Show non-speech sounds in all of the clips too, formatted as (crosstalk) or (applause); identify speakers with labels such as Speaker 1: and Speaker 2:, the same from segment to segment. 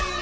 Speaker 1: Oh,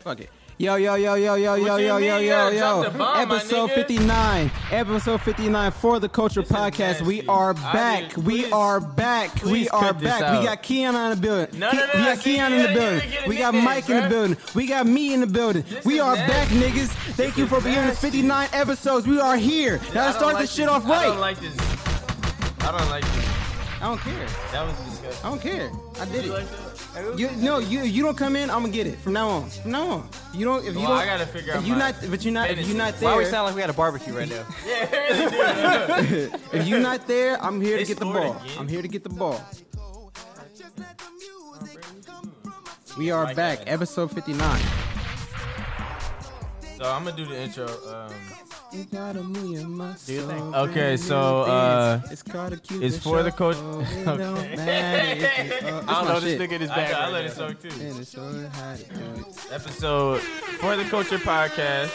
Speaker 2: Fuck it. Yo, yo, yo, yo, yo, yo,
Speaker 3: you
Speaker 2: yo, yo,
Speaker 3: mean?
Speaker 2: yo,
Speaker 3: Yeah, drop
Speaker 2: yo.
Speaker 3: the bomb, my
Speaker 2: episode
Speaker 3: nigga.
Speaker 2: 59. Episode 59 for the Culture
Speaker 3: is
Speaker 2: Podcast. We
Speaker 3: nasty.
Speaker 2: are
Speaker 3: I
Speaker 2: back.
Speaker 3: need-
Speaker 2: we
Speaker 3: please-
Speaker 2: are back. We
Speaker 3: please
Speaker 2: are
Speaker 3: cut this
Speaker 2: back.
Speaker 3: out.
Speaker 2: We got Keon on the building.
Speaker 3: No,
Speaker 2: Ke-
Speaker 3: no, no,
Speaker 2: we
Speaker 3: no,
Speaker 2: got
Speaker 3: see,
Speaker 2: Keon
Speaker 3: you
Speaker 2: in
Speaker 3: gotta-
Speaker 2: the
Speaker 3: you
Speaker 2: building.
Speaker 3: gotta get a
Speaker 2: We got
Speaker 3: nickname,
Speaker 2: Mike in the
Speaker 3: bruh.
Speaker 2: building. We got me in the building.
Speaker 3: This
Speaker 2: we
Speaker 3: is
Speaker 2: are back,
Speaker 3: nasty.
Speaker 2: niggas. Thank
Speaker 3: This
Speaker 2: you
Speaker 3: is
Speaker 2: for being in
Speaker 3: nasty.
Speaker 2: 59 episodes. We are here. Now
Speaker 3: I
Speaker 2: let's
Speaker 3: don't
Speaker 2: start
Speaker 3: like
Speaker 2: this shit
Speaker 3: this.
Speaker 2: off
Speaker 3: I
Speaker 2: right.
Speaker 3: don't like this. I don't like this.
Speaker 2: I don't care.
Speaker 3: That was disgusting.
Speaker 2: I don't care. I did
Speaker 3: You
Speaker 2: it.
Speaker 3: like that?
Speaker 2: You no, you you don't come in. I'm gonna get it from now on. From now on, you don't. If you
Speaker 3: Well,
Speaker 2: don't,
Speaker 3: I gotta figure
Speaker 2: if
Speaker 3: out
Speaker 2: You
Speaker 3: my
Speaker 2: not, but you're not. If you
Speaker 3: fantasy.
Speaker 2: not
Speaker 4: Why we
Speaker 2: there,
Speaker 4: sound like we had a barbecue right now?
Speaker 3: Yeah, it really did.
Speaker 2: (laughs) if you not there, I'm here to
Speaker 3: They
Speaker 2: get the
Speaker 3: scored
Speaker 2: ball.
Speaker 3: again.
Speaker 2: I'm here to get the ball. We are
Speaker 3: Like
Speaker 2: back,
Speaker 3: that.
Speaker 2: episode 59.
Speaker 3: So I'm gonna do the intro. Um,
Speaker 2: You got a million muscles and
Speaker 3: Okay,
Speaker 2: you
Speaker 3: so,
Speaker 2: dance.
Speaker 3: uh,
Speaker 2: it's called a Cupid
Speaker 3: it's for the
Speaker 2: shuffle.
Speaker 3: coach- (laughs)
Speaker 2: It don't matter if it's up. It's my shit.
Speaker 4: is
Speaker 3: I, I let it soak too.
Speaker 2: And it's so hot, dude.
Speaker 3: Episode for the culture podcast.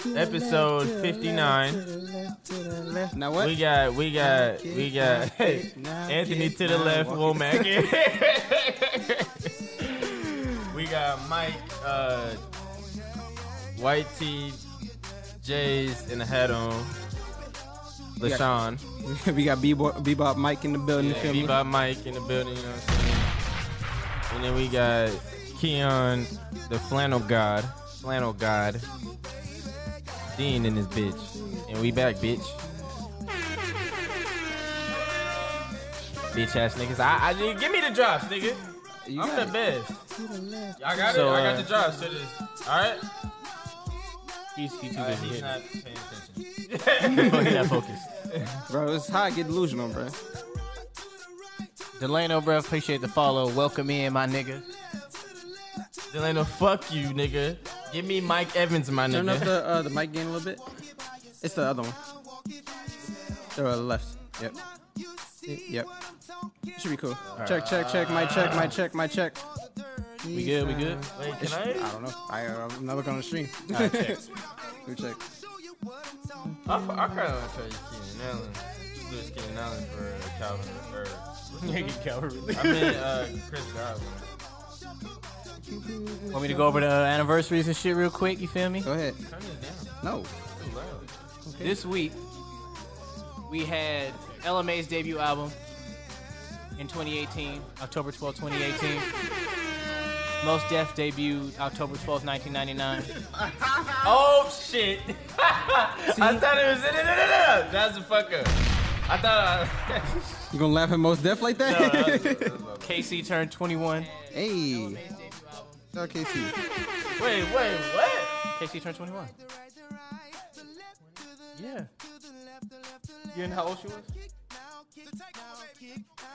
Speaker 2: To the
Speaker 3: Episode
Speaker 2: left, to the left,
Speaker 3: 59.
Speaker 2: to the left, to the left. Now what?
Speaker 3: We got, we got, we got Anthony to the left, Womack. (laughs) we got Mike, uh, White T, J's in a hat on. LaShawn.
Speaker 2: (laughs) we got Bebop, Bebop Mike in the building.
Speaker 3: Yeah,
Speaker 2: feel me?
Speaker 3: Bebop Mike in the building, you know what I'm saying? And then we got Keon, the flannel god, flannel god, Dean in this bitch. And we back, bitch. Bitch ass niggas. I, I nigga, give me the drops, nigga.
Speaker 2: You
Speaker 3: I'm
Speaker 2: got
Speaker 3: the
Speaker 2: it.
Speaker 3: best. I got
Speaker 4: So,
Speaker 3: it. I got
Speaker 4: uh,
Speaker 3: the drops to this. Alright?
Speaker 4: He's, he's too
Speaker 3: Alright,
Speaker 4: busy.
Speaker 3: he's
Speaker 4: hitting.
Speaker 3: not paying attention.
Speaker 4: Oh, (laughs) he not
Speaker 3: (laughs)
Speaker 4: focused.
Speaker 2: Bro, it's how I get delusional, bro.
Speaker 4: Delano, bro, appreciate the follow. Welcome in, my nigga.
Speaker 3: Delano, fuck you, nigga. Give me Mike Evans, my nigga.
Speaker 2: Turn up the uh, the mic gain a little bit. It's the other one. To the uh, left. Yep. Y- Yep. Should be cool. Check, check, check. My check, my check, my check.
Speaker 4: We good, we good?
Speaker 3: Wait,
Speaker 2: It
Speaker 3: can
Speaker 2: sh-
Speaker 3: I?
Speaker 2: I don't know. I, uh, I'm not looking on the stream.
Speaker 3: Alright,
Speaker 2: (laughs)
Speaker 3: check.
Speaker 2: Let me check.
Speaker 3: I, I kind of want to try Keenan Allen. Just do his Keenan Allen for Calvin or
Speaker 2: (laughs)
Speaker 4: Nigga, Calvary.
Speaker 3: I mean uh, Chris Godwin.
Speaker 4: Want me to go over the anniversaries and shit real quick? You feel me?
Speaker 2: Go ahead.
Speaker 3: Turn it down.
Speaker 2: No.
Speaker 3: It's too loud.
Speaker 4: This week, we had LMA's debut album in 2018, October 12, 2018. Most Def debuted October 12, 1999.
Speaker 3: Oh shit! (laughs) I thought it was (laughs) no, no, no, no, no. That's a fucker. I thought. (laughs) I,
Speaker 2: You gonna laugh at most deaf like
Speaker 3: that
Speaker 2: that?
Speaker 3: was- that
Speaker 4: (laughs)
Speaker 3: was my-
Speaker 4: KC turned 21.
Speaker 2: hey. Shout out KC.
Speaker 3: wait, wait, what?
Speaker 4: KC turned 21. Yeah. You know how old she was?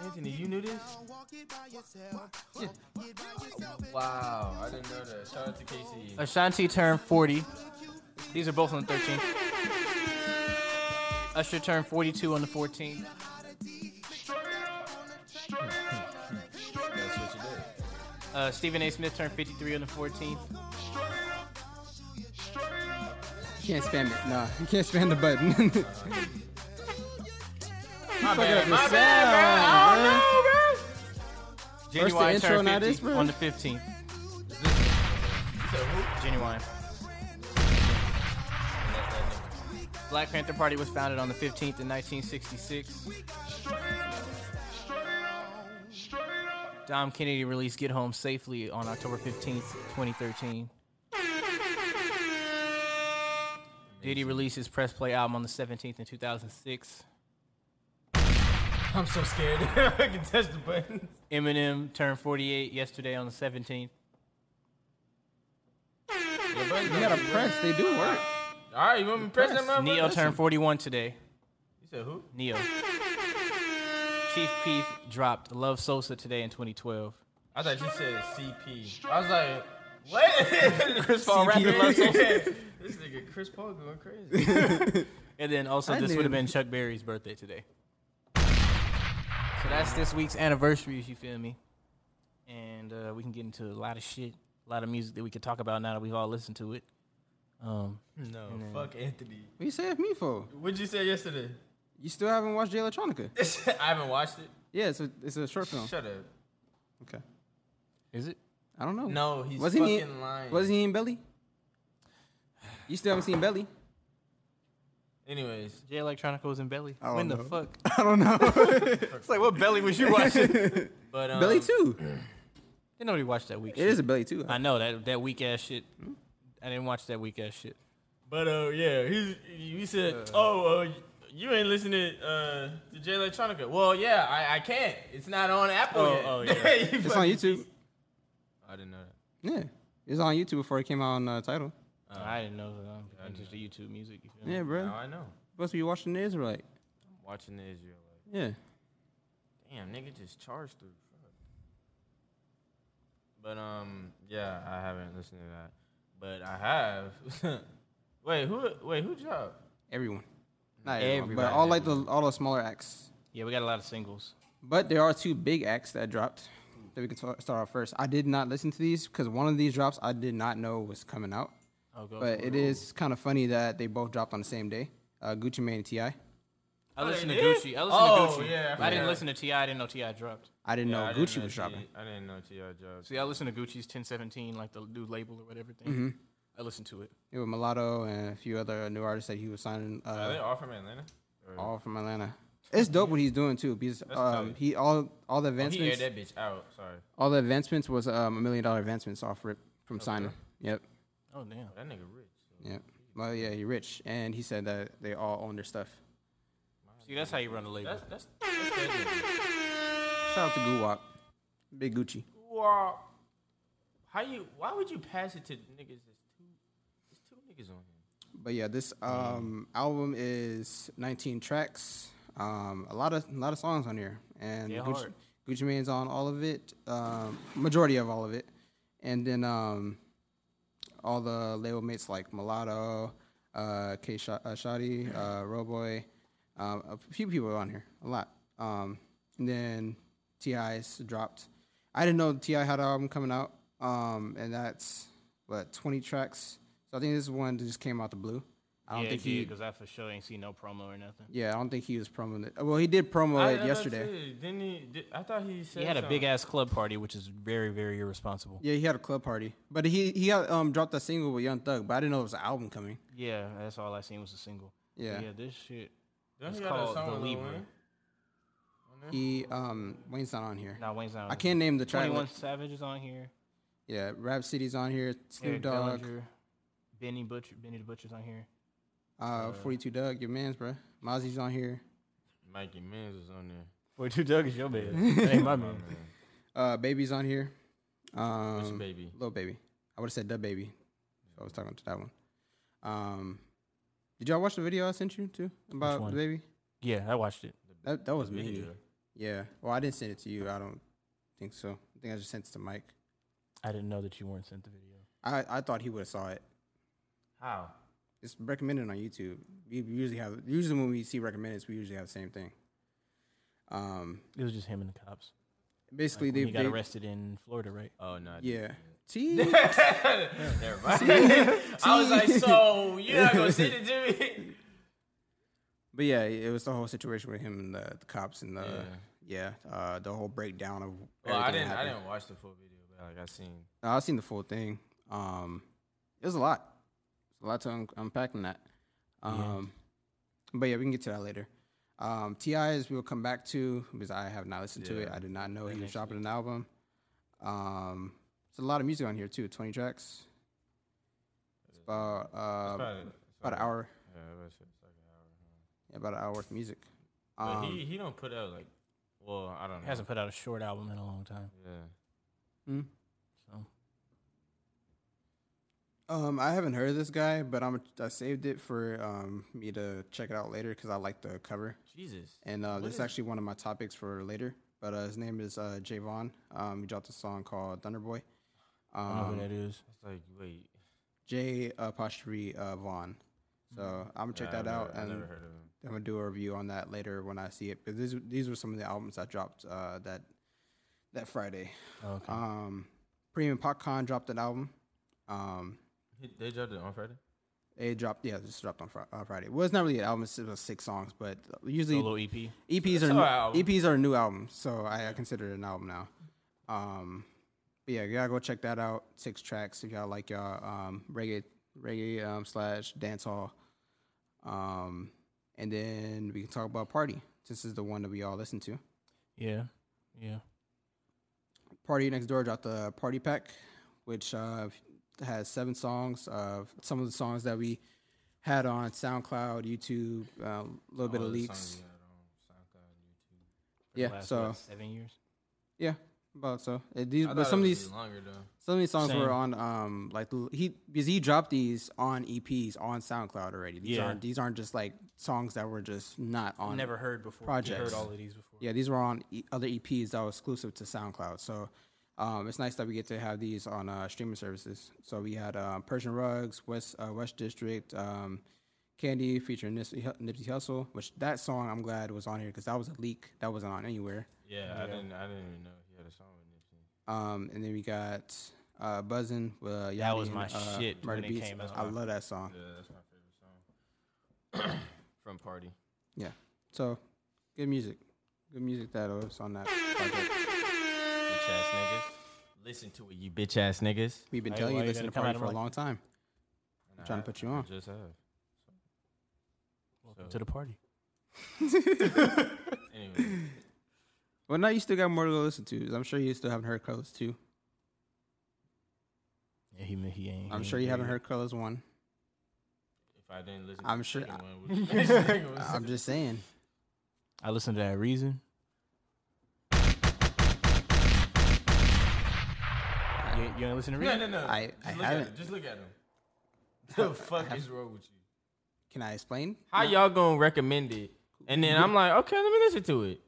Speaker 3: Anthony, you knew this? Wow, I didn't know that. Shout out to KC.
Speaker 4: Ashanti turned 40. These are both on the 13th. Usher turned 42 on the 14th.
Speaker 3: That's what you did.
Speaker 4: Uh, Stephen A. Smith turned 53 on the 14th.
Speaker 2: Can't spam it. Nah, (laughs) you can't spam the button. (laughs)
Speaker 3: My
Speaker 2: up
Speaker 3: bad,
Speaker 2: the
Speaker 3: my
Speaker 2: (laughs)
Speaker 3: bad, bro. I
Speaker 2: sound,
Speaker 3: don't know, bro.
Speaker 4: Genuine
Speaker 2: intro
Speaker 4: turned
Speaker 2: now
Speaker 4: 50
Speaker 2: this, bro?
Speaker 4: on the 15th. Genuine. Black Panther Party was founded on the 15th in 1966. Dom Kennedy released Get Home Safely on October 15th, 2013. Diddy released his Press Play album on the 17th in 2006.
Speaker 3: I'm so scared. I (laughs) can touch the button.
Speaker 4: Eminem turned 48 yesterday on the 17th.
Speaker 2: you gotta press. They do work.
Speaker 3: All right, you want me to press that motherfucker?
Speaker 4: Neo turned 41 today.
Speaker 3: You said who?
Speaker 4: Neo. Chief Keef dropped Love Sosa today in 2012.
Speaker 3: I thought you said CP. I was like, (laughs) what? Chris Paul
Speaker 2: rapping
Speaker 3: (laughs)
Speaker 2: Lil
Speaker 3: This nigga Chris Paul going crazy.
Speaker 2: (laughs)
Speaker 4: And then also,
Speaker 2: I
Speaker 4: this
Speaker 2: knew.
Speaker 4: would have been Chuck Berry's birthday today. So that's this week's anniversaries, you feel me? And uh, we can get into a lot of shit, a lot of music that we could talk about now that we've all listened to it. Um,
Speaker 3: no, fuck Anthony.
Speaker 2: What you saved me for?
Speaker 3: What'd you say yesterday?
Speaker 2: You still haven't watched Jay Electronica?
Speaker 3: (laughs) I haven't watched it.
Speaker 2: Yeah, it's a, it's a short film.
Speaker 3: Shut up.
Speaker 2: Okay.
Speaker 4: is it?
Speaker 2: I don't know.
Speaker 3: No, he's
Speaker 2: Wasn't he-
Speaker 3: fucking lying.
Speaker 2: Was he
Speaker 3: (laughs)
Speaker 2: in Belly? You still haven't seen Belly?
Speaker 3: Anyways,
Speaker 4: Jay Electronica was in Belly.
Speaker 2: don't
Speaker 4: When
Speaker 2: know.
Speaker 4: the fuck?
Speaker 2: (laughs) I don't know.
Speaker 4: (laughs) It's like what Belly was you watching? Didn't
Speaker 2: (laughs)
Speaker 3: but um,
Speaker 2: Belly too.
Speaker 4: nobody watch that week.
Speaker 2: It is a Belly too.
Speaker 4: I know that that weak ass shit. I didn't watch that weak ass shit.
Speaker 3: But uh, yeah, he's, you said, oh, uh, you ain't listening uh, to Jay Electronica. Well, yeah, I, I can't. It's not on Apple
Speaker 4: Oh,
Speaker 3: yet.
Speaker 4: oh,
Speaker 3: (laughs)
Speaker 4: yeah.
Speaker 3: You
Speaker 2: It's on
Speaker 3: fucking-
Speaker 2: YouTube.
Speaker 3: I didn't know that.
Speaker 2: Yeah, it's on YouTube before it came out on uh, title.
Speaker 4: I didn't know that. I'm into the YouTube music. You feel me?
Speaker 2: Yeah, bro.
Speaker 3: Now I know.
Speaker 2: Supposed to be watching the Israelite.
Speaker 3: Watching the Israel. Like,
Speaker 2: Yeah.
Speaker 3: damn, nigga just charged through. Fuck. But um, yeah, I haven't listened to that. But I have. (laughs) wait, who? Wait, who dropped?
Speaker 2: Everyone. Not everyone, but
Speaker 3: Everybody.
Speaker 2: all like the all the smaller acts.
Speaker 4: Yeah, we got a lot of singles.
Speaker 2: But there are two big acts that dropped that we can sta- start off first. I did not listen to these because one of these drops I did not know was coming out.
Speaker 4: Oh, go
Speaker 2: But
Speaker 4: for
Speaker 2: it is kind of funny that they both dropped on the same day. Uh, Gucci Mane and Ti.
Speaker 4: I
Speaker 3: Oh,
Speaker 4: listened
Speaker 3: they
Speaker 4: to
Speaker 3: did?
Speaker 4: Gucci. I listened
Speaker 3: Oh,
Speaker 4: to Gucci.
Speaker 3: yeah, I
Speaker 4: I didn't
Speaker 3: forgot.
Speaker 4: listen to Ti. I didn't know Ti dropped.
Speaker 2: I didn't
Speaker 3: Yeah, I
Speaker 2: know
Speaker 3: didn't
Speaker 2: Gucci
Speaker 3: know
Speaker 2: was
Speaker 3: T-
Speaker 2: dropping.
Speaker 3: I didn't know T.I. dropped.
Speaker 4: See, I listened to Gucci's 1017, like the new label or whatever thing.
Speaker 2: Mm-hmm.
Speaker 4: I listened to it.
Speaker 2: It was Mulatto and a few other new artists that he was signing.
Speaker 3: Are they
Speaker 2: Uh,
Speaker 3: all from Atlanta? Or-
Speaker 2: all from Atlanta. It's dope what he's doing too because um,
Speaker 3: tight.
Speaker 2: he all all the
Speaker 3: Oh, he aired
Speaker 2: advancements
Speaker 3: that bitch out. Sorry,
Speaker 2: all the advancements was um, a million dollar advancements off rip from signing. Yep,
Speaker 4: Oh damn.
Speaker 3: that nigga rich.
Speaker 2: yep. Well, yeah, he rich and he said that they all own their stuff.
Speaker 4: See, that's how you run a label.
Speaker 3: That's that's, that's that
Speaker 2: Shout out to Guwap, Big Gucci.
Speaker 3: Wow. How you? Why would you pass it to niggas? There's two. There's two niggas on here.
Speaker 2: But yeah, this um, album is 19 tracks. Um, a lot of a lot of songs on here, and
Speaker 4: Yeah,
Speaker 2: Gucci,
Speaker 4: hard.
Speaker 2: Gucci Mane's on all of it, um, majority of all of it, and then um, all the label mates like Mulatto, uh, K Sha- uh, Shotty, uh, Roboy, um, a few people are on here, a lot. Um, and then Ti's dropped. I didn't know Ti had an album coming out, um, and that's what 20 tracks. So I think this one just came out the blue. I don't
Speaker 4: yeah,
Speaker 2: think
Speaker 4: yeah,
Speaker 2: he.
Speaker 4: because I for sure ain't seen no promo or nothing.
Speaker 2: Yeah, I don't think he was promoting it. Well, he did promo
Speaker 3: I- I
Speaker 2: it
Speaker 3: thought
Speaker 2: yesterday.
Speaker 3: too, Didn't he? Did, I thought he said
Speaker 4: He had a
Speaker 3: something.
Speaker 4: big ass club party, which is very, very irresponsible.
Speaker 2: Yeah, he had a club party, but he he had, um dropped a single with Young Thug, but I didn't know it was an album coming.
Speaker 4: Yeah, that's all I seen was a single.
Speaker 2: Yeah.
Speaker 4: Yeah, this shit.
Speaker 3: Don't
Speaker 4: It's
Speaker 3: he got a
Speaker 4: called
Speaker 3: song
Speaker 4: The
Speaker 3: with Lil
Speaker 4: Libra.
Speaker 3: Wayne?
Speaker 2: He um Wayne's not on here.
Speaker 4: Nah, Wayne's not. on
Speaker 2: I
Speaker 4: this.
Speaker 2: can't name the track.
Speaker 4: 21
Speaker 2: like-
Speaker 4: Savage is on here.
Speaker 2: Yeah, Rap City's on here. Snoop
Speaker 4: Eric
Speaker 2: Dogg,
Speaker 4: Bellinger. Benny Butcher. Benny the Butcher's on here.
Speaker 2: uh, 42 Doug, your man's, bruh. Mozzie's on here.
Speaker 3: Mikey Mans was on there.
Speaker 4: Boy, two Doug is your man.
Speaker 3: (laughs)
Speaker 2: (laughs)
Speaker 4: ain't my man.
Speaker 2: Uh, Baby's on here. Um,
Speaker 3: Which baby?
Speaker 2: Little Baby. I would have said the Baby. If I was talking to that one. Um, did y'all watch the video I sent you too about
Speaker 4: one?
Speaker 2: the baby?
Speaker 4: Yeah, I watched it.
Speaker 2: That that was
Speaker 3: The
Speaker 2: me.
Speaker 3: video.
Speaker 2: Yeah. Well, I didn't send it to you. I don't think so. I think I just sent it to Mike.
Speaker 4: I didn't know that you weren't sent the video.
Speaker 2: I, I thought he would have saw it.
Speaker 3: How?
Speaker 2: It's recommended on YouTube. We usually have usually when we see recommended, we usually have the same thing. Um,
Speaker 4: It was just him and the cops.
Speaker 2: basically
Speaker 4: When
Speaker 2: they
Speaker 4: he got
Speaker 2: they-
Speaker 4: arrested in Florida, right?
Speaker 3: Oh no. I didn't.
Speaker 2: Yeah. (laughs) T.
Speaker 3: (laughs) Never mind. (laughs) I was like, so you're not gonna send it to me?
Speaker 2: But yeah, it was the whole situation with him and the, the cops and the yeah, uh, the whole breakdown of.
Speaker 3: Well, I
Speaker 2: everything that
Speaker 3: didn't. I
Speaker 2: happened.
Speaker 3: didn't watch the full video, but like I seen.
Speaker 2: No, I've seen the full thing. Um, it was a lot. It's a lot to un- unpack in that. Um, but yeah, we can get to that later. Um, Ti is we will come back to because I have not listened to it.
Speaker 3: Yeah.
Speaker 2: I did not know he was dropping an album. Um, there's a lot of music on here too. Twenty tracks. It's about uh,
Speaker 3: probably-
Speaker 2: about an hour.
Speaker 3: Yeah, that shit's like an hour.
Speaker 2: Yeah, about an hour worth of music.
Speaker 3: But
Speaker 2: Um,
Speaker 3: he he don't put out like. Well, I don't know.
Speaker 4: He hasn't put out a short album in a long time.
Speaker 3: yeah.
Speaker 2: hmm?
Speaker 4: So
Speaker 2: Um, I haven't heard of this guy, but I'm I saved it for um me to check it out later because I like the cover.
Speaker 3: Jesus.
Speaker 2: And uh,
Speaker 3: What
Speaker 2: this is
Speaker 3: is-
Speaker 2: actually one of my topics for later. But uh, his name is uh, Javon. Um, he dropped a song called Thunderboy.
Speaker 4: I don't know
Speaker 2: Um,
Speaker 4: who that is.
Speaker 3: It's like wait.
Speaker 2: J apostrophe uh, Vaughn. So I'm gonna check
Speaker 3: Yeah,
Speaker 2: that
Speaker 3: I've
Speaker 2: out,
Speaker 3: never- I've
Speaker 2: and
Speaker 3: never heard of him.
Speaker 2: I'm gonna do a review on that later when I see it. Because these these were some of the albums I dropped uh, that that Friday.
Speaker 4: Okay.
Speaker 2: Um, Premium PopCon dropped an album. Um,
Speaker 3: He- They dropped it on Friday.
Speaker 2: it dropped, yeah, just dropped on, Fri on Friday. Well, it's not really an album; it's about six songs, but usually
Speaker 4: Solo EP.
Speaker 2: EPs
Speaker 3: It's
Speaker 2: are
Speaker 3: not
Speaker 2: new,
Speaker 3: an album.
Speaker 2: EPs are a new album, so I, I consider it an album now. Um, But yeah, y'all go check that out. Six tracks if y'all like y'all um, reggae, reggae um, slash dancehall. Um, and then we can talk about party. This is the one that we all listen to.
Speaker 4: Yeah. Yeah.
Speaker 2: Party Next Door dropped the Party Pack, which uh, has seven songs. Uh, some of the songs that we had on SoundCloud, YouTube, a little bit of leaks.
Speaker 4: For the
Speaker 2: Yeah,
Speaker 4: last,
Speaker 2: so-
Speaker 4: what, seven years.
Speaker 2: Yeah, about so. Uh, these, but some of these,
Speaker 3: longer though.
Speaker 2: some of these songs
Speaker 4: Same.
Speaker 2: were on um like the- he because he dropped these on EPs on SoundCloud already. These
Speaker 4: Yeah.
Speaker 2: aren't these aren't just like songs that were just not on.
Speaker 4: Never heard before.
Speaker 2: projects.
Speaker 4: Heard all of these before.
Speaker 2: Yeah, these were on e- other EPs that were exclusive to SoundCloud. So um, it's nice that we get to have these on uh, streaming services. So we had uh, Persian Rugs, West uh, West District, um, Candy featuring Nipsey, Hu- Nipsey Hussle, which that song I'm glad was on here because that was a leak that wasn't on anywhere.
Speaker 3: Yeah, I didn't. I didn't even know he had a song with Nipsey.
Speaker 2: Um, and then we got uh, Buzzin' with uh,
Speaker 4: That was
Speaker 2: Yachty
Speaker 4: my
Speaker 2: and, uh,
Speaker 4: shit
Speaker 2: Murder
Speaker 4: when it
Speaker 2: Beats.
Speaker 4: came out.
Speaker 2: I love that song.
Speaker 3: Yeah, that's my favorite song
Speaker 2: (coughs)
Speaker 3: from Party.
Speaker 2: Yeah. So good music, good music that was on that. Project.
Speaker 3: Bitch ass niggas, listen to it, you bitch ass niggas.
Speaker 2: We've been
Speaker 4: Why-
Speaker 2: telling
Speaker 4: why
Speaker 2: you
Speaker 4: you
Speaker 2: listen to
Speaker 4: gonna come at
Speaker 2: Party
Speaker 4: 'em
Speaker 2: for a
Speaker 4: like-
Speaker 2: long time.
Speaker 3: And I
Speaker 2: trying to
Speaker 3: have-
Speaker 2: put you
Speaker 3: I
Speaker 2: on.
Speaker 3: Just have.
Speaker 4: Welcome to the party.
Speaker 3: Anyway,
Speaker 2: Well, now you still got more to listen to. 'cause I'm sure you still haven't heard Colors 2.
Speaker 4: Yeah, he he ain't.
Speaker 2: I'm sure you haven't heard Colors 1.
Speaker 3: if I didn't listen,
Speaker 2: I'm
Speaker 3: to
Speaker 2: sure-
Speaker 3: The second one,
Speaker 2: (laughs)
Speaker 3: which- second one was-
Speaker 2: I'm just saying.
Speaker 4: I listened to that reason. You, you ain't listen to
Speaker 3: no,
Speaker 4: reason.
Speaker 3: no, no.
Speaker 2: I-
Speaker 3: just look
Speaker 2: I
Speaker 3: At him.
Speaker 2: haven't.
Speaker 3: Just look at him. (laughs) The
Speaker 2: (laughs)
Speaker 3: fuck is wrong with you?
Speaker 2: Can I explain?
Speaker 3: How y'all gonna recommend it? And then I'm like, okay, let me listen to it.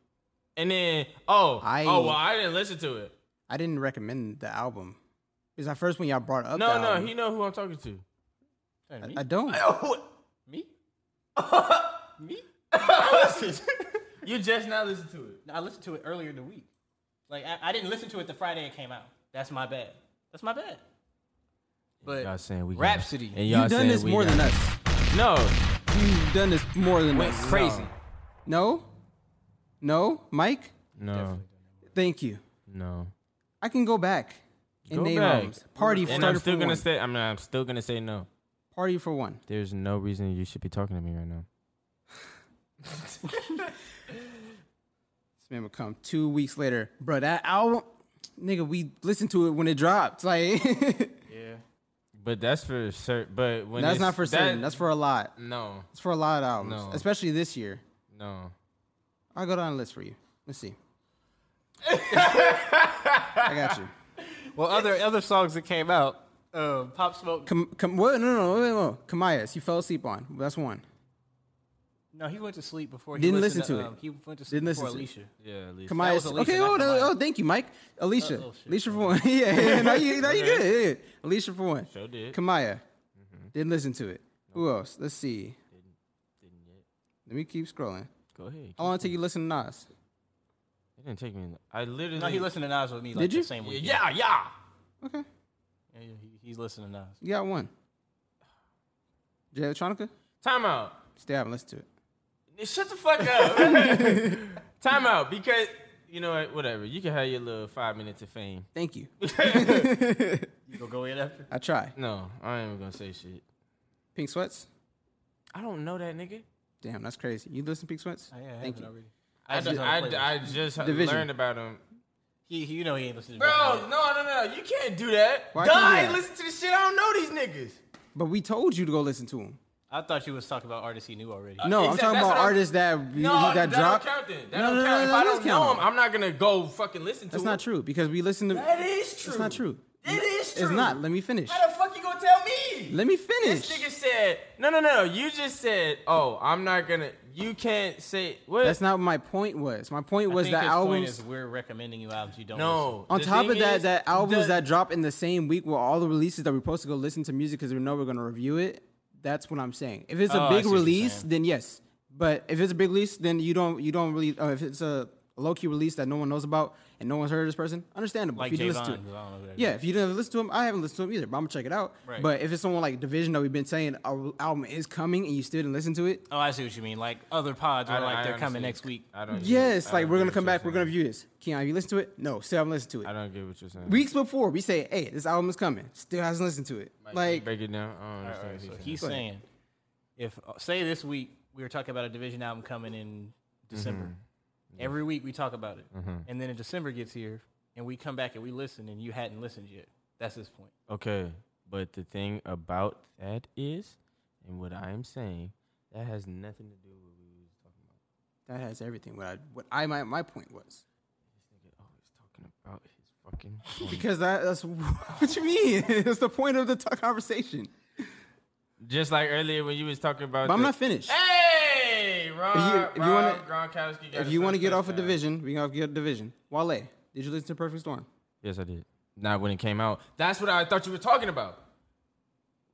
Speaker 3: And then, oh,
Speaker 2: I-
Speaker 3: oh, well, I didn't listen to it.
Speaker 2: I didn't recommend the album. Because at first when y'all brought up
Speaker 3: No,
Speaker 2: the
Speaker 3: no,
Speaker 2: album,
Speaker 3: he know who I'm talking to.
Speaker 2: I-
Speaker 3: (laughs)
Speaker 2: I don't.
Speaker 3: Me? Me? (laughs) you just now listen to it.
Speaker 4: I listened to it earlier in the week. Like I, I didn't listen to it the Friday it came out. That's my bad. That's my bad. But
Speaker 3: Y'all saying we got-
Speaker 4: Rhapsody.
Speaker 3: and y'all
Speaker 2: You've done
Speaker 3: saying
Speaker 2: this
Speaker 3: we
Speaker 2: more
Speaker 3: got-
Speaker 2: than us.
Speaker 3: No,
Speaker 2: You've done this more than
Speaker 3: went
Speaker 2: us.
Speaker 3: crazy.
Speaker 2: No? No? Mike?
Speaker 3: No,
Speaker 2: Thank you.
Speaker 3: no.
Speaker 2: I can go back and
Speaker 3: Go
Speaker 2: name
Speaker 3: back.
Speaker 2: albums. Party
Speaker 3: And
Speaker 2: started
Speaker 3: I'm still
Speaker 2: for
Speaker 3: gonna
Speaker 2: one.
Speaker 3: say, I'm, I'm still gonna say no.
Speaker 2: Party for one.
Speaker 3: There's no reason you should be talking to me right now.
Speaker 2: This man would come two weeks later. Bro, that album, nigga, we listened to it when it dropped. (laughs) Like,
Speaker 4: yeah.
Speaker 3: But that's for certain. But when
Speaker 2: That's
Speaker 3: it's-
Speaker 2: not for certain.
Speaker 3: that-
Speaker 2: That's for a lot.
Speaker 3: no,
Speaker 2: It's for a lot of albums,
Speaker 3: No.
Speaker 2: especially this year.
Speaker 3: no.
Speaker 2: I'll go down the list for you. Let's see. I got you.
Speaker 3: (laughs)
Speaker 4: Well, other other songs that came out, um, Pop Smoke.
Speaker 2: Come, come, what? No, no, no, wait, no. Camias, you fell asleep on. That's one.
Speaker 4: No, he went to sleep before. He
Speaker 2: Didn't
Speaker 4: listened
Speaker 2: listen to it.
Speaker 4: um, He went to sleep
Speaker 2: Didn't
Speaker 4: before
Speaker 2: listen to it.
Speaker 4: Alicia.
Speaker 3: Yeah, at least.
Speaker 2: Camias.
Speaker 4: was Alicia,
Speaker 2: okay,
Speaker 4: not
Speaker 2: oh, no,
Speaker 4: Kamaya.
Speaker 2: oh, thank you, Mike. Alicia.
Speaker 4: oh, shit.
Speaker 2: Alicia for one. (laughs) yeah, yeah, now you, now you good. Yeah. Alicia for one.
Speaker 3: Sure did. Mm-hmm.
Speaker 2: Kamaya. Didn't listen to it. Who else? Let's see.
Speaker 3: Didn't yet.
Speaker 2: Let me keep scrolling.
Speaker 3: Go ahead.
Speaker 2: How long did it take you to listen to Nas?
Speaker 3: It didn't take me. I literally.
Speaker 4: No, he listened to Nas with me. Like,
Speaker 2: Did you?
Speaker 4: The same week.
Speaker 3: Yeah, yeah.
Speaker 2: Okay.
Speaker 4: yeah he, he's listening to Nas.
Speaker 2: You got one. Jay Electronica?
Speaker 3: Time out.
Speaker 2: Still haven't listened to it.
Speaker 3: Shut the fuck up. (laughs) Time out because you know what? Whatever. You can have your little five minutes of fame. (laughs)
Speaker 2: Thank you.
Speaker 4: You gonna go in after?
Speaker 2: I try.
Speaker 3: No, I ain't even gonna say shit.
Speaker 2: Pink Sweats?
Speaker 3: I don't know that nigga.
Speaker 2: Damn, that's crazy. You listen to Pink Sweats?
Speaker 4: Oh, yeah, I have
Speaker 2: Thank
Speaker 4: it
Speaker 2: you.
Speaker 4: already.
Speaker 3: I,
Speaker 4: just-
Speaker 3: just, I, I just
Speaker 2: Division.
Speaker 3: learned about him.
Speaker 4: He, he, you know, he ain't listening. to
Speaker 3: Bro,
Speaker 4: Nas.
Speaker 3: no, no, no. You can't do that.
Speaker 2: Why
Speaker 3: Duh,
Speaker 2: can't you
Speaker 3: I ain't
Speaker 2: do that?
Speaker 3: listen to this shit. I don't know these niggas.
Speaker 2: But we told you to go listen to him.
Speaker 4: I thought you was talking about artists he knew already.
Speaker 3: Exact-
Speaker 2: No, I'm talking
Speaker 3: that's
Speaker 2: about
Speaker 3: what I'm-
Speaker 2: artists that you-
Speaker 3: No,
Speaker 2: that
Speaker 3: that,
Speaker 2: dropped.
Speaker 3: don't count then. That
Speaker 2: No,
Speaker 3: don't
Speaker 2: no, no,
Speaker 3: count.
Speaker 2: no,
Speaker 3: if
Speaker 2: that
Speaker 3: I
Speaker 2: does
Speaker 3: don't
Speaker 2: count.
Speaker 3: know him, I'm not gonna go fucking listen to
Speaker 2: That's
Speaker 3: him.
Speaker 2: not true because we listen to.
Speaker 3: That is true.
Speaker 2: That's not true.
Speaker 3: It is true.
Speaker 2: It's not. Let me finish.
Speaker 3: How the fuck you gonna tell me?
Speaker 2: Let me
Speaker 3: This
Speaker 2: finish.
Speaker 3: nigga said, no, no, no. You just said, oh, I'm not gonna. You can't say what?
Speaker 2: That's not what my point was. My point
Speaker 4: I
Speaker 2: was
Speaker 4: think
Speaker 2: that
Speaker 4: his point
Speaker 2: albums.
Speaker 4: is we're recommending you albums you don't.
Speaker 3: no.
Speaker 2: On
Speaker 3: The
Speaker 2: top of
Speaker 3: thing
Speaker 2: that,
Speaker 3: is,
Speaker 2: that albums
Speaker 3: the-
Speaker 2: that drop in the same week with all the releases that we're supposed to go listen to music because we know we're gonna review it. That's what I'm saying. If it's
Speaker 4: Oh,
Speaker 2: a
Speaker 4: I
Speaker 2: big
Speaker 4: see what you're
Speaker 2: release,
Speaker 4: saying.
Speaker 2: then yes. But if it's a big release, then you don't you don't really. Uh, if it's a low key release that no one knows about and no one's heard of this person, understandable.
Speaker 4: Like
Speaker 2: if you
Speaker 4: Javon.
Speaker 2: didn't listen to it.
Speaker 4: who I don't know who that is.
Speaker 2: Yeah, if you didn't listen to him, I haven't listened to him either, but I'm gonna check it out.
Speaker 4: Right.
Speaker 2: But if it's someone like Division that we've been saying our album is coming and you still didn't listen to it,
Speaker 4: Oh, I see what you mean. Like other pods
Speaker 3: I
Speaker 4: are
Speaker 3: don't- I
Speaker 4: like they're
Speaker 3: honestly-
Speaker 4: coming next week.
Speaker 3: I don't.
Speaker 2: yes,
Speaker 3: I
Speaker 2: like
Speaker 3: don't
Speaker 2: we're
Speaker 3: get
Speaker 2: gonna
Speaker 3: what
Speaker 2: come
Speaker 3: you're
Speaker 2: back, we're gonna
Speaker 3: saying.
Speaker 2: view this. Keon, have you listened to it? No, still haven't listened to it.
Speaker 3: I don't get what you're saying.
Speaker 2: Weeks before, we say, hey, this album is coming, still hasn't listened to it. Like,
Speaker 3: break it down. I don't understand. what
Speaker 4: Alright, so
Speaker 3: you're saying.
Speaker 4: he's
Speaker 2: Go ahead.
Speaker 4: saying, if uh, say this week we were talking about a division album coming in December,
Speaker 3: Mm-hmm.
Speaker 4: every week we talk about it, and then in December gets here and we come back and we listen and you hadn't listened yet. That's his point.
Speaker 3: Okay, but the thing about that is, and what I am saying, that has nothing to do with what we was talking about.
Speaker 2: that has everything. What I, what I my, my point was.
Speaker 3: This nigga always talking about his fucking. point.
Speaker 2: Because that, that's (laughs) what you mean. (laughs) That's the point of the t- conversation.
Speaker 3: Just like earlier when you was talking about.
Speaker 2: But I'm
Speaker 3: the-
Speaker 2: not finished.
Speaker 3: Hey, Rob.
Speaker 2: If you- if you
Speaker 3: Rob Gronkowski got
Speaker 2: If
Speaker 3: his
Speaker 2: you want to
Speaker 3: first
Speaker 2: get off a
Speaker 3: touchdown.
Speaker 2: division, we can get a division. Wale, did you listen to Perfect Storm?
Speaker 3: Yes, I did. Not when it came out. That's what I thought you were talking about.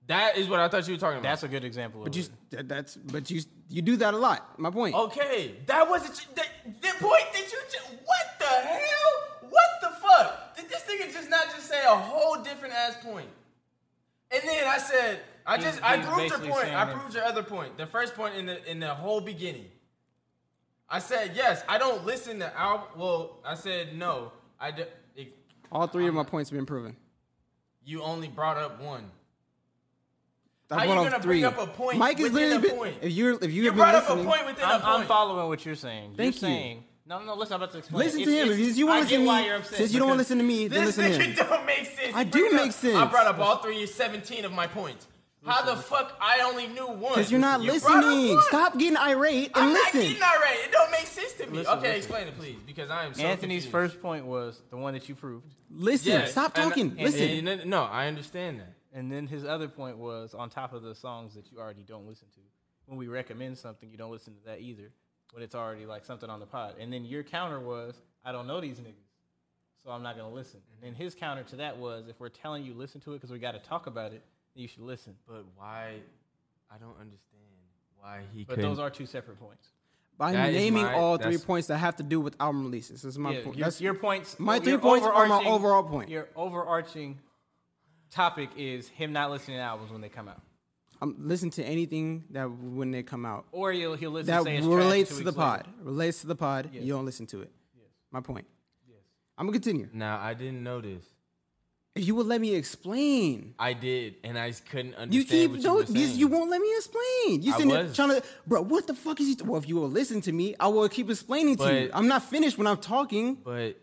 Speaker 3: That is what I thought you were talking about.
Speaker 4: That's a good example.
Speaker 2: But
Speaker 4: of
Speaker 2: you,
Speaker 4: it.
Speaker 2: that, that's but you you do that a lot. My point.
Speaker 3: Okay, that wasn't you- that, that point that you just. What the hell? What the fuck? Did this nigga just not just say a whole different ass point? And then I said, I
Speaker 4: He's-
Speaker 3: just, I
Speaker 4: he's
Speaker 3: proved your
Speaker 4: basically
Speaker 3: point.
Speaker 4: saying
Speaker 3: I
Speaker 4: that-
Speaker 3: proved your other point. The first point in the in the whole beginning. I said yes. I don't listen to Al. Well, I said no. I d- it,
Speaker 2: All three of my points have been proven.
Speaker 3: you only brought up one.
Speaker 2: That's
Speaker 3: How
Speaker 2: one
Speaker 3: you
Speaker 2: of
Speaker 3: gonna
Speaker 2: three.
Speaker 3: bring up a point
Speaker 2: Mike is
Speaker 3: within
Speaker 2: literally
Speaker 3: a
Speaker 2: been,
Speaker 3: point?
Speaker 2: if you're if you,
Speaker 3: You
Speaker 2: have been
Speaker 3: brought up a
Speaker 2: listening-
Speaker 3: point within
Speaker 4: I'm,
Speaker 3: a
Speaker 4: I'm
Speaker 3: point.
Speaker 4: following what you're saying.
Speaker 2: Thank you.
Speaker 4: you're saying no, no. Listen, I'm about to explain.
Speaker 2: Listen to
Speaker 4: It's-
Speaker 2: him. If
Speaker 4: it's-
Speaker 2: you- you won't
Speaker 4: I
Speaker 2: listen
Speaker 4: get why
Speaker 2: to
Speaker 4: you're
Speaker 2: me,
Speaker 4: upset,
Speaker 2: since you don't want to
Speaker 4: because-
Speaker 2: listen to me, then
Speaker 3: This
Speaker 2: listen to
Speaker 3: nigga
Speaker 2: him.
Speaker 3: don't make sense.
Speaker 2: I
Speaker 3: You
Speaker 2: do
Speaker 3: bring up-
Speaker 2: make sense.
Speaker 3: I brought up all three, 17 of my points. How the fuck I only knew one?
Speaker 2: Because you're not
Speaker 3: "Oh, You brought up
Speaker 2: listening.
Speaker 3: one.
Speaker 2: Stop getting irate and
Speaker 3: I'm
Speaker 2: listen.
Speaker 3: not getting all right. It don't make sense to me.
Speaker 4: Listen,
Speaker 3: okay,
Speaker 4: listen.
Speaker 3: explain it, please, because I am so
Speaker 4: Anthony's
Speaker 3: confused.
Speaker 4: first point was the one that you proved,
Speaker 2: Listen.
Speaker 3: Yes,
Speaker 2: Stop
Speaker 3: and-
Speaker 2: talking.
Speaker 3: and-
Speaker 2: listen.
Speaker 3: and- and- no, I understand that.
Speaker 4: and then his other point was on top of the songs that you already don't listen to. When we recommend something, you don't listen to that either. When it's already like something on the pod, and then your counter was, I don't know these niggas, so I'm not gonna listen. And then his counter to that was, if we're telling you listen to it because we got to talk about it, then you should listen.
Speaker 3: But why? I don't understand why he.
Speaker 4: But those are two separate points.
Speaker 2: I'm
Speaker 3: That is
Speaker 2: naming
Speaker 3: my-
Speaker 2: all three
Speaker 3: that's-
Speaker 2: points that have to do with album releases. This is my
Speaker 4: Yeah,
Speaker 2: point.
Speaker 4: your,
Speaker 2: That's
Speaker 4: your points.
Speaker 2: my
Speaker 4: your
Speaker 2: three points are my
Speaker 4: overarching-
Speaker 2: overall point.
Speaker 4: Your overarching topic is him not listening to albums when they come out,
Speaker 2: I'm Um, listen to anything that when they come out
Speaker 4: or he'll he'll listen.
Speaker 2: that
Speaker 4: say it's trash
Speaker 2: relates
Speaker 4: two
Speaker 2: to the
Speaker 4: weeks later.
Speaker 2: pod. Relates to the pod.
Speaker 4: Yes.
Speaker 2: You don't listen to it. My point. I'm gonna continue.
Speaker 3: Now I didn't know this.
Speaker 2: If you would let me explain,
Speaker 3: I did, and I couldn't understand.
Speaker 2: you keep
Speaker 3: what you were
Speaker 2: don't. You,
Speaker 3: saying.
Speaker 2: you won't let me explain. You
Speaker 3: I
Speaker 2: sitting there
Speaker 3: was.
Speaker 2: trying to, bro. What the fuck is you? Well, if you will listen to me, I will keep explaining to you.
Speaker 3: But-
Speaker 2: I'm not finished when I'm talking.
Speaker 3: But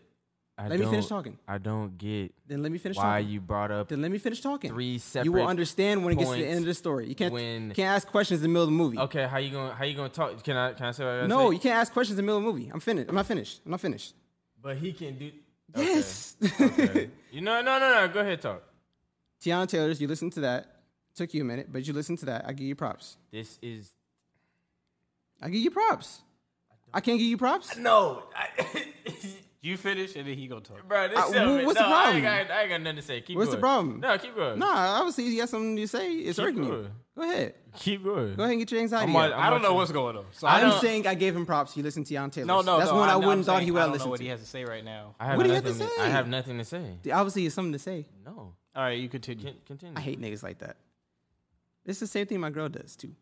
Speaker 3: I
Speaker 2: Let me finish
Speaker 3: don't-
Speaker 2: talking.
Speaker 3: I don't get
Speaker 2: Then let me finish
Speaker 3: why
Speaker 2: talking.
Speaker 3: you brought up
Speaker 2: Then let me finish talking.
Speaker 3: three
Speaker 2: You
Speaker 3: separate
Speaker 2: will understand when it gets to the
Speaker 3: points
Speaker 2: end of the story. You can't
Speaker 3: when-
Speaker 2: you can't ask questions in the middle of the movie.
Speaker 3: Okay, how you going? to How you going to talk? Can I? Can I say what I gotta
Speaker 2: No,
Speaker 3: say?
Speaker 2: you can't ask questions in the middle of the movie. I'm finished. I'm not finished. I'm not finished.
Speaker 3: But he can do.
Speaker 2: Yes. (laughs)
Speaker 3: Okay. you know, no, no, no. Go ahead, talk.
Speaker 2: Tiana Taylor's, you listened to that. Took you a minute, but you listened to that. I give you props.
Speaker 3: This is
Speaker 2: I give you props. I can't give you props.
Speaker 3: no, (laughs)
Speaker 4: You finish, and then he gonna talk.
Speaker 3: bro. This
Speaker 2: I-
Speaker 3: gentleman-
Speaker 2: what's the
Speaker 3: no, I ain't,
Speaker 2: problem?
Speaker 3: got, I ain't got nothing to say. Keep
Speaker 2: What's the
Speaker 3: going.
Speaker 2: problem?
Speaker 3: No, keep going.
Speaker 2: Nah, obviously you got something to say. It's
Speaker 3: Keep
Speaker 2: hurting you.
Speaker 3: going.
Speaker 2: Go ahead.
Speaker 3: keep going.
Speaker 2: Go ahead and get your anxiety.
Speaker 3: I'm on-
Speaker 2: out.
Speaker 3: I'm
Speaker 4: I don't know
Speaker 3: watching-
Speaker 4: what's going on. So
Speaker 3: I
Speaker 2: I'm
Speaker 3: don't-
Speaker 2: saying I gave him props. You listened to Tiana Taylor.
Speaker 4: no, no,
Speaker 2: That's
Speaker 4: no,
Speaker 2: one I,
Speaker 4: know what I'm
Speaker 2: wouldn't thought
Speaker 4: saying.
Speaker 2: he would
Speaker 4: I
Speaker 2: have
Speaker 4: don't know
Speaker 2: listened
Speaker 4: what he
Speaker 2: to.
Speaker 4: has to say right now.
Speaker 3: I have
Speaker 2: What do you have to
Speaker 3: nothing
Speaker 2: say?
Speaker 3: I have nothing to say.
Speaker 2: Obviously, it's something to say.
Speaker 3: No,
Speaker 4: All right, you continue.
Speaker 3: Con- continue.
Speaker 2: I hate niggas like that. It's the same thing my girl does too.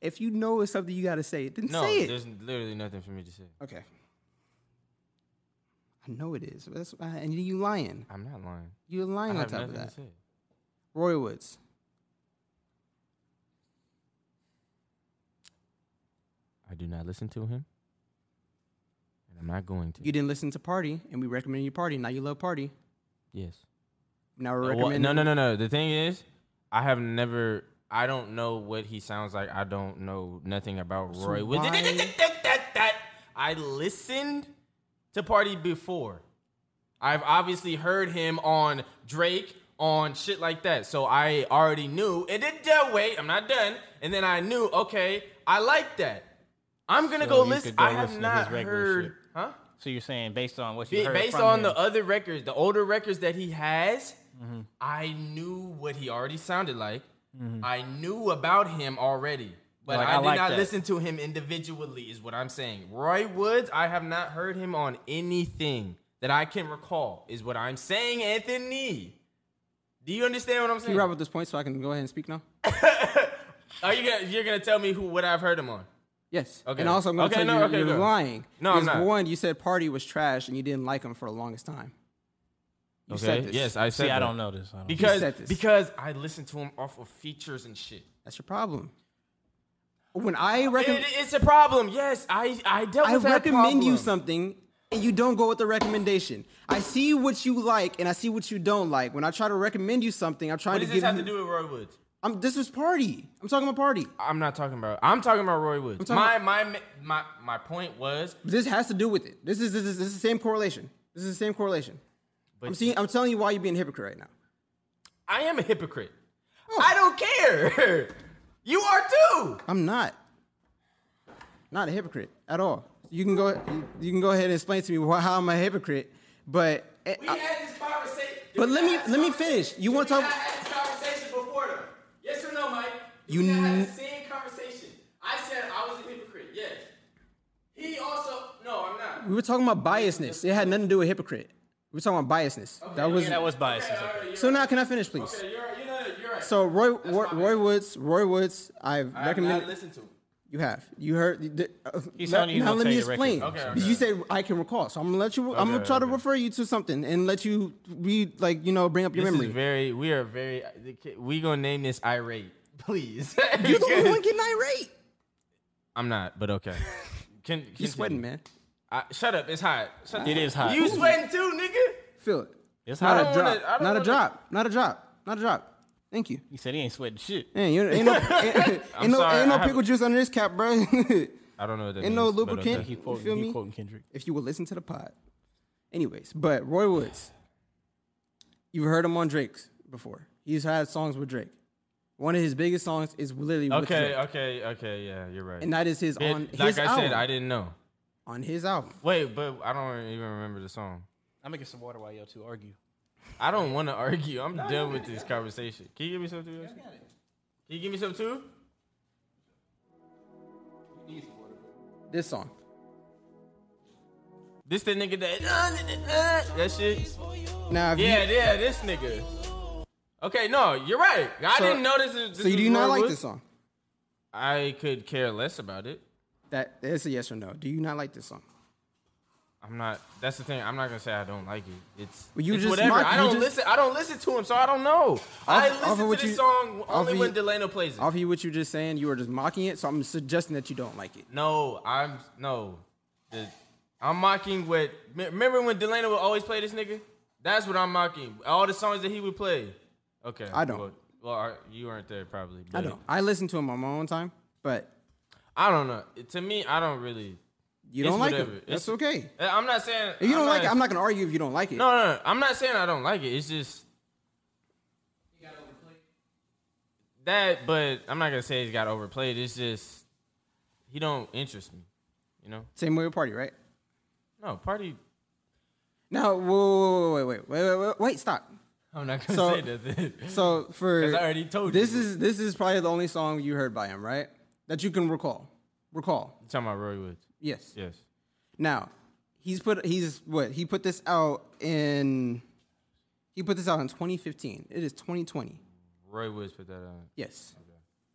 Speaker 2: If you know it's something you got to say, then
Speaker 3: no,
Speaker 2: say it.
Speaker 3: there's literally nothing for me to say.
Speaker 2: Okay. I know it is. but That's, uh, and you lying.
Speaker 3: I'm not lying.
Speaker 2: You're
Speaker 3: I
Speaker 2: lying on
Speaker 3: have
Speaker 2: top of
Speaker 3: nothing
Speaker 2: that.
Speaker 3: to say.
Speaker 2: Roy Woods.
Speaker 3: I do not listen to him, and I'm not going to.
Speaker 2: You didn't listen to Party, and we recommended you Party. Now you love Party.
Speaker 3: yes.
Speaker 2: Now we're
Speaker 3: Well,
Speaker 2: recommending.
Speaker 3: no, no, no, no. The thing is, I have never. I don't know what he sounds like. I don't know nothing about
Speaker 2: So
Speaker 3: Roy. Wood. (laughs) I listened to Party before. I've obviously heard him on Drake, on shit like that. So I already knew. And then uh, wait, I'm not done. And then I knew. Okay, I like that. I'm gonna
Speaker 4: So
Speaker 3: go
Speaker 4: you
Speaker 3: listen.
Speaker 4: could go
Speaker 3: I have
Speaker 4: listen to
Speaker 3: not
Speaker 4: his regular
Speaker 3: heard.
Speaker 4: shit.
Speaker 3: Huh?
Speaker 4: So you're saying based on what you
Speaker 3: Be-
Speaker 4: heard
Speaker 3: based
Speaker 4: from
Speaker 3: on
Speaker 4: him,
Speaker 3: the other records, the older records that he has,
Speaker 2: Mm-hmm. Mm-hmm.
Speaker 3: I knew what he already sounded like. I knew about him already. But
Speaker 1: Like,
Speaker 3: I,
Speaker 1: I
Speaker 3: did
Speaker 1: like
Speaker 3: not
Speaker 1: that.
Speaker 3: listen to him individually, is what I'm saying. Roy Woods, I have not heard him on anything that I can recall, is what I'm saying, Anthony. Do you understand what I'm
Speaker 2: Can
Speaker 3: saying?
Speaker 2: you wrap up this point so I can go ahead and speak now?
Speaker 3: Are you gonna, you're gonna tell me who what I've heard him on?
Speaker 2: Yes.
Speaker 3: Okay.
Speaker 2: And also, I'm going
Speaker 3: Okay,
Speaker 2: to tell
Speaker 3: no,
Speaker 2: you,
Speaker 3: okay,
Speaker 2: you're
Speaker 3: go.
Speaker 2: lying.
Speaker 3: No, I'm
Speaker 2: Because
Speaker 3: not.
Speaker 2: One, you said Party was trash and you didn't like him for the longest time. You said this.
Speaker 3: Yes, I said.
Speaker 1: See, I
Speaker 3: that.
Speaker 1: don't know this. I don't
Speaker 3: because
Speaker 2: said this.
Speaker 3: because I listened to him off of features and shit.
Speaker 2: That's your problem. When I recommend,
Speaker 3: It- it's a problem. Yes, I I dealt
Speaker 2: I
Speaker 3: with that
Speaker 2: recommend you
Speaker 3: problem.
Speaker 2: something and you don't go with the recommendation. I see what you like and I see what you don't like. When I try to recommend you something, I'm trying
Speaker 3: What
Speaker 2: to
Speaker 3: does
Speaker 2: give
Speaker 3: this have
Speaker 2: you.
Speaker 3: to do with Roy Woods?
Speaker 2: I'm, this was party. I'm talking about party.
Speaker 3: I'm not talking about. I'm talking about Roy Woods.
Speaker 2: talking
Speaker 3: My my my my point was.
Speaker 2: This has to do with it. This is this is, this is the same correlation. This is the same correlation. I'm
Speaker 3: But
Speaker 2: seeing. I'm telling you why you're being a hypocrite right now. Oh.
Speaker 3: I am a hypocrite. I don't care. (laughs) you are too.
Speaker 2: I'm not. Not a hypocrite at all. You can go. You, you can go ahead and explain to me why, how I'm a hypocrite, but. eh,
Speaker 3: We
Speaker 2: I-
Speaker 3: had this conversation.
Speaker 2: But let me let me finish. You want to
Speaker 3: I
Speaker 2: talk?
Speaker 3: had this conversation before though. Yes or no, Mike?
Speaker 2: You
Speaker 3: You not
Speaker 2: kn-
Speaker 3: had the same conversation. I said I was a hypocrite. Yes. He also. No, I'm not.
Speaker 2: We were talking about biasness. It had nothing to do with hypocrite. We were talking about biasness. that was
Speaker 1: that was biased.
Speaker 3: All right, you're
Speaker 2: so. Now can I finish, please?
Speaker 3: right. You're, you're, not- you're right.
Speaker 2: So Roy Roy,
Speaker 3: my
Speaker 2: Roy Woods, Roy Woods, I've
Speaker 3: I have not
Speaker 2: recommended.
Speaker 3: listened to him.
Speaker 2: You have. You heard. you did- uh,
Speaker 1: He's
Speaker 2: let-
Speaker 1: telling you he's
Speaker 2: now
Speaker 1: gonna
Speaker 2: let
Speaker 1: tell
Speaker 2: me
Speaker 1: you the
Speaker 2: explain.
Speaker 1: record.
Speaker 3: Okay,
Speaker 2: You say I can recall, so I'm gonna let you. I'm gonna
Speaker 3: Okay,
Speaker 2: try to
Speaker 3: okay.
Speaker 2: refer you to something and let you read, like you know, bring up your
Speaker 3: This
Speaker 2: memory.
Speaker 3: is very. We are very. We gonna name this irate, (laughs) please.
Speaker 2: You're the only one getting irate.
Speaker 3: I'm not, but
Speaker 2: (laughs)
Speaker 3: okay. Can,
Speaker 2: You're sweating, man. Ah.
Speaker 3: I, shut up. It's hot. Shut
Speaker 1: It
Speaker 3: the-
Speaker 1: is hot.
Speaker 3: You sweating too, nigga?
Speaker 2: Feel it.
Speaker 1: It's
Speaker 2: Not
Speaker 1: hot.
Speaker 2: a
Speaker 3: don't wanna-
Speaker 2: drop.
Speaker 3: I don't
Speaker 2: Not a
Speaker 3: wanna-
Speaker 2: drop. Not a drop. Not a drop. Thank you.
Speaker 1: He said he ain't sweating shit.
Speaker 4: (laughs)
Speaker 2: Man, you ain't no ain't, ain't no,
Speaker 3: sorry,
Speaker 2: ain't no
Speaker 3: I
Speaker 2: pickle juice under this cap, bro. (laughs)
Speaker 3: I don't know what that
Speaker 2: Ain't no
Speaker 3: means, but
Speaker 2: lubricant.
Speaker 3: okay.
Speaker 1: He
Speaker 2: You
Speaker 1: quoting,
Speaker 2: feel
Speaker 1: he
Speaker 2: me?
Speaker 1: quoting Kendrick.
Speaker 2: if you would listen to the pod. Anyways, but Roy Woods, you've heard him on Drake's before. He's had songs with Drake. One of his biggest songs is literally with
Speaker 3: Okay,
Speaker 2: Drake,
Speaker 3: okay, okay. Yeah, you're right.
Speaker 2: and that is his
Speaker 3: It-
Speaker 2: on
Speaker 3: like
Speaker 2: his
Speaker 3: I
Speaker 2: album.
Speaker 3: said, I didn't know.
Speaker 2: on his album.
Speaker 3: Wait, but I don't even remember the song.
Speaker 1: I'm making some water while y'all two argue.
Speaker 3: I don't want to argue. I'm done with this conversation. Can you give me some too? Yoshi? Can you give me some too?
Speaker 2: This song.
Speaker 3: This the nigga that that shit.
Speaker 2: Now, if
Speaker 3: Yeah,
Speaker 2: you,
Speaker 3: yeah, this nigga. Okay, no, you're right. I
Speaker 2: So-
Speaker 3: didn't know this. is- this
Speaker 2: so
Speaker 3: was
Speaker 2: you do not
Speaker 3: Roy
Speaker 2: like
Speaker 3: Wood.
Speaker 2: this song?
Speaker 3: I could care less about it.
Speaker 2: That is a yes or no. Do you not like this song?
Speaker 3: I'm not. That's the thing. I'm not gonna say I don't like it. It's,
Speaker 2: Well, you
Speaker 3: it's
Speaker 2: just
Speaker 3: whatever.
Speaker 2: mock-
Speaker 3: I
Speaker 2: you
Speaker 3: don't
Speaker 2: just-
Speaker 3: listen. I don't listen to him, so I don't know. I
Speaker 2: Off- off of
Speaker 3: listen to
Speaker 2: what
Speaker 3: this
Speaker 2: you-
Speaker 3: song
Speaker 2: off
Speaker 3: only
Speaker 2: of
Speaker 3: when
Speaker 2: you- Oh.
Speaker 3: Delano plays it.
Speaker 2: Off of what you're just saying, you were just mocking it. So I'm suggesting that you don't like it.
Speaker 3: No, I'm no. The- I'm mocking what. me- Remember when Delano would always play this nigga? That's what I'm mocking. All the songs that he would play. Okay.
Speaker 2: I don't.
Speaker 3: Well, well, I- you weren't there probably.
Speaker 2: I
Speaker 3: but
Speaker 2: don't. I listen to him on my own time, but
Speaker 3: I don't know. To me, I don't really.
Speaker 2: you
Speaker 3: It's
Speaker 2: don't like
Speaker 3: whatever.
Speaker 2: it. That's okay.
Speaker 3: I- I'm not saying
Speaker 2: If you don't
Speaker 3: I'm
Speaker 2: like it, I'm not gonna argue if you don't like it.
Speaker 3: No, no, no. I'm not saying I don't like it. It's just that, but I'm not gonna say he's got overplayed. It's just he don't interest me. You know?
Speaker 2: Same way with party, right?
Speaker 3: No party.
Speaker 2: Now, whoa, wait, wait, wait, wait, wait, wait, stop.
Speaker 3: I'm not gonna
Speaker 2: So-
Speaker 3: say nothing.
Speaker 2: So
Speaker 3: 'Cause
Speaker 2: for
Speaker 3: I already told
Speaker 2: this
Speaker 3: you.
Speaker 2: is this is probably the only song you heard by him, right? That you can recall. Recall.
Speaker 3: talking about Roy Woods.
Speaker 2: Yes.
Speaker 3: Yes.
Speaker 2: Now, he's put he's what he put this out in. He put this out in 2015. It is 2020.
Speaker 3: Roy Woods put that on.
Speaker 2: Yes.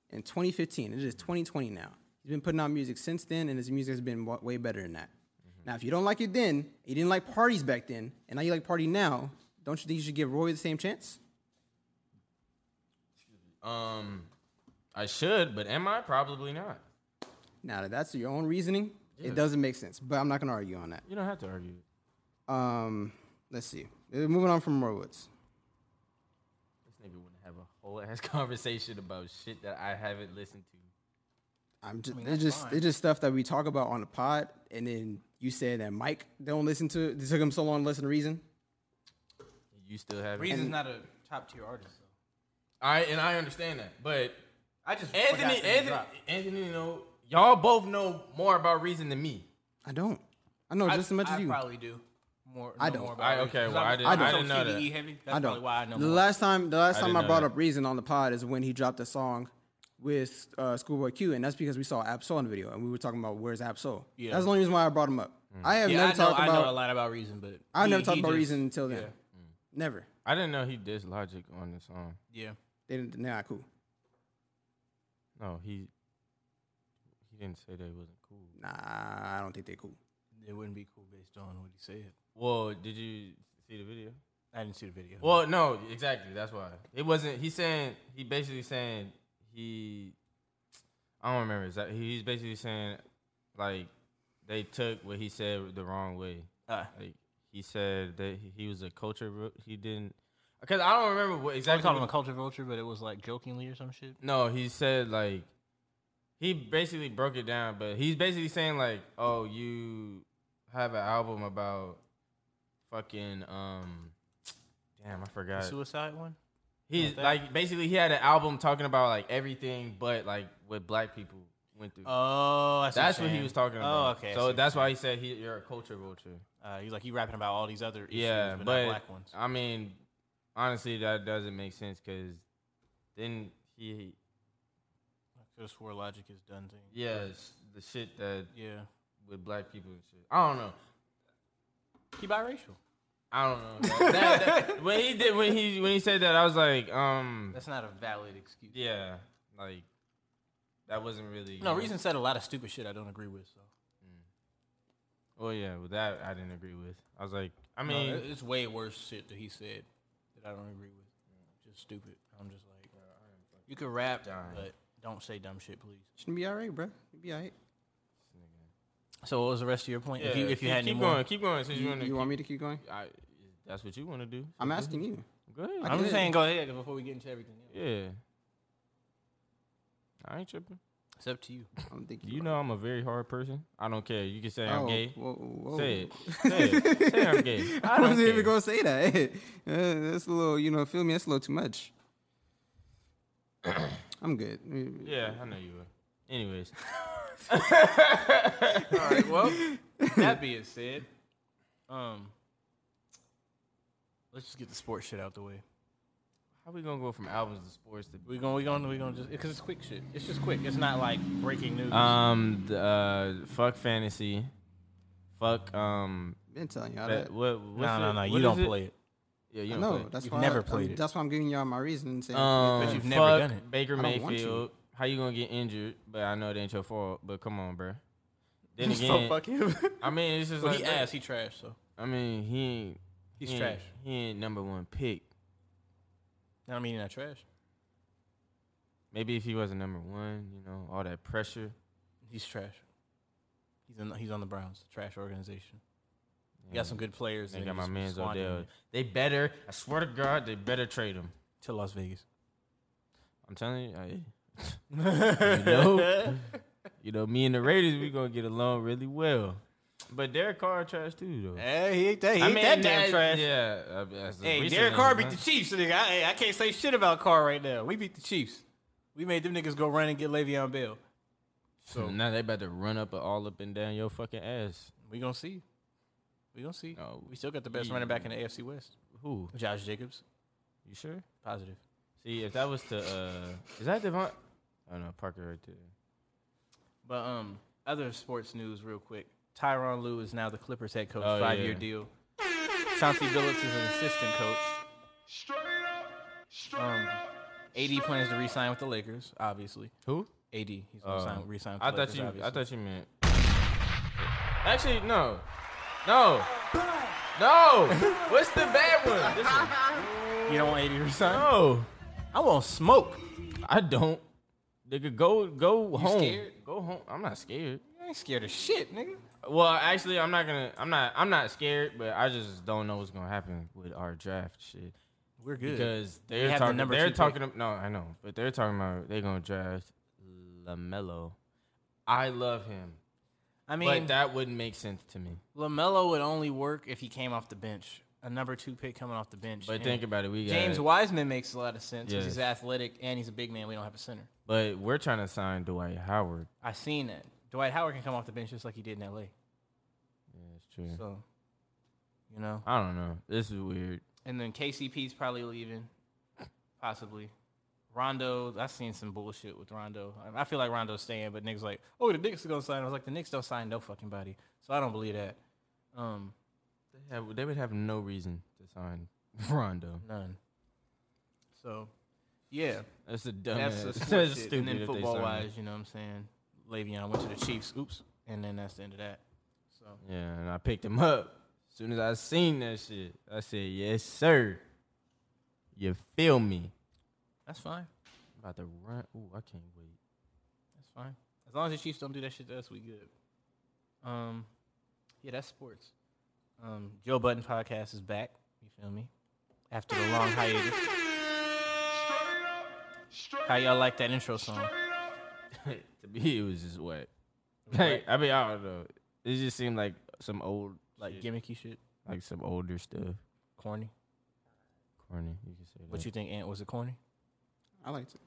Speaker 2: In 2015. It is 2020 now. He's been putting out music since then, and his music has been wa- way better than that.
Speaker 4: Mm-hmm.
Speaker 2: Now, if you don't like it then, you didn't like parties back then, and now you like party now, don't you think you should give Roy the same chance?
Speaker 3: Um, I should, but am I? Probably not.
Speaker 2: Now that that's your own reasoning, it doesn't make sense. But I'm not gonna argue on that.
Speaker 3: You don't have to argue.
Speaker 2: Um, let's see. Uh, Moving on from Morwoods.
Speaker 3: This nigga wouldn't have a whole ass (laughs) conversation about shit that I haven't listened to.
Speaker 2: I'm just it's just it's just stuff that we talk about on the pod, and then you said that Mike don't listen to it. It took him so long to listen to Reason.
Speaker 3: You still haven't.
Speaker 4: Reason's not a top tier artist. though.
Speaker 3: I and I understand that, but
Speaker 4: I just forgot
Speaker 3: Anthony,
Speaker 4: that he
Speaker 3: Anthony,
Speaker 4: dropped.
Speaker 3: Anthony, you know, y'all both know more about Reason than me.
Speaker 2: I don't. I know
Speaker 4: I-
Speaker 2: just as much
Speaker 4: I
Speaker 2: as you.
Speaker 4: probably do. More,
Speaker 2: I
Speaker 4: know
Speaker 2: don't.
Speaker 4: More about
Speaker 3: I-
Speaker 4: it.
Speaker 3: okay,
Speaker 4: 'Cause
Speaker 3: well,
Speaker 4: I'm-
Speaker 3: I didn't-
Speaker 4: I'm
Speaker 3: I
Speaker 4: so
Speaker 3: didn't know
Speaker 4: QBE
Speaker 3: that.
Speaker 4: E Heavy. That's
Speaker 2: I
Speaker 4: probably
Speaker 2: don't.
Speaker 4: why I know.
Speaker 2: the
Speaker 4: more.
Speaker 2: last time, the last time
Speaker 3: didn't
Speaker 2: I
Speaker 3: know
Speaker 2: brought
Speaker 3: that.
Speaker 2: up Reason on the pod is when he dropped a song with uh, Schoolboy Q, and that's because we saw Ab Soul in the video, and we were talking about where's Ab Soul. That's the only reason why I brought him up.
Speaker 3: Mm.
Speaker 2: I have
Speaker 4: Yeah,
Speaker 2: never
Speaker 4: I, know,
Speaker 2: talked
Speaker 4: I know a
Speaker 2: about
Speaker 4: lot about Reason, but
Speaker 2: I have
Speaker 4: he-
Speaker 2: never talked
Speaker 4: he
Speaker 2: about
Speaker 4: just-
Speaker 2: Reason until then. Never.
Speaker 3: I didn't know he did Logic on the song.
Speaker 4: Yeah,
Speaker 2: They didn't. They're not cool.
Speaker 3: No, he he didn't say they wasn't cool.
Speaker 2: Nah, I don't think they're cool.
Speaker 4: it wouldn't be cool based on what he said.
Speaker 3: Well, did you see the video?
Speaker 4: I didn't see the video.
Speaker 3: Well, no, exactly. That's why it wasn't. He's saying he basically saying he. I don't remember exactly. He's basically saying like they took what he said the wrong way.
Speaker 4: Ah.
Speaker 3: Like he said that he- he was a culture. ro- He didn't because I don't remember what
Speaker 4: I
Speaker 3: exactly.
Speaker 4: called
Speaker 3: what-
Speaker 4: him a culture vulture, but it was like jokingly or some shit.
Speaker 3: No, he said like he basically broke it down, but he's basically saying like, "Oh, you have an album about fucking um damn, I forgot."
Speaker 4: Suicide one.
Speaker 3: He's like basically he had an album talking about like everything but like what black people went through.
Speaker 4: Oh, I see
Speaker 3: that's
Speaker 4: you're
Speaker 3: what he
Speaker 4: saying.
Speaker 3: was talking
Speaker 4: Oh,
Speaker 3: about.
Speaker 4: okay. I see
Speaker 3: So
Speaker 4: what
Speaker 3: that's why he said he, you're a culture vulture.
Speaker 4: you're saying. uh, he's like you rapping about all these other issues,
Speaker 3: yeah,
Speaker 4: but,
Speaker 3: but,
Speaker 4: not black ones.
Speaker 3: I mean, honestly, that doesn't make sense because then he
Speaker 4: Because where logic is done thing.
Speaker 3: yeah s- the shit that
Speaker 4: Yeah,
Speaker 3: with black people and shit. I don't know.
Speaker 4: he biracial.
Speaker 3: I don't know. That-
Speaker 4: (laughs)
Speaker 3: that- when he did when he when he said that, I was like, um,
Speaker 4: That's not a valid excuse.
Speaker 3: yeah, like that wasn't really Mm.
Speaker 4: No, Reason said a lot of stupid shit I don't agree with. So
Speaker 3: Well, yeah, with that I didn't agree with. I was like, I
Speaker 4: No,
Speaker 3: mean,
Speaker 4: it- it's way worse shit that he said that I don't agree with. Just stupid. I'm just like, you can rap, but don't say dumb shit, please.
Speaker 2: Shouldn't be all right, bro. It'd be all right.
Speaker 4: So what was the rest of your point? if
Speaker 3: yeah,
Speaker 4: you if you
Speaker 3: keep,
Speaker 4: had any
Speaker 3: keep
Speaker 4: more,
Speaker 3: going, keep going. Since you,
Speaker 2: You,
Speaker 3: want to,
Speaker 2: you want me to keep going?
Speaker 3: I, that's what you want to do.
Speaker 2: I'm asking you.
Speaker 3: Go ahead.
Speaker 2: I
Speaker 4: I'm
Speaker 2: did.
Speaker 4: just saying go ahead before we get into everything. Else.
Speaker 3: yeah, I ain't tripping.
Speaker 4: It's up to you.
Speaker 2: I don't think
Speaker 3: You know I'm a very hard person. I don't care. You can say I'm
Speaker 2: Oh,
Speaker 3: gay.
Speaker 2: Whoa, whoa.
Speaker 3: Say it.
Speaker 2: (laughs)
Speaker 3: Say it. Say I'm gay.
Speaker 2: I wasn't
Speaker 3: care.
Speaker 2: even gonna say that. Uh, that's a little, you know, feel me. That's a little too much. (clears throat) I'm good.
Speaker 3: Yeah, I know you were.
Speaker 2: (laughs)
Speaker 3: Anyways,
Speaker 4: All right. Well, that being said, um, let's just get the sports shit out the way.
Speaker 3: how we gonna go from albums to sports to
Speaker 4: We gonna we gonna we gonna just because it's quick shit. It's just quick. It's not like breaking news.
Speaker 3: Um, the, uh, fuck fantasy, fuck um.
Speaker 2: Been telling y'all
Speaker 3: That,
Speaker 2: that.
Speaker 3: what,
Speaker 4: no, no, no. You don't play it.
Speaker 3: Yeah, you don't
Speaker 2: No,
Speaker 3: play. it.
Speaker 2: that's
Speaker 4: You've
Speaker 2: why.
Speaker 4: never
Speaker 2: I'm-
Speaker 4: played it.
Speaker 2: That's why I'm giving y'all my reason. and saying-
Speaker 3: Um,
Speaker 4: But you've
Speaker 3: fuck
Speaker 4: never done it.
Speaker 3: Baker
Speaker 2: I don't want to.
Speaker 3: Mayfield. How you gonna get injured? But I know it ain't your fault. But come on, bro.
Speaker 4: (laughs)
Speaker 3: Then again,
Speaker 4: him.
Speaker 3: I mean, it's just
Speaker 4: well,
Speaker 3: like
Speaker 4: he
Speaker 3: that.
Speaker 4: ass. He trash. So
Speaker 3: I mean, he ain't.
Speaker 4: he's
Speaker 3: he
Speaker 4: trash.
Speaker 3: Ain't, he ain't number one pick.
Speaker 4: I mean, he's not trash.
Speaker 3: Maybe if he wasn't number one, you know, all that pressure.
Speaker 4: He's trash. He's in, he's on the Browns, trash organization. You got some good players.
Speaker 3: They
Speaker 4: and
Speaker 3: got
Speaker 4: you
Speaker 3: my
Speaker 4: just
Speaker 3: man's
Speaker 4: squander
Speaker 3: Odell.
Speaker 4: them
Speaker 3: They better. I swear to God, they better trade him.
Speaker 4: to Las Vegas.
Speaker 3: I'm telling you. I,
Speaker 4: (laughs)
Speaker 3: you know, you know, me and the Raiders, we gonna get along really well. But Derek Carr trash too, though.
Speaker 4: Hey, he ain't that, he
Speaker 3: Yeah. uh, as the
Speaker 4: Hey,
Speaker 3: recent
Speaker 4: Derek Carr
Speaker 3: ones,
Speaker 4: beat
Speaker 3: huh?
Speaker 4: the Chiefs. Nigga. I, hey, I can't say shit about Carr right now. We beat the Chiefs. We made them niggas go run and get Le'Veon Bell.
Speaker 3: So now they about to run up and all up and down your fucking ass.
Speaker 4: We gonna see. We gonna see.
Speaker 3: No.
Speaker 4: We still got the best
Speaker 3: Yeah.
Speaker 4: running back in the AFC West.
Speaker 3: Who?
Speaker 4: Josh Jacobs,
Speaker 3: You sure?
Speaker 4: positive.
Speaker 3: See, if that was to, uh, is that Devon? Oh no, Parker right there.
Speaker 4: But um, other sports news, real quick. Tyron Lue is now the Clippers head coach,
Speaker 3: Oh,
Speaker 4: Five year
Speaker 3: yeah.
Speaker 4: deal. Chauncey Billups is an assistant coach. Straight up. AD plans to re-sign with the Lakers, obviously.
Speaker 3: Who? Oh.
Speaker 4: AD, he's gonna sign, re-sign. With the
Speaker 3: I thought
Speaker 4: Lakers,
Speaker 3: you.
Speaker 4: Obviously.
Speaker 3: I thought you meant. Actually, no, no, no. What's the bad one? This one.
Speaker 4: you don't want AD to resign.
Speaker 3: No,
Speaker 4: I want Oh, smoke.
Speaker 3: I don't. Nigga, go go home.
Speaker 4: scared?
Speaker 3: Go home. I'm not scared.
Speaker 4: I ain't scared of shit, nigga.
Speaker 3: Well, actually, I'm not gonna. I'm not. I'm not scared, but I just don't know what's gonna happen with our draft shit.
Speaker 4: We're good.
Speaker 3: Because
Speaker 4: We
Speaker 3: they're
Speaker 4: have the
Speaker 3: talking.
Speaker 4: number
Speaker 3: they're
Speaker 4: two pick.
Speaker 3: talking. ab- No, I know, but they're talking about they're gonna draft Lamelo. I love him,
Speaker 4: I
Speaker 3: but
Speaker 4: mean,
Speaker 3: that wouldn't make sense to me.
Speaker 4: Lamelo would only work if he came off the bench. A number two pick coming off the bench.
Speaker 3: But
Speaker 4: and
Speaker 3: think about it. We got
Speaker 4: James Wiseman makes a lot of sense because he's
Speaker 3: Yes.
Speaker 4: athletic and he's a big man. We don't have a center.
Speaker 3: But we're trying to sign Dwight Howard.
Speaker 4: I seen that. Dwight Howard can come off the bench just like he did in LA.
Speaker 3: Yeah, that's true.
Speaker 4: So, you know.
Speaker 3: I don't know. This is weird.
Speaker 4: And then KCP's probably leaving, possibly. Rondo, I seen some bullshit with Rondo. I- I feel like Rondo's staying, but niggas like, oh, the Knicks are gonna sign. I was like, the Knicks don't sign no fucking body, so I don't believe that. Um,
Speaker 3: They, have, they would have no reason to sign (laughs) Rondo.
Speaker 4: none.
Speaker 1: So, yeah,
Speaker 3: That's a dumb.
Speaker 1: that's
Speaker 3: ass-
Speaker 1: the
Speaker 3: that's (laughs)
Speaker 1: sport shit.
Speaker 3: stupid.
Speaker 4: And
Speaker 1: And
Speaker 4: then
Speaker 3: if they sign
Speaker 4: football
Speaker 3: him.
Speaker 4: wise, you know what I'm saying? Le'Veon went to the Chiefs. Oops, and then that's the end of that. So
Speaker 3: Yeah, and I picked him up. As soon as I seen that shit, I said, "Yes, sir." You feel me?
Speaker 4: that's fine.
Speaker 3: about to run. Ooh, I can't wait.
Speaker 4: That's fine. As long as the Chiefs don't do that shit to us, we good. Um, yeah, that's sports. Um, Joe Button podcast is back. You feel me? After the long hiatus. How y'all like that intro song?
Speaker 3: (laughs) to me, it was just wet. Like, I mean, I don't know. It just seemed like some old,
Speaker 4: Like
Speaker 3: like,
Speaker 4: gimmicky shit,
Speaker 3: like some older stuff.
Speaker 4: corny.
Speaker 3: Corny, you can say that.
Speaker 4: What you think, Ant? Was it corny?
Speaker 2: I liked it.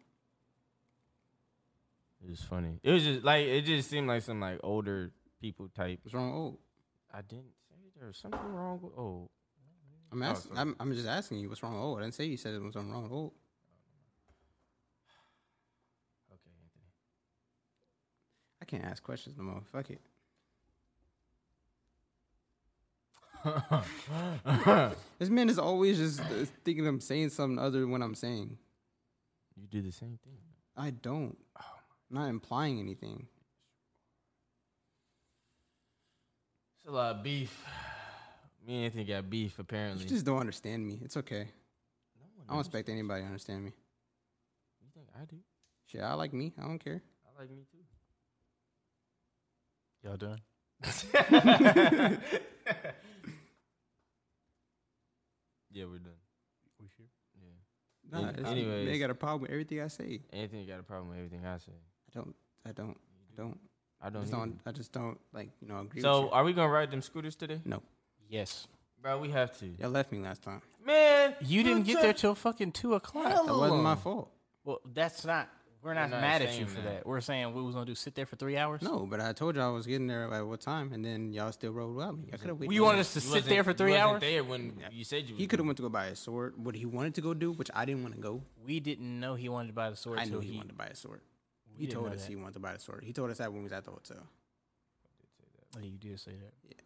Speaker 3: It was funny. It was just like it just seemed like some like older people type.
Speaker 2: What's wrong? Oh,
Speaker 3: I didn't say there was something wrong with old.
Speaker 2: I'm
Speaker 3: Oh,
Speaker 2: asking.
Speaker 3: sorry.
Speaker 2: I'm, I'm just asking you. What's wrong? with old? I didn't say you said there was something wrong with old.
Speaker 3: Okay, Anthony.
Speaker 2: I can't ask questions no more.
Speaker 3: (laughs)
Speaker 2: Fuck it. this man is always just uh, thinking I'm saying something other than what I'm saying.
Speaker 3: You do the same thing. Oh
Speaker 2: I don't. I'm not implying anything.
Speaker 3: It's a lot of beef. Me and Anthony got beef apparently.
Speaker 2: You just don't understand me. It's
Speaker 3: no
Speaker 2: okay.
Speaker 3: one
Speaker 2: I don't
Speaker 3: knows.
Speaker 2: expect anybody to understand me.
Speaker 3: You think I do?
Speaker 2: Shit, I like me. I don't care.
Speaker 3: I like me too.
Speaker 4: Y'all done?
Speaker 3: (laughs) Yeah, we're done.
Speaker 1: we sure.
Speaker 3: Yeah.
Speaker 2: Nah,
Speaker 3: Any-
Speaker 2: it's- they
Speaker 3: anyways.
Speaker 2: got a problem with everything I say.
Speaker 3: Anthony got a problem with everything I say.
Speaker 2: I don't. I don't. I don't.
Speaker 3: I
Speaker 2: I
Speaker 3: don't.
Speaker 2: just
Speaker 3: either.
Speaker 2: don't. I just don't like you know agree.
Speaker 3: So
Speaker 2: with
Speaker 3: are we gonna ride them scooters today?
Speaker 2: you. no,
Speaker 4: Yes.
Speaker 3: Bro, we have to.
Speaker 2: y'all left me last time.
Speaker 3: Man,
Speaker 4: You didn't get there
Speaker 3: took
Speaker 4: till fucking two o'clock.
Speaker 2: That wasn't my fault.
Speaker 4: Well, that's not. We're not,
Speaker 3: not
Speaker 4: mad at
Speaker 3: saying
Speaker 4: you for that.
Speaker 3: that.
Speaker 4: We're saying we was gonna do sit there for three hours.
Speaker 2: No, but I told y'all I was getting there at what time, and then y'all still rode without me. I could have waited.
Speaker 4: You wanted us to
Speaker 3: You
Speaker 4: sit
Speaker 3: wasn't-
Speaker 4: there for
Speaker 3: you
Speaker 4: three
Speaker 3: wasn't
Speaker 4: hours.
Speaker 3: There when you said you. was
Speaker 2: He could have
Speaker 3: gonna-
Speaker 2: went to go buy a sword. What he wanted to go do, which I didn't want to go.
Speaker 4: We didn't know he wanted to buy the sword.
Speaker 2: I
Speaker 4: till
Speaker 2: knew
Speaker 4: he,
Speaker 2: he wanted to buy a sword. He
Speaker 4: didn't
Speaker 2: told
Speaker 4: know
Speaker 2: us
Speaker 4: that.
Speaker 2: he wanted to buy a sword. He told us that when we was at the hotel,
Speaker 4: Oh, you did say that.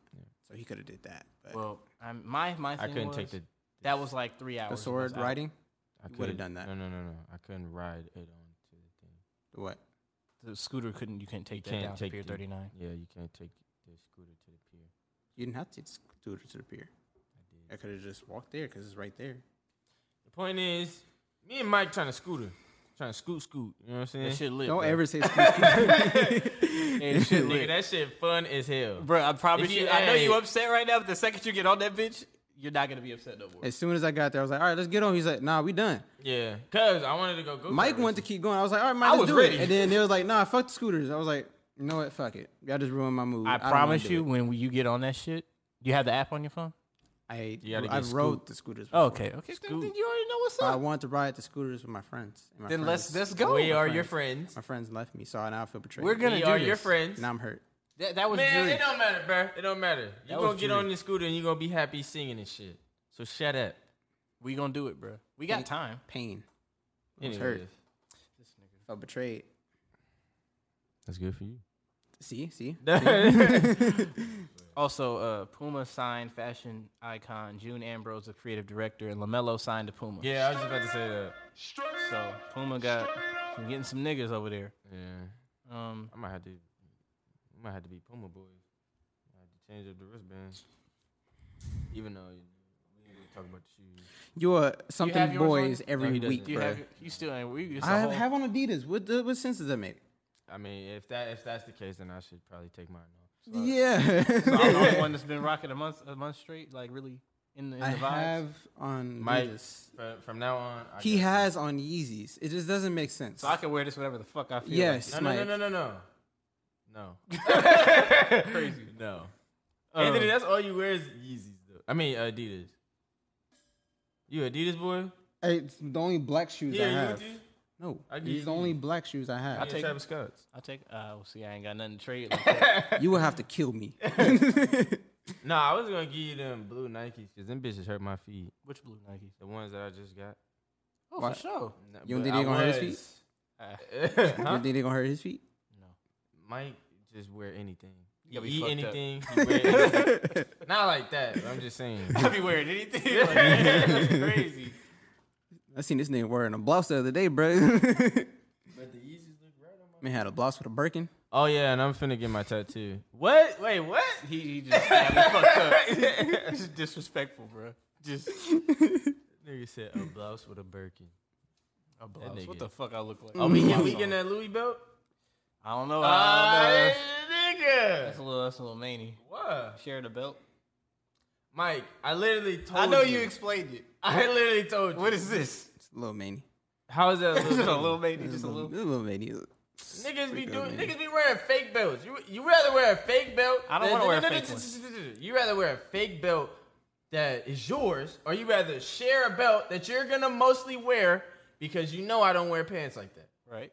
Speaker 2: so he could have did that. But
Speaker 4: Well, I'm, my my
Speaker 3: I
Speaker 4: thing
Speaker 3: couldn't
Speaker 4: was,
Speaker 3: take the.
Speaker 4: that was like three hours.
Speaker 2: the
Speaker 4: and I
Speaker 2: sword
Speaker 4: was out.
Speaker 2: riding,
Speaker 3: I
Speaker 2: would've
Speaker 3: couldn't-
Speaker 2: done that.
Speaker 3: No, no, no, no. I couldn't ride it on to the thing.
Speaker 2: what?
Speaker 4: The scooter couldn't. You couldn't take that
Speaker 3: can't
Speaker 4: down
Speaker 3: take
Speaker 4: to Pier
Speaker 3: the-
Speaker 4: 39.
Speaker 3: Yeah, you can't take the scooter to the pier.
Speaker 2: You didn't have to do it to the pier.
Speaker 3: I did.
Speaker 2: I could have just walked there because it's right there.
Speaker 3: The point is, me and Mike trying to scooter, trying to scoot scoot. You know what I'm saying?
Speaker 4: That shit lit.
Speaker 2: Don't
Speaker 3: (laughs)
Speaker 4: bro.
Speaker 2: ever say excuse me.
Speaker 4: Hey, that shit
Speaker 3: Nigga,
Speaker 4: lit.
Speaker 3: that shit fun as hell.
Speaker 4: Bro, I promise
Speaker 3: If you-
Speaker 4: you. I know you
Speaker 3: hey.
Speaker 4: upset right now, but the second you get on that bitch, you're not gonna be upset no more.
Speaker 2: As soon as I got there, I was like, all right, let's get on. He's like, nah, we done.
Speaker 3: Yeah, cause I wanted to go go.
Speaker 2: Mike wanted to keep going. I was like, all right, Mike,
Speaker 4: I
Speaker 2: let's
Speaker 4: was
Speaker 2: do
Speaker 4: ready.
Speaker 2: it. And then it was like, nah, fuck the scooters. I was like, you know what? Fuck it. Y'all just ruined my mood.
Speaker 4: I
Speaker 2: don't wanna
Speaker 4: promise
Speaker 2: do
Speaker 4: you,
Speaker 2: it.
Speaker 4: when you get on that shit, you have the app on your phone.
Speaker 2: I
Speaker 3: You gotta
Speaker 2: I
Speaker 3: get
Speaker 2: rode the scooters.
Speaker 4: Oh,
Speaker 2: Before.
Speaker 4: okay, okay. Then, then you already know what's
Speaker 2: But I
Speaker 4: up.
Speaker 2: wanted to ride the scooters with my friends. and my
Speaker 4: then let's
Speaker 2: friends-
Speaker 4: let's go.
Speaker 3: We are
Speaker 2: friends.
Speaker 3: your friends.
Speaker 2: My friends left me, so I now feel betrayed.
Speaker 4: We're gonna
Speaker 3: we
Speaker 4: do
Speaker 3: are your
Speaker 4: this.
Speaker 3: friends.
Speaker 2: Now I'm hurt.
Speaker 4: That, that was
Speaker 3: Man,
Speaker 4: Drew.
Speaker 3: it don't matter, bro. It don't matter. You
Speaker 4: That was
Speaker 3: gonna get
Speaker 4: Drew.
Speaker 3: on your scooter and you gonna be happy singing and shit. So shut up.
Speaker 4: We gonna do it, bro. We got time.
Speaker 2: Pain. I was
Speaker 3: Anyways.
Speaker 2: hurt. Felt betrayed.
Speaker 3: That's good for you.
Speaker 4: (laughs)
Speaker 2: See, see. (laughs)
Speaker 4: Also, uh, Puma signed fashion icon June Ambrose, the creative director, and Lamelo signed to Puma.
Speaker 3: Yeah, I was just about to say that.
Speaker 4: So Puma got we getting some niggas over there.
Speaker 3: Yeah,
Speaker 4: Um,
Speaker 3: I might have to. I might have to be Puma boys. I have to change up the wristband. Even though we ain't gonna talk about the shoes.
Speaker 2: You are something
Speaker 4: yours on?
Speaker 2: boys
Speaker 3: he
Speaker 2: every
Speaker 3: doesn't.
Speaker 2: week,
Speaker 4: do you
Speaker 2: bro.
Speaker 4: have you still ain't we? It's a
Speaker 2: I
Speaker 4: whole,
Speaker 2: have, have on Adidas. What the, what sense does that make?
Speaker 3: I mean, if that if that's the case, then I should probably take mine off.
Speaker 2: Yeah.
Speaker 4: I'm the only one that's been
Speaker 2: (laughs)
Speaker 4: rocking a month
Speaker 3: uh,
Speaker 4: a month straight, like really in the, in the
Speaker 2: I
Speaker 4: vibes.
Speaker 2: have on
Speaker 3: Mike,
Speaker 2: Adidas.
Speaker 3: fr- from now on, I
Speaker 2: He
Speaker 3: got
Speaker 2: has on Yeezys. It just doesn't make sense.
Speaker 4: So I can wear this whatever the fuck I feel.
Speaker 2: yes,
Speaker 3: you. No, no,
Speaker 2: Mike.
Speaker 3: no, no, no, (laughs) no, no. Crazy. No. Anthony, that's all you wear is Yeezys, though. I mean Adidas. You Adidas boy?
Speaker 2: It's the only black shoes I
Speaker 3: Yeah, you
Speaker 2: have.
Speaker 3: with you?
Speaker 2: No,
Speaker 3: I give
Speaker 2: these are the
Speaker 3: you-
Speaker 2: only black shoes I have.
Speaker 3: I
Speaker 4: take-
Speaker 3: take Travis Scott's.
Speaker 4: I'll take. Uh, well, see, I ain't got nothing to trade.
Speaker 3: (laughs)
Speaker 4: Like that.
Speaker 2: you will have to kill
Speaker 1: (laughs)
Speaker 2: me.
Speaker 3: Oh, Nah, I was gonna give you them blue Nikes because them bitches hurt my feet.
Speaker 4: Which blue Nikes?
Speaker 3: The ones that I just got.
Speaker 1: Oh,
Speaker 2: Why-
Speaker 1: for sure.
Speaker 2: You
Speaker 3: But
Speaker 2: don't think they
Speaker 3: I
Speaker 2: gonna hurt his
Speaker 3: (laughs) was- uh,
Speaker 2: You
Speaker 3: Huh?
Speaker 2: don't think they gonna hurt his feet?
Speaker 3: Mike just wear anything. He
Speaker 1: You gotta be
Speaker 3: eat
Speaker 1: fucked up.
Speaker 3: anything.
Speaker 1: (laughs)
Speaker 3: He wear anything. Not like that. but I'm just saying.
Speaker 1: I'd be wearing anything. Like, that's crazy.
Speaker 2: I seen this nigga wearing a blouse the other day, bro. (laughs) Man had a blouse with a Birkin.
Speaker 3: Oh yeah, and I'm finna get my tattoo. (laughs) What? Wait, what?
Speaker 1: He, he (laughs) just yeah, we fucked up. (laughs) just disrespectful, bro. (laughs) Just
Speaker 3: Nigga said a blouse with a Birkin.
Speaker 1: a blouse.
Speaker 3: nigga.
Speaker 1: What the fuck I look like?
Speaker 3: Are we getting, we getting a Louis belt?
Speaker 1: I don't know. I
Speaker 3: Uh,
Speaker 1: don't know.
Speaker 3: nigga.
Speaker 1: That's a little. That's a little many.
Speaker 3: What?
Speaker 1: Share the belt.
Speaker 3: Mike, I literally told
Speaker 1: I know you
Speaker 3: Ex-
Speaker 1: explained it.
Speaker 3: (laughs) I literally told you.
Speaker 1: What is this?
Speaker 2: It's a little many.
Speaker 3: How is
Speaker 2: (laughs)
Speaker 3: that? a
Speaker 1: Just a
Speaker 3: Louis?
Speaker 1: little many. Just a
Speaker 2: Little,
Speaker 1: little.
Speaker 2: little, little many.
Speaker 3: Niggas be
Speaker 2: Freak
Speaker 3: doing.
Speaker 2: out, man.
Speaker 3: Niggas be wearing fake belts. You you rather wear a fake belt.
Speaker 1: I don't wanna wear a
Speaker 3: (laughs)
Speaker 1: fake
Speaker 3: You rather wear a fake belt that is yours, or you rather share a belt that you're gonna mostly wear because you know I don't wear pants like that.
Speaker 1: Right.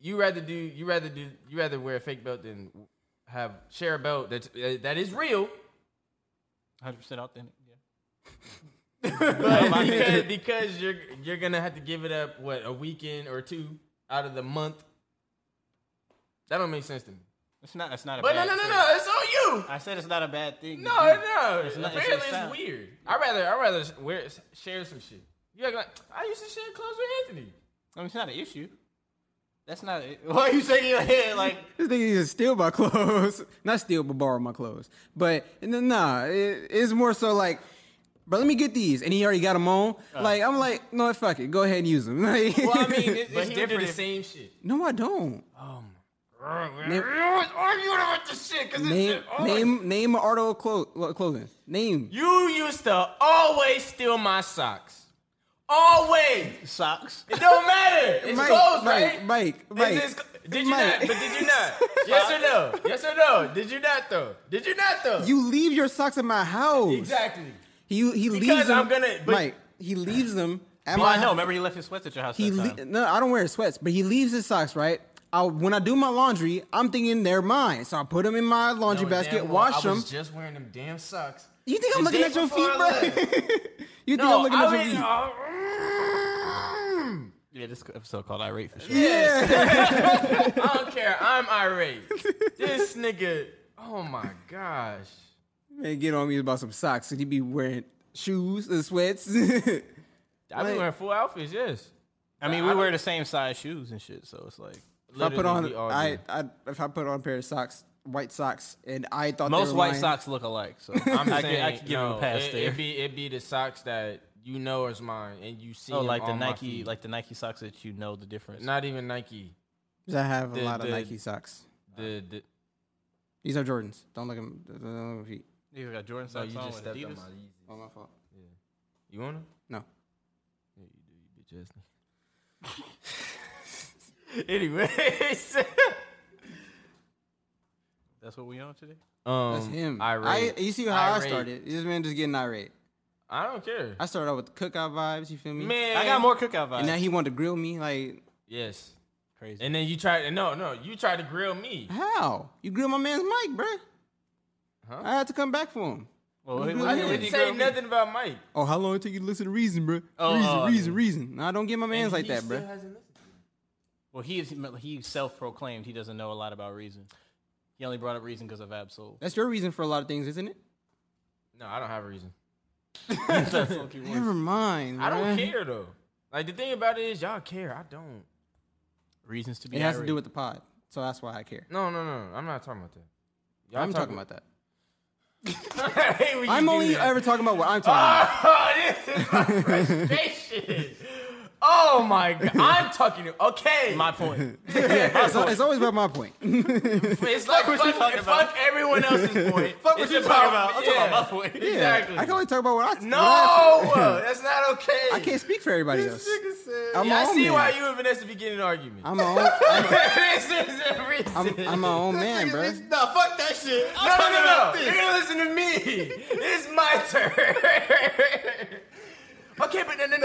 Speaker 3: You rather do. You rather do. You rather wear a fake belt than have share a belt that uh, that is real.
Speaker 1: Hundred percent authentic. Yeah.
Speaker 3: (laughs) But because, because you're you're gonna have to give it up what a weekend or two out of the month. That don't make sense to me.
Speaker 1: It's not. It's not a
Speaker 3: But no,
Speaker 1: bad.
Speaker 3: no, no,
Speaker 1: thing.
Speaker 3: no. It's on you.
Speaker 1: I said it's not a bad thing. to
Speaker 3: No,
Speaker 1: do.
Speaker 3: no.
Speaker 1: It's not- it's
Speaker 3: Apparently,
Speaker 1: your
Speaker 3: it's,
Speaker 1: style.
Speaker 3: weird. I rather, I rather wear, share some shit. You act like I used to share clothes with Anthony.
Speaker 1: I mean, it's not an issue. That's not. It. (laughs) Why are you shaking your head (laughs) like?
Speaker 2: This nigga used to steal my clothes. (laughs) Not steal, but borrow my clothes. But n- nah, it, it's more so like, bro, let me get these. And he already got them on. like, I'm like, no, fuck it. Go ahead and use them. (laughs) Like,
Speaker 3: Uh. Well, I mean, it, it's
Speaker 1: But he would do
Speaker 3: different.
Speaker 1: the
Speaker 3: the same shit.
Speaker 2: no, I don't.
Speaker 3: Name, was arguing about this shit because
Speaker 2: Name, name, name an article of clo- lo- clothing. Name.
Speaker 3: You used to always steal my socks. Always.
Speaker 1: Socks.
Speaker 3: It don't
Speaker 2: (laughs)
Speaker 3: matter. It's
Speaker 2: Mike,
Speaker 3: close,
Speaker 2: Mike,
Speaker 3: right?
Speaker 2: Mike,
Speaker 3: It's-
Speaker 2: Mike.
Speaker 3: it's cl- did you
Speaker 2: Mike.
Speaker 3: not? But did you
Speaker 2: (laughs)
Speaker 3: not? yes or no? Yes or no? Did you not though? Did you not though?
Speaker 2: You leave your socks at my house.
Speaker 3: exactly.
Speaker 2: He he
Speaker 3: Because
Speaker 2: leaves them.
Speaker 3: I'm gonna- but-
Speaker 2: Mike, he leaves them at
Speaker 1: Well,
Speaker 2: my
Speaker 1: I know.
Speaker 2: house.
Speaker 1: Remember, he left his sweats at your house.
Speaker 2: He
Speaker 1: that
Speaker 2: le-
Speaker 1: time.
Speaker 2: no, I don't wear sweats, but he leaves his socks right. I, when I do my laundry, I'm thinking they're mine, so I put them in my laundry
Speaker 3: No,
Speaker 2: basket,
Speaker 3: Oh, damn well,
Speaker 2: wash
Speaker 3: I
Speaker 2: them.
Speaker 3: was just wearing them damn socks.
Speaker 2: you think I'm
Speaker 3: the
Speaker 2: looking
Speaker 3: day
Speaker 2: at your feet,
Speaker 3: before
Speaker 2: bro?
Speaker 3: I
Speaker 2: (laughs) you think I'm
Speaker 3: No,
Speaker 2: looking
Speaker 3: I
Speaker 2: at your
Speaker 3: mean, oh,
Speaker 2: feet?
Speaker 3: uh,
Speaker 1: Yeah, this episode called "Irate" for sure.
Speaker 3: yes. (laughs)
Speaker 1: (laughs)
Speaker 3: I
Speaker 2: (laughs)
Speaker 3: don't care. I'm irate. This nigga. Oh my gosh.
Speaker 2: Man, get on me about some socks. Could you be wearing shoes and sweats? (laughs)
Speaker 3: I've been
Speaker 2: Like-
Speaker 3: wearing full outfits. Yes.
Speaker 1: I mean, we wear the same size shoes and shit, so it's like
Speaker 2: if I put
Speaker 3: Literally,
Speaker 2: on,
Speaker 3: we all
Speaker 2: I,
Speaker 3: do.
Speaker 2: I if I put on a pair of socks, white socks, and I thought they
Speaker 1: most
Speaker 2: were
Speaker 1: white
Speaker 2: mine,
Speaker 1: socks look alike. So
Speaker 3: (laughs) I'm
Speaker 1: I
Speaker 3: saying,
Speaker 1: can, I can give him
Speaker 3: no,
Speaker 1: a pass
Speaker 3: it,
Speaker 1: there.
Speaker 3: It be it be the socks that you know is mine, and you see.
Speaker 1: oh,
Speaker 3: them
Speaker 1: like the
Speaker 3: on my
Speaker 1: Nike,
Speaker 3: feet.
Speaker 1: like the Nike socks that you know the difference.
Speaker 3: not even Nike.
Speaker 2: 'cause I have a
Speaker 3: The-
Speaker 2: lot of
Speaker 3: the-
Speaker 2: Nike socks.
Speaker 3: The, the
Speaker 2: These are Jordans. Don't look at them. Don't look at my feet.
Speaker 1: you got Jordan
Speaker 3: no,
Speaker 1: socks
Speaker 3: you
Speaker 1: on
Speaker 3: just
Speaker 1: with
Speaker 3: stepped on
Speaker 1: Adidas.
Speaker 3: my.
Speaker 2: Oh, my fault.
Speaker 3: You want them?
Speaker 2: No.
Speaker 3: Yeah, you do, you bitch ass nigga. Anyways,
Speaker 1: That's what we on today.
Speaker 3: um,
Speaker 2: That's him.
Speaker 3: Irate.
Speaker 2: I, you see how I
Speaker 3: Irate.
Speaker 2: started? This man just getting irate.
Speaker 3: I don't care.
Speaker 2: I started out with the cookout vibes. You feel me?
Speaker 3: Man,
Speaker 1: I got more cookout
Speaker 2: And now
Speaker 1: vibes.
Speaker 2: he wanted to grill me. Like
Speaker 3: Yes,
Speaker 1: Crazy.
Speaker 3: and then you tried. No, no, you tried to grill me.
Speaker 2: how? You grilled my man's mic, bruh. I had to come back for him.
Speaker 1: Well,
Speaker 2: I
Speaker 1: what- what-
Speaker 3: I
Speaker 2: Yeah.
Speaker 1: what
Speaker 3: didn't
Speaker 1: did you
Speaker 3: say
Speaker 1: grow me?
Speaker 3: nothing about Mike.
Speaker 2: Oh, how long it take you to listen to Reason, bruh?
Speaker 1: Oh,
Speaker 2: reason,
Speaker 1: oh,
Speaker 2: reason, reason. No, I don't get my man's like
Speaker 3: He
Speaker 2: that,
Speaker 3: still
Speaker 2: bruh.
Speaker 3: hasn't listened.
Speaker 1: Well, he is, he self-proclaimed he doesn't know a lot about reason. He only brought up reason because of
Speaker 3: (laughs)
Speaker 1: Absol.
Speaker 2: That's your reason for a lot of things, isn't it?
Speaker 3: No, I don't have a reason.
Speaker 2: (laughs) Never mind.
Speaker 3: I don't
Speaker 2: bruh.
Speaker 3: care though. Like the thing about it is, y'all care. I don't.
Speaker 1: Reasons to be.
Speaker 2: It has to
Speaker 1: irate.
Speaker 2: do with the pod, so that's why I care.
Speaker 3: No, no, no. I'm not talking about that. Y'all
Speaker 2: I'm talking about that.
Speaker 3: I hate when you
Speaker 2: I'm
Speaker 3: do
Speaker 2: only
Speaker 3: that.
Speaker 2: ever talking about what I'm talking about.
Speaker 3: (laughs) (laughs) Oh,
Speaker 2: (laughs)
Speaker 3: this is my frustration. Oh my god, I'm talking. Okay, (laughs)
Speaker 2: (laughs)
Speaker 1: my point.
Speaker 2: So it's always about my point. (laughs)
Speaker 3: it's like fuck,
Speaker 1: talking
Speaker 3: fuck everyone else's point.
Speaker 1: Fuck what
Speaker 3: It's
Speaker 1: you talking about. I'm talking
Speaker 3: yeah,
Speaker 4: (laughs)
Speaker 1: about my
Speaker 3: (laughs)
Speaker 1: point. Yeah.
Speaker 3: Exactly.
Speaker 2: I can only talk about what I what I-
Speaker 3: no,
Speaker 2: (laughs)
Speaker 3: that's not okay.
Speaker 2: I can't speak for everybody else. I'm
Speaker 3: Yeah, I
Speaker 2: on
Speaker 3: see
Speaker 2: there.
Speaker 3: why you and Vanessa be getting in arguments.
Speaker 2: I'm my own. I'm,
Speaker 3: this is a reason.
Speaker 4: (laughs)
Speaker 2: I'm, I'm my own man, bro.
Speaker 1: Nah, fuck that shit.
Speaker 3: no, no, no, no. You're gonna listen to me. it's my turn. (laughs) okay, but no, no, no,
Speaker 1: No, no, no.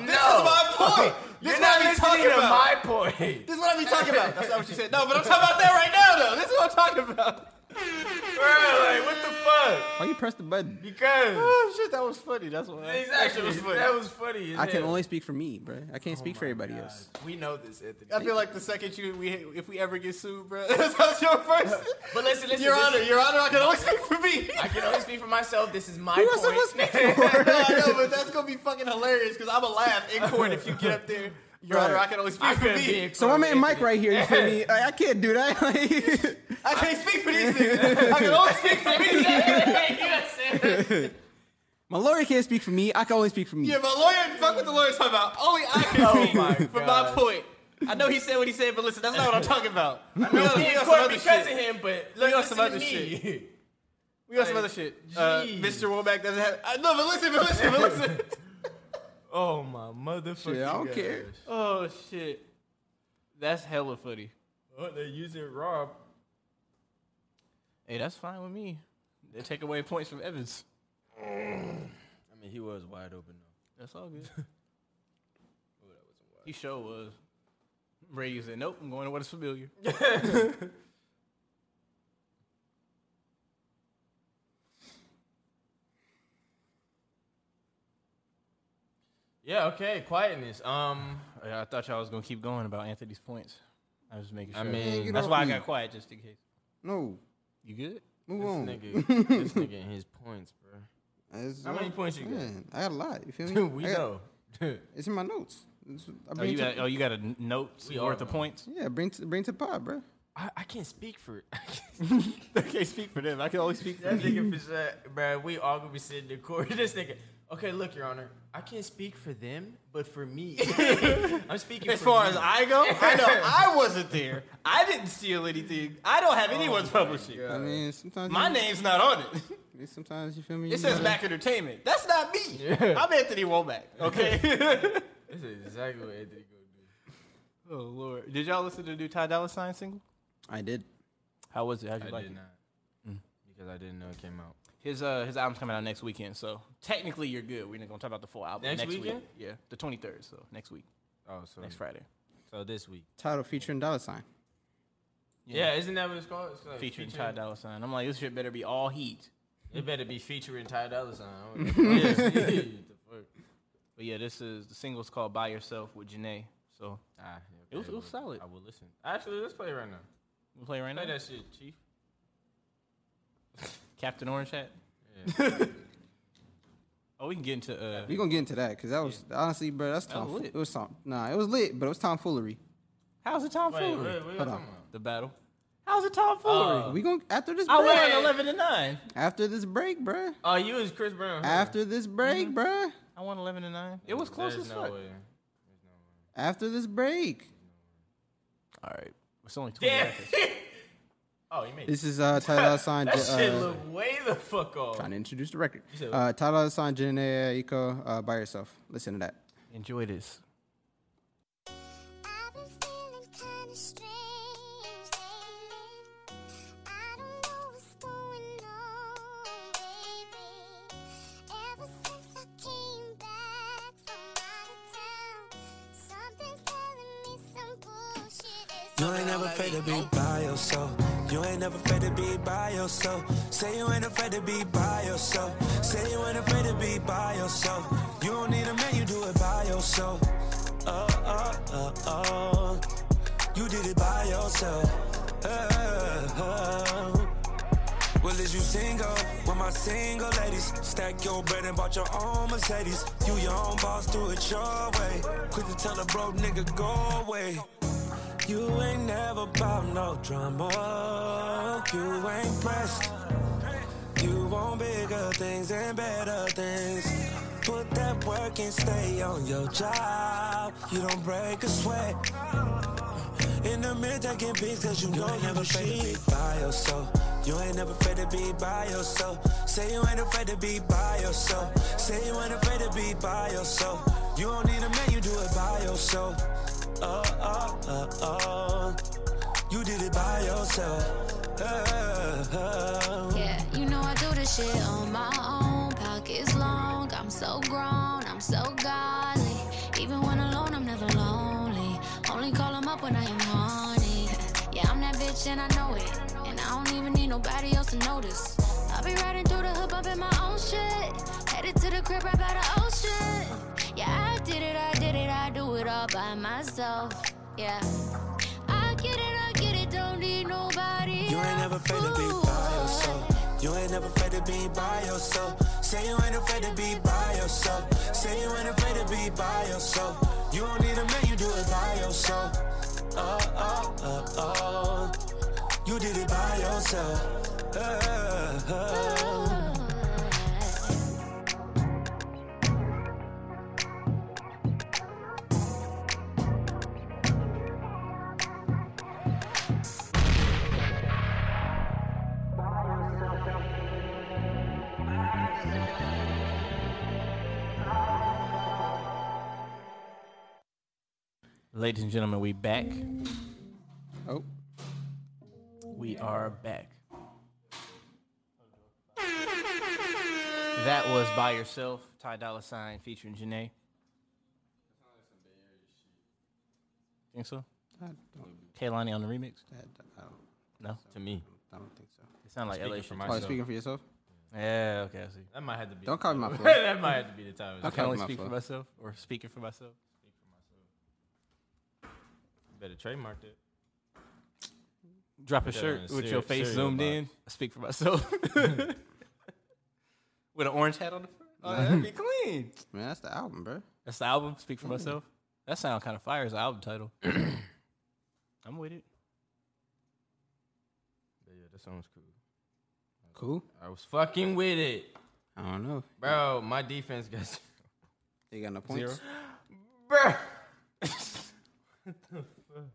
Speaker 1: This is my point. This
Speaker 3: You're
Speaker 1: is
Speaker 3: not
Speaker 1: what I be
Speaker 3: listening
Speaker 1: talking
Speaker 3: to
Speaker 1: about.
Speaker 3: my point. (laughs)
Speaker 1: This is what I be talking about. That's not what you said. No, but I'm talking about that right now, though. This is what I'm talking about.
Speaker 3: like what the fuck?
Speaker 2: Why you press the button?
Speaker 3: Because
Speaker 4: Oh, shit, that was funny. That's why.
Speaker 3: exactly, that was funny. as
Speaker 2: I can
Speaker 3: hell.
Speaker 2: only speak for me, bro. I
Speaker 3: Oh
Speaker 2: can't speak for everybody else.
Speaker 3: we know this, Anthony.
Speaker 4: I feel like the second you we if we ever get sued, bro, (laughs) that's your first.
Speaker 3: but listen, listen,
Speaker 4: Your
Speaker 3: this
Speaker 4: Honor,
Speaker 3: is-
Speaker 4: Your Honor, I can
Speaker 3: (laughs)
Speaker 4: only speak for me.
Speaker 3: I can only speak for myself. This is my
Speaker 2: Who else am I
Speaker 3: point.
Speaker 2: speaking for?
Speaker 3: (laughs)
Speaker 4: no, I know, but that's gonna be fucking hilarious because I'ma laugh in court if you get up there. Your
Speaker 2: Right.
Speaker 4: Honor, I can only speak
Speaker 3: I
Speaker 4: for
Speaker 3: could be
Speaker 4: me.
Speaker 3: a
Speaker 2: So my man Mike right here, you feel me? I, I can't do that. (laughs)
Speaker 4: I
Speaker 2: Like,
Speaker 4: can't speak for these niggas. I can only speak for me. (laughs)
Speaker 2: my lawyer can't speak for me. I can only speak for me.
Speaker 4: Yeah, my lawyer, fuck what the lawyer's talking about. Only I can speak
Speaker 3: Oh my
Speaker 4: from my
Speaker 3: gosh.
Speaker 4: point. I know he said what he said, but listen, that's not what I'm
Speaker 3: (laughs)
Speaker 4: talking about. I
Speaker 3: We in court because of him, but look,
Speaker 4: on
Speaker 3: listen to
Speaker 4: some other
Speaker 3: me.
Speaker 4: (laughs) We got some
Speaker 3: Like,
Speaker 4: other shit. Uh,
Speaker 3: jeez.
Speaker 4: Mr. Womack doesn't have. I no, but listen, but listen, but listen.
Speaker 3: (laughs) Oh my motherfucker!
Speaker 2: Yeah, I don't care.
Speaker 4: oh shit, that's hella funny.
Speaker 3: Oh, they're using Rob.
Speaker 4: Hey, that's fine with me. They take away points from Evans.
Speaker 3: I mean, he was wide open though.
Speaker 4: That's
Speaker 3: (laughs)
Speaker 4: all good. he sure was. Brady said, "Nope, I'm going to what
Speaker 3: (laughs)
Speaker 4: is familiar." (laughs)
Speaker 3: Yeah. Okay. Quietness. Um.
Speaker 4: Yeah, I thought y'all was gonna keep going about Anthony's points. I was just making
Speaker 3: I
Speaker 4: sure.
Speaker 3: mean,
Speaker 2: you
Speaker 3: this
Speaker 4: that's why I
Speaker 2: Mm.
Speaker 4: got quiet just in case.
Speaker 2: No,
Speaker 4: You good?
Speaker 2: move on. (laughs)
Speaker 3: nigga, this nigga, and his points, bro.
Speaker 2: It's-
Speaker 3: How many points you got?
Speaker 2: Man, I got a lot.
Speaker 3: (laughs)
Speaker 2: You feel me?
Speaker 3: we
Speaker 2: I got-
Speaker 3: know. (laughs)
Speaker 2: It's in my notes. It's- I
Speaker 4: Oh,
Speaker 2: bring
Speaker 4: you
Speaker 2: it to,
Speaker 4: got, oh, you got a n- note
Speaker 3: We all
Speaker 4: worth of
Speaker 3: know.
Speaker 4: points.
Speaker 2: yeah, bring to, bring to the pod, bro.
Speaker 3: I, I can't speak for.
Speaker 2: (laughs)
Speaker 4: I (laughs) can't speak for them. I can only speak
Speaker 3: That nigga for sure, bro. We all gonna be sitting in court. This nigga. Okay, look, Your Honor. I can't speak for them, but for
Speaker 4: (laughs)
Speaker 3: me, I'm speaking.
Speaker 4: As
Speaker 3: for
Speaker 4: far
Speaker 3: me.
Speaker 4: as I go,
Speaker 3: (laughs)
Speaker 4: I
Speaker 2: (laughs)
Speaker 4: know I wasn't there. I didn't steal anything. I don't have anyone's publishing.
Speaker 2: Oh, I mean, sometimes
Speaker 4: My
Speaker 2: you,
Speaker 4: name's not on
Speaker 2: (laughs)
Speaker 4: it.
Speaker 2: Sometimes you feel me.
Speaker 4: It says Mac Entertainment. That's not me. I'm Anthony Womack. Okay.
Speaker 3: This is exactly what Anthony gonna
Speaker 4: oh Lord. Did y'all listen to the new Ty Dolla Sign single?
Speaker 2: I did.
Speaker 4: How was it? How'd you
Speaker 3: do. I
Speaker 4: like
Speaker 3: did
Speaker 4: it? Mm.
Speaker 3: not because I didn't know it came out.
Speaker 4: His uh his album's coming out next weekend, so technically you're good. We're not gonna talk about the full album
Speaker 3: Next
Speaker 4: next,
Speaker 3: weekend?
Speaker 4: week. Yeah, the 23rd. So next week,
Speaker 3: Oh, so
Speaker 4: next Friday.
Speaker 3: so this week.
Speaker 2: (laughs) Title featuring dollar sign.
Speaker 3: Yeah, isn't that what it's called? It's like
Speaker 4: Featuring Ty Dolla Sign. I'm like, this shit better be all heat.
Speaker 3: It better be featuring Ty Dolla Sign. I
Speaker 4: (laughs)
Speaker 3: don't know. (laughs) What the fuck?
Speaker 4: But yeah, this is the single's called "By Yourself" with Janae. So
Speaker 3: Ah, okay,
Speaker 4: It was- it was
Speaker 3: well,
Speaker 4: solid.
Speaker 3: I will listen. Actually, let's play right now.
Speaker 4: we play right
Speaker 3: Play
Speaker 4: now.
Speaker 3: that shit, Chief.
Speaker 4: Captain Orange hat. (laughs) oh, we can get into uh,
Speaker 2: We're gonna get into that because that was honestly, bro. That's
Speaker 4: That was
Speaker 2: tom.
Speaker 4: lit.
Speaker 2: It was some. Nah, it was lit, but it was tomfoolery.
Speaker 4: how's the tomfoolery?
Speaker 3: Wait, wait, Uh, what you
Speaker 2: Hold
Speaker 3: talking
Speaker 2: on.
Speaker 3: about?
Speaker 4: The battle. How's the tomfoolery?
Speaker 2: we gonna after this
Speaker 4: Uh, I
Speaker 2: break.
Speaker 4: won eleven to nine.
Speaker 2: after this break, bruh.
Speaker 3: Oh, you is Chris Brown. huh?
Speaker 2: After this break,
Speaker 4: Mm-hmm.
Speaker 2: bruh.
Speaker 4: I won eleven to nine. It was close
Speaker 3: There's
Speaker 4: as
Speaker 3: no
Speaker 4: fuck.
Speaker 3: way.
Speaker 2: After this break.
Speaker 4: All right, it's only twenty.
Speaker 3: Damn.
Speaker 4: Records.
Speaker 3: (laughs) oh, you made it.
Speaker 2: This is uh, Ty
Speaker 3: (laughs)
Speaker 2: Dolla Sign.
Speaker 3: That
Speaker 2: uh,
Speaker 3: shit look way the fuck off.
Speaker 2: trying to introduce the record.
Speaker 3: said what?
Speaker 2: Uh, Ty Dolla Sign, Janae Eco, uh, by yourself. Listen to that.
Speaker 4: Enjoy this.
Speaker 5: I've been feeling kinda strange lately. I don't know what's going on, baby. Ever since I came back from out of town, something's telling me some bullshit is
Speaker 6: You ain't never afraid to be by yourself. You ain't never afraid to be by yourself. Say you ain't afraid to be by yourself. Say you ain't afraid to be by yourself. You don't need a man, you do it by yourself. Oh, oh, oh, oh. You did it by yourself. Oh. Well, is you single? With my single ladies, stack your bread and bought your own Mercedes. You your own boss, do it your way. Quick to tell a broke nigga go away. You ain't never bout no drama. You ain't pressed. You want bigger things and better things. Put that work and stay on your job. You don't break a sweat. In the mirror taking pics 'cause you, know you never afraid to be by yourself. You ain't never afraid to be by yourself. Say you ain't afraid to be by yourself. Say you ain't afraid to be by yourself. You don't need a man, you do it by yourself. Oh, oh, oh, oh. You did it by yourself. Oh, oh.
Speaker 5: Yeah, you know I do this shit on my own. Pockets long, I'm so grown, I'm so godly. Even when alone, I'm never lonely. Only call 'em up when I am horny. Yeah, I'm that bitch bitch and I know it. And I don't even need nobody else to notice. I'll be riding through the hood up in my own shit. Headed to the crib right by the ocean. Yeah, I did it, I did it, I do it all by myself. Yeah. I get it, I get it, don't need nobody.
Speaker 6: You ain't never afraid to be
Speaker 5: else.
Speaker 6: by yourself. You ain't never afraid to be by yourself. Say you ain't afraid to be by yourself. Say you ain't afraid to be by yourself. You don't need a man, you do it by yourself. Oh, oh, oh, oh. You did it by yourself. Oh, oh.
Speaker 4: Ladies and gentlemen, we back.
Speaker 2: Oh,
Speaker 4: We are back. That was by yourself, Ty Dolla Sign featuring Janae. Think so?
Speaker 2: I don't,
Speaker 4: Kaylani on the remix?
Speaker 2: I don't,
Speaker 4: No,
Speaker 3: To me,
Speaker 2: I don't think so.
Speaker 4: it sounds like
Speaker 3: Speaking
Speaker 4: LA.
Speaker 3: for
Speaker 4: shit.
Speaker 2: Oh,
Speaker 3: myself.
Speaker 2: speaking for yourself?
Speaker 4: Yeah, okay, I see.
Speaker 3: that might have to be.
Speaker 2: Don't copy my
Speaker 3: (laughs)
Speaker 2: flow.
Speaker 3: that might have to be the title.
Speaker 4: I
Speaker 2: Okay.
Speaker 4: can only
Speaker 2: my
Speaker 4: speak for
Speaker 2: flow.
Speaker 4: myself, or speaking for myself.
Speaker 3: Better trademark it.
Speaker 4: Drop a
Speaker 3: that on
Speaker 4: shirt
Speaker 3: a
Speaker 4: with
Speaker 3: cere-
Speaker 4: your face
Speaker 3: cereal
Speaker 4: zoomed
Speaker 3: box.
Speaker 4: in. I speak for myself. (laughs) with an orange hat on the front. Oh, yeah, that'd be clean.
Speaker 2: Man, that's the album, bro.
Speaker 4: That's the album. Speak for myself. That sound kind of fire as an album
Speaker 2: (clears throat)
Speaker 4: title. I'm with it.
Speaker 3: Yeah, yeah, that sounds cool.
Speaker 2: Cool.
Speaker 3: I was fucking with it,
Speaker 2: I don't know.
Speaker 3: bro. My defense got (laughs)
Speaker 2: They got no points.
Speaker 3: bro.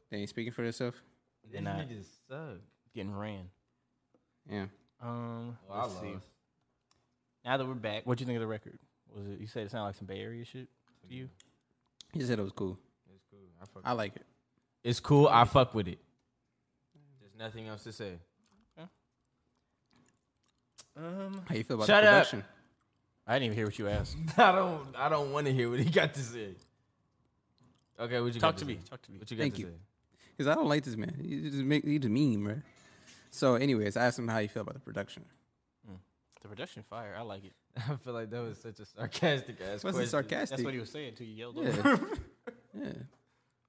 Speaker 2: They ain't speaking for themselves.
Speaker 3: These
Speaker 4: not.
Speaker 3: niggas suck.
Speaker 4: Getting ran.
Speaker 2: Yeah.
Speaker 4: Um,
Speaker 3: Well, Oh, I
Speaker 4: let's see.
Speaker 3: lost.
Speaker 4: Now that we're back, what'd you think of the record? Was it? You said it sounded like some Bay Area shit to you.
Speaker 2: He said it was cool.
Speaker 3: It's cool. I fuck.
Speaker 2: I like it.
Speaker 3: It's cool. I fuck with it. There's nothing else to say.
Speaker 4: Um,
Speaker 2: How you feel about
Speaker 3: Shut
Speaker 2: the
Speaker 3: up.
Speaker 2: production?
Speaker 4: I didn't even hear what you asked.
Speaker 3: (laughs) I don't. I don't want to hear what he got to say. Okay, what you
Speaker 4: Talk
Speaker 3: got
Speaker 4: to me.
Speaker 3: say?
Speaker 4: Talk to me.
Speaker 3: What you got
Speaker 2: Thank
Speaker 3: to
Speaker 2: you.
Speaker 3: say?
Speaker 2: Because I don't like this man. He just make he just mean, bro. So, anyways, I asked him how you feel about the production.
Speaker 4: The production fire. I like it.
Speaker 3: (laughs) I feel like that was such a sarcastic ass
Speaker 2: Wasn't
Speaker 3: question.
Speaker 2: sarcastic.
Speaker 4: That's what he was saying until you yelled. over.
Speaker 2: yeah. (laughs) yeah.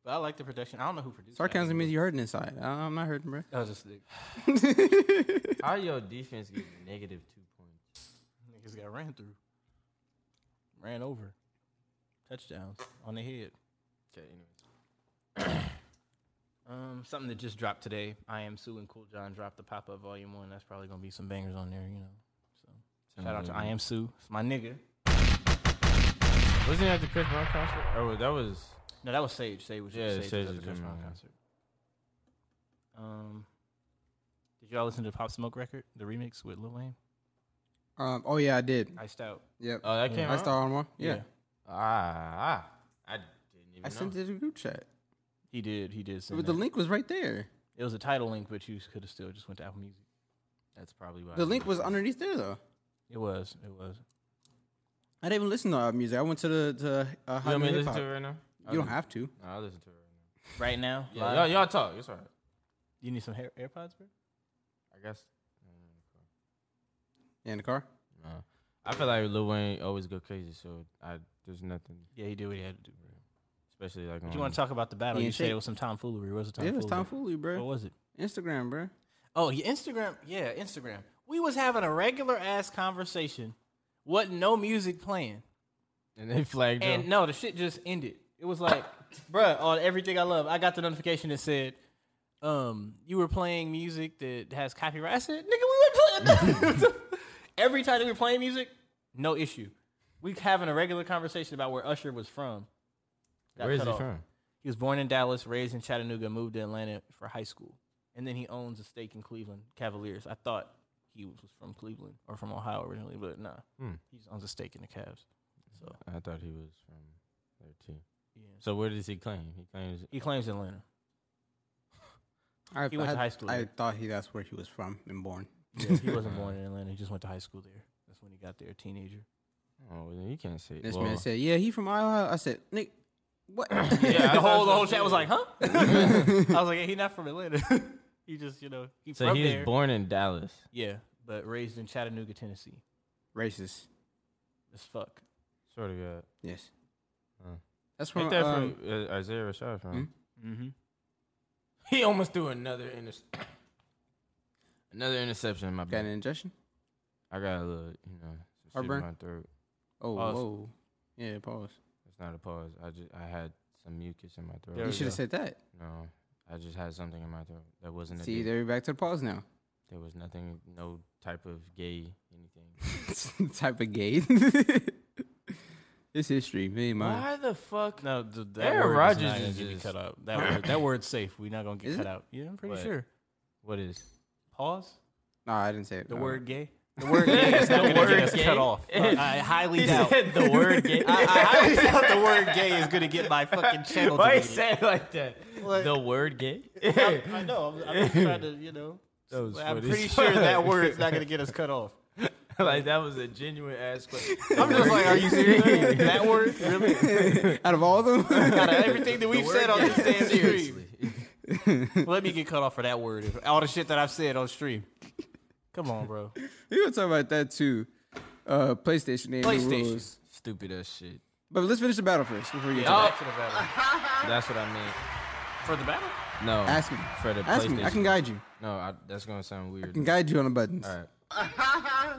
Speaker 4: But I like the production. I don't know who produced.
Speaker 2: Sarcasm means you hurting inside. I- I'm not hurting, bro.
Speaker 4: That was just the
Speaker 3: How your defense get negative two points?
Speaker 4: niggas got ran through, ran over, touchdowns on the head.
Speaker 3: Okay, anyway.
Speaker 4: (coughs) Um, something that just dropped today. I am Sue and Cool John dropped the pop up volume one. That's probably gonna be some bangers on there, you know. So shout out to I am Sue. It's my nigga.
Speaker 3: Wasn't that the Chris Brown concert? Oh, that was.
Speaker 4: No, that was Sage. Sage was
Speaker 3: Yeah, Sage
Speaker 4: Sage, was at
Speaker 3: is uh,
Speaker 4: the Chris
Speaker 3: Gemini,
Speaker 4: Brown
Speaker 3: yeah.
Speaker 4: concert. Um, did y'all listen to the Pop Smoke record, the remix with Lil Wayne?
Speaker 2: (laughs) Um. Oh yeah, I did.
Speaker 4: Iced out.
Speaker 2: Yep.
Speaker 3: Oh, that came
Speaker 2: I
Speaker 3: out.
Speaker 2: started on one. Yeah.
Speaker 3: Ah, ah. I didn't even
Speaker 2: I
Speaker 3: know.
Speaker 2: sent it to the group chat.
Speaker 4: He did. He did. Send
Speaker 2: But the
Speaker 4: that.
Speaker 2: link was right there.
Speaker 4: It was a title link, but you could have still just went to Apple Music.
Speaker 3: That's probably why. I
Speaker 2: The
Speaker 3: didn't
Speaker 2: link was
Speaker 3: know.
Speaker 2: underneath there though.
Speaker 4: It was. It was.
Speaker 2: I didn't even listen to our music. I went to the to uh,
Speaker 3: You
Speaker 2: Hot
Speaker 3: want me
Speaker 2: New
Speaker 3: to
Speaker 2: Hip
Speaker 3: listen
Speaker 2: Hop.
Speaker 3: to it right now?
Speaker 2: You don't have to.
Speaker 3: No, I'll listen to it right
Speaker 4: Right now,
Speaker 3: now.
Speaker 4: live,
Speaker 3: Yeah, y'all, y'all talk. It's all right.
Speaker 4: you need some hair, AirPods, bro.
Speaker 3: I guess.
Speaker 2: Yeah, in the car.
Speaker 3: No. I feel like Lil Wayne always go crazy, so I there's nothing,
Speaker 4: Yeah, he did what he had to do. Bro.
Speaker 3: especially like.
Speaker 4: But you want to talk about the battle?
Speaker 2: He
Speaker 4: You
Speaker 2: ain't
Speaker 4: said
Speaker 2: shit.
Speaker 4: it was some tomfoolery. Was it
Speaker 2: Yeah,
Speaker 4: tomfoolery?
Speaker 2: it was Tom Foley,
Speaker 4: What
Speaker 2: bro.
Speaker 4: was it?
Speaker 2: Instagram, bro.
Speaker 4: Oh, yeah, Instagram. Yeah, Instagram. We was having a regular ass conversation. What? No music playing.
Speaker 3: And they flagged
Speaker 4: And
Speaker 3: him.
Speaker 4: no, the shit just ended. It was like, (coughs) bruh, on everything I love, I got the notification that said, um, you were playing music that has copyright. I said, nigga, we were playing (laughs) Every time that we were playing music, no issue. We having a regular conversation about where Usher was from. Got
Speaker 3: Where is
Speaker 4: cut
Speaker 3: he
Speaker 4: off.
Speaker 3: from?
Speaker 4: He was born in Dallas, raised in Chattanooga, moved to Atlanta for high school. And then he owns a stake in Cleveland Cavaliers. I thought he was from Cleveland or from Ohio originally, but nah.
Speaker 3: Hmm.
Speaker 4: He owns a stake in the Cavs. So,
Speaker 3: I thought he was from there too.
Speaker 4: yeah.
Speaker 3: So where does he claim? He claims
Speaker 4: He claims Atlanta.
Speaker 2: I,
Speaker 4: He went
Speaker 2: (laughs) I,
Speaker 4: to high school
Speaker 2: I
Speaker 4: there.
Speaker 2: thought he that's where he was from and born.
Speaker 4: (laughs) Yeah, he wasn't born in Atlanta. He just went to high school there. That's when he got there, teenager.
Speaker 3: Oh, well, you can't say.
Speaker 2: This
Speaker 3: well,
Speaker 2: man said, "Yeah, he from Ohio." I said, "Nick,
Speaker 3: (coughs)
Speaker 2: what?" (laughs)
Speaker 3: Yeah, I
Speaker 4: (coughs) the
Speaker 3: thought
Speaker 4: whole the
Speaker 3: so (laughs)
Speaker 4: whole chat was
Speaker 3: too.
Speaker 4: (laughs) like, "Huh?" I was like, "Yeah, he not from Atlanta." (laughs) He just, you know,
Speaker 3: (laughs)
Speaker 4: he
Speaker 3: So
Speaker 4: from
Speaker 3: he was
Speaker 4: there.
Speaker 3: born in Dallas.
Speaker 4: yeah, but raised in Chattanooga, Tennessee.
Speaker 2: Racist.
Speaker 4: As fuck.
Speaker 3: Sort of good.
Speaker 2: Yes.
Speaker 3: Huh.
Speaker 2: That's
Speaker 3: Ain't
Speaker 2: from,
Speaker 3: that
Speaker 2: um,
Speaker 3: from uh, Isaiah Rashad from?
Speaker 4: Mm-hmm.
Speaker 3: He almost threw another inter- another interception in my
Speaker 2: got an
Speaker 3: bad.
Speaker 2: ingestion?
Speaker 3: I got a little, you know, some shit in
Speaker 2: Heartburn?
Speaker 3: my throat.
Speaker 2: Oh,
Speaker 3: Pause.
Speaker 2: whoa. Yeah, pause.
Speaker 3: It's not a pause. I just I had some mucus in my throat.
Speaker 4: There
Speaker 2: you
Speaker 4: we
Speaker 2: should have
Speaker 4: go.
Speaker 2: said that.
Speaker 3: No, I just had something in my throat that wasn't. A
Speaker 2: See,
Speaker 3: dick.
Speaker 2: there you're back to the pause now.
Speaker 3: There was nothing, no type of gay anything.
Speaker 2: (laughs) type of gay. it's history. Me and mine.
Speaker 3: Why the fuck?
Speaker 4: No, th- that
Speaker 3: Aaron
Speaker 4: word
Speaker 3: Rodgers
Speaker 4: is not gonna
Speaker 3: is
Speaker 4: get me
Speaker 3: just-
Speaker 4: cut out. That
Speaker 3: (laughs)
Speaker 4: word, that word's safe. We're not gonna get
Speaker 2: Is
Speaker 4: cut
Speaker 2: it?
Speaker 4: out. Yeah, I'm pretty
Speaker 3: What?
Speaker 4: sure.
Speaker 3: What is?
Speaker 4: Pause.
Speaker 2: No, I didn't say it.
Speaker 4: The
Speaker 2: Uh,
Speaker 4: word gay. The word gay is not gonna
Speaker 3: word
Speaker 4: get us
Speaker 3: gay?
Speaker 4: cut off. (laughs) Uh, I highly
Speaker 3: He
Speaker 4: doubt.
Speaker 3: said the word gay.
Speaker 4: I, I (laughs) highly doubt the word gay is gonna get my fucking channel.
Speaker 3: Why you
Speaker 4: deleted.
Speaker 3: say it like that? the word gay?
Speaker 4: (laughs) I know. I'm, I'm just trying to, you know.
Speaker 3: (laughs) That was
Speaker 4: I'm
Speaker 3: funny.
Speaker 4: pretty
Speaker 3: (laughs)
Speaker 4: sure that word's not gonna get us cut (laughs) off.
Speaker 3: like that was a genuine ass question.
Speaker 4: (laughs)
Speaker 3: (laughs)
Speaker 4: I'm just like, are you serious? (laughs) that word really?
Speaker 2: (laughs) Out of all of them?
Speaker 4: (laughs) Out of everything that we've said on this damn stream,
Speaker 2: (laughs)
Speaker 4: let me get cut off for that word. If- All the shit that I've said on stream. Come on,
Speaker 2: (laughs)
Speaker 4: bro.
Speaker 2: we were talking about that too. Uh, PlayStation. name
Speaker 4: PlayStation.
Speaker 2: Rules.
Speaker 3: Stupid ass shit.
Speaker 2: But let's finish the battle first before you
Speaker 3: Oh.
Speaker 2: yeah.
Speaker 3: That's what I meant.
Speaker 4: For the battle?
Speaker 3: No.
Speaker 2: ask me.
Speaker 3: For the
Speaker 2: ask me. I
Speaker 3: PlayStation.
Speaker 2: can guide you.
Speaker 3: No, I, that's gonna sound weird.
Speaker 2: I can guide you on the buttons.
Speaker 3: All right.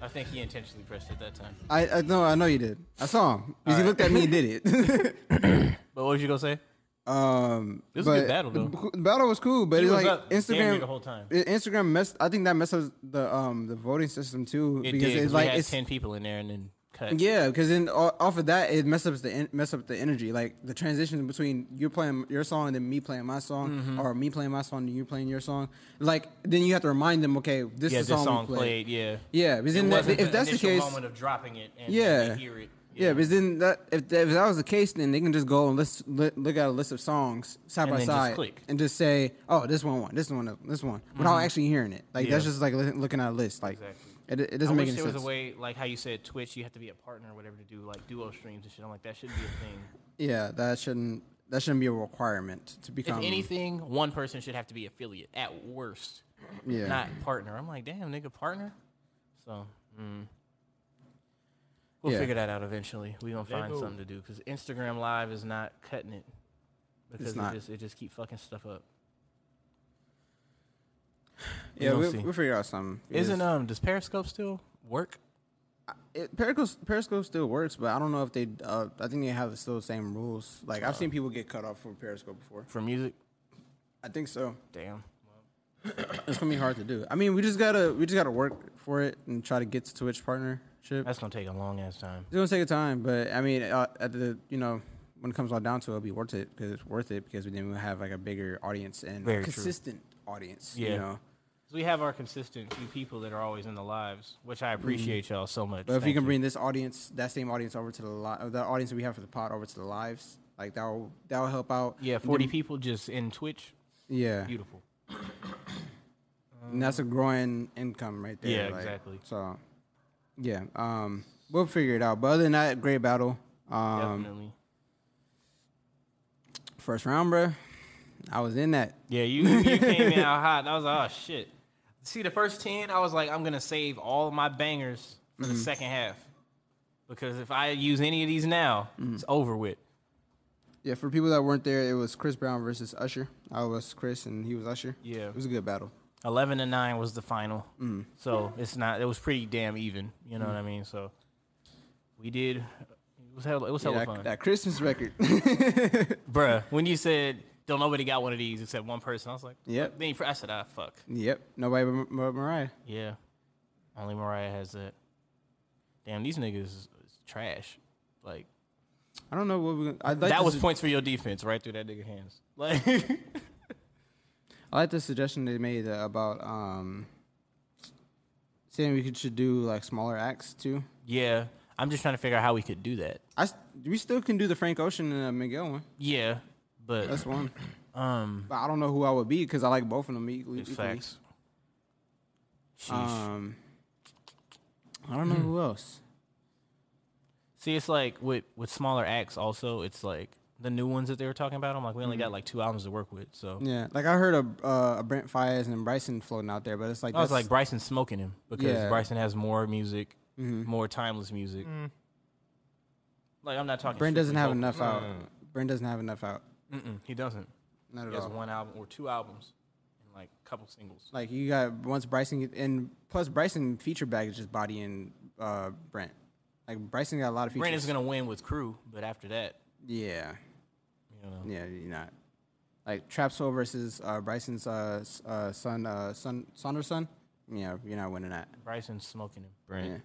Speaker 4: I think he intentionally pressed it that time.
Speaker 2: I, I know. I know you did. I saw him because he looked at me and did it.
Speaker 4: (laughs)
Speaker 2: (coughs)
Speaker 4: But what was you gonna say?
Speaker 2: um,
Speaker 4: This was a good
Speaker 2: but
Speaker 4: battle, though.
Speaker 2: The, b- the battle was cool, but
Speaker 4: He
Speaker 2: it's
Speaker 4: was
Speaker 2: like
Speaker 4: up damn near
Speaker 2: Instagram.
Speaker 4: the whole time.
Speaker 2: I- Instagram messed. I think that messed up the um the voting system too
Speaker 4: It
Speaker 2: because
Speaker 4: did. 'cause
Speaker 2: it's
Speaker 4: we
Speaker 2: like
Speaker 4: had
Speaker 2: it's
Speaker 4: ten people in there and then cut.
Speaker 2: yeah because then o- off of that it messed up the en- mess up the energy like the transition between you playing your song and then me playing my song
Speaker 4: Mm-hmm.
Speaker 2: or me playing my song and you playing your song like then you have to remind them okay this
Speaker 4: yeah,
Speaker 2: is
Speaker 4: this
Speaker 2: the song,
Speaker 4: song
Speaker 2: we played.
Speaker 4: played. Yeah,
Speaker 2: Yeah, because then that, if that's the case,
Speaker 4: of dropping it and
Speaker 2: Yeah.
Speaker 4: they it.
Speaker 2: yeah, because then that if, that if that was the case, then they can just go and list, li- look at a list of songs
Speaker 4: And
Speaker 2: side by
Speaker 4: then just
Speaker 2: side
Speaker 4: click. Mm-hmm.
Speaker 2: and just say, oh, this one won, this one, up, this one, without actually hearing it. Like that's
Speaker 4: Yeah.
Speaker 2: just like li- looking at a list. Like
Speaker 4: Exactly.
Speaker 2: it, it
Speaker 4: I
Speaker 2: doesn't
Speaker 4: wish
Speaker 2: make
Speaker 4: there was
Speaker 2: any sense.
Speaker 4: a way like how you said Twitch, you have to be a partner or whatever to do like duo streams and shit. I'm like that should be a thing.
Speaker 2: Yeah, that shouldn't that shouldn't be a requirement to
Speaker 4: If
Speaker 2: become
Speaker 4: anything, one person should have to be affiliate at worst,
Speaker 2: Yeah,
Speaker 4: not partner. I'm like, damn, nigga, partner. So, mm. we'll
Speaker 2: Yeah.
Speaker 4: figure that out eventually. We gonna find
Speaker 3: go.
Speaker 4: something to do because Instagram Live is not cutting it because
Speaker 2: not.
Speaker 4: it just it just keep fucking stuff up.
Speaker 2: (sighs) yeah,
Speaker 4: gonna
Speaker 2: we'll,
Speaker 4: see.
Speaker 2: we'll figure out something.
Speaker 4: Isn't um does Periscope still work?
Speaker 2: it, Periscope, Periscope still works, but I don't know if they. Uh, I think they have still the same rules. Like I've seen people get cut off from Periscope before.
Speaker 4: Uh. for music.
Speaker 2: I think so.
Speaker 4: Damn.
Speaker 2: (coughs) it's gonna be hard to do. I mean, we just gotta we just gotta work for it and try to get to Twitch partnership.
Speaker 4: That's gonna take a long ass time.
Speaker 2: it's gonna take a time, but I mean, uh, at the you know when it comes all down to it, it'll be worth it because it's worth it because we then we'll have like a bigger audience and
Speaker 4: Very true.
Speaker 2: consistent audience.
Speaker 4: Yeah.
Speaker 2: You know,
Speaker 4: We have our consistent few people that are always in the lives, which I appreciate y'all so much.
Speaker 2: Mm-hmm. Mm. but if we
Speaker 4: Thank
Speaker 2: can bring this audience, that same audience over to the live, the audience we have for the pod over to the lives, like that'll that'll help out.
Speaker 4: yeah, forty people just in Twitch,
Speaker 2: Yeah,
Speaker 4: beautiful.
Speaker 2: and that's a growing income right there.
Speaker 4: Yeah,
Speaker 2: like,
Speaker 4: exactly.
Speaker 2: So, yeah, um, we'll figure it out. But other than that, great battle. Um,
Speaker 4: Definitely.
Speaker 2: First round, bro. I was in that.
Speaker 4: Yeah, you
Speaker 2: (laughs)
Speaker 4: you came in out hot. and I was like, oh shit. See, the first ten, I was like, I'm gonna save all my bangers for
Speaker 2: Mm-hmm.
Speaker 4: the second half because if I use any of these now, it's over with.
Speaker 2: Mm-hmm. Yeah, for people that weren't there, it was Chris Brown versus Usher. I was Chris and he was Usher.
Speaker 4: Yeah.
Speaker 2: It was a good battle.
Speaker 4: Eleven to nine was the final,
Speaker 2: Mm.
Speaker 4: so it's not. It was pretty damn even. You know what I mean? So we did. It was hell. It was hella
Speaker 2: Yeah,
Speaker 4: fun.
Speaker 2: that, that Christmas record. (laughs)
Speaker 4: Bruh, when you said don't nobody got one of these except one person, I was like,
Speaker 2: Yep.
Speaker 4: fuck. Then you, I said, ah, fuck.
Speaker 2: yep. Nobody but, Ma- but Mariah.
Speaker 4: Yeah, only Mariah has that. Damn, these niggas is is trash. Like
Speaker 2: I don't know what we. I like
Speaker 4: that
Speaker 2: the
Speaker 4: was
Speaker 2: su-
Speaker 4: points for your defense right through that nigga hands. (laughs) Like
Speaker 2: I like the suggestion they made uh, about um, saying we could, should do like smaller acts too.
Speaker 4: yeah, I'm just trying to figure out how we could do that.
Speaker 2: I s- we still can do the Frank Ocean and uh, Miguel one.
Speaker 4: Yeah, but
Speaker 2: That's one.
Speaker 4: (clears throat) um,
Speaker 2: But I don't know who I would be because I like both of them equally.
Speaker 4: it's
Speaker 2: equally.
Speaker 4: facts. Sheesh.
Speaker 2: Um, I don't know who else.
Speaker 4: See, it's like with with smaller acts. Also, it's like the new ones that they were talking about. I'm like, we only got like two albums to work with, so
Speaker 2: Mm-hmm. Yeah, like I heard a uh, a Brent Fires and Bryson floating out there, but it's like
Speaker 4: I was
Speaker 2: that's-
Speaker 4: like, Bryson's smoking him because
Speaker 2: Yeah. Mm-hmm.
Speaker 4: Bryson has more music, more timeless music. Like I'm not talking.
Speaker 2: Brent doesn't
Speaker 4: strictly
Speaker 2: have
Speaker 4: vocal.
Speaker 2: enough out. Brent doesn't have enough out.
Speaker 4: Mm-mm, he doesn't.
Speaker 2: Not at
Speaker 4: He has
Speaker 2: all.
Speaker 4: one album or two albums and like a couple singles.
Speaker 2: Like you got once Bryson get- and plus Bryson feature bag is just bodying uh, Brent. Like Bryson got a lot of features.
Speaker 4: Brandon's gonna win with Crew, but after that,
Speaker 2: Yeah,
Speaker 4: you know,
Speaker 2: yeah, you're not. Like Trap Soul versus uh, Bryson's uh, s- uh, son, uh, son, son or son. Yeah, you're not winning that.
Speaker 4: Bryson's smoking him. Hmm?
Speaker 3: Brent.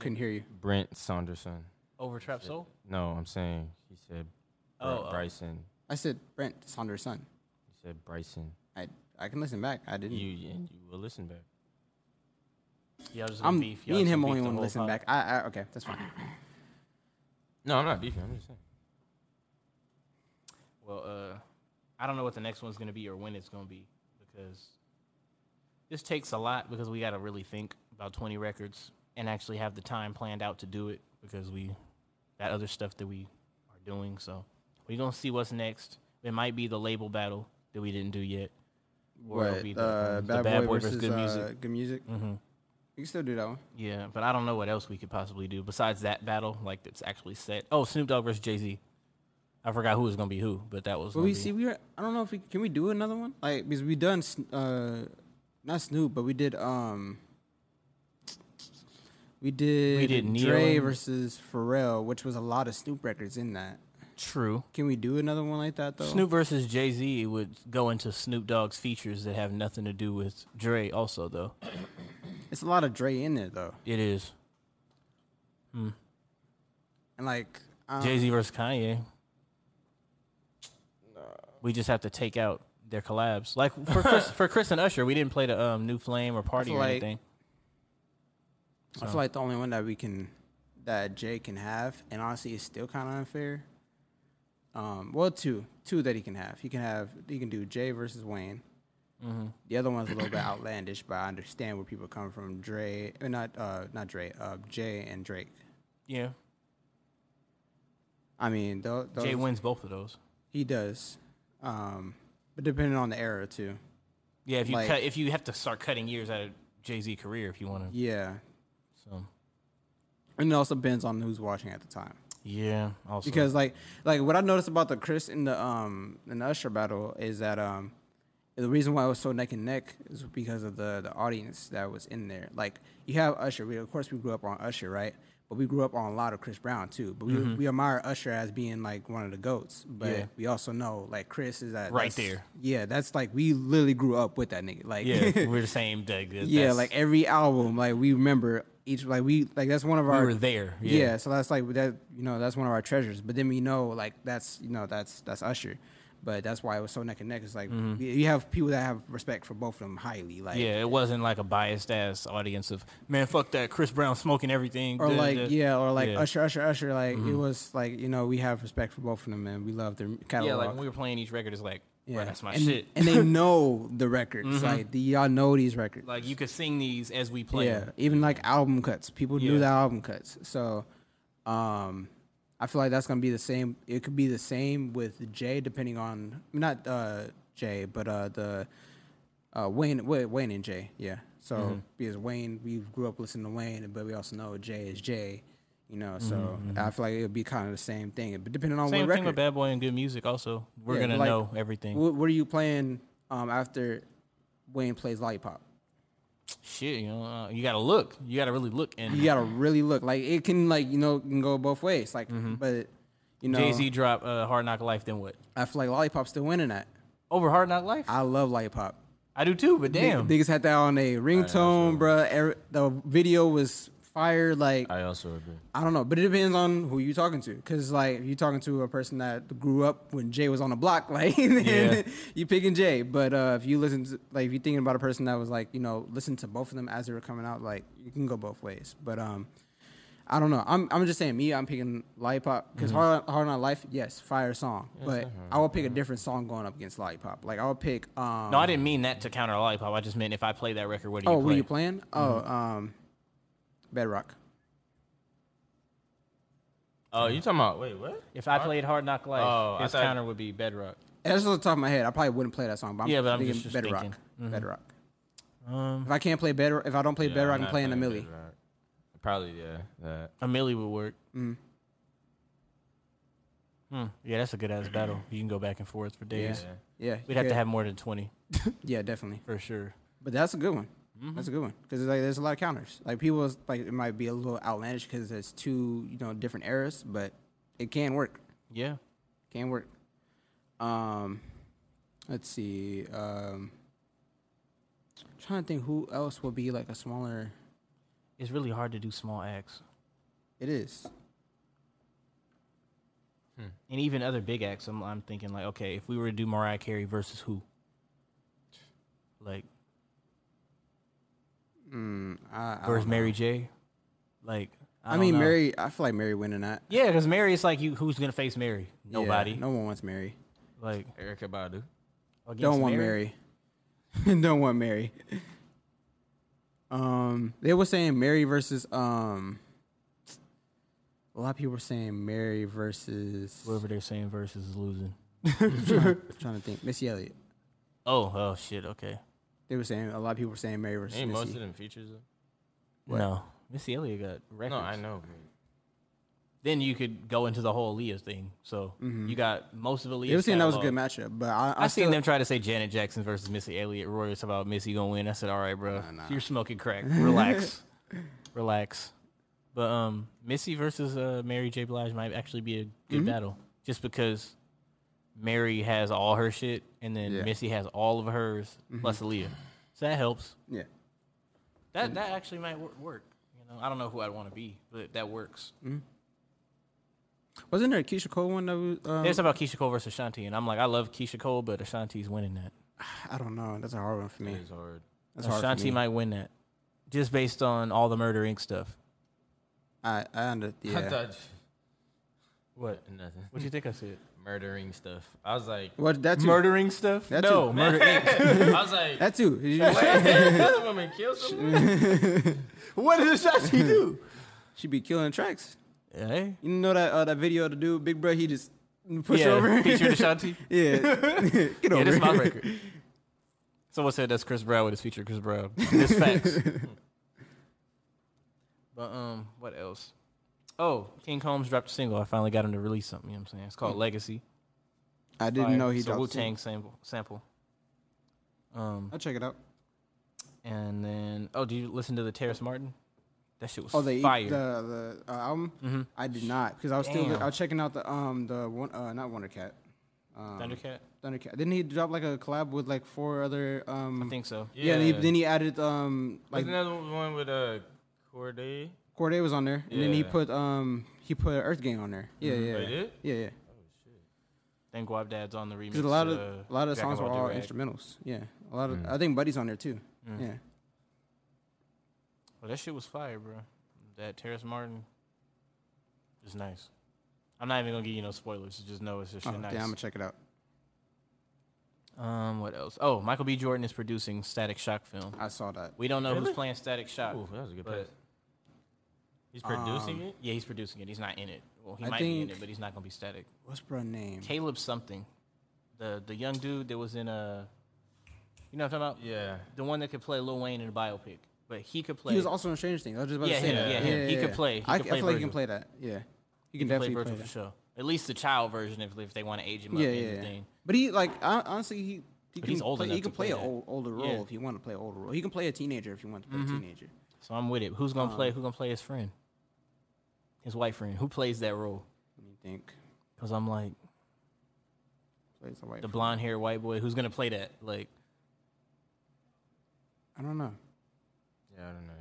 Speaker 2: Couldn't hear you.
Speaker 3: Brent Saunderson.
Speaker 4: Over Trap Soul.
Speaker 3: No, I'm saying he said Brent
Speaker 4: Oh, oh.
Speaker 3: Bryson.
Speaker 2: I said Brent Saunders son.
Speaker 3: He said Bryson.
Speaker 2: I I can listen back. I didn't.
Speaker 3: You and you will listen back.
Speaker 4: Y'all just
Speaker 2: I'm
Speaker 4: gonna
Speaker 2: me
Speaker 4: beef. Y'all
Speaker 2: and
Speaker 4: just
Speaker 2: him
Speaker 4: gonna
Speaker 2: only
Speaker 4: beef the
Speaker 2: want to
Speaker 4: whole
Speaker 2: listen
Speaker 4: pod.
Speaker 2: back. I, I okay, that's fine.
Speaker 3: No, I'm not beefing. I'm just saying.
Speaker 4: Well, uh, I don't know what the next one's gonna be or when it's gonna be because this takes a lot because we gotta really think about 20 records and actually have the time planned out to do it because we that other stuff that we are doing. So we're gonna see what's next. It might be the label battle that we didn't do yet. Or it'll
Speaker 2: What,
Speaker 4: be
Speaker 2: uh,
Speaker 4: um,
Speaker 2: bad, boy, versus, good music. Uh, good music. Mm-hmm. You can still do that one.
Speaker 4: Yeah, but I don't know what else we could possibly do besides that battle, like that's actually set. Oh, Snoop Dogg versus Jay Z. I forgot who was gonna be who, but that was.
Speaker 2: But
Speaker 4: gonna
Speaker 2: we
Speaker 4: be-
Speaker 2: see we were, I don't know if we can we do another one like because we done Sn- uh not Snoop but we did um we did
Speaker 4: did Neo
Speaker 2: Dre
Speaker 4: and-
Speaker 2: versus Pharrell which was a lot of Snoop records in that.
Speaker 4: true.
Speaker 2: Can we do another one like that though?
Speaker 4: Snoop versus Jay Z would go into Snoop Dogg's features that have nothing to do with Dre. Also, though,
Speaker 2: (clears throat) It's a lot of Dre in there though,
Speaker 4: it is
Speaker 2: and like um,
Speaker 4: Jay Z versus Kanye. We just have to take out their collabs. Like for
Speaker 2: (laughs)
Speaker 4: Chris, for Chris and Usher, we didn't play the um, New Flame or Party
Speaker 2: feel
Speaker 4: or
Speaker 2: like-
Speaker 4: anything.
Speaker 2: I feel like the only one that we can that Jay can have, and honestly, it's still kind of unfair. Um, well, two, two that he can have. He can have he can do Jay versus Wayne.
Speaker 4: mm-hmm.
Speaker 2: The other one's a little bit outlandish, but I understand where people come from. Dre, or not uh, not Dre, uh, Jay and Drake.
Speaker 4: Yeah,
Speaker 2: I mean, tho- those,
Speaker 4: Jay wins both of those.
Speaker 2: He does, um, but depending on the era too.
Speaker 4: Yeah, if you
Speaker 2: Like-
Speaker 4: cut, if you have to start cutting years out of Jay Z career if you want to.
Speaker 2: Yeah,
Speaker 4: So
Speaker 2: and it also depends on who's watching at the time.
Speaker 4: yeah, also
Speaker 2: because like like what I noticed about the Chris and the um and the Usher battle is that um the reason why it was so neck and neck is because of the the audience that was in there. Like you have Usher, we of course we grew up on Usher, right? But we grew up on a lot of Chris Brown too. But we, we admire Usher as being like one of the goats. But
Speaker 4: Mm-hmm. Yeah.
Speaker 2: we also know like Chris is that
Speaker 4: Right
Speaker 2: that's-
Speaker 4: there.
Speaker 2: Yeah, that's like we literally grew up with that nigga. Like
Speaker 4: yeah,
Speaker 2: (laughs)
Speaker 4: we're the same. Like, that-
Speaker 2: yeah,
Speaker 4: that's-
Speaker 2: like every album, like we remember each like we like that's one of
Speaker 4: we
Speaker 2: our
Speaker 4: were there.
Speaker 2: yeah.
Speaker 4: Yeah,
Speaker 2: so that's like that you know that's one of our treasures. But then we know like that's you know that's that's Usher, but that's why it was so neck and neck. It's like we- you have people that have respect for both of them highly, like
Speaker 4: Mm-hmm. yeah. It wasn't like a biased ass audience of man, fuck that Chris Brown smoking everything.
Speaker 2: or
Speaker 4: duh,
Speaker 2: like
Speaker 4: duh."
Speaker 2: yeah, or like
Speaker 4: Yeah. Mm-hmm.
Speaker 2: Usher, Usher, Usher. Like it was like you know we have respect for both of them and we love their catalog.
Speaker 4: yeah. Like when we were playing each record, it's like yeah, that's my
Speaker 2: and,
Speaker 4: shit. Mm-hmm. (laughs)
Speaker 2: and they know the records. Like the, y'all know these records.
Speaker 4: like you could sing these as we play.
Speaker 2: Yeah,
Speaker 4: them.
Speaker 2: even like album cuts. People
Speaker 4: Yeah.
Speaker 2: knew the album cuts. So, um, I feel like that's gonna be the same. It could be the same with Jay, depending on not uh Jay, but uh the uh Wayne, Wa- Wayne and Jay. Yeah. So
Speaker 4: Mm-hmm.
Speaker 2: because Wayne, we grew up listening to Wayne, but we also know Jay is Jay. You know, so I feel like it would be kind of the same thing, but depending on
Speaker 4: Mm-hmm, Same
Speaker 2: what
Speaker 4: thing
Speaker 2: record.
Speaker 4: with Bad Boy and Good Music. Also, we're
Speaker 2: Yeah,
Speaker 4: gonna
Speaker 2: like,
Speaker 4: know everything.
Speaker 2: What, what are you playing um after Wayne plays Lollipop?
Speaker 4: shit, you know, uh, you gotta look. You gotta really look. And
Speaker 2: you gotta really look. Like it can like you know can go both ways. Like but you know
Speaker 4: Jay Z drop uh, Hard Knock Life. Then what?
Speaker 2: I feel like Lollipop's still winning that.
Speaker 4: Over Hard Knock Life, I,
Speaker 2: I love Lollipop.
Speaker 4: do too. But
Speaker 2: Nig-
Speaker 4: damn,
Speaker 2: Niggas had that on a ringtone, bruh. Every- The video was fire. Like
Speaker 3: I also agree.
Speaker 2: I don't know, but it depends on who you talking to. Cause like if you talking to a person that grew up when Jay was on the block, (laughs) like then you picking Jay. But uh, if you listen to like if you thinking about a person that was like, you know, listen to both of them as they were coming out, like you can go both ways. But um I don't know. I'm I'm just saying me, I'm picking Lollipop because
Speaker 4: Mm-hmm.
Speaker 2: Hard, Hard on Life, yes, fire song. but I would pick a different song going up against Lollipop. Like I would pick um
Speaker 4: No, I didn't mean that to counter Lollipop. I just meant if I play that record, what do
Speaker 2: Oh,
Speaker 4: you
Speaker 2: what
Speaker 4: play? Mm-hmm.
Speaker 2: are you playing? Oh, um Bedrock.
Speaker 3: Oh, you talking about wait what?
Speaker 4: If I played Hard Knock Life,
Speaker 3: Oh, I
Speaker 4: his
Speaker 3: thought-
Speaker 4: counter would be Bedrock.
Speaker 2: And That's off the top of my head. I probably wouldn't play that song, but I'm,
Speaker 4: Yeah, but I'm
Speaker 2: thinking
Speaker 4: just- just
Speaker 2: Bedrock.
Speaker 4: thinking. Mm-hmm. Um,
Speaker 2: Bedrock. if I can't play Bedrock, if I don't play Bedrock, I'm
Speaker 3: not
Speaker 2: playing a
Speaker 3: playing
Speaker 2: Millie.
Speaker 3: Bedrock. Probably yeah. That.
Speaker 4: A millie would work.
Speaker 2: Mm.
Speaker 4: Hmm. Yeah, that's a good ass battle. You can go back and forth for
Speaker 2: Yeah,
Speaker 4: days.
Speaker 2: yeah. you
Speaker 4: We'd have
Speaker 2: could.
Speaker 4: to have more than twenty
Speaker 2: Yeah, definitely.
Speaker 4: for sure. Mm-hmm.
Speaker 2: But that's a good one. That's a good one because like there's a lot of counters. Like people is- like it might be a little outlandish because there's two you know different eras, but it can work.
Speaker 4: Yeah.
Speaker 2: Can work. Um, let's see. Um, trying to think who else would be like a smaller.
Speaker 4: It's really hard to do small acts.
Speaker 2: (laughs) It is.
Speaker 3: Hmm.
Speaker 4: And even other big acts, I'm, I'm thinking like, okay, if we were to do Mariah Carey versus who? Like
Speaker 2: Mm, I, I,
Speaker 4: versus Mary J. Like I,
Speaker 2: I
Speaker 4: don't
Speaker 2: mean,
Speaker 4: know.
Speaker 2: Mary. I feel like Mary winning that.
Speaker 4: Yeah, because Mary is like you. Who's gonna face Mary?
Speaker 2: Yeah,
Speaker 4: Nobody.
Speaker 2: no one wants Mary.
Speaker 4: Like
Speaker 3: Erica Badu.
Speaker 4: against
Speaker 2: Don't want Mary. Don't want Mary. (laughs) Um, they were saying Mary versus um. A lot of people were saying Mary versus.
Speaker 4: Whoever they're saying versus is losing.
Speaker 2: (laughs) I'm trying to think, Missy Elliott.
Speaker 4: Oh, oh shit. Okay.
Speaker 2: They were saying a lot of people were saying Mary versus
Speaker 3: Ain't most of
Speaker 2: Missy.
Speaker 3: them features. though?
Speaker 4: No, Missy Elliott got records.
Speaker 3: No, I know.
Speaker 4: Then you could go into the whole Aaliyah thing. So you got most of Aaliyah.
Speaker 2: Mm-hmm. They were saying that was a good matchup, but I, I
Speaker 4: I've seen
Speaker 2: still-
Speaker 4: them try to say Janet Jackson versus Missy Elliott. Roy was about Missy gonna win. I said, all right, bro, you're smoking
Speaker 2: (laughs)
Speaker 4: crack. Relax, relax. But um, Missy versus uh, Mary J. Blige might actually be a
Speaker 2: Mm-hmm.
Speaker 4: good battle, just because Mary has all her shit, and then
Speaker 2: Yeah.
Speaker 4: Missy has all of hers plus Aaliyah. So that helps.
Speaker 2: Mm-hmm. Yeah,
Speaker 4: That that actually might wor- work. You know, I don't know who I'd want to be, but that works.
Speaker 2: Mm-hmm. wasn't there a Keisha Cole one that was? Um,
Speaker 4: There's about Keisha Cole versus Ashanti, and I'm like, I love Keisha Cole, but Ashanti's winning that.
Speaker 2: (sighs) I don't know. That's a hard one for me.
Speaker 3: It's hard.
Speaker 2: That's hard for
Speaker 4: Ashanti
Speaker 2: me.
Speaker 4: might win that, just based on all the Murder Inc. stuff.
Speaker 2: I I (laughs) under yeah.
Speaker 3: I thought
Speaker 4: What?
Speaker 3: nothing.
Speaker 4: What you think I said?
Speaker 3: Murdering stuff. I was like,
Speaker 2: what that too?
Speaker 4: Murdering stuff?
Speaker 2: That
Speaker 4: no,
Speaker 3: (laughs)
Speaker 2: too.
Speaker 4: Murder Inc.
Speaker 3: I
Speaker 4: (laughs)
Speaker 3: was like,
Speaker 2: That too.
Speaker 3: (laughs)
Speaker 2: Did you- (laughs)
Speaker 3: that woman killed someone.
Speaker 4: (laughs) what did Ashanti do?
Speaker 2: she be killing tracks.
Speaker 4: Hey,
Speaker 2: You know that uh, that video of the dude, Big Bro, he just push
Speaker 4: yeah,
Speaker 2: over. (laughs)
Speaker 4: featured Ashanti.
Speaker 2: Yeah. (laughs) Get over
Speaker 4: yeah, this is
Speaker 2: it.
Speaker 4: my record. (laughs) Someone said that's Chris Brown with his feature Chris
Speaker 2: (laughs)
Speaker 4: Brown. It's facts. but um, what else? Oh, King Combs dropped a single. I finally got him to release something. You know what I'm saying? It's called Legacy.
Speaker 2: Mm. I didn't know he
Speaker 4: it's a
Speaker 2: dropped
Speaker 4: Wu
Speaker 2: something.
Speaker 4: Tang sample. Sample. Um,
Speaker 2: I'll check it out.
Speaker 4: and then oh, do you listen to the Terrace Martin? That shit was
Speaker 2: Oh, the
Speaker 4: fire. Mm-hmm.
Speaker 2: the, the uh, album. I did not because I was still
Speaker 4: Damn.
Speaker 2: I was checking out the um the one uh not Wonder Cat. Um,
Speaker 4: Thundercat.
Speaker 2: Thundercat. Didn't he drop like a collab with like four other um?
Speaker 4: I think so.
Speaker 2: Yeah. and he, then he added um like
Speaker 3: Like another one with uh, Corday.
Speaker 2: Corday was on there, and then he
Speaker 3: Yeah.
Speaker 2: put um he put Earth Gang on there.
Speaker 4: Mm-hmm.
Speaker 2: Yeah, yeah,
Speaker 3: Oh, he did?
Speaker 2: yeah, yeah.
Speaker 4: Then Guap Dad's on the remix.
Speaker 2: Because a lot of
Speaker 4: to,
Speaker 2: a lot of the
Speaker 4: uh, Jack and Mm.
Speaker 2: songs were
Speaker 4: Wild
Speaker 2: all
Speaker 4: Durag.
Speaker 2: instrumentals. Yeah, a lot of I think Buddy's on there too.
Speaker 4: Mm.
Speaker 2: Yeah,
Speaker 4: Well, that shit was fire, bro. That Terrace Martin is nice. I'm not even gonna give you no spoilers. Just know it's just
Speaker 2: oh,
Speaker 4: shit nice.
Speaker 2: damn, I'm gonna check it out.
Speaker 4: Um, what else? Oh, Michael B. Jordan is producing Static Shock film.
Speaker 2: I saw that.
Speaker 4: We don't know who's playing Static Shock.
Speaker 3: Ooh, that was a good
Speaker 4: but-
Speaker 3: pass. He's producing it.
Speaker 4: Yeah, he's producing it. He's not in it. Well, he
Speaker 2: Um, I
Speaker 4: might be in it,
Speaker 2: think-
Speaker 4: but he's not gonna be Static.
Speaker 2: What's bro name?
Speaker 4: Caleb something, the the young dude that was in a, you know what I'm talking about?
Speaker 3: Yeah.
Speaker 4: The one that could play Lil Wayne in a biopic, but he could play.
Speaker 2: He was also in Stranger Things. I was just about
Speaker 4: Yeah,
Speaker 2: to say
Speaker 4: him,
Speaker 2: that.
Speaker 4: yeah, him. He could play- he
Speaker 2: I,
Speaker 4: could
Speaker 2: I
Speaker 4: play
Speaker 2: feel like he can
Speaker 4: Virgil.
Speaker 2: play that. Yeah, you
Speaker 4: he
Speaker 2: can
Speaker 4: could play
Speaker 2: definitely
Speaker 4: Virgil
Speaker 2: play
Speaker 4: for
Speaker 2: that.
Speaker 4: sure. At least the child version, if, if they want to age him
Speaker 2: Yeah,
Speaker 4: up. and
Speaker 2: yeah, yeah.
Speaker 4: everything.
Speaker 2: But he like I, honestly he. He can
Speaker 4: he's old
Speaker 2: play,
Speaker 4: enough
Speaker 2: he can
Speaker 4: to
Speaker 2: play,
Speaker 4: play
Speaker 2: an
Speaker 4: that.
Speaker 2: old, older role
Speaker 4: Yeah. Mm-hmm.
Speaker 2: if you want to play an older role. He can play a teenager if you want to play a teenager. Um,
Speaker 4: So I'm with it. Who's gonna play? Who gonna play his friend? His white friend. Who plays that role?
Speaker 2: Let me think.
Speaker 4: Because I'm like
Speaker 2: Plays a white
Speaker 4: the
Speaker 2: fr-
Speaker 4: blonde haired white boy. Who's gonna play that? Like
Speaker 2: I don't know.
Speaker 3: Yeah, I don't know.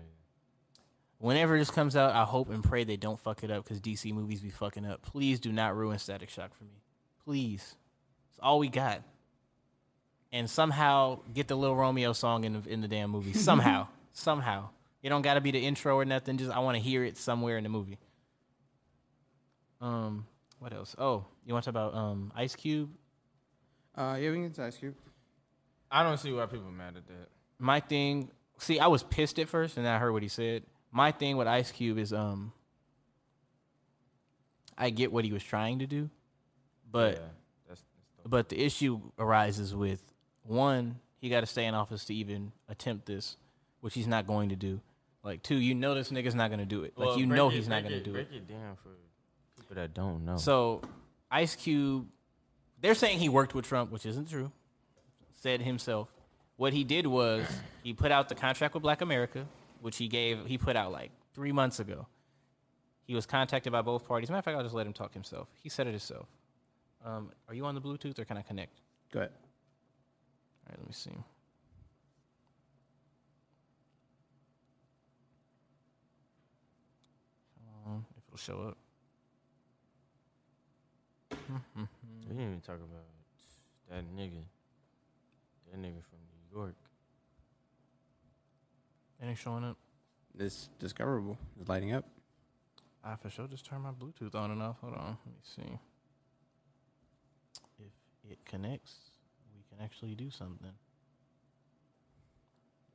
Speaker 4: whenever this comes out, I hope and pray they don't fuck it up. Because DC movies be fucking up. Please do not ruin Static Shock for me. Please, it's all we got. And somehow get the Lil Romeo song in the, in the damn movie. Somehow, somehow. It don't gotta be the intro or nothing. Just I want to hear it somewhere in the movie. Um, what else? Oh, you want to talk about um Ice Cube
Speaker 2: Uh, yeah, we can ask you.
Speaker 3: I don't see why people mad at that.
Speaker 4: my thing see i was pissed at first and then i heard what he said my thing with ice cube is um I get what he was trying to do, but
Speaker 3: That's, that's
Speaker 4: but the issue arises with one, he got to stay in office to even attempt this, which he's not going to do. Like two, you know this nigga's not going to do it. Like
Speaker 3: Well,
Speaker 4: you
Speaker 3: break
Speaker 4: know
Speaker 3: it-
Speaker 4: he's not
Speaker 3: break
Speaker 4: going to do it.
Speaker 3: Break it down for people that don't know.
Speaker 4: So Ice Cube, they're saying he worked with Trump, which isn't true. Said himself, what he did was he put out the contract with Black America, which he gave he put out like three months ago. He was contacted by both parties. Matter of fact, I'll just let him talk himself. He said it himself. Um, are you on the Bluetooth or can I connect?
Speaker 2: Go ahead.
Speaker 4: All right, let me see. Um, if it'll show
Speaker 3: (laughs)
Speaker 4: up.
Speaker 3: we didn't even talk about that nigga. That nigga from New York.
Speaker 4: It ain't showing up.
Speaker 2: It's discoverable. It's lighting up.
Speaker 4: I for sure just turned my Bluetooth on and off. Hold on. Let me see. If it connects, we can actually do something.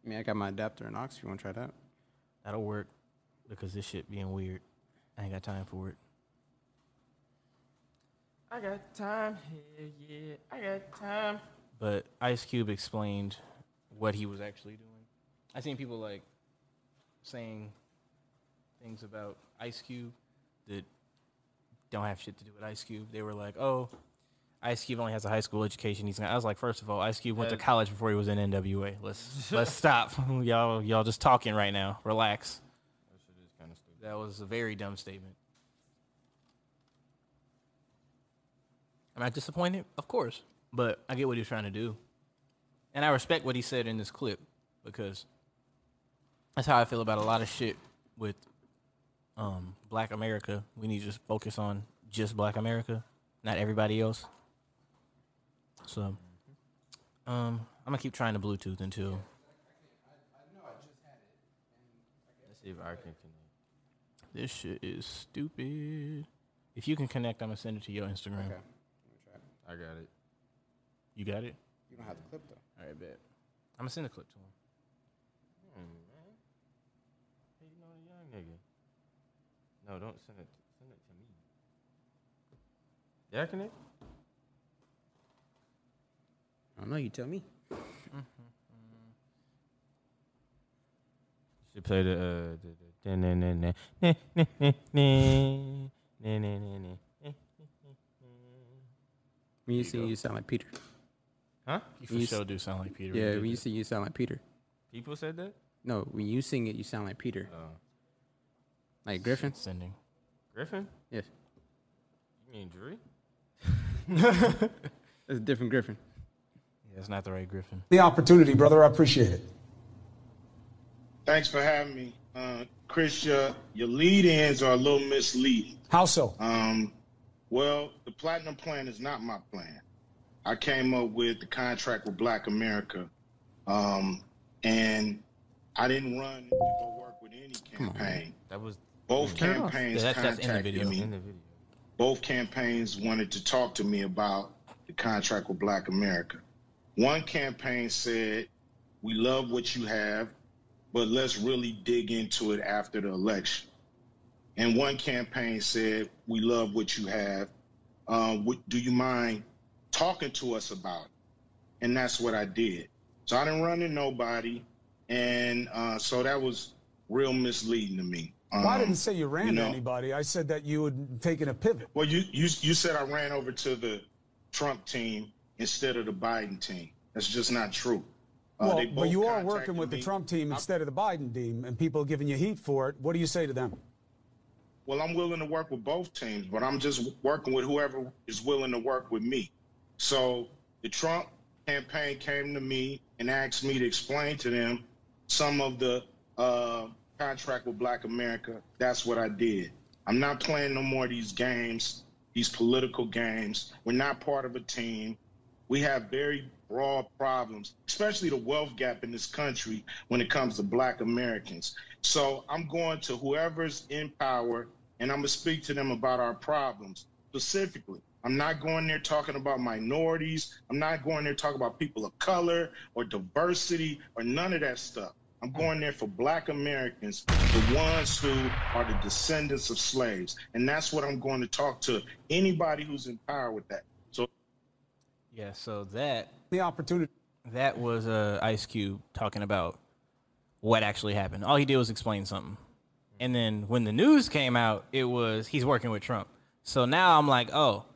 Speaker 2: I mean, I got my adapter and aux. If you want to try that?
Speaker 4: That'll work because this shit being weird. I ain't got time for it.
Speaker 3: I got time here, yeah. I got time.
Speaker 4: But Ice Cube explained what he was actually doing. I seen people like saying things about Ice Cube that don't have shit to do with Ice Cube. They were like, "Oh, Ice Cube only has a high school education. He's." Not. I was like, first of all, Ice Cube went to college before he was in NWA. Let's let's stop, (laughs) y'all. Y'all just talking right now. Relax. That was a very dumb statement. Am I disappointed? Of course. But I get what he was trying to do. And I respect what he said in this clip because that's how I feel about a lot of shit with um, black America. We need to just focus on just black America, not everybody else. So um, I'm going to keep trying the Bluetooth until.
Speaker 3: Let's see if I can connect.
Speaker 4: This shit is stupid. If you can connect, I'm going to send it to your Instagram.
Speaker 2: Okay.
Speaker 3: I got it.
Speaker 4: You got it?
Speaker 2: You don't have the clip though.
Speaker 4: All right, bet. I'm going to send the clip to him.
Speaker 3: Mm-hmm. Hey, you know the young nigga. No, don't send it. Send it to me. Did I connect?
Speaker 2: I don't know. You tell me.
Speaker 4: Mm-hmm.
Speaker 3: Should play the uh the, the na na na na na na na na na na na.
Speaker 2: When you sing, you sound like Peter.
Speaker 3: Huh?
Speaker 4: You for
Speaker 2: You
Speaker 4: sure do sound like Peter.
Speaker 2: Yeah.
Speaker 4: did
Speaker 2: When you
Speaker 4: that.
Speaker 2: sing, you sound like Peter.
Speaker 3: People said that.
Speaker 2: No, when you sing it, you sound like Peter.
Speaker 3: Oh.
Speaker 2: Like Griffin.
Speaker 4: Sending.
Speaker 3: Griffin?
Speaker 2: Yes.
Speaker 3: You mean Drew?
Speaker 2: (laughs) That's a different Griffin.
Speaker 4: Yeah, that's not the right Griffin.
Speaker 7: the opportunity, brother. I appreciate it.
Speaker 8: Thanks for having me. Uh, Chris, your, your lead ins are a little misleading.
Speaker 7: How so?
Speaker 8: Um, well, the platinum plan is not my plan. I came up with the contract with Black America, um, and I didn't run to go work with any campaign.
Speaker 3: That was
Speaker 8: Both
Speaker 4: Turn it off.
Speaker 8: campaigns
Speaker 4: Yeah, that's- that's in the
Speaker 8: contacted
Speaker 4: video.
Speaker 8: me.
Speaker 3: in the video.
Speaker 8: both campaigns wanted to talk to me about the contract with Black America. One campaign said, We love what you have, but let's really dig into it after the election. And one campaign said, We love what you have. Um, would- do you mind talking to us about it? And that's what I did. So I didn't run to nobody. And uh, so that was real misleading to me.
Speaker 7: Well, I
Speaker 8: Um,
Speaker 7: didn't say you ran
Speaker 8: you
Speaker 7: to
Speaker 8: know-
Speaker 7: anybody. I said that you had taken a pivot.
Speaker 8: well, you, you you said I ran over to the Trump team instead of the Biden team. That's just not true. Uh,
Speaker 7: Well,
Speaker 8: they
Speaker 7: but
Speaker 8: both
Speaker 7: you are
Speaker 8: contacted
Speaker 7: working with
Speaker 8: me.
Speaker 7: the Trump team instead of the Biden team, and people are giving you heat for it. What do you say to them?
Speaker 8: Well, I'm willing to work with both teams, but I'm just working with whoever is willing to work with me. So the Trump campaign came to me and asked me to explain to them some of the uh, contract with Black America. That's what I did. I'm not playing no more of these games, these political games. We're not part of a team. We have very broad problems, especially the wealth gap in this country when it comes to black Americans. So I'm going to whoever's in power and I'm going to speak to them about our problems specifically. I'm not going there talking about minorities. I'm not going there talking about people of color or diversity or none of that stuff. I'm going there for black Americans, the ones who are the descendants of slaves. And that's what I'm going to talk to anybody who's in power with that. So
Speaker 4: Yeah, so that
Speaker 9: The opportunity.
Speaker 4: that was uh, Ice Cube talking about what actually happened. All he did was explain something. And then when the news came out, it was he's working with Trump. So now I'm like, oh,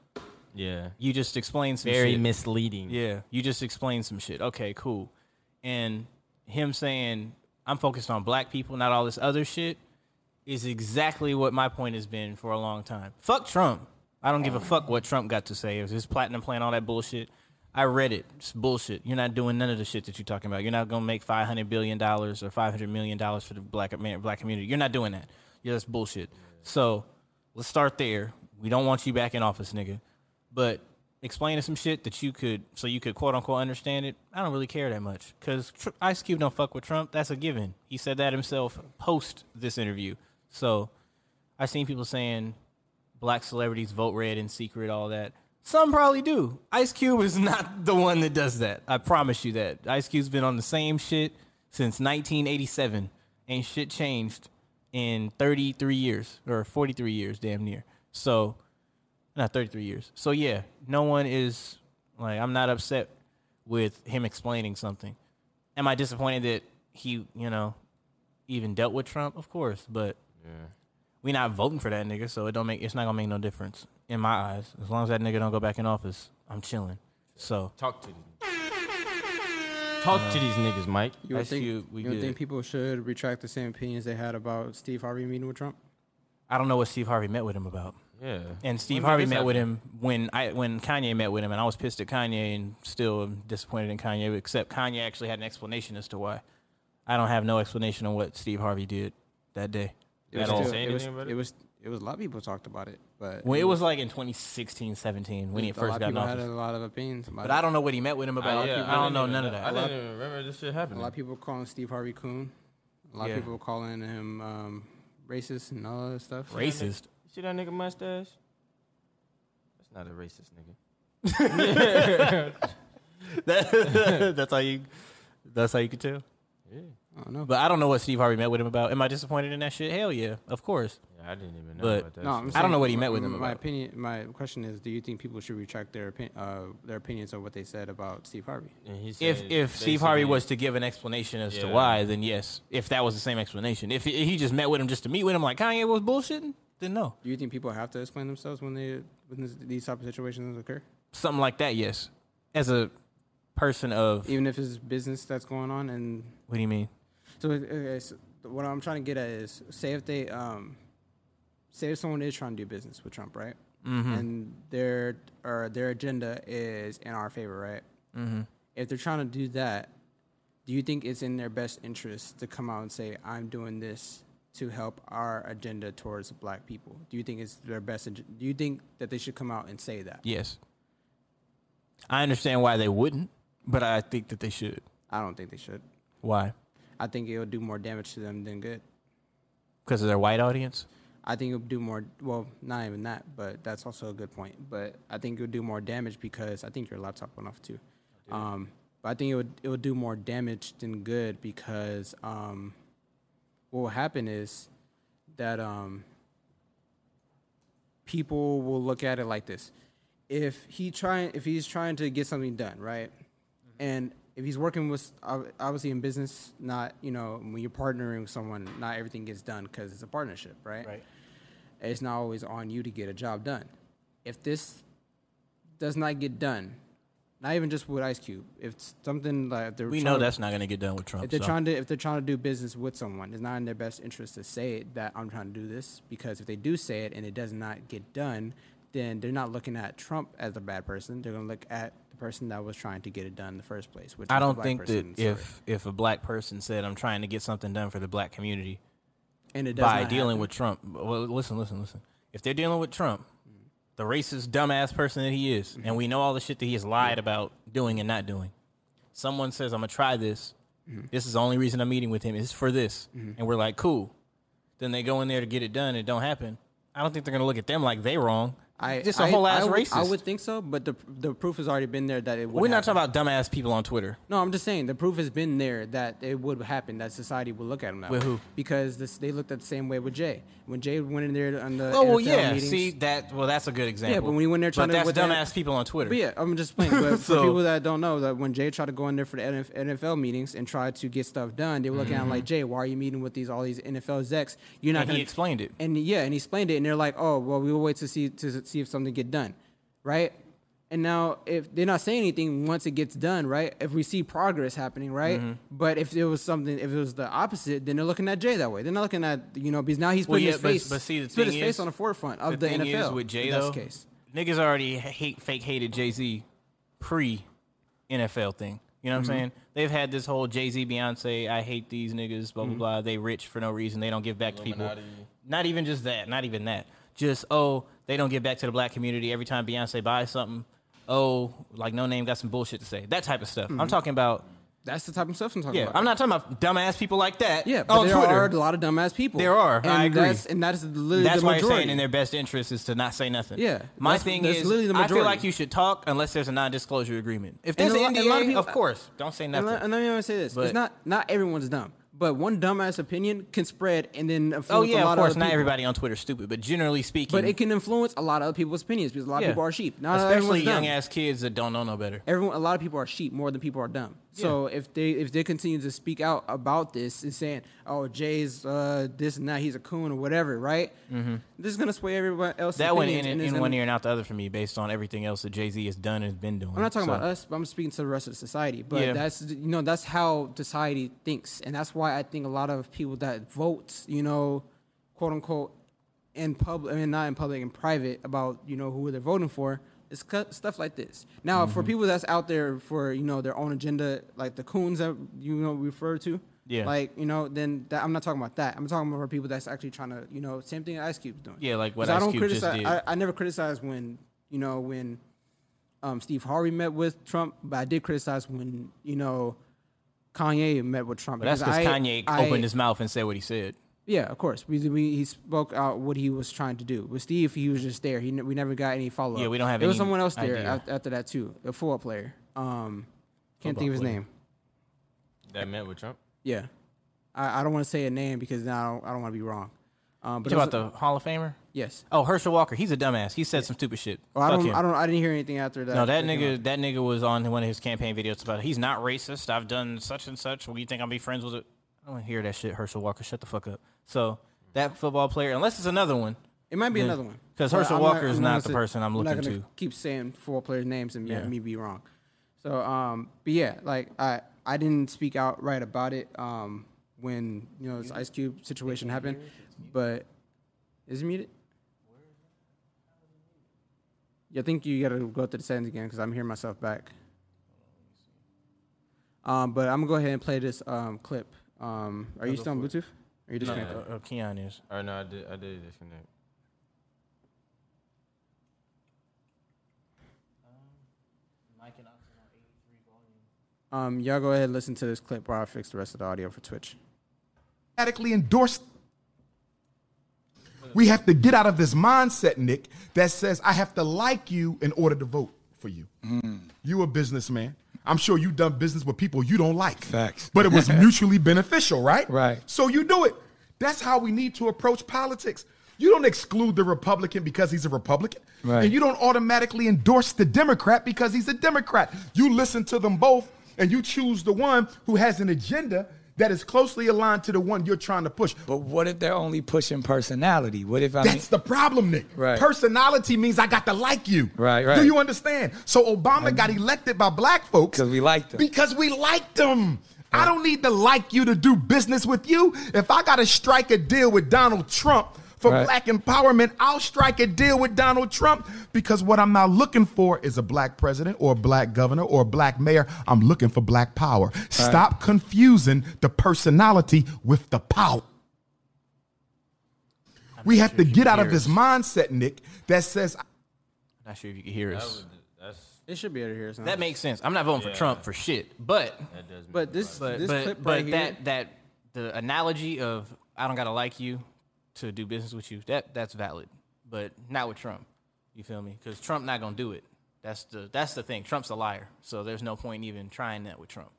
Speaker 3: Yeah.
Speaker 4: you just explained some
Speaker 3: Very
Speaker 4: shit.
Speaker 3: misleading.
Speaker 4: Yeah, you just explained some shit. Okay, cool. And him saying I'm focused on black people, not all this other shit, is exactly what my point has been for a long time. Fuck Trump. I don't
Speaker 3: Oh.
Speaker 4: give a fuck what Trump got to say. It was his platinum plan, all that bullshit. I read it. It's bullshit. You're not doing none of the shit that you're talking about. You're not gonna make five hundred billion dollars or five hundred million dollars for the black Amer- black community. You're not doing that. Yeah, that's bullshit. So let's start there. We don't want you back in office, nigga. But explaining some shit that you could, so you could quote unquote understand it. I don't really care that much because tr- Ice Cube don't fuck with Trump. That's a given. He said that himself post this interview. So I've seen people saying black celebrities vote red in secret, all that. Some probably do. Ice Cube is (laughs) not the one that does that. I promise you that. Ice Cube's been on the same shit since 1987. Ain't shit changed in 33 years or 43 years, damn near. So, not 33 years. So, yeah, no one is like, I'm not upset with him explaining something. Am I disappointed that he, you know, even dealt with Trump? Of course, but we not voting for that nigga, so it don't make it's not gonna make no difference in my eyes. As long as that nigga don't go back in office, I'm chilling. So uh,
Speaker 3: Talk to these. Talk to these niggas, Mike.
Speaker 2: You would
Speaker 4: Ice
Speaker 2: think,
Speaker 4: Cube, we
Speaker 2: you would think
Speaker 4: good.
Speaker 2: people should retract the same opinions they had about Steve Harvey meeting with Trump?
Speaker 4: I don't know what Steve Harvey met with him about.
Speaker 3: Yeah.
Speaker 4: And Steve
Speaker 3: When did
Speaker 4: Harvey
Speaker 3: this
Speaker 4: met
Speaker 3: happen?
Speaker 4: with him when I when Kanye met with him, and I was pissed at Kanye and still am disappointed in Kanye. Except Kanye actually had an explanation as to why. I don't have no explanation on what Steve Harvey did that day at all.
Speaker 3: was
Speaker 2: Still,
Speaker 3: say
Speaker 2: it, was,
Speaker 3: anything about it?
Speaker 2: it was it was a lot of people talked about it, but
Speaker 4: When it was like in 2016, 17 when he
Speaker 2: Mm. a lot
Speaker 4: first
Speaker 2: of
Speaker 4: got in
Speaker 2: people had
Speaker 4: office.
Speaker 2: a lot of opinions. About
Speaker 4: But
Speaker 2: it.
Speaker 4: I don't know what he met with him about.
Speaker 3: yeah,
Speaker 4: I don't know
Speaker 3: even
Speaker 4: none of that.
Speaker 3: I didn't even remember this shit happening.
Speaker 2: A lot of people calling Steve Harvey coon. A lot
Speaker 4: Yeah.
Speaker 2: of people calling him um, racist and all that stuff.
Speaker 4: Racist.
Speaker 3: You see that nigga mustache? That's not a racist nigga.
Speaker 4: (laughs) That- (laughs) that's how you. That's how you could tell.
Speaker 2: I don't know.
Speaker 4: But I don't know what Steve Harvey met with him about. Am I disappointed in that shit? Hell yeah, of course.
Speaker 3: Yeah, I didn't even know
Speaker 4: But-
Speaker 3: about that.
Speaker 2: no,
Speaker 3: shit.
Speaker 2: I'm
Speaker 4: I don't know
Speaker 2: saying
Speaker 4: what he
Speaker 2: my-
Speaker 4: met with him
Speaker 2: My
Speaker 4: about.
Speaker 2: opinion, my question is: Do you think people should retract their opin- uh, their opinions of what they said about Steve Harvey?
Speaker 3: And he
Speaker 4: If
Speaker 3: said
Speaker 4: if Steve Harvey
Speaker 3: basically-
Speaker 4: was to give an explanation as to
Speaker 3: Yeah.
Speaker 4: why, then yes. If that was the same explanation, if he he just met with him just to meet with him, like Kanye was bullshitting, then no.
Speaker 2: Do you think people have to explain themselves when they when this, these type of situations occur?
Speaker 4: Something like that, yes. As a person of,
Speaker 2: Even if it's business that's going on, and
Speaker 4: what do you mean?
Speaker 2: so, okay, so what I'm trying to get at is, say if they um, say if someone is trying to do business with Trump, right?
Speaker 4: Mm-hmm.
Speaker 2: And their or their agenda is in our favor, right?
Speaker 4: Mm-hmm.
Speaker 2: If they're trying to do that, do you think it's in their best interest to come out and say, "I'm doing this to help our agenda towards black people"? Do you think it's their best? ag- Do you think that they should come out and say that?
Speaker 4: Yes. I understand why they wouldn't, but I think that they should.
Speaker 2: I don't think they should.
Speaker 4: Why?
Speaker 2: I think it'll do more damage to them than good.
Speaker 4: Because of their white audience.
Speaker 2: I think it would do more. Well, not even that, but that's also a good point. But I think it would do more damage because I think your laptop went off too. Um, but I think it would it would do more damage than good because um, what will happen is that um, people will look at it like this: if he trying if he's trying to get something done, right,
Speaker 4: Mm-hmm.
Speaker 2: and if he's working with ob- obviously in business, not you know when you're partnering with someone, not everything gets done because it's a partnership, right? Right it's not always on you to get a job done. If this does not get done, not even just with Ice Cube, if it's something like they're
Speaker 4: We
Speaker 2: trying
Speaker 4: know
Speaker 2: to-
Speaker 4: that's not going to get done with Trump.
Speaker 2: if they're
Speaker 4: so.
Speaker 2: trying to if they're trying to do business with someone, it's not in their best interest to say it, that I'm trying to do this because if they do say it and it does not get done, then they're not looking at Trump as a bad person. They're going to look at the person that was trying to get it done in the first place. Which
Speaker 4: I
Speaker 2: was the
Speaker 4: don't
Speaker 2: black
Speaker 4: think that
Speaker 2: person, sorry.
Speaker 4: if if a black person said I'm trying to get something done for the black community
Speaker 2: and it does
Speaker 4: by
Speaker 2: not
Speaker 4: dealing
Speaker 2: happen-
Speaker 4: with Trump. Well, listen, listen, listen. If they're dealing with Trump, the racist dumbass person that he is,
Speaker 2: Mm-hmm.
Speaker 4: and we know all the shit that he has lied about doing and not doing. Someone says I'm gonna try this.
Speaker 2: Mm-hmm.
Speaker 4: This is the only reason I'm meeting with him is for this, and we're like, cool. Then they go in there to get it done. It don't happen. I don't think they're gonna look at them like they wrong.
Speaker 2: I
Speaker 4: Just a
Speaker 2: I-
Speaker 4: whole
Speaker 2: I
Speaker 4: ass
Speaker 2: would- I
Speaker 4: racist.
Speaker 2: would think so, but the the proof has already been there that it would.
Speaker 4: We're not
Speaker 2: happen.
Speaker 4: talking about dumbass people on Twitter.
Speaker 2: No, I'm just saying the proof has been there that it would happen. That society would look at him that
Speaker 4: With
Speaker 2: way.
Speaker 4: who?
Speaker 2: Because this, they looked at the same way with Jay. When Jay went in there on the
Speaker 4: Oh well,
Speaker 2: NFL
Speaker 4: yeah.
Speaker 2: meetings-
Speaker 4: See that? Well, that's a good example.
Speaker 2: Yeah, but when we went there trying
Speaker 4: but
Speaker 2: to-
Speaker 4: that's
Speaker 2: with the-
Speaker 4: dumbass people on Twitter.
Speaker 2: But yeah, I'm just playing.
Speaker 4: (laughs)
Speaker 2: But
Speaker 4: So-
Speaker 2: for people that don't know, that when Jay tried to go in there for the NF NFL meetings and try to get stuff done, they were looking at him like, Jay, why are you meeting with these all these NFL execs? You're not
Speaker 4: And he
Speaker 2: gonna
Speaker 4: explained it.
Speaker 2: And yeah, and he explained it, and they're like, oh, well, we will wait to see to see if something get done, right? And now if they're not saying anything once it gets done, right? If we see progress happening, right?
Speaker 4: Mm-hmm.
Speaker 2: But if it was something, if it was the opposite, then they're looking at Jay that way. They're not looking at you know because now he's
Speaker 4: Well,
Speaker 2: putting
Speaker 4: yeah,
Speaker 2: his
Speaker 4: but-
Speaker 2: face,
Speaker 4: but see, the
Speaker 2: he's putting
Speaker 4: thing
Speaker 2: his face
Speaker 4: is-
Speaker 2: on the forefront
Speaker 4: the
Speaker 2: of the,
Speaker 4: thing
Speaker 2: NFL
Speaker 4: is with Jay
Speaker 2: in this
Speaker 4: though,
Speaker 2: case.
Speaker 4: niggas already hate fake hated Jay Z pre NFL thing. You
Speaker 2: Mm-hmm.
Speaker 4: know what I'm saying? They've had this whole Jay Z, Beyonce, I hate these niggas, blah blah
Speaker 2: Mm-hmm.
Speaker 4: blah. They rich for no reason. They don't give back to people.
Speaker 3: Illuminati.
Speaker 4: Not even just that. Not even that. Just oh, they don't give back to the black community every time Beyonce buys something. Oh, like no name got some bullshit to say. That type of stuff. I'm talking about.
Speaker 2: Mm-hmm. That's the type of stuff I'm talking
Speaker 4: Yeah,
Speaker 2: about.
Speaker 4: I'm not talking about dumbass people like that.
Speaker 2: Yeah, but
Speaker 4: on
Speaker 2: there
Speaker 4: Twitter.
Speaker 2: are a lot of dumbass people.
Speaker 4: There are.
Speaker 2: And
Speaker 4: I agree.
Speaker 2: That's, and that's literally
Speaker 4: That's
Speaker 2: the
Speaker 4: why
Speaker 2: majority.
Speaker 4: you're saying in their best interest is to not say nothing.
Speaker 2: Yeah,
Speaker 4: My
Speaker 2: that's-
Speaker 4: thing
Speaker 2: that's
Speaker 4: is,
Speaker 2: literally the
Speaker 4: I feel
Speaker 2: majority.
Speaker 4: like you should talk unless there's a non-disclosure agreement. If
Speaker 2: And
Speaker 4: there's
Speaker 2: a
Speaker 4: an
Speaker 2: lot- a lot
Speaker 4: NDA,
Speaker 2: of people-
Speaker 4: of course, don't say
Speaker 2: and
Speaker 4: nothing.
Speaker 2: let, and let me always say this:
Speaker 4: But-
Speaker 2: it's not not everyone's dumb, but one dumbass opinion can spread and then influence
Speaker 4: oh
Speaker 2: a
Speaker 4: yeah,
Speaker 2: lot
Speaker 4: of course.
Speaker 2: other
Speaker 4: Not
Speaker 2: people.
Speaker 4: everybody on Twitter is stupid, but generally speaking,
Speaker 2: But it can influence a lot of other people's opinions because a lot
Speaker 4: yeah.
Speaker 2: of people are sheep. Not
Speaker 4: especially
Speaker 2: everyone's dumb.
Speaker 4: young ass kids that don't know no better.
Speaker 2: Everyone, a lot of people are sheep more than people are dumb. So if they if they continue to speak out about this and saying, "Oh, Jay's uh, this and that, he's a coon or whatever," right? Mm-hmm. This is gonna sway everyone else.
Speaker 4: That went in,
Speaker 2: opinions, and it's
Speaker 4: in
Speaker 2: gonna-
Speaker 4: one ear and out the other for me, based on everything else that Jay Z has done and has been doing.
Speaker 2: I'm not talking
Speaker 4: So,
Speaker 2: about us, but I'm speaking to the rest of society. But
Speaker 4: Yeah.
Speaker 2: that's you know that's how society thinks, and that's why I think a lot of people that vote, you know, quote unquote, in public, I mean not in public, in private, about you know who they're voting for, is cu- stuff like this. Now, for
Speaker 4: Mm-hmm.
Speaker 2: people that's out there for you know their own agenda, like the coons that you know refer to,
Speaker 4: Yeah.
Speaker 2: like you know, then that, I'm not talking about that. I'm talking about for people that's actually trying to you know same thing Ice Cube's doing.
Speaker 4: Yeah, like what
Speaker 2: 'Cause I
Speaker 4: Ice
Speaker 2: don't
Speaker 4: Cube just
Speaker 2: criticize.
Speaker 4: did.
Speaker 2: I, I never criticize when you know when um, Steve Harvey met with Trump, but I did criticize when you know Kanye met with Trump.
Speaker 4: But that's because Kanye
Speaker 2: I-
Speaker 4: opened his mouth and said what he said.
Speaker 2: Yeah, of course. We, we he spoke out what he was trying to do. With Steve, he was just there. He ne- we never got any follow up.
Speaker 4: Yeah, we don't have
Speaker 2: There was
Speaker 4: any
Speaker 2: someone else there
Speaker 4: idea.
Speaker 2: af- after that too, a football player. Um, can't think of his
Speaker 4: Football player.
Speaker 2: name.
Speaker 3: That meant with Trump.
Speaker 2: Yeah, I, I don't want to say a name because now I don't, I don't want to be wrong. Um, but
Speaker 4: You
Speaker 2: it was-
Speaker 4: talking about the Hall of Famer?
Speaker 2: yes.
Speaker 4: Oh, Herschel Walker. He's a dumbass. He said some stupid shit.
Speaker 2: Well, I
Speaker 4: Fuck
Speaker 2: don't.
Speaker 4: him.
Speaker 2: I don't. I didn't hear anything after that.
Speaker 4: No, that
Speaker 2: came
Speaker 4: nigga,
Speaker 2: out.
Speaker 4: that nigga was on one of his campaign videos about he's not racist. I've done such and such. Well, you think I'll be friends with it? I don't want to hear that shit, Herschel Walker. Shut the fuck up. So that football player, unless it's another one,
Speaker 2: It might be
Speaker 4: Yeah.
Speaker 2: another one.
Speaker 4: 'Cause
Speaker 2: But
Speaker 4: Herschel
Speaker 2: I'm not-
Speaker 4: Walker is
Speaker 2: I'm not
Speaker 4: not
Speaker 2: gonna
Speaker 4: the
Speaker 2: say-
Speaker 4: person I'm
Speaker 2: not
Speaker 4: looking
Speaker 2: gonna
Speaker 4: to.
Speaker 2: Keep saying four players' names and
Speaker 4: Yeah.
Speaker 2: me be wrong. So, um, but yeah, like I, I didn't speak out right about it um, when you know this Ice Cube situation happened, but is it muted? Yeah, I think you gotta go through the settings again because I'm hearing myself back. Um, but I'm gonna go ahead and play this um, clip. Um, are you still on Bluetooth? Are you
Speaker 4: uh,
Speaker 2: disconnected?
Speaker 4: uh, Keon is.
Speaker 3: Or Oh, no, I did. I did disconnect.
Speaker 2: Um, y'all go ahead and listen to this clip while I fix the rest of the audio for Twitch.
Speaker 7: automatically endorsed. We have to get out of this mindset, Nick, that says I have to like you in order to vote for you.
Speaker 8: Mm.
Speaker 7: You a businessman. I'm sure you done business with people you don't like.
Speaker 8: Facts.
Speaker 7: But
Speaker 8: (laughs)
Speaker 7: it was mutually beneficial, right?
Speaker 8: Right.
Speaker 7: So you do it. That's how we need to approach politics. You don't exclude the Republican because he's a Republican.
Speaker 8: Right.
Speaker 7: And you don't automatically endorse the Democrat because he's a Democrat. You listen to them both and you choose the one who has an agenda that is closely aligned to the one you're trying to push.
Speaker 8: But what if they're only pushing personality? What if I mean,
Speaker 7: That's the problem, Nick.
Speaker 8: Right.
Speaker 7: Personality means I got to like you.
Speaker 8: Right, right.
Speaker 7: Do you understand? So Obama got elected by black folks
Speaker 8: 'Cause we liked him.
Speaker 7: Because we liked him. I don't need to like you to do business with you. If I got to strike a deal with Donald Trump for
Speaker 8: Right.
Speaker 7: black empowerment, I'll strike a deal with Donald Trump because what I'm not looking for is a black president or a black governor or a black mayor. I'm looking for black power. Stop confusing the personality with the power. We have to get out of this mindset, Nick, that says
Speaker 4: Not sure if you can hear us.
Speaker 2: It should be able to hear something.
Speaker 4: That makes sense. I'm not voting for Trump for shit, but
Speaker 2: but this
Speaker 4: but
Speaker 2: this
Speaker 4: but,
Speaker 2: clip
Speaker 4: but
Speaker 2: right
Speaker 4: that
Speaker 2: here.
Speaker 4: that the analogy of I don't gotta like you to do business with you that that's valid, but not with Trump. You feel me? Because Trump not gonna do it. That's the that's the thing. Trump's a liar, so there's no point even trying that with Trump.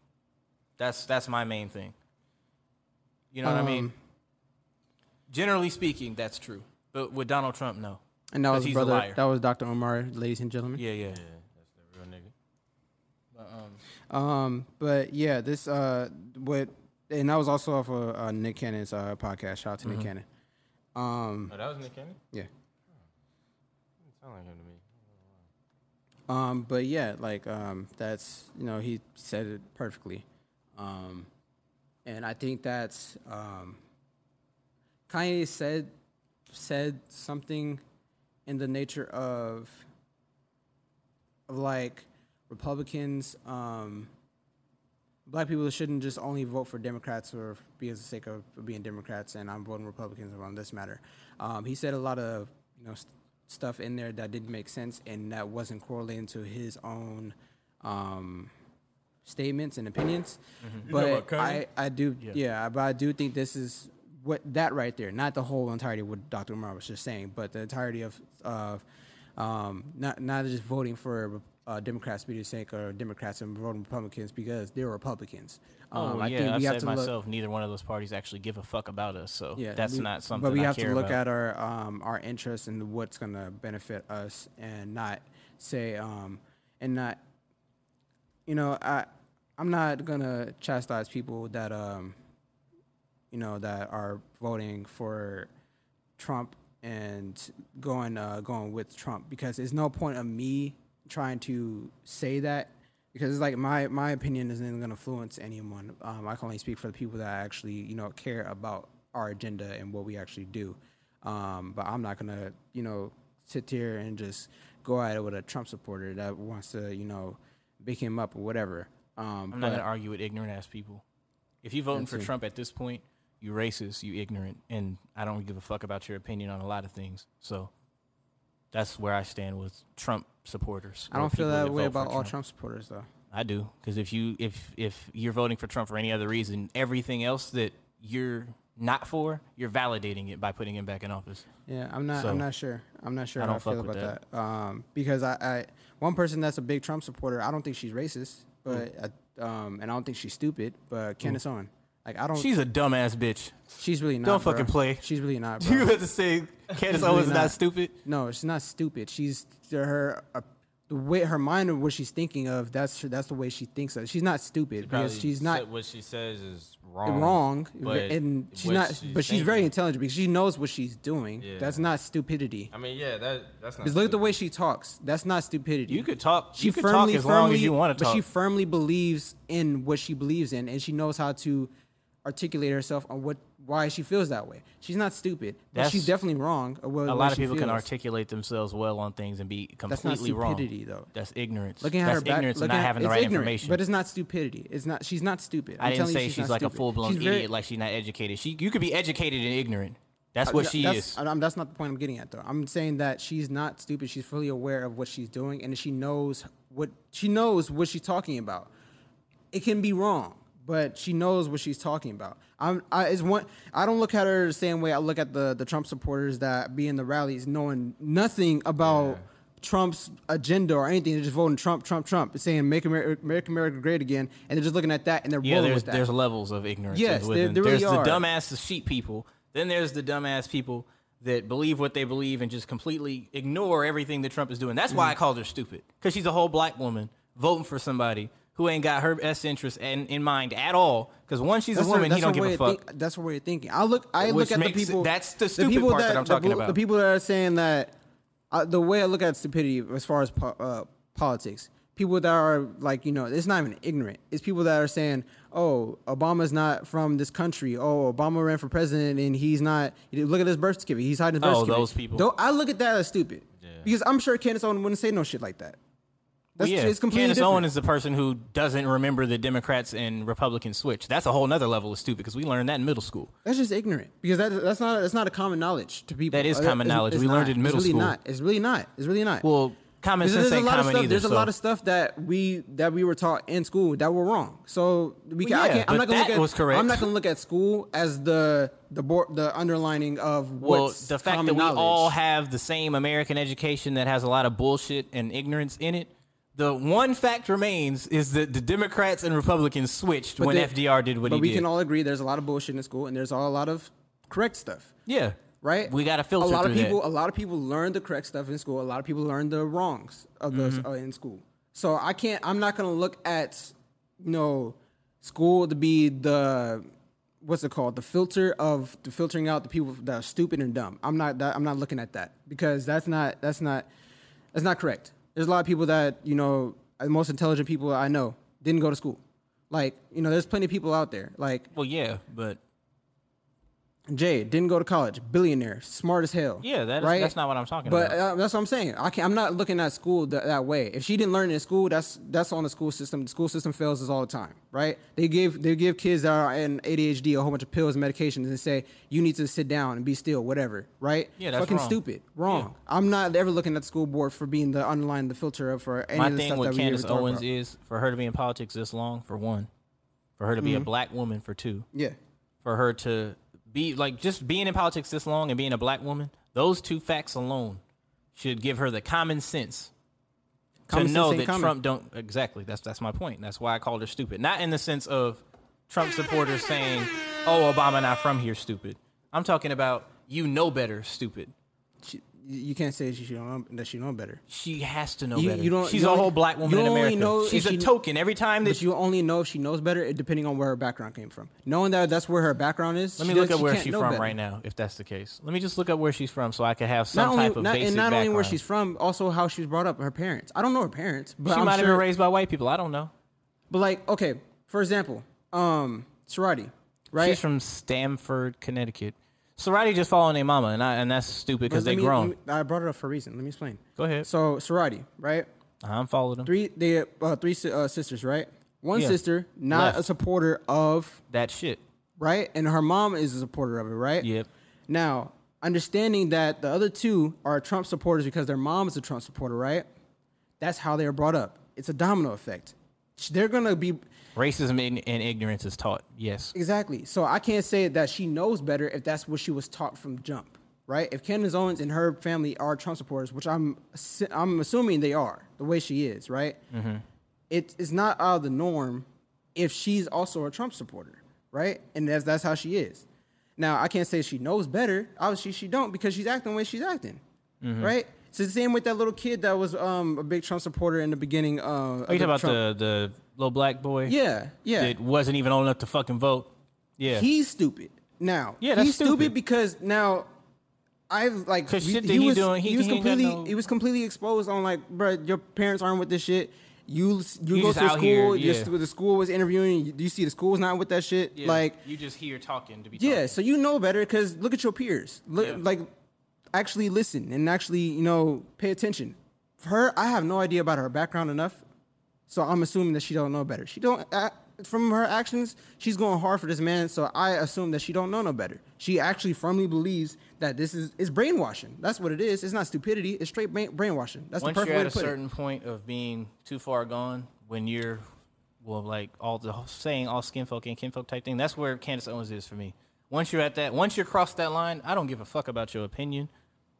Speaker 4: That's that's my main thing. You know what I mean?
Speaker 2: Um,
Speaker 4: Generally speaking, that's true. But with Donald Trump, no.
Speaker 2: And that
Speaker 4: 'Cause
Speaker 2: was
Speaker 4: he's
Speaker 2: brother.
Speaker 4: a liar.
Speaker 2: That was Dr. Omar, ladies and gentlemen.
Speaker 4: yeah, yeah.
Speaker 3: Real nigga.
Speaker 2: Um, but yeah, this uh, what and that was also off of uh, Nick Cannon's uh, podcast. Shout out to Nick Cannon. Um,
Speaker 3: Oh, that was Nick Cannon.
Speaker 2: yeah.
Speaker 3: Sound like him to me.
Speaker 2: Um, but yeah, like um, that's you know he said it perfectly, um, and I think that's um, Kanye said said something in the nature of of like Republicans, um, black people shouldn't just only vote for Democrats or be as the sake of being Democrats, and I'm voting Republicans on this matter. Um, he said a lot of you know st- stuff in there that didn't make sense and that wasn't correlating to his own um, statements and opinions. But I, I do yeah. Uh, but I do think this is what that right there, not the whole entirety of what Dr. Umar was just saying, but the entirety of of um, not not just voting for uh, Democrats to be the sake of Democrats and voting Republicans because they're Republicans. Um,
Speaker 4: oh,
Speaker 2: I
Speaker 4: yeah,
Speaker 2: think
Speaker 4: I've
Speaker 2: we have
Speaker 4: said
Speaker 2: to look.
Speaker 4: myself. neither one of those parties actually give a fuck about us. So
Speaker 2: Yeah,
Speaker 4: that's
Speaker 2: we-
Speaker 4: not something.
Speaker 2: But we
Speaker 4: I
Speaker 2: have to
Speaker 4: care
Speaker 2: look
Speaker 4: about.
Speaker 2: at our um, our interests and what's going to benefit us, and not say um, and not, you know, I I'm not gonna chastise people that um, you know, that are voting for Trump and going uh, going with Trump because there's no point of me trying to say that because it's like my my opinion isn't going to influence anyone. Um, I can only speak for the people that actually you know care about our agenda and what we actually do. Um, but I'm not gonna you know sit here and just go at it with a Trump supporter that wants to you know pick him up or whatever. Um,
Speaker 4: I'm not
Speaker 2: but-
Speaker 4: gonna argue with ignorant ass people. If you're voting for Trump at this point, you racist, you ignorant, and I don't give a fuck about your opinion on a lot of things. So that's where I stand with Trump supporters.
Speaker 2: I
Speaker 4: or
Speaker 2: don't feel
Speaker 4: people
Speaker 2: that
Speaker 4: vote
Speaker 2: way
Speaker 4: for
Speaker 2: about all Trump supporters though.
Speaker 4: I do, because if you if if you're voting for Trump for any other reason, everything else that you're not for, you're validating it by putting him back in office.
Speaker 2: Yeah, I'm not.
Speaker 4: So,
Speaker 2: I'm not sure. I'm not sure
Speaker 4: I
Speaker 2: how I
Speaker 4: don't fuck
Speaker 2: feel
Speaker 4: with
Speaker 2: about that. Um, because I, I, one person that's a big Trump supporter, I don't think she's racist, but
Speaker 4: Mm.
Speaker 2: I, um, and I don't think she's stupid. But Candace Owen, like I don't. She's,
Speaker 4: She's a dumbass bitch.
Speaker 2: really not.
Speaker 4: don't
Speaker 2: bro.
Speaker 4: fucking play.
Speaker 2: She's really not. Bro.
Speaker 4: (laughs) You have to say Candace
Speaker 2: really
Speaker 4: Owens is
Speaker 2: not.
Speaker 4: not stupid.
Speaker 2: No, she's not stupid. She's her uh, the way her mind of what she's thinking of. That's that's the way she thinks of. She's not stupid because
Speaker 3: Probably
Speaker 2: she's not
Speaker 3: said What she says is wrong.
Speaker 2: wrong,
Speaker 3: but
Speaker 2: and she's
Speaker 3: what
Speaker 2: not. but she's very
Speaker 3: thinking-
Speaker 2: intelligent because she knows what she's doing. That's not stupidity.
Speaker 3: I mean, yeah, that that's not.
Speaker 2: Because look at the
Speaker 3: stupid.
Speaker 2: way she talks. That's not stupidity.
Speaker 4: You could talk- you could talk as long as you wanna
Speaker 2: But she
Speaker 4: talk.
Speaker 2: firmly believes in what she believes in, and she knows how to articulate herself on what why she feels that way. She's not stupid. But
Speaker 4: That's-
Speaker 2: she's definitely wrong. of what-
Speaker 4: a
Speaker 2: what
Speaker 4: lot of
Speaker 2: she
Speaker 4: people can
Speaker 2: feels.
Speaker 4: articulate themselves well on things and be
Speaker 2: not
Speaker 4: completely
Speaker 2: stupidity,
Speaker 4: wrong.
Speaker 2: though.
Speaker 4: That's ignorance.
Speaker 2: Looking at
Speaker 4: That's
Speaker 2: her back,
Speaker 4: ignorance and
Speaker 2: looking
Speaker 4: not
Speaker 2: at-
Speaker 4: having the
Speaker 2: it's
Speaker 4: right
Speaker 2: ignorant,
Speaker 4: information.
Speaker 2: But it's not stupidity. It's not. She's not stupid. I'm
Speaker 4: I didn't
Speaker 2: telling you
Speaker 4: say she's,
Speaker 2: not
Speaker 4: like
Speaker 2: stupid.
Speaker 4: a full blown
Speaker 2: She's
Speaker 4: idiot,
Speaker 2: very-
Speaker 4: like she's not educated. She you could be educated and ignorant. That's what
Speaker 2: Th-
Speaker 4: she
Speaker 2: Uh, that's,
Speaker 4: is.
Speaker 2: I- I'm, that's not the point I'm getting at, though. I'm saying that she's not stupid. She's fully aware of what she's doing, and she knows what she knows what she's talking about. It can be wrong, but she knows what she's talking about. I'm, I is one. I don't look at her the same way I look at the the Trump supporters that be in the rallies, knowing nothing about. Trump's agenda or anything, they're just voting Trump, Trump, Trump, saying "Make America, Make America Great Again," and they're just looking at that and they're
Speaker 4: yeah,
Speaker 2: rolling
Speaker 4: there's
Speaker 2: with that.
Speaker 4: there's levels of ignorance.
Speaker 2: Yes, there-
Speaker 4: within.
Speaker 2: there really
Speaker 4: there's
Speaker 2: are.
Speaker 4: the dumbass sheep people. Then there's the dumbass people that believe what they believe and just completely ignore everything that Trump is doing. That's
Speaker 2: Mm-hmm.
Speaker 4: why I called her stupid because she's a whole black woman voting for somebody who ain't got her best interest in, in mind at all. Because once she's a
Speaker 2: That's
Speaker 4: woman,
Speaker 2: her-
Speaker 4: he
Speaker 2: that's
Speaker 4: don't
Speaker 2: her
Speaker 4: give
Speaker 2: way
Speaker 4: a
Speaker 2: of
Speaker 4: fuck.
Speaker 2: think- that's what we're thinking. I look. I
Speaker 4: Which
Speaker 2: look at the
Speaker 4: makes-
Speaker 2: people.
Speaker 4: that's the stupid part that I'm talking
Speaker 2: the, bl- The
Speaker 4: about.
Speaker 2: people that are saying that. Uh, the way I look at stupidity, as far as po- uh, politics, people that are like you know, it's not even ignorant. It's people that are saying, "Oh, Obama's not from this country. Oh, Obama ran for president and he's not. Look at his birth certificate. He's hiding his birth
Speaker 4: Oh,
Speaker 2: certificate."
Speaker 4: those people.
Speaker 2: Though I look at that as stupid because I'm sure Candace Owens wouldn't say no shit like that. That's
Speaker 4: yeah.
Speaker 2: it's completely
Speaker 4: Candace
Speaker 2: different.
Speaker 4: Owen is the person who doesn't remember the Democrats and Republicans switch. That's a whole nother level of stupid because we learned that in middle school.
Speaker 2: That's just ignorant because that that's not that's not a common knowledge to people.
Speaker 4: That is
Speaker 2: Uh,
Speaker 4: common knowledge. We learned it in middle
Speaker 2: it's really
Speaker 4: school.
Speaker 2: Not. It's really not. It's really not.
Speaker 4: Well, common
Speaker 2: There's,
Speaker 4: sense
Speaker 2: there's
Speaker 4: ain't
Speaker 2: a lot of
Speaker 4: common
Speaker 2: stuff.
Speaker 4: either.
Speaker 2: there's
Speaker 4: so.
Speaker 2: a lot of stuff that we that we were taught in school that were wrong. So we can,
Speaker 4: Well, yeah,
Speaker 2: I can't, I'm
Speaker 4: but
Speaker 2: not gonna
Speaker 4: that
Speaker 2: look at
Speaker 4: was correct.
Speaker 2: I'm not gonna look at school as the the board, the underlining of
Speaker 4: well,
Speaker 2: what's
Speaker 4: the fact
Speaker 2: common
Speaker 4: that we
Speaker 2: knowledge.
Speaker 4: all have the same American education that has a lot of bullshit and ignorance in it. The one fact remains is that the Democrats and Republicans switched
Speaker 2: But
Speaker 4: when
Speaker 2: they-
Speaker 4: FDR did what
Speaker 2: but
Speaker 4: he
Speaker 2: we
Speaker 4: did.
Speaker 2: can all agree there's a lot of bullshit in school and there's a lot of correct stuff.
Speaker 4: yeah,
Speaker 2: Right,
Speaker 4: We gotta
Speaker 2: a
Speaker 4: filter
Speaker 2: lot of
Speaker 4: through that.
Speaker 2: people. A lot of people learn the correct stuff in school. A lot of people learn the wrongs of those
Speaker 4: Mm-hmm.
Speaker 2: uh, in school. So I can't. I'm not gonna look at you know school to be the what's it called the filter of the filtering out the people that are stupid and dumb. I'm not. That, I'm not looking at that because that's not. That's not. That's not correct. There's a lot of people that you know. The most intelligent people I know didn't go to school. Like you know, there's plenty of people out there. Like
Speaker 4: Well, yeah, but
Speaker 2: Jay didn't go to college, billionaire, smart as hell.
Speaker 4: Yeah, that is- that's not what I'm talking
Speaker 2: but,
Speaker 4: about.
Speaker 2: uh, that's what I'm saying. I can't, I'm not looking at school th- that way. If she didn't learn in school, that's that's on the school system. The school system fails us all the time, right? They give they give kids that are in ADHD a whole bunch of pills and medications and say you need to sit down and be still, whatever, right?
Speaker 4: Yeah, that's
Speaker 2: fucking
Speaker 4: wrong.
Speaker 2: stupid, wrong. I'm not ever looking at the school board for being the underlying the filter of for any
Speaker 4: my
Speaker 2: of the
Speaker 4: thing
Speaker 2: stuff
Speaker 4: with
Speaker 2: that we ever
Speaker 4: Candace
Speaker 2: talk
Speaker 4: Owens
Speaker 2: about.
Speaker 4: is for her to be in politics this long, for one, for her to be a black woman, for two,
Speaker 2: Mm-hmm. yeah,
Speaker 4: for her to be like just being in politics this long and being a black woman, those two facts alone should give her the common sense to
Speaker 2: Common sense
Speaker 4: know
Speaker 2: ain't
Speaker 4: that
Speaker 2: common.
Speaker 4: Trump don't exactly. That's that's my point. That's why I called her stupid. Not in the sense of Trump supporters saying, "Oh, Obama not from here, stupid." I'm talking about you know better, stupid.
Speaker 2: she, you you can't say she should know, that she know better.
Speaker 4: She has to know
Speaker 2: You-
Speaker 4: better.
Speaker 2: you don't-
Speaker 4: She's
Speaker 2: you
Speaker 4: a
Speaker 2: only-
Speaker 4: whole black woman
Speaker 2: you
Speaker 4: in
Speaker 2: only
Speaker 4: America.
Speaker 2: know if
Speaker 4: She's a
Speaker 2: she-
Speaker 4: token. Every time that
Speaker 2: But you only know if she knows better, depending on where her background came from. Knowing that that's where her background is,
Speaker 4: Let
Speaker 2: she
Speaker 4: me look
Speaker 2: does-
Speaker 4: up where
Speaker 2: can't
Speaker 4: she's
Speaker 2: know
Speaker 4: from
Speaker 2: better.
Speaker 4: right now, if that's the case. Let me just look up where she's from so I can have some
Speaker 2: Not
Speaker 4: type
Speaker 2: only,
Speaker 4: of
Speaker 2: not,
Speaker 4: basic
Speaker 2: and not only where
Speaker 4: background.
Speaker 2: she's from, also how she was brought up, her parents. I don't know her parents, but
Speaker 4: she
Speaker 2: I'm
Speaker 4: might have
Speaker 2: sure-
Speaker 4: been raised by white people. I don't know.
Speaker 2: But like, okay, for example, um, Sarati, right?
Speaker 4: She's from Stamford, Connecticut. Sorority just following their mama, and I, and that's stupid because
Speaker 2: Let
Speaker 4: they
Speaker 2: me-
Speaker 4: grown.
Speaker 2: let me- I brought it up for a reason. Let me explain.
Speaker 4: Go ahead.
Speaker 2: So Sarati, right?
Speaker 4: Uh-huh, I'm following them.
Speaker 2: Three, they uh, three si- uh, sisters, right? One
Speaker 4: Yeah.
Speaker 2: sister, not
Speaker 4: Left.
Speaker 2: a supporter of
Speaker 4: That shit.
Speaker 2: right? And her mom is a supporter of it, right?
Speaker 4: Yep.
Speaker 2: Now, understanding that the other two are Trump supporters because their mom is a Trump supporter, right? That's how they are brought up. It's a domino effect. Sh- They're gonna be
Speaker 4: Racism and, and ignorance is taught. Yes.
Speaker 2: exactly. So I can't say that she knows better if that's what she was taught from jump, right? If Candace Owens and her family are Trump supporters, which I'm assu- I'm assuming they are, the way she is, right?
Speaker 4: Mm-hmm.
Speaker 2: It is not out of the norm if she's also a Trump supporter, right? And that's that's how she is. Now I can't say she knows better. Obviously she don't because she's acting the way she's acting,
Speaker 4: Mm-hmm.
Speaker 2: right? It's the same with that little kid that was um, a big Trump supporter in the beginning. Uh,
Speaker 4: Are Oh, you talking about the, the little black boy?
Speaker 2: yeah, yeah?
Speaker 4: That wasn't even old enough to fucking vote. Yeah.
Speaker 2: He's stupid now.
Speaker 4: Yeah, that's
Speaker 2: he's stupid.
Speaker 4: stupid.
Speaker 2: because now I've like
Speaker 4: 'Cause
Speaker 2: we-
Speaker 4: shit that he
Speaker 2: was
Speaker 4: doing, he-
Speaker 2: was
Speaker 4: he ain't got
Speaker 2: completely
Speaker 4: no-
Speaker 2: he was completely exposed on like bro your parents aren't with this shit. You you,
Speaker 4: You
Speaker 2: go
Speaker 4: just
Speaker 2: to a
Speaker 4: out
Speaker 2: school.
Speaker 4: here,
Speaker 2: your
Speaker 4: yeah.
Speaker 2: st- the school was interviewing. You, you see the school's not with that shit. Like
Speaker 4: you just hear talking to be.
Speaker 2: yeah, so you know better because look at your peers. Look, like actually listen and actually you know pay attention. For her, I have no idea about her background enough, so I'm assuming that she don't know better. She don't. Uh, from her actions, she's going hard for this man, so I assume that she don't know no better. She actually firmly believes that this is is brainwashing. That's what it is. It's not stupidity. It's straight brain- brainwashing. That's
Speaker 4: once
Speaker 2: the perfect
Speaker 4: you're
Speaker 2: way
Speaker 4: at
Speaker 2: to
Speaker 4: a
Speaker 2: put it.
Speaker 4: certain point of being too far gone, when you're, well, like all the whole saying all skin folk and kinfolk type thing, that's where Candace Owens is for me. Once you're at that, once you're crossed that line, I don't give a fuck about your opinion.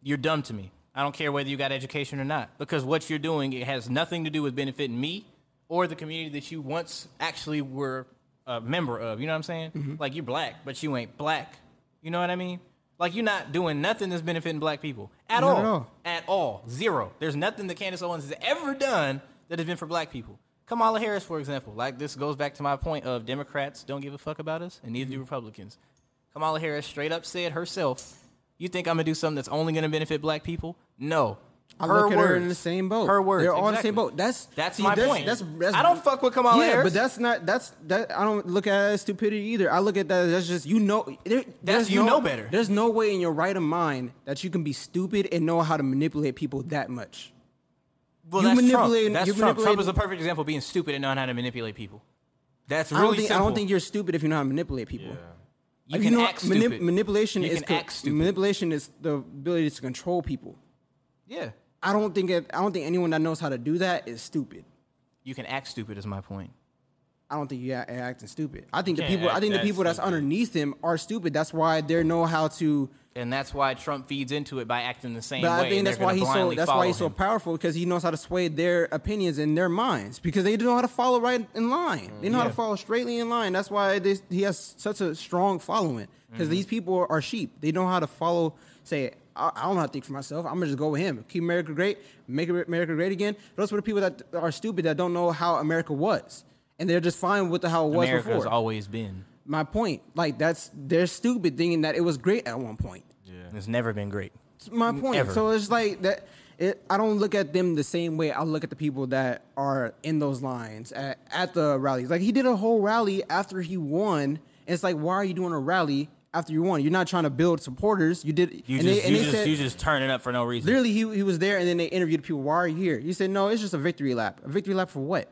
Speaker 4: You're dumb to me. I don't care whether you got education or not, because what you're doing it has nothing to do with benefiting me or the community that you once actually were a member of. You know what I'm saying?
Speaker 2: Mm-hmm.
Speaker 4: Like you're black, but you ain't black. You know what I mean? Like you're not doing nothing that's benefiting black people at all.
Speaker 2: Not at all.
Speaker 4: At all. Zero. There's nothing that Candace Owens has ever done that has been for black people. Kamala Harris, for example. Like this goes back to my point of Democrats don't give a fuck about us, and
Speaker 2: Mm-hmm.
Speaker 4: neither do Republicans. Kamala Harris straight up said herself, You think I'm gonna do something that's only gonna benefit black people? No.
Speaker 2: I look at her in the same boat.
Speaker 4: Her words.
Speaker 2: They're all in the
Speaker 4: exactly.
Speaker 2: same boat. That's
Speaker 4: that's
Speaker 2: see,
Speaker 4: my
Speaker 2: that's,
Speaker 4: point.
Speaker 2: That's, that's
Speaker 4: I don't fuck with Kamala
Speaker 2: yeah,
Speaker 4: Harris.
Speaker 2: but that's not that's that. I don't look at it as stupidity either. I look at that. as That's just you know. There, there's
Speaker 4: you
Speaker 2: no-
Speaker 4: know better.
Speaker 2: There's no way in your right of mind that you can be stupid and know how to manipulate people that much.
Speaker 4: Well,
Speaker 2: You
Speaker 4: that's
Speaker 2: manipulating-
Speaker 4: Trump. That's
Speaker 2: you
Speaker 4: Trump. Trump
Speaker 2: manipulating-
Speaker 4: is a perfect example of being stupid and knowing how to manipulate people. That's
Speaker 2: I
Speaker 4: really
Speaker 2: don't think I
Speaker 4: simple.
Speaker 2: don't think you're stupid if you know how to manipulate people.
Speaker 4: you
Speaker 2: If
Speaker 4: can
Speaker 2: know-
Speaker 4: act
Speaker 2: manip-
Speaker 4: stupid.
Speaker 2: Manipulation
Speaker 4: You
Speaker 2: is
Speaker 4: can
Speaker 2: co-
Speaker 4: act stupid.
Speaker 2: manipulation is the ability to control people.
Speaker 4: yeah.
Speaker 2: I don't think it, I don't think anyone that knows how to do that is stupid.
Speaker 4: You can act stupid, is my point.
Speaker 2: I don't think you act, acting stupid. I think the
Speaker 3: can't
Speaker 2: people I
Speaker 3: act
Speaker 2: think the
Speaker 3: that
Speaker 2: people that's
Speaker 3: stupid.
Speaker 2: underneath him are stupid. That's why they know how to.
Speaker 4: And that's why Trump feeds into it by acting the same
Speaker 2: But
Speaker 4: way.
Speaker 2: I think
Speaker 4: and
Speaker 2: that's
Speaker 4: they're
Speaker 2: why
Speaker 4: gonna
Speaker 2: he's so
Speaker 4: blindly
Speaker 2: that's why
Speaker 4: follow
Speaker 2: he's so
Speaker 4: him.
Speaker 2: powerful because he knows how to sway their opinions and their minds because they know how to follow right in line. They know how to follow straightly in line. That's why they, he has such a strong following because
Speaker 4: Mm-hmm.
Speaker 2: these people are sheep. They know how to follow. Say, I, I don't know how to think for myself. I'm gonna just go with him. Keep America great. Make America great again. Those were the people that are stupid that don't know how America was. And they're just fine with the how it was
Speaker 4: America's
Speaker 2: before.
Speaker 4: always been.
Speaker 2: my point. Like that's they're stupid thinking that it was great at one point.
Speaker 4: It's never been great.
Speaker 2: That's my point.
Speaker 4: Ever.
Speaker 2: So it's like that. It, I don't look at them the same way I look at the people that are in those lines at, at the rallies. Like he did a whole rally after he won. And it's like, why are you doing a rally after you won? You're not trying to build supporters. You did.
Speaker 4: You
Speaker 2: and
Speaker 4: just,
Speaker 2: they, and
Speaker 4: you,
Speaker 2: they
Speaker 4: just
Speaker 2: said,
Speaker 4: you just turning up for no reason.
Speaker 2: literally, he, he was there, and then they interviewed people. Why are you here? He said, no, it's just a victory lap. A victory lap for what?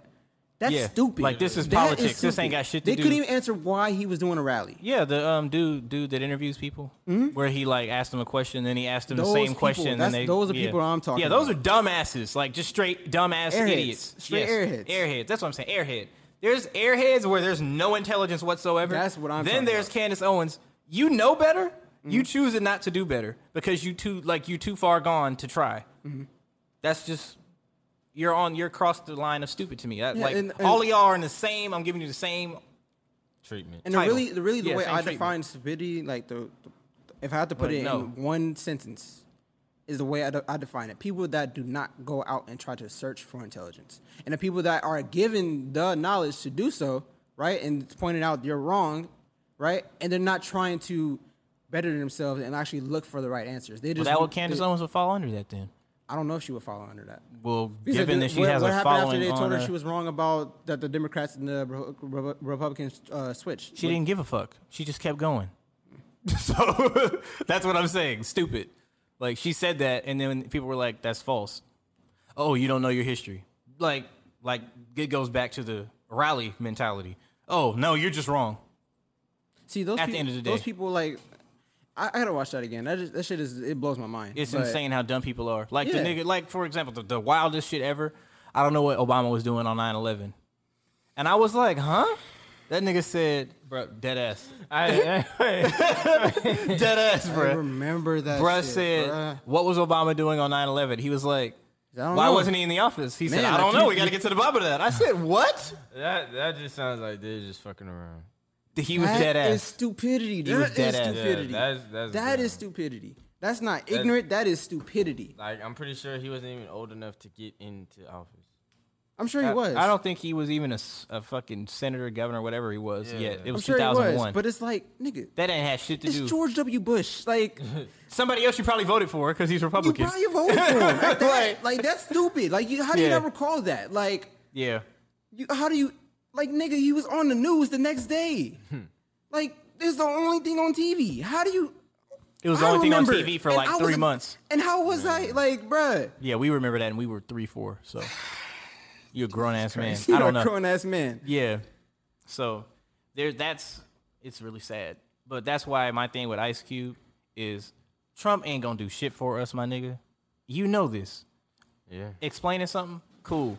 Speaker 2: That's
Speaker 4: Yeah.
Speaker 2: stupid.
Speaker 4: Like, this is
Speaker 2: That
Speaker 4: politics. This ain't
Speaker 2: stupid.
Speaker 4: got shit to
Speaker 2: they
Speaker 4: do.
Speaker 2: couldn't even answer why he was doing a rally.
Speaker 4: Yeah, the um dude dude that interviews people, where he like asked them a question, then he asked them the
Speaker 2: Mm-hmm. Those
Speaker 4: same
Speaker 2: people,
Speaker 4: question. and
Speaker 2: that's-
Speaker 4: they,
Speaker 2: those are
Speaker 4: yeah.
Speaker 2: people I'm talking
Speaker 4: Yeah, those
Speaker 2: about.
Speaker 4: are dumbasses, like just straight dumbass
Speaker 2: Airheads.
Speaker 4: idiots.
Speaker 2: Straight airheads.
Speaker 4: airheads. That's what I'm saying. Airhead. There's airheads where there's no intelligence whatsoever.
Speaker 2: That's what I'm
Speaker 4: Then
Speaker 2: talking
Speaker 4: there's
Speaker 2: about. Mm-hmm.
Speaker 4: Candace Owens. You know better. You choose not to do better because you too like you too far gone to try.
Speaker 2: Mm-hmm.
Speaker 4: That's just you're on you're across the line of stupid to me. That,
Speaker 2: Yeah,
Speaker 4: like
Speaker 2: and- and-
Speaker 4: all of y'all are in the same. I'm giving you the same
Speaker 3: treatment.
Speaker 2: And the
Speaker 4: title.
Speaker 2: really, the really, the
Speaker 4: Yeah,
Speaker 2: way
Speaker 4: same
Speaker 2: I
Speaker 4: treatment.
Speaker 2: define stupidity, like the, the- if I had to put
Speaker 4: Like,
Speaker 2: it
Speaker 4: no.
Speaker 2: in one sentence, is the way I, de- I define it. People that do not go out and try to search for intelligence, and the people that are given the knowledge to do so, right, and it's pointed out you're wrong, right, and they're not trying to better themselves and actually look for the right answers. They
Speaker 4: Well,
Speaker 2: just
Speaker 4: that would
Speaker 2: they-
Speaker 4: Candace Owens would fall under that then.
Speaker 2: I don't know if she would fall under that.
Speaker 4: Well,
Speaker 2: Because
Speaker 4: given
Speaker 2: the-
Speaker 4: that she
Speaker 2: what,
Speaker 4: has
Speaker 2: what
Speaker 4: a
Speaker 2: happened
Speaker 4: following
Speaker 2: after they told
Speaker 4: on
Speaker 2: her
Speaker 4: her-
Speaker 2: she was wrong about that the Democrats and the Repu- Repu- Republicans uh, switched.
Speaker 4: she didn't give a fuck. (laughs) She just kept going. so that's what I'm saying. Stupid. Like she said that, and then people were like, "That's false." Oh, you don't know your history. Like, like it goes back to the rally mentality. Oh no, you're just wrong.
Speaker 2: See those
Speaker 4: At the
Speaker 2: people,
Speaker 4: end of the
Speaker 2: those
Speaker 4: day.
Speaker 2: people like I, I gotta watch that again. That just, that shit is it blows my mind.
Speaker 4: It's
Speaker 2: But
Speaker 4: insane how dumb people are. Like
Speaker 2: Yeah.
Speaker 4: the nigga, like for example, the, the wildest shit ever. I don't know what Obama was doing on 9-11. and I was like, huh? That nigga said, bro, dead ass,
Speaker 3: (laughs) I,
Speaker 4: dead ass,
Speaker 2: I
Speaker 4: bro.
Speaker 2: remember that.
Speaker 4: Bruh
Speaker 2: shit,
Speaker 4: said,
Speaker 2: bruh.
Speaker 4: "What was Obama doing on 9/11?" He was like,
Speaker 2: don't
Speaker 4: "Why
Speaker 2: know."
Speaker 4: wasn't he in the office?" He said,
Speaker 2: Man,
Speaker 4: "I
Speaker 2: like,
Speaker 4: don't know.
Speaker 2: you-
Speaker 4: We got to
Speaker 2: you-
Speaker 4: get to the bottom of that." I said, "What?"
Speaker 3: that that just sounds like they're just fucking around.
Speaker 4: He was
Speaker 2: That
Speaker 4: dead
Speaker 2: is
Speaker 4: ass.
Speaker 2: stupidity.
Speaker 4: was
Speaker 2: That
Speaker 4: dead
Speaker 2: is
Speaker 4: ass. Yeah,
Speaker 2: stupidity.
Speaker 3: that's- that's
Speaker 2: That
Speaker 3: dumb.
Speaker 2: is stupidity. That's not ignorant. that is stupidity.
Speaker 3: Like I'm pretty sure he wasn't even old enough to get into office.
Speaker 2: I'm sure he was.
Speaker 4: I don't think he was even a, s- a fucking senator, governor, whatever he was
Speaker 3: Yeah.
Speaker 4: yet. It
Speaker 2: I'm
Speaker 4: was
Speaker 2: sure he
Speaker 4: 2001.
Speaker 2: was. But it's like, nigga,
Speaker 4: that ain't had shit to
Speaker 2: it's
Speaker 4: do.
Speaker 2: George W. Bush.
Speaker 4: (laughs)
Speaker 2: Like
Speaker 4: Somebody else you probably voted for because he's
Speaker 2: you
Speaker 4: Republican.
Speaker 2: probably voted
Speaker 4: (laughs)
Speaker 2: for him. Like, that, like that's stupid. Like you, how do you
Speaker 4: Yeah.
Speaker 2: not recall that? Like
Speaker 4: yeah.
Speaker 2: You, how do you like, nigga? He was on the news the next day.
Speaker 4: Hmm.
Speaker 2: like, this is the only thing on TV. How do you?
Speaker 4: It was the
Speaker 2: I
Speaker 4: only thing on
Speaker 2: remember,
Speaker 4: TV for
Speaker 2: and
Speaker 4: like
Speaker 2: I was-
Speaker 4: three months.
Speaker 2: And how was I like, bruh?
Speaker 4: Yeah, we remember that, and we were three, four.
Speaker 2: (sighs)
Speaker 4: So you're a grown ass man.
Speaker 2: You're
Speaker 4: I don't
Speaker 2: a
Speaker 4: know.
Speaker 2: grown ass man.
Speaker 4: Yeah. So there that's it's really sad. But that's why my thing with Ice Cube is Trump ain't gonna do shit for us, my nigga. You know this.
Speaker 3: Yeah.
Speaker 4: Explaining something? Cool.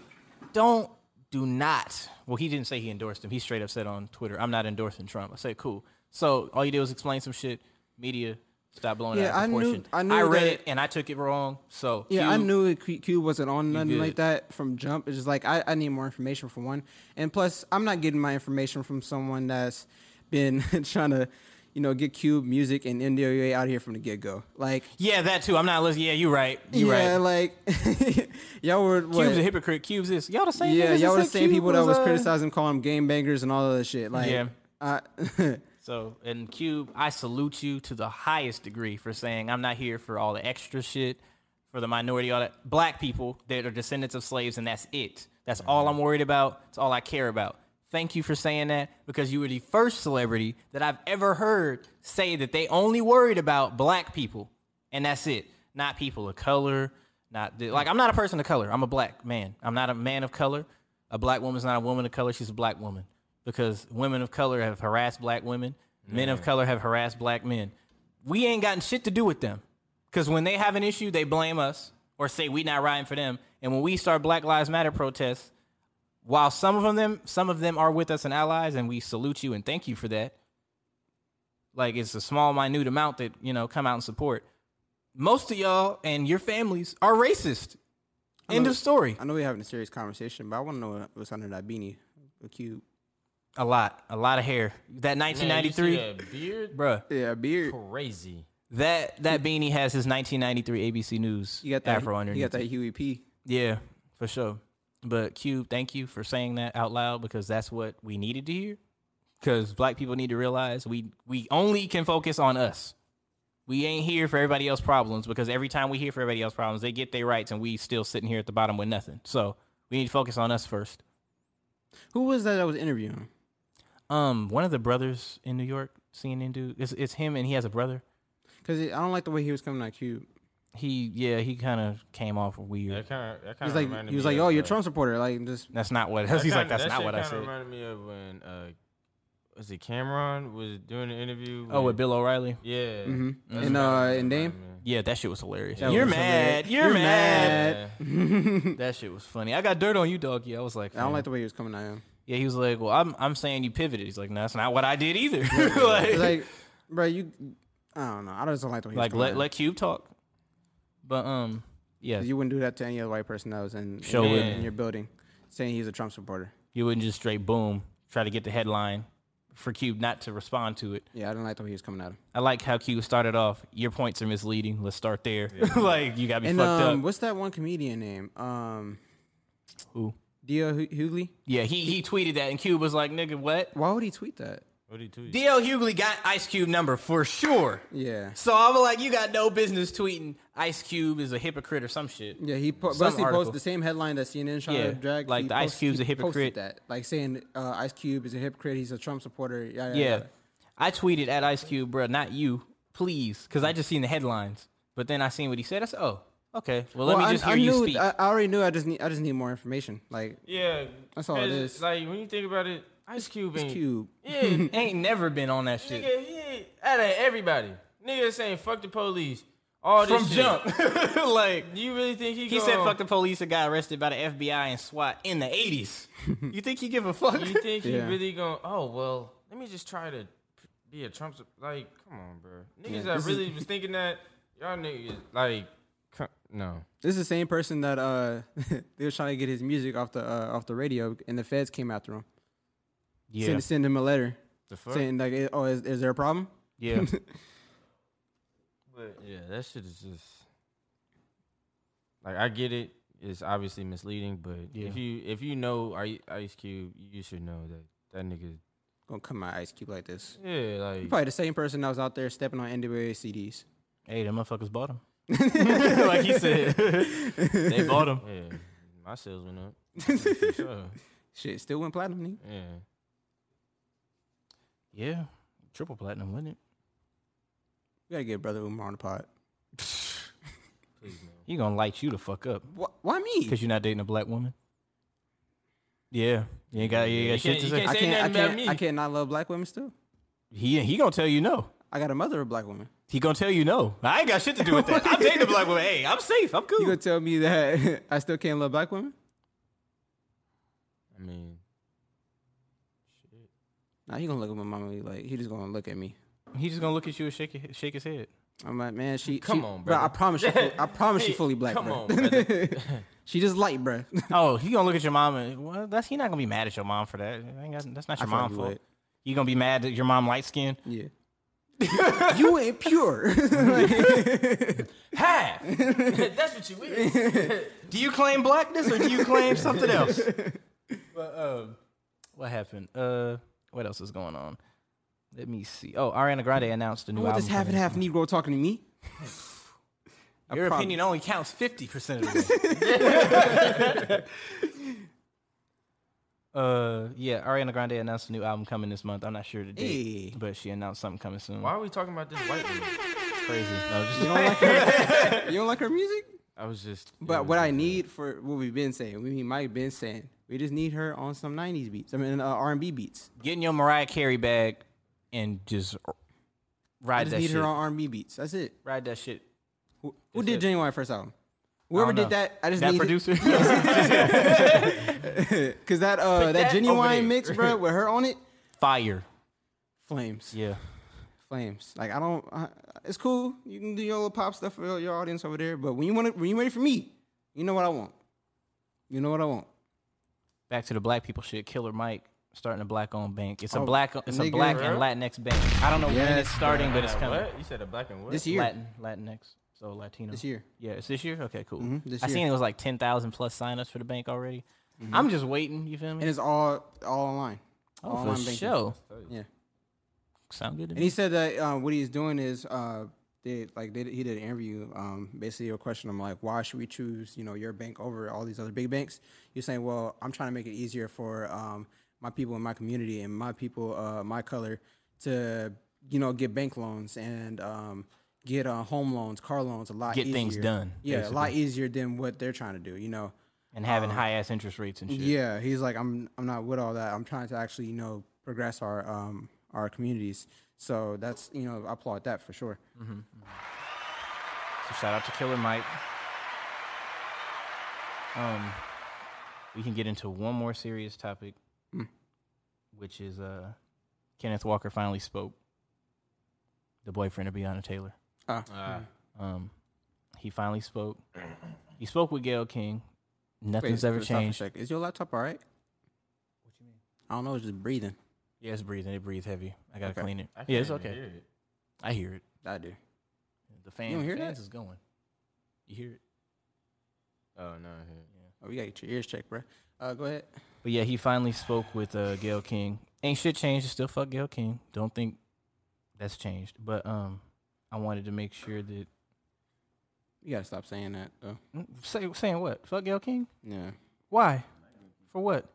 Speaker 4: Don't do not. Well, he didn't say he endorsed him. He straight up said on Twitter, I'm not endorsing Trump. I said, cool. So all you did was explain some shit. Media stop blowing it
Speaker 2: Yeah,
Speaker 4: out
Speaker 2: I
Speaker 4: of
Speaker 2: knew-
Speaker 4: proportion.
Speaker 2: I knew
Speaker 4: read
Speaker 2: that-
Speaker 4: it and I took it wrong. So
Speaker 2: Yeah, I
Speaker 4: Cube-
Speaker 2: knew it, Q, Q wasn't on nothing like
Speaker 4: good.
Speaker 2: that from jump. It's just like I, I need more information for one, and plus I'm not getting my information from someone that's been (laughs) trying to, you know, get Cube music and NWA out of here from the get go. Like,
Speaker 4: Yeah, that too. I'm not listening. Yeah, you right. You
Speaker 2: yeah,
Speaker 4: right.
Speaker 2: like y'all were what?
Speaker 4: Cube's a hypocrite. Cube's this. Y'all the same.
Speaker 2: Yeah,
Speaker 4: niggas
Speaker 2: y'all were the
Speaker 4: said
Speaker 2: same
Speaker 4: Cube
Speaker 2: people that was
Speaker 4: uh,
Speaker 2: criticizing, calling them game bangers and all of that shit. Like,
Speaker 4: Yeah.
Speaker 2: I,
Speaker 4: So, and Cube, I salute you to the highest degree for saying I'm not here for all the extra shit, for the minority, all that. Black people that are descendants of slaves, and that's it. That's all I'm worried about. It's all I care about. Thank you for saying that because you were the first celebrity that I've ever heard say that they only worried about black people, and that's it. Not people of color. Not the, like I'm not a person of color. I'm a black man. I'm not a man of color. A black woman's not a woman of color. She's a black woman because women of color have harassed black women. Men of color have harassed black men. We ain't gotten shit to do with them because when they have an issue, they blame us. or say we not riding for them. And when we start Black Lives Matter protests, while some of them some of them are with us and allies, and we salute you and thank you for that. Like it's a small, minute amount that you know come out and support. Most of y'all and your families are racist. End of story.
Speaker 2: I know we're having a serious conversation, but I want to know what's under that beanie. A cute,
Speaker 4: A lot, a lot of hair. That 1993,
Speaker 3: Man, you see that beard,
Speaker 4: bruh.
Speaker 2: yeah, a beard.
Speaker 3: crazy.
Speaker 4: That that beanie has his 1993 ABC News
Speaker 2: You got that.
Speaker 4: afro underneath.
Speaker 2: you got that Huey P.
Speaker 4: Yeah, for sure. But Cube, thank you for saying that out loud because that's what we needed to hear. Because black people need to realize we we only can focus on us. We ain't here for everybody else's problems because every time we hear for everybody else's problems, they get their rights and we still sitting here at the bottom with nothing. So we need to focus on us first.
Speaker 2: Who was that that was interviewing? him?
Speaker 4: Um, one of the brothers in New York, CNN dude, it's, it's him and he has a brother.
Speaker 2: Cause it, I don't like the way he was coming at Cube.
Speaker 4: He yeah, he kind of came off weird.
Speaker 3: That kind of that
Speaker 2: He
Speaker 3: kind
Speaker 2: was
Speaker 3: of
Speaker 2: like, he was like, "Oh, you're a Trump supporter." Like, just
Speaker 4: That's not what. He's like, that's not what I said.
Speaker 3: Reminded me of when uh, was it Cameron was doing an interview?
Speaker 4: Oh, with Bill O'Reilly.
Speaker 3: Yeah. That's
Speaker 2: and
Speaker 3: what it
Speaker 2: uh, and
Speaker 3: reminded
Speaker 2: Dame.
Speaker 3: me of.
Speaker 4: Yeah, that shit was hilarious.
Speaker 2: That
Speaker 4: you're
Speaker 2: was
Speaker 4: mad.
Speaker 2: hilarious.
Speaker 4: You're, mad. (laughs)
Speaker 2: mad.
Speaker 4: That shit was funny. I got dirt on you, doggy. I was like,
Speaker 2: I don't
Speaker 4: "Fam."
Speaker 2: like the way he was coming at him.
Speaker 4: yeah. He was like, well, I'm I'm saying you pivoted. He's like, no, that's not what I did either. (laughs) like,
Speaker 2: It's
Speaker 4: like,
Speaker 2: like, bro, you. I don't know. I just don't like the way. he was coming at
Speaker 4: let
Speaker 2: him.
Speaker 4: let Cube talk. But um, yeah,
Speaker 2: 'Cause
Speaker 4: you,
Speaker 2: You wouldn't do that to any other white person that was in,
Speaker 4: Show
Speaker 2: in, your-
Speaker 4: it.
Speaker 2: in your building, saying he's a Trump supporter.
Speaker 4: wouldn't just straight boom try to get the headline for Cube not to respond to it.
Speaker 2: Yeah, I didn't like the way he was coming at him.
Speaker 4: I like how Cube started off. Your points are misleading. Let's start there. (laughs) (laughs) like you got me
Speaker 2: And
Speaker 4: fucked
Speaker 2: um,
Speaker 4: up.
Speaker 2: what's that one comedian name? Um,
Speaker 4: Who?
Speaker 2: Dio Hu- Hughley.
Speaker 4: Yeah, he he tweeted that, and Cube was like, nigga, what?
Speaker 2: Why would he tweet that?
Speaker 3: What did he tweet?
Speaker 4: DL Hughley got Ice Cube number for sure.
Speaker 2: Yeah,
Speaker 4: So I'm like, you got no business tweeting Ice Cube is a hypocrite or some shit.
Speaker 2: yeah. He po-
Speaker 4: Some
Speaker 2: Busty
Speaker 4: article.
Speaker 2: posted the same headline that CNN trying
Speaker 4: Yeah,
Speaker 2: to drag.
Speaker 4: like
Speaker 2: he
Speaker 4: the Ice
Speaker 2: posted-
Speaker 4: Cube's
Speaker 2: he
Speaker 4: a
Speaker 2: posted
Speaker 4: hypocrite.
Speaker 2: That like saying uh, Ice Cube is a hypocrite. He's a Trump supporter. Yada,
Speaker 4: Yeah.
Speaker 2: yada.
Speaker 4: I tweeted at Ice Cube, bruh, not you, please, because I just seen the headlines. But then I seen what he said. I said, oh, okay. Well, let
Speaker 2: Well,
Speaker 4: me
Speaker 2: I-
Speaker 4: just
Speaker 2: I,
Speaker 4: hear you (laughs)
Speaker 2: knew-
Speaker 4: speak.
Speaker 2: I, I already knew. I just need. I just need more information. Like
Speaker 3: Yeah,
Speaker 2: That's all it
Speaker 3: 'cause,
Speaker 2: is.
Speaker 3: Like when you think about it, Ice Cube ain't
Speaker 2: Cube.
Speaker 4: (laughs)
Speaker 3: Yeah,
Speaker 4: Ain't never been on that shit.
Speaker 3: Nigga, he ain't- out of everybody. Nigga saying fuck the police. All this
Speaker 4: From
Speaker 3: shit.
Speaker 4: jump. like,
Speaker 3: (laughs) You really think he
Speaker 4: he said
Speaker 3: gonna-
Speaker 4: fuck the police and got arrested by the FBI and SWAT in the 80s. you think he give a fuck?
Speaker 3: You think he
Speaker 2: Yeah.
Speaker 3: really gonna? Oh well, let me just try to be a Trump. sup- Like, come on, bro. Niggas
Speaker 2: this
Speaker 3: that
Speaker 2: is-
Speaker 3: really was thinking that y'all niggas like, co- no.
Speaker 2: This is the same person that uh (laughs) they was trying to get his music off the uh, off the radio, and the feds came after him.
Speaker 4: yeah.
Speaker 2: Send, send him a letter
Speaker 3: The fuck?
Speaker 2: saying like, eh, "Oh, is, is there a problem?" (laughs)
Speaker 4: Yeah.
Speaker 3: But yeah, that shit is just like I get it. It's obviously misleading, but
Speaker 4: Yeah.
Speaker 3: if you if you know I- Ice Cube, you should know that that nigga.
Speaker 2: Gonna come my ice cube like this.
Speaker 3: Yeah, like
Speaker 2: Probably the same person that was out there stepping on NWA CDs.
Speaker 4: Hey, them motherfuckers bought
Speaker 2: (laughs)
Speaker 4: him. like he said, they bought him.
Speaker 3: yeah, my sales went
Speaker 2: (laughs)
Speaker 3: up. For sure.
Speaker 2: Shit, still went platinum. nigga.
Speaker 3: Yeah,
Speaker 4: Yeah, triple platinum, wasn't it?
Speaker 2: We gotta get brother Umar on the pod.
Speaker 4: (laughs) He gonna light you the fuck up
Speaker 2: Wh- why me?
Speaker 4: because you're not dating a black woman. Yeah, you ain't got, you ain't got shit to
Speaker 3: you
Speaker 4: say.
Speaker 2: I
Speaker 3: say
Speaker 2: can't. I
Speaker 3: nothing about
Speaker 2: can't.
Speaker 3: me.
Speaker 2: I can't not love black women still.
Speaker 4: He he gonna tell you no.
Speaker 2: I got a mother of black woman.
Speaker 4: He gonna tell you no. (laughs) I ain't got shit to do with that. I'm dating a black woman. Hey, I'm safe. I'm
Speaker 2: You
Speaker 4: cool.
Speaker 2: gonna tell me that (laughs) I still can't love black women?
Speaker 3: I mean,
Speaker 2: Nah, he gonna look at my mama and be like he just gonna look at me.
Speaker 4: (laughs) He just gonna look at you and shake his- shake his head.
Speaker 2: I'm like, man, she.
Speaker 3: Come
Speaker 2: she-
Speaker 3: on,
Speaker 2: bro. I
Speaker 3: brother.
Speaker 2: promise you. fu-
Speaker 3: (laughs)
Speaker 2: I promise you, fully black.
Speaker 3: come
Speaker 2: bro.
Speaker 3: on,
Speaker 2: (laughs)
Speaker 3: brother.
Speaker 2: She just light,
Speaker 3: (laughs)
Speaker 2: bruh.
Speaker 4: Oh, he gonna look at your mom and well, that's he not gonna be mad at your mom for that. Ain't got- That's not
Speaker 2: I
Speaker 4: your
Speaker 2: thought
Speaker 4: mom
Speaker 2: he
Speaker 4: fault.
Speaker 2: would.
Speaker 4: You gonna be mad that your mom light skinned?
Speaker 2: yeah.
Speaker 3: (laughs)
Speaker 2: you ain't pure.
Speaker 3: half. (laughs) That's what you is.
Speaker 4: (laughs) Do you claim blackness or do
Speaker 2: (laughs)
Speaker 4: you claim something else? But, um, (laughs) what happened? Uh, what else is going on? Let me see. Oh, Ariana Grande announced a new
Speaker 2: What
Speaker 4: album.
Speaker 2: this half and
Speaker 4: coming.
Speaker 2: half Negro talking
Speaker 3: (laughs)
Speaker 2: to me? I
Speaker 4: Your
Speaker 2: promise.
Speaker 4: opinion only counts fifty percent of the day. uh, yeah, Ariana Grande announced a new album coming this month. I'm not sure the date,
Speaker 2: Hey.
Speaker 4: but she announced something coming soon.
Speaker 3: (laughs) Why are we talking about this white woman?
Speaker 4: Crazy. No, just-
Speaker 2: You don't like her? (laughs) you don't like her music?
Speaker 3: I was just. it
Speaker 2: But
Speaker 3: was
Speaker 2: what I
Speaker 3: just, uh,
Speaker 2: need for what we've been saying, we might been saying, we just need her on some '90s beats. I mean, uh, R&B beats.
Speaker 4: Get in your Mariah Carey bag and just
Speaker 2: I
Speaker 4: ride
Speaker 2: just
Speaker 4: that
Speaker 2: need
Speaker 4: shit.
Speaker 2: her on R&B beats. That's it.
Speaker 4: Ride that shit.
Speaker 2: Who, who did January first album? Who Whoever
Speaker 4: don't
Speaker 2: did
Speaker 4: know.
Speaker 2: that, I just
Speaker 4: That
Speaker 2: need (laughs)
Speaker 4: producer? (laughs)
Speaker 2: because
Speaker 4: that
Speaker 2: that (laughs) uh that,
Speaker 4: over there.
Speaker 2: genuine mix, bro, with her on it,
Speaker 4: Fire.
Speaker 2: flames,
Speaker 4: Yeah.
Speaker 2: flames. Like I don't, I, it's cool. You can do your little pop stuff for your, your audience over there, but when you want to, when you ready for me, you know what I want. You know what I want.
Speaker 4: Back to the black people shit. Killer Mike starting a black owned bank. It's a black it's a
Speaker 2: Oh, nigga.
Speaker 4: black and Latinx bank. I don't know when it's starting, but it's coming.
Speaker 3: What? You said a black and what?
Speaker 2: This year,
Speaker 4: Latin Latinx. So Latino.
Speaker 2: This year. Mm-hmm,
Speaker 4: Yeah, it's this year? Okay, cool.
Speaker 2: this
Speaker 4: I seen
Speaker 2: year. Mm-hmm.
Speaker 4: it was like ten thousand plus signups for the bank already. I'm just waiting, you feel me?
Speaker 2: and it's all all online. all
Speaker 4: oh, for
Speaker 2: online banking.
Speaker 4: sure.
Speaker 2: Yeah.
Speaker 4: Sound good to
Speaker 2: And
Speaker 4: me.
Speaker 2: he said that um, what he's doing is uh, they like they, he did an interview. Um, basically, a question him like, why should we choose you know your bank over all these other big banks? You're saying, well, I'm trying to make it easier for um, my people in my community and my people uh, my color to you know get bank loans and um, get uh, home loans, car loans, a lot
Speaker 4: Get
Speaker 2: easier.
Speaker 4: things done,
Speaker 2: Yeah, a lot easier than what they're trying to do. You know.
Speaker 4: And having high ass interest rates and shit.
Speaker 2: Um, Yeah, he's like, I'm I'm not with all that. I'm trying to actually, you know, progress our um our communities. So that's you know, I applaud that for sure.
Speaker 4: So Mm-hmm. shout out to Killer Mike. Um, we can get into one more serious topic,
Speaker 2: Hmm.
Speaker 4: which is uh, Kenneth Walker finally spoke. The boyfriend of Breonna Taylor.
Speaker 2: Ah.
Speaker 4: Um, he finally spoke. He spoke with Gail King. Nothing's ever
Speaker 2: stop for a
Speaker 4: changed.
Speaker 2: sec. Is your laptop all right? What you mean? I don't know. It's just breathing.
Speaker 4: Yeah, it's breathing. It breathes heavy. I gotta
Speaker 2: Okay.
Speaker 4: clean it.
Speaker 3: I
Speaker 4: Yeah, it's
Speaker 3: can't even
Speaker 4: okay.
Speaker 3: hear it.
Speaker 4: I hear it.
Speaker 2: I do.
Speaker 4: The fan.
Speaker 2: don't
Speaker 4: the
Speaker 2: hear
Speaker 4: fans
Speaker 2: that?
Speaker 4: is going. You hear it.
Speaker 3: Oh no, I hear it.
Speaker 2: Oh, you gotta get your ears checked, bro. Uh, go ahead.
Speaker 4: But yeah, he finally spoke with uh, Gail King. Ain't shit changed. It's still fuck Gail King. Don't think that's changed. But um, I wanted to make sure that
Speaker 2: You gotta stop saying that though.
Speaker 4: Mm, say, saying what fuck Gail King.
Speaker 2: Yeah.
Speaker 4: Why? For what?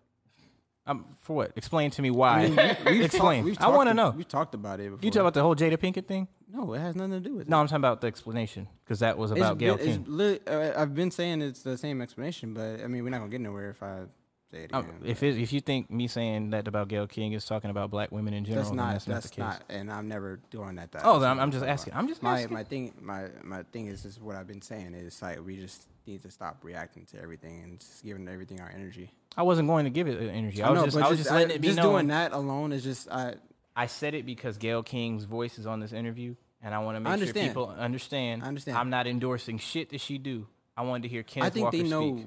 Speaker 4: Um, for what? Explain to me why. Explain.
Speaker 2: We've
Speaker 4: I want to
Speaker 2: talked-
Speaker 4: know.
Speaker 2: We've talked about it before.
Speaker 4: You talk about the whole Jada Pinkett thing?
Speaker 2: no, it has nothing to do with
Speaker 4: No,
Speaker 2: it.
Speaker 4: I'm talking about the explanation because that was
Speaker 2: It's
Speaker 4: about Gail
Speaker 2: been- it's
Speaker 4: King.
Speaker 2: li- uh, I've been saying it's the same explanation, but I mean we're not gonna get nowhere if I say it again.
Speaker 4: Um, if it, if you think me saying that about Gail King is talking about black women in general,
Speaker 2: That's
Speaker 4: then
Speaker 2: not.
Speaker 4: that's,
Speaker 2: That's,
Speaker 4: not the case.
Speaker 2: not. And I'm never doing that. that
Speaker 4: Oh,
Speaker 2: that's
Speaker 4: then I'm-
Speaker 2: not
Speaker 4: I'm
Speaker 2: what
Speaker 4: just
Speaker 2: talking
Speaker 4: asking.
Speaker 2: about.
Speaker 4: I'm just
Speaker 2: my
Speaker 4: asking.
Speaker 2: my thing. My my thing is is what I've been saying is like we just need to stop reacting to everything and just giving everything our energy.
Speaker 4: I wasn't going to give it uh, energy. I was just I was just letting it be
Speaker 2: just
Speaker 4: known.
Speaker 2: doing that alone is just I.
Speaker 4: I said it because Gail King's voice is on this interview, and I want to make sure
Speaker 2: understand.
Speaker 4: people understand.
Speaker 2: I understand.
Speaker 4: I'm not endorsing shit that she do. I wanted to hear Kenneth
Speaker 2: I think
Speaker 4: Walker
Speaker 2: they know.
Speaker 4: speak.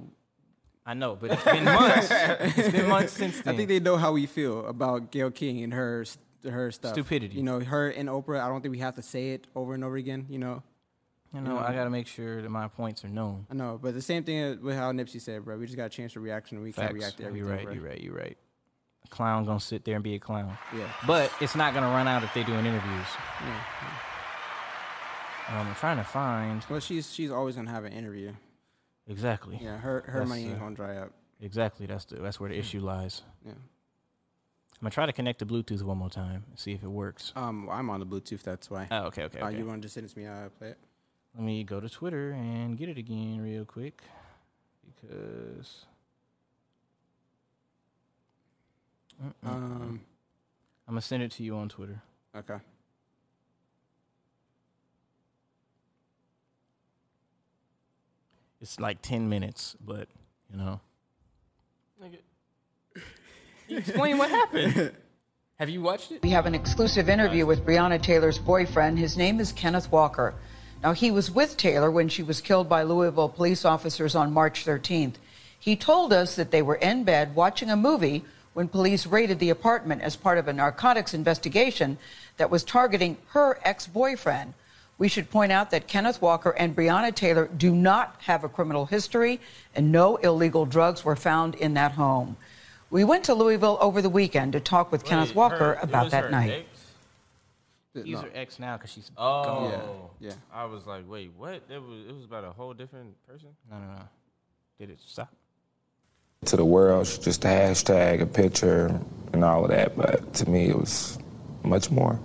Speaker 4: I know, but it's been
Speaker 2: (laughs)
Speaker 4: months. it's been months since then.
Speaker 2: I think they know how we feel about Gail King and her s- her stuff.
Speaker 4: Stupidity.
Speaker 2: You know, her and Oprah. I don't think we have to say it over and over again. You know.
Speaker 4: you know, I gotta make sure that my points are known.
Speaker 2: I know, but the same thing with how Nipsey said, bro. We just got to change the reaction. We
Speaker 4: Facts.
Speaker 2: can't react to everything.
Speaker 4: you're right.
Speaker 2: bro.
Speaker 4: You're right. You're right. A clown gonna sit there and be a clown.
Speaker 2: Yeah.
Speaker 4: But it's not gonna run out if they doing interviews. Um, I'm trying to find
Speaker 2: Well, she's she's always gonna have an interview.
Speaker 4: exactly.
Speaker 2: Yeah, her her
Speaker 4: That's,
Speaker 2: money ain't
Speaker 4: uh,
Speaker 2: gonna dry up.
Speaker 4: Exactly. That's the that's where the issue lies.
Speaker 2: Yeah.
Speaker 4: I'm gonna try to connect the Bluetooth one more time and see if it works.
Speaker 2: Um, well, I'm on the Bluetooth. That's why.
Speaker 4: Oh, okay, okay.
Speaker 2: Uh,
Speaker 4: okay.
Speaker 2: you want to just send it to me? I play it.
Speaker 4: Let me go to Twitter and get it again real quick because
Speaker 2: Um,
Speaker 4: I'm gonna send it to you on Twitter.
Speaker 2: okay.
Speaker 4: It's like ten minutes, but you know.
Speaker 1: Explain what happened. (laughs) Have you watched it?
Speaker 10: We have an exclusive interview with Breonna Taylor's boyfriend. His name is Kenneth Walker. Now, he was with Taylor when she was killed by Louisville police officers on March 13th. He told us that they were in bed watching a movie when police raided the apartment as part of a narcotics investigation that was targeting her ex boyfriend. We should point out that Kenneth Walker and Breonna Taylor do not have a criminal history, and no illegal drugs were found in that home. We went to Louisville over the weekend to talk with Kenneth
Speaker 3: Wait, her-
Speaker 10: Walker
Speaker 3: it
Speaker 10: about
Speaker 3: was
Speaker 10: that
Speaker 3: her
Speaker 10: night.
Speaker 3: ex?
Speaker 2: Th-
Speaker 4: Use
Speaker 2: no.
Speaker 4: her ex now because she's
Speaker 3: Oh,
Speaker 4: gone.
Speaker 2: Yeah.
Speaker 3: I was like, wait, what? It was it was about a whole different person.
Speaker 4: No, no, no. Did it stop?
Speaker 6: To the world, just a hashtag, a picture, and all of that. But to me, it was much more.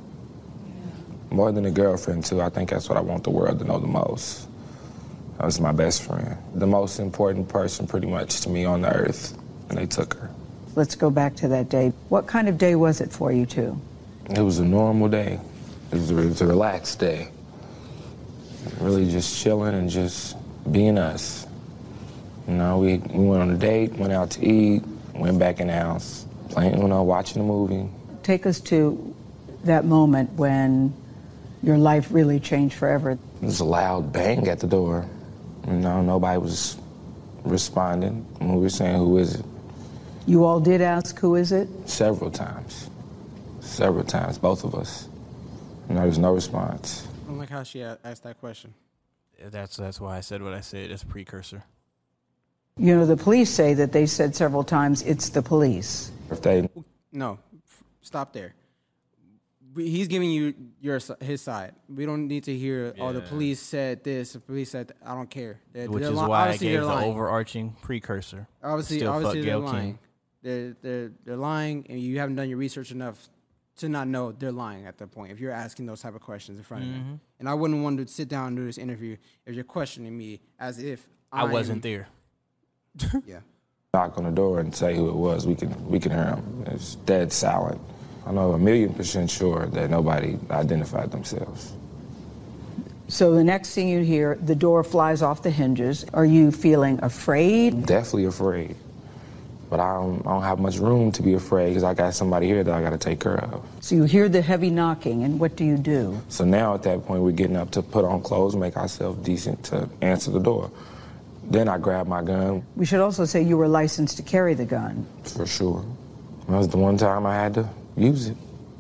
Speaker 6: More than a girlfriend, too. I think that's what I want the world to know the most. That was my best friend. The most important person, pretty much, to me on the earth. And they took her.
Speaker 10: Let's go back to that day. What kind of day was it for you two?
Speaker 6: It was a normal day. It was a, it was a relaxed day. Really just chilling and just being us.
Speaker 11: You know, we, we went on a date, went out to eat, went back in the house, playing, you know, watching a movie.
Speaker 10: Take us to that moment when your life really changed forever.
Speaker 11: There was a loud bang at the door. You know, nobody was responding. And we were saying, who is it?
Speaker 10: You all did ask, who is it?
Speaker 11: Several times. Several times, both of us. You know, there was no response.
Speaker 2: I don't like how she a- asked that question.
Speaker 1: That's that's why I said what I said. That's precursor.
Speaker 10: You know, the police say that they said several times, it's the police.
Speaker 11: If they
Speaker 2: No, f- stop there. We- He's giving you your si- his side. We don't need to hear. Oh, the
Speaker 1: Yeah.
Speaker 2: police said this. The police said. th-" I don't care. They're-
Speaker 1: Which
Speaker 2: they're
Speaker 1: is
Speaker 2: li-
Speaker 1: why I
Speaker 2: obviously
Speaker 1: gave
Speaker 2: they're
Speaker 1: the
Speaker 2: lying.
Speaker 1: overarching precursor.
Speaker 2: Obviously,
Speaker 1: Still fuck
Speaker 2: obviously they're
Speaker 1: Gayle King.
Speaker 2: lying. They're, they're they're lying, and you haven't done your research enough to not know they're lying at that point. If you're asking those type of questions in front of
Speaker 1: Mhm.
Speaker 2: them, and I wouldn't want to sit down and do this interview if you're questioning me as if
Speaker 1: I
Speaker 2: I'm-
Speaker 1: wasn't there.
Speaker 2: yeah.
Speaker 11: knock on the door and say who it was, we can we can hear them. It's dead silent. I know a million percent sure that nobody identified themselves.
Speaker 10: So the next thing you hear, the door flies off the hinges. Are you feeling afraid?
Speaker 11: Definitely afraid, but I don't, I don't have much room to be afraid because I got somebody here that I got to take care of.
Speaker 10: So you hear the heavy knocking, and what do you do?
Speaker 11: So now at that point, we're getting up to put on clothes, make ourselves decent to answer the door. Then I grabbed my gun
Speaker 10: We should also say you were licensed to carry the gun.
Speaker 11: for sure. That was the one time I had to use it.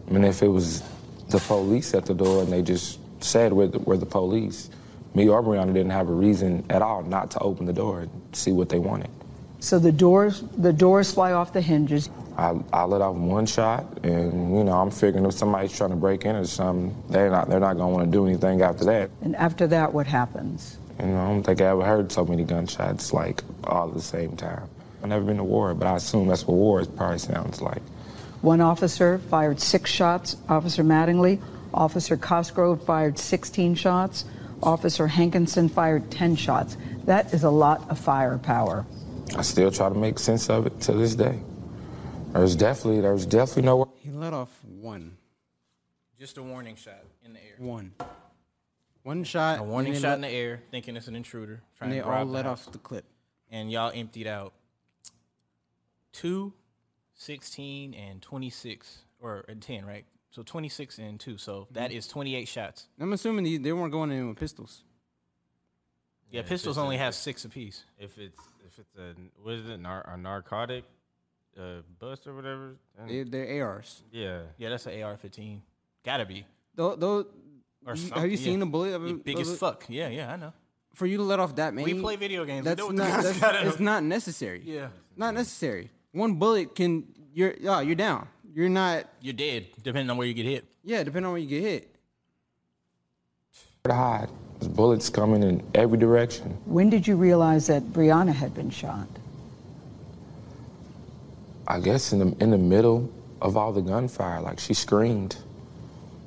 Speaker 11: I mean, if it was the police at the door and they just said we're the, we're the police, me or Brianna didn't have a reason at all not to open the door and see what they wanted.
Speaker 10: So the doors, the doors fly off the hinges.
Speaker 11: I, I let off one shot, and you know I'm figuring if somebody's trying to break in or something, they're not they're not gonna want to do anything after that.
Speaker 10: And after that, what happens?
Speaker 11: You know, I don't think I ever heard so many gunshots like all at the same time. I've never been to war, but I assume that's what war is probably sounds like.
Speaker 10: One officer fired six shots, Officer Mattingly. Officer Cosgrove fired 16 shots. Officer Hankinson fired 10 shots. That is a lot of firepower.
Speaker 11: I still try to make sense of it to this day. There's definitely there's definitely no
Speaker 2: He let off one,
Speaker 1: Just a warning shot in the air.
Speaker 2: one, one shot.
Speaker 1: A warning
Speaker 2: and they
Speaker 1: shot in
Speaker 2: let-
Speaker 1: the air, thinking it's an intruder. Trying
Speaker 2: And they
Speaker 1: to rob
Speaker 2: all
Speaker 1: the
Speaker 2: let
Speaker 1: house.
Speaker 2: off the clip.
Speaker 1: And y'all emptied out two, 16, and 26, or uh, 10, right? So 26 and two.
Speaker 3: Mm-hmm.
Speaker 1: So that is 28 shots.
Speaker 2: I'm assuming they, they weren't going in with pistols.
Speaker 1: Yeah,
Speaker 3: if
Speaker 1: pistols
Speaker 3: it's a-
Speaker 1: only have six apiece.
Speaker 3: If it's if it's a what is it nar- a narcotic, uh, bust or whatever. I don't-
Speaker 2: They, they're ARs.
Speaker 3: yeah,
Speaker 1: Yeah, that's an AR 15. Gotta be.
Speaker 2: Though, though,
Speaker 1: Or
Speaker 2: you- have
Speaker 1: something,
Speaker 2: you
Speaker 1: yeah.
Speaker 2: seen the bullet? of
Speaker 1: You
Speaker 2: it-
Speaker 1: big
Speaker 2: of
Speaker 1: as
Speaker 2: it?
Speaker 1: fuck. Yeah, yeah, I know.
Speaker 2: For you to let off that many,
Speaker 1: We play video games. We
Speaker 2: That's
Speaker 1: know what the
Speaker 2: not.
Speaker 1: (laughs) guys
Speaker 2: That's,
Speaker 1: gotta
Speaker 2: it's
Speaker 1: do.
Speaker 2: not necessary.
Speaker 1: Yeah.
Speaker 2: not necessary. One bullet can you're yeah you're down. You're not.
Speaker 1: You're dead, depending on where you get hit.
Speaker 2: Yeah, depending on where you get hit.
Speaker 11: to hide. There's bullets coming in every direction.
Speaker 10: When did you realize that Brianna had been shot?
Speaker 11: I guess in the in the middle of all the gunfire, like she screamed.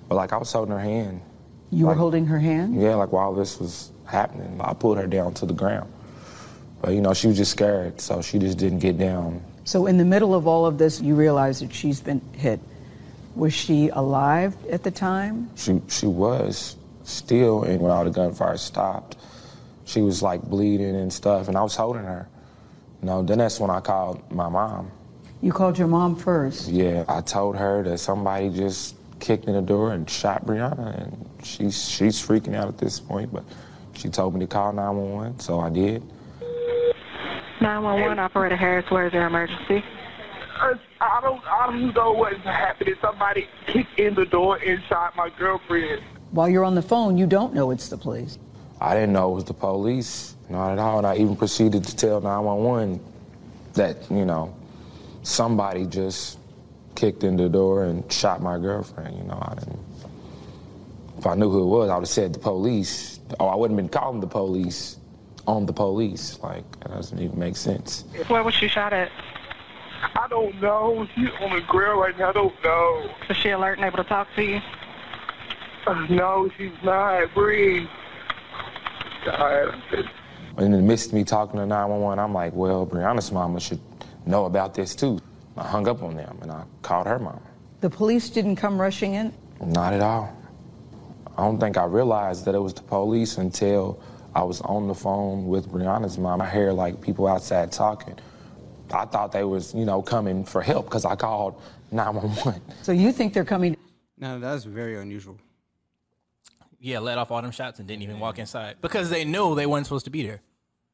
Speaker 11: But like I was holding her hand.
Speaker 10: You were holding her hand?
Speaker 11: Yeah, like while this was happening, I pulled her down to the ground. But you know, she was just scared, so she just didn't get down.
Speaker 10: So, in the middle of all of this, you realize that she's been hit. Was she alive at the time?
Speaker 11: She she was still, and when all the gunfire stopped, she was like bleeding and stuff, and I was holding her. You know, then that's when I called my mom.
Speaker 10: You called your mom first.
Speaker 11: Yeah, I told her that somebody just kicked in the door and shot Brianna, and she's she's freaking out at this point. But she told me to call 911, so I did.
Speaker 12: 911 operator Harris, where's your emergency?
Speaker 13: Uh, I don't, I don't know what happened. Somebody kicked in the door inside my girlfriend.
Speaker 10: While you're on the phone, you don't know it's the police.
Speaker 11: I didn't know it was the police, not at all, and I even proceeded to tell 911 that you know somebody just kicked in the door and shot my girlfriend. You know, I didn't. If I knew who it was, I would have said the police. Oh, I wouldn't have been calling the police on the police. Like, that doesn't even make sense.
Speaker 12: Where was she shot at?
Speaker 13: I don't know. She's on the grill right now. I don't know.
Speaker 12: Is she alert and able to talk to you?
Speaker 13: Uh, no, she's not. Breathe. God.
Speaker 11: And in the midst of me talking to 911, I'm like, well, Brianna's mama should know about this too. I hung up on them and I called her mom.
Speaker 10: The police didn't come rushing in.
Speaker 11: Not at all. I don't think I realized that it was the police until I was on the phone with Brianna's mom. I hear like people outside talking. I thought they was, you know, coming for help because I called 911.
Speaker 10: So you think they're coming?
Speaker 2: Now that's very unusual.
Speaker 4: Yeah, let off all them shots and didn't even walk inside because they knew they weren't supposed to be there.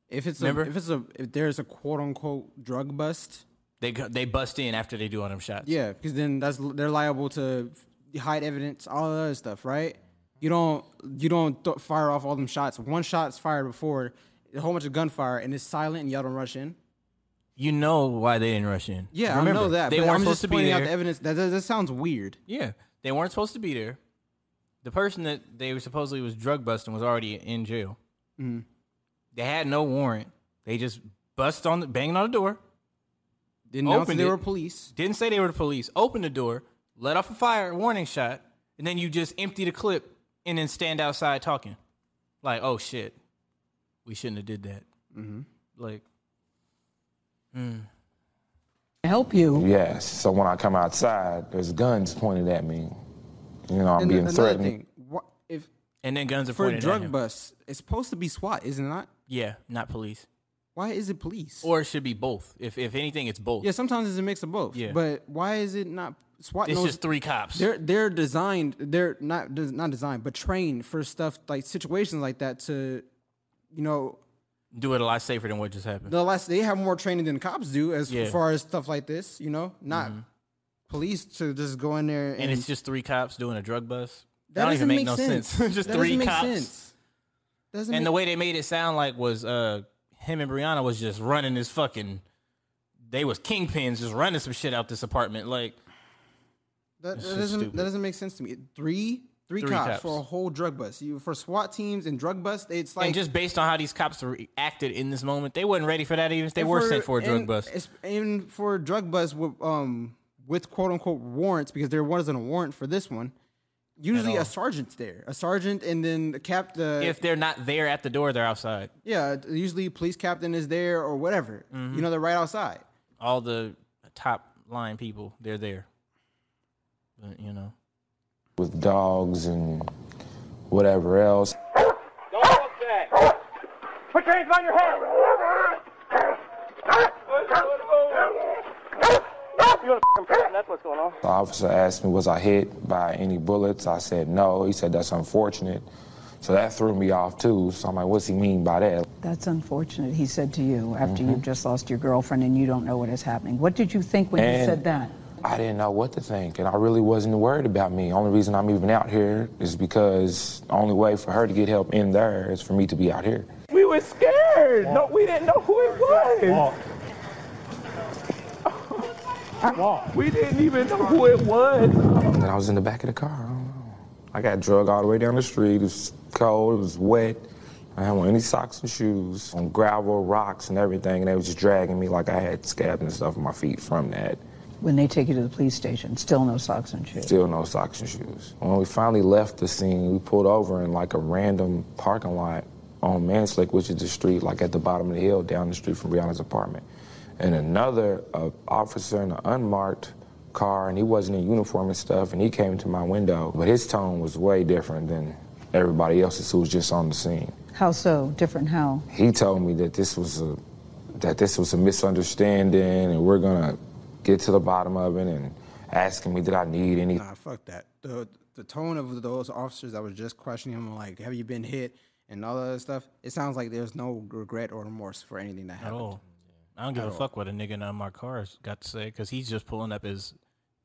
Speaker 2: If it's
Speaker 4: Remember?
Speaker 2: a, if it's a if there's a quote unquote drug bust,
Speaker 4: They go- they bust in after they do all them shots.
Speaker 2: yeah, because then that's they're liable to hide evidence, all that other stuff, right? You don't you don't th- fire off all them shots. One shot's fired before a whole bunch of gunfire, and it's silent, and y'all don't rush in.
Speaker 4: You know why they didn't rush in?
Speaker 2: Yeah,
Speaker 4: Remember,
Speaker 2: I know that.
Speaker 4: They
Speaker 2: but
Speaker 4: weren't
Speaker 2: I'm
Speaker 4: supposed
Speaker 2: just
Speaker 4: to be
Speaker 2: pointing
Speaker 4: there.
Speaker 2: out the evidence. That, that, that sounds weird.
Speaker 4: Yeah, they weren't supposed to be there. The person that they were supposedly was drug busting was already in jail.
Speaker 2: Mhm.
Speaker 4: They had no warrant. They just bust on the banging on the door.
Speaker 2: Didn't announce
Speaker 4: opened
Speaker 2: they
Speaker 4: it,
Speaker 2: were police.
Speaker 4: Didn't say they were the police. Opened the door, let off a fire warning shot, and then you just empty the clip and then stand outside talking, like, "Oh shit, we shouldn't have did that."
Speaker 2: Mm-hmm.
Speaker 4: Like,
Speaker 10: help you.
Speaker 11: Yes. So when I come outside, there's guns pointed at me. You know, I'm
Speaker 2: And
Speaker 11: being
Speaker 2: another
Speaker 11: threatened.
Speaker 2: thing, what if
Speaker 4: and then guns are
Speaker 2: for
Speaker 4: pointed at
Speaker 2: drug
Speaker 4: him.
Speaker 2: busts? It's supposed to be SWAT, is it not?
Speaker 4: yeah, not police,
Speaker 2: Why is it police?
Speaker 4: or it should be both. If if anything, it's both.
Speaker 2: Yeah, sometimes it's a mix of both.
Speaker 4: Yeah.
Speaker 2: But why is it not SWAT?
Speaker 4: It's
Speaker 2: knows-
Speaker 4: just three cops.
Speaker 2: They're they're designed. They're not des- not designed, but trained for stuff like situations like that to, you know,
Speaker 4: Do it a lot safer than what just happened.
Speaker 2: the less they have more training than cops do as
Speaker 4: Yeah. Mm-hmm.
Speaker 2: far as stuff like this. You know, not police to just go in there and,
Speaker 4: and, it's just three cops doing a drug bust. That,
Speaker 2: That
Speaker 4: don't
Speaker 2: doesn't
Speaker 4: even make,
Speaker 2: make
Speaker 4: no
Speaker 2: sense.
Speaker 4: sense. (laughs) just
Speaker 2: That doesn't
Speaker 4: three
Speaker 2: make
Speaker 4: cops.
Speaker 2: sense. doesn't.
Speaker 4: And
Speaker 2: make-
Speaker 4: the way they made it sound like was uh him and Brianna was just running this fucking they was kingpins just running some shit out this apartment. Like
Speaker 2: That,
Speaker 4: It's
Speaker 2: that
Speaker 4: just
Speaker 2: doesn't
Speaker 4: stupid.
Speaker 2: that doesn't make sense to me. Three three
Speaker 4: Three
Speaker 2: cops,
Speaker 4: cops.
Speaker 2: for a whole drug bust. You for SWAT teams and drug bust, it's like
Speaker 4: and just based on how these cops reacted in this moment, they wasn't ready for that even if they
Speaker 2: and
Speaker 4: were sent for a drug
Speaker 2: and
Speaker 4: bust.
Speaker 2: it's- And for a drug bust with um with quote unquote warrants because there wasn't a warrant for this one. Usually
Speaker 4: all.
Speaker 2: a sergeant's there, a sergeant, and then the cap the
Speaker 4: if they're not there at the door, they're outside.
Speaker 2: yeah. Usually police captain is there or whatever.
Speaker 4: Mm-hmm.
Speaker 2: You know they're right outside.
Speaker 4: All the top line people, they're there. But you know.
Speaker 11: with dogs and whatever else.
Speaker 1: Put your hands on
Speaker 13: (laughs)
Speaker 1: your head. You're a person. That's what's going on.
Speaker 11: The officer asked me, Was I hit by any bullets? I said, No. He said, That's unfortunate. So that threw me off too. So I'm like, What's he mean by that?
Speaker 10: That's unfortunate, he said to you after
Speaker 11: Mm-hmm.
Speaker 10: you've just lost your girlfriend and you don't know what is happening. What did you think when you
Speaker 11: And-
Speaker 10: said that?
Speaker 11: I didn't know what to think, and I really wasn't worried about me. Only reason I'm even out here is because the only way for her to get help in there is for me to be out here.
Speaker 1: We were scared. No, we didn't know who it was. (laughs) We didn't even know who it was.
Speaker 11: And I was in the back of the car. I, don't know. I got drug all the way down the street. It was cold, it was wet. I didn't wear any socks and shoes on gravel, rocks, and everything, and they was just dragging me like I had scabs and stuff on my feet from that.
Speaker 10: When they take you to the police station, still no socks and shoes.
Speaker 11: Still no socks and shoes. When we finally left the scene, we pulled over in like a random parking lot on Manslick, which is the street like at the bottom of the hill down the street from Brianna's apartment. And another uh, officer in an unmarked car, and he wasn't in uniform and stuff, and he came to my window. But his tone was way different than everybody else's who was just on the scene.
Speaker 10: How so? Different how?
Speaker 11: He told me that this was a that this was a misunderstanding, and we're gonna get to the bottom of it, and asking me did I need anything.
Speaker 2: Nah, fuck that. The the tone of those officers that was just questioning him, like, have you been hit and all that other stuff, it sounds like there's no regret or remorse for anything that
Speaker 4: at
Speaker 2: happened.
Speaker 4: all. I don't give
Speaker 2: At
Speaker 4: a
Speaker 2: all.
Speaker 4: fuck what a nigga in an unmarked car has got to say because he's just pulling up his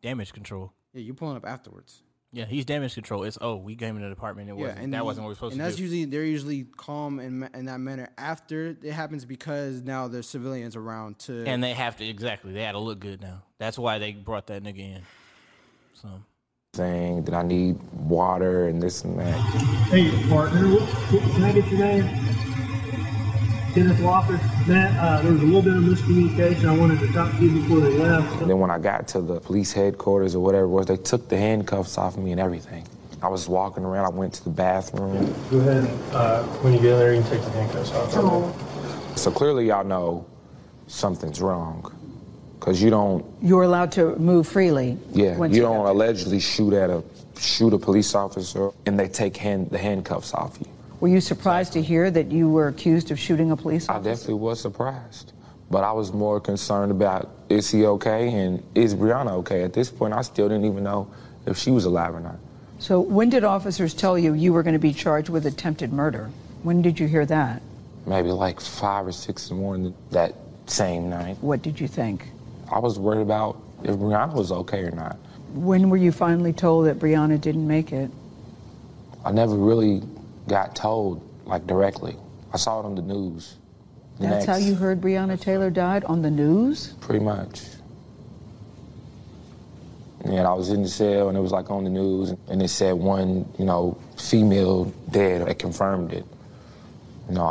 Speaker 4: damage control.
Speaker 2: Yeah, you pulling up afterwards.
Speaker 4: Yeah, he's damage control. It's oh, we came into the apartment. It wasn't that
Speaker 2: the-
Speaker 4: wasn't what we are supposed
Speaker 2: And
Speaker 4: to
Speaker 2: that's
Speaker 4: do.
Speaker 2: usually they're usually calm in, ma- in that manner after it happens because now there's civilians around to
Speaker 4: and they have to exactly. They had to look good now. That's why they brought that nigga in. So
Speaker 11: thing that I need water and this and that.
Speaker 6: Hey, partner, what, what- can I get your name? Dennis Walker. Matt, uh, there was a little bit of miscommunication. I wanted to talk to you before they left.
Speaker 11: And then when I got to the police headquarters or whatever it was, they took the handcuffs off me and everything. I was walking around, I went to the bathroom.
Speaker 6: Go ahead. Uh, when you get in there, you can take the handcuffs off.
Speaker 11: So clearly y'all know something's wrong. Cause you don't
Speaker 10: You were allowed to move freely.
Speaker 11: yeah,
Speaker 10: Once
Speaker 11: you
Speaker 10: you got
Speaker 11: don't allegedly shoot at a shoot a police officer and they take hand the handcuffs off you.
Speaker 10: Were you surprised to hear that you were accused of shooting a police
Speaker 11: I definitely was surprised, but I was more concerned about is he okay and is Brianna okay? At this point, I still didn't even know if she was alive or not.
Speaker 10: So, when did officers tell you you were going to be charged with attempted murder? When did you hear that?
Speaker 11: Maybe like five or six in the morning that same night.
Speaker 10: What did you think?
Speaker 11: I was worried about if Brianna was okay or not.
Speaker 10: When were you finally told that Brianna didn't make it?
Speaker 11: I never really got told like directly. I saw it on the news. The
Speaker 10: That's how
Speaker 11: next-
Speaker 10: you heard Breonna Taylor died on the news?
Speaker 11: Pretty much. And I was in the cell, and it was like on the news, and it said one, you know, female dead. It confirmed it. You know,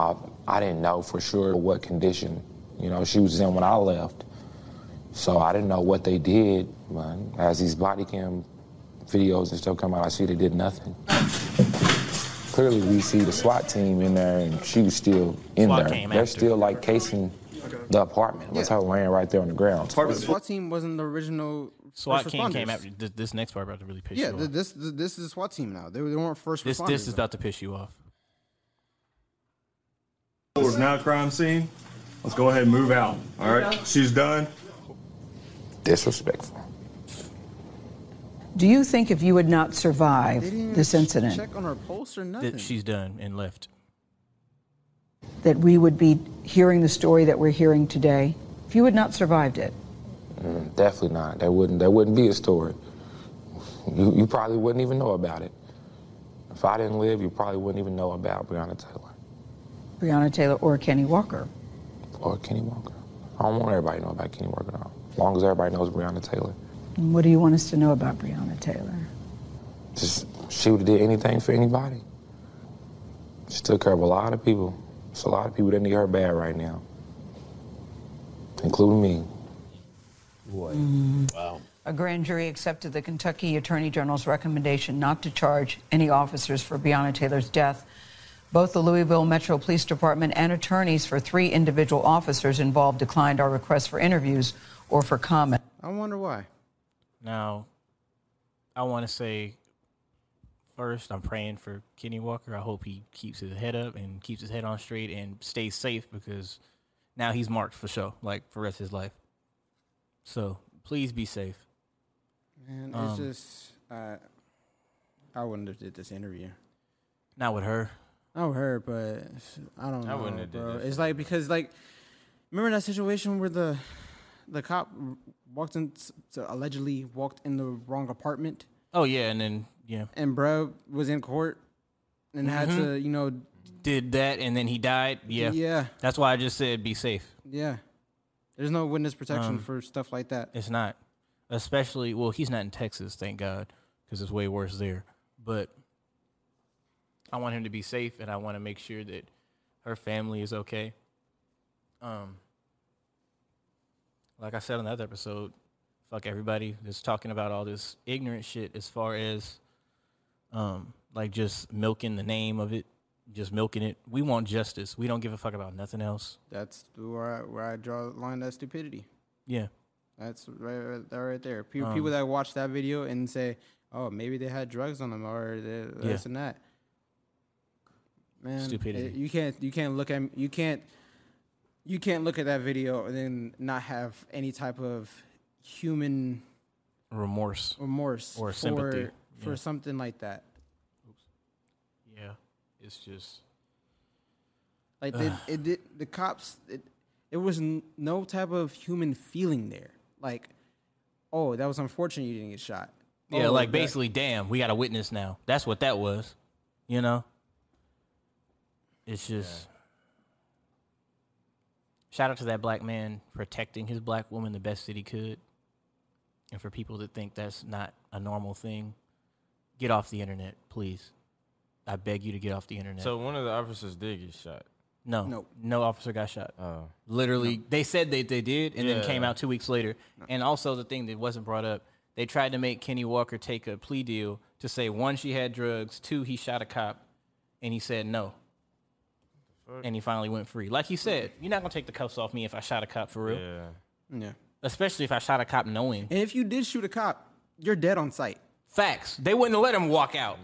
Speaker 11: I, I didn't know for sure what condition, you know, she was in when I left. So I didn't know what they did. But as these body cam videos and stuff come out, I see they did nothing. Clearly, we see the SWAT team in there, and she was still in
Speaker 2: SWAT
Speaker 11: there.
Speaker 2: came
Speaker 11: They're
Speaker 2: after.
Speaker 11: still like casing the apartment with
Speaker 2: Yeah.
Speaker 11: her laying right there on the ground.
Speaker 2: The SWAT team wasn't the original
Speaker 4: SWAT
Speaker 2: first
Speaker 4: team came
Speaker 2: responders.
Speaker 4: after this, this next part about to really piss
Speaker 2: Yeah,
Speaker 4: you
Speaker 2: th-
Speaker 4: off.
Speaker 2: this th- this is SWAT team now. They, were- they weren't first
Speaker 4: This
Speaker 2: responders.
Speaker 4: this is
Speaker 2: though.
Speaker 4: about to piss you off.
Speaker 14: We're now crime scene. Let's go ahead and move out. All right, she's done.
Speaker 11: Disrespectful.
Speaker 10: Do you think if you had not survived
Speaker 2: They didn't
Speaker 10: this
Speaker 2: even
Speaker 10: incident,
Speaker 2: Check on her pulse or nothing.
Speaker 4: That she's done and left.
Speaker 10: that we would be hearing the story that we're hearing today? If you had not survived it,
Speaker 11: Mm, definitely not. That wouldn't that wouldn't be a story. You you probably wouldn't even know about it. If I didn't live, you probably wouldn't even know about Breonna Taylor
Speaker 10: Breonna Taylor or Kenny Walker,
Speaker 11: or Kenny Walker. I don't want everybody to know about Kenny Walker now. As long as everybody knows Breonna Taylor.
Speaker 10: and what do you want us to know about Breonna Taylor?
Speaker 11: Just she would have did anything for anybody. She took care of a lot of people. It's a lot of people that need her bad right now. Including me. Boy. Wow.
Speaker 10: Mm. A grand jury accepted the Kentucky Attorney General's recommendation not to charge any officers for Breonna Taylor's death. Both the Louisville Metro Police Department and attorneys for three individual officers involved declined our request for interviews or for comment.
Speaker 2: I wonder why.
Speaker 4: Now, I want to say first, I'm praying for Kenny Walker. I hope he keeps his head up and keeps his head on straight and stays safe because now he's marked for sure, like for the rest of his life. So please be safe.
Speaker 2: Man,
Speaker 4: Um,
Speaker 2: it's just I. I wouldn't have did this interview.
Speaker 4: Not with her.
Speaker 2: I would her, but I don't know,
Speaker 3: I wouldn't have did
Speaker 2: bro.
Speaker 3: this
Speaker 2: It's like because like, remember that situation where the, the cop walked in, allegedly walked in the wrong apartment.
Speaker 4: Oh yeah, and then yeah,
Speaker 2: and bro was in court and had
Speaker 4: Mhm.
Speaker 2: to, you know,
Speaker 4: did that, and then he died. Yeah,
Speaker 2: Yeah.
Speaker 4: That's why I just said be safe.
Speaker 2: yeah. There's no witness protection
Speaker 4: Um,
Speaker 2: for stuff like that.
Speaker 4: It's not, especially well, he's not in Texas, thank God, because it's way worse there. But I want him to be safe, and I want to make sure that her family is okay. Um, like I said on the other episode, fuck everybody that's talking about all this ignorant shit as far as um like just milking the name of it, just milking it. We want justice. We don't give a fuck about nothing else.
Speaker 2: That's where I, where I draw the line. That stupidity.
Speaker 4: Yeah.
Speaker 2: That's right, right, that right there. People,
Speaker 4: Um,
Speaker 2: people that watch that video and say, "Oh, maybe they had drugs on them or they- this and that." Man, it-
Speaker 4: Stupidity.
Speaker 2: you can't you can't look at you can't you can't look at that video and then not have any type of human
Speaker 4: Remorse.
Speaker 2: remorse
Speaker 4: Or sympathy.
Speaker 2: for, for
Speaker 4: Yeah.
Speaker 2: something like that.
Speaker 4: Yeah. It's just
Speaker 2: Like they, it did the cops. It, there was n- no type of human feeling there. Like, oh, that was unfortunate you didn't get shot.
Speaker 4: Yeah,
Speaker 2: Oh,
Speaker 4: like
Speaker 2: that-
Speaker 4: basically, damn, we got a witness now. That's what that was. You know? It's just. Shout out to that black man protecting his black woman the best that he could. And for people that think that's not a normal thing, get off the internet, please. I beg you to get off the internet.
Speaker 3: So one of the officers did get shot.
Speaker 4: No. No. officer got shot. Literally,
Speaker 3: No.
Speaker 4: they said they, they did, and then came
Speaker 3: Yeah.
Speaker 4: out two weeks later. And also, the thing that wasn't brought up, they tried to make Kenny Walker take a plea deal to say one, she had drugs, two, he shot a cop, and he said no. And he finally went free. Like he said, you're not gonna take the cuffs off me if I shot a cop for real.
Speaker 3: Yeah.
Speaker 2: Yeah.
Speaker 4: Especially if I shot a cop knowing.
Speaker 2: And if you did shoot a cop, you're dead on sight.
Speaker 4: Facts. They wouldn't have let him walk out.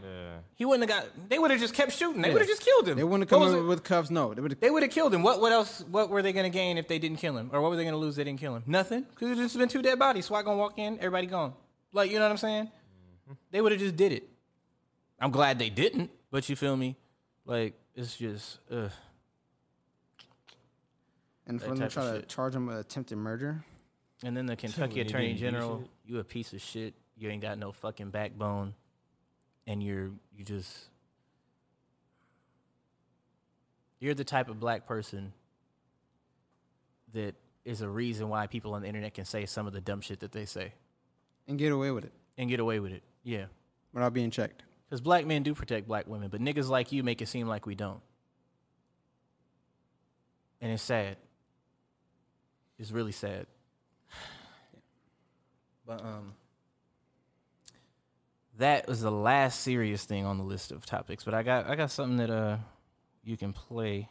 Speaker 4: He wouldn't have got. They would have just kept shooting. They would have just killed him.
Speaker 2: They
Speaker 4: What
Speaker 2: wouldn't come
Speaker 4: was
Speaker 2: in
Speaker 4: it?
Speaker 2: with cuffs. No, they would have
Speaker 4: They would have killed him. What? What else? What were they going to gain if they didn't kill him? Or what were they going to lose? if They didn't kill him. Nothing. Because it's just been two dead bodies. Swat gonna walk in. Everybody gone. Like you know what I'm saying? They would have just did it. I'm glad they didn't. But you feel me? Like it's just. Ugh.
Speaker 2: and for
Speaker 4: That
Speaker 2: them to
Speaker 4: type of
Speaker 2: try to charge him with attempted murder.
Speaker 4: And then the Kentucky
Speaker 2: When you
Speaker 4: Attorney
Speaker 2: didn't use
Speaker 4: General,
Speaker 2: it.
Speaker 4: you a piece of shit. You ain't got no fucking backbone, and you're you just you're the type of black person that is a reason why people on the internet can say some of the dumb shit that they say
Speaker 2: and get away with it
Speaker 4: and get away with it. Yeah,
Speaker 2: without being checked.
Speaker 4: Because black men do protect black women, but niggas like you make it seem like we don't. And it's sad. It's really sad. But um that was the last serious thing on the list of topics, but I got I got something that uh you can play.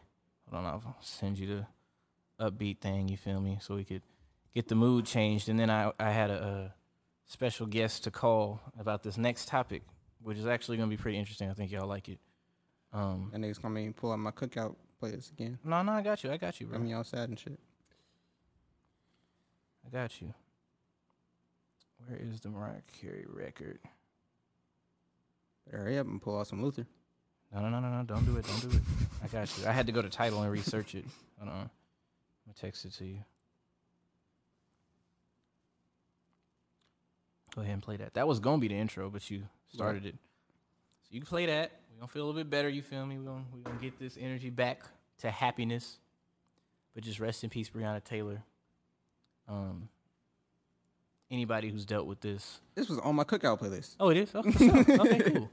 Speaker 4: Hold on, I'll send you the upbeat thing, you feel me? So we could get the mood changed and then I I had a, a special guest to call about this next topic, which is actually going to be pretty interesting. I think y'all like it. Um
Speaker 2: That nigga's coming and pull out my cookout playlist again.
Speaker 4: No, no, I got you. I got you, bro.
Speaker 2: I mean, all sad and shit.
Speaker 4: I got you. Where is the Mariah Carey record?
Speaker 2: Hurry up and pull out some Luther.
Speaker 4: No, no, no, no, no. Don't do it. Don't do it. I got you. I had to go to title and research it. Hold on. I'm going to text it to you. Go ahead and play that. That was going to be the intro, but you started it. So you can play that. We're going to feel a little bit better. You feel me? We're going we gonna get this energy back to happiness. But just rest in peace, Breonna Taylor. Um, anybody who's dealt with this.
Speaker 2: This was on my cookout playlist.
Speaker 4: Oh, it is? Oh, for sure. Okay,
Speaker 2: (laughs)
Speaker 4: cool.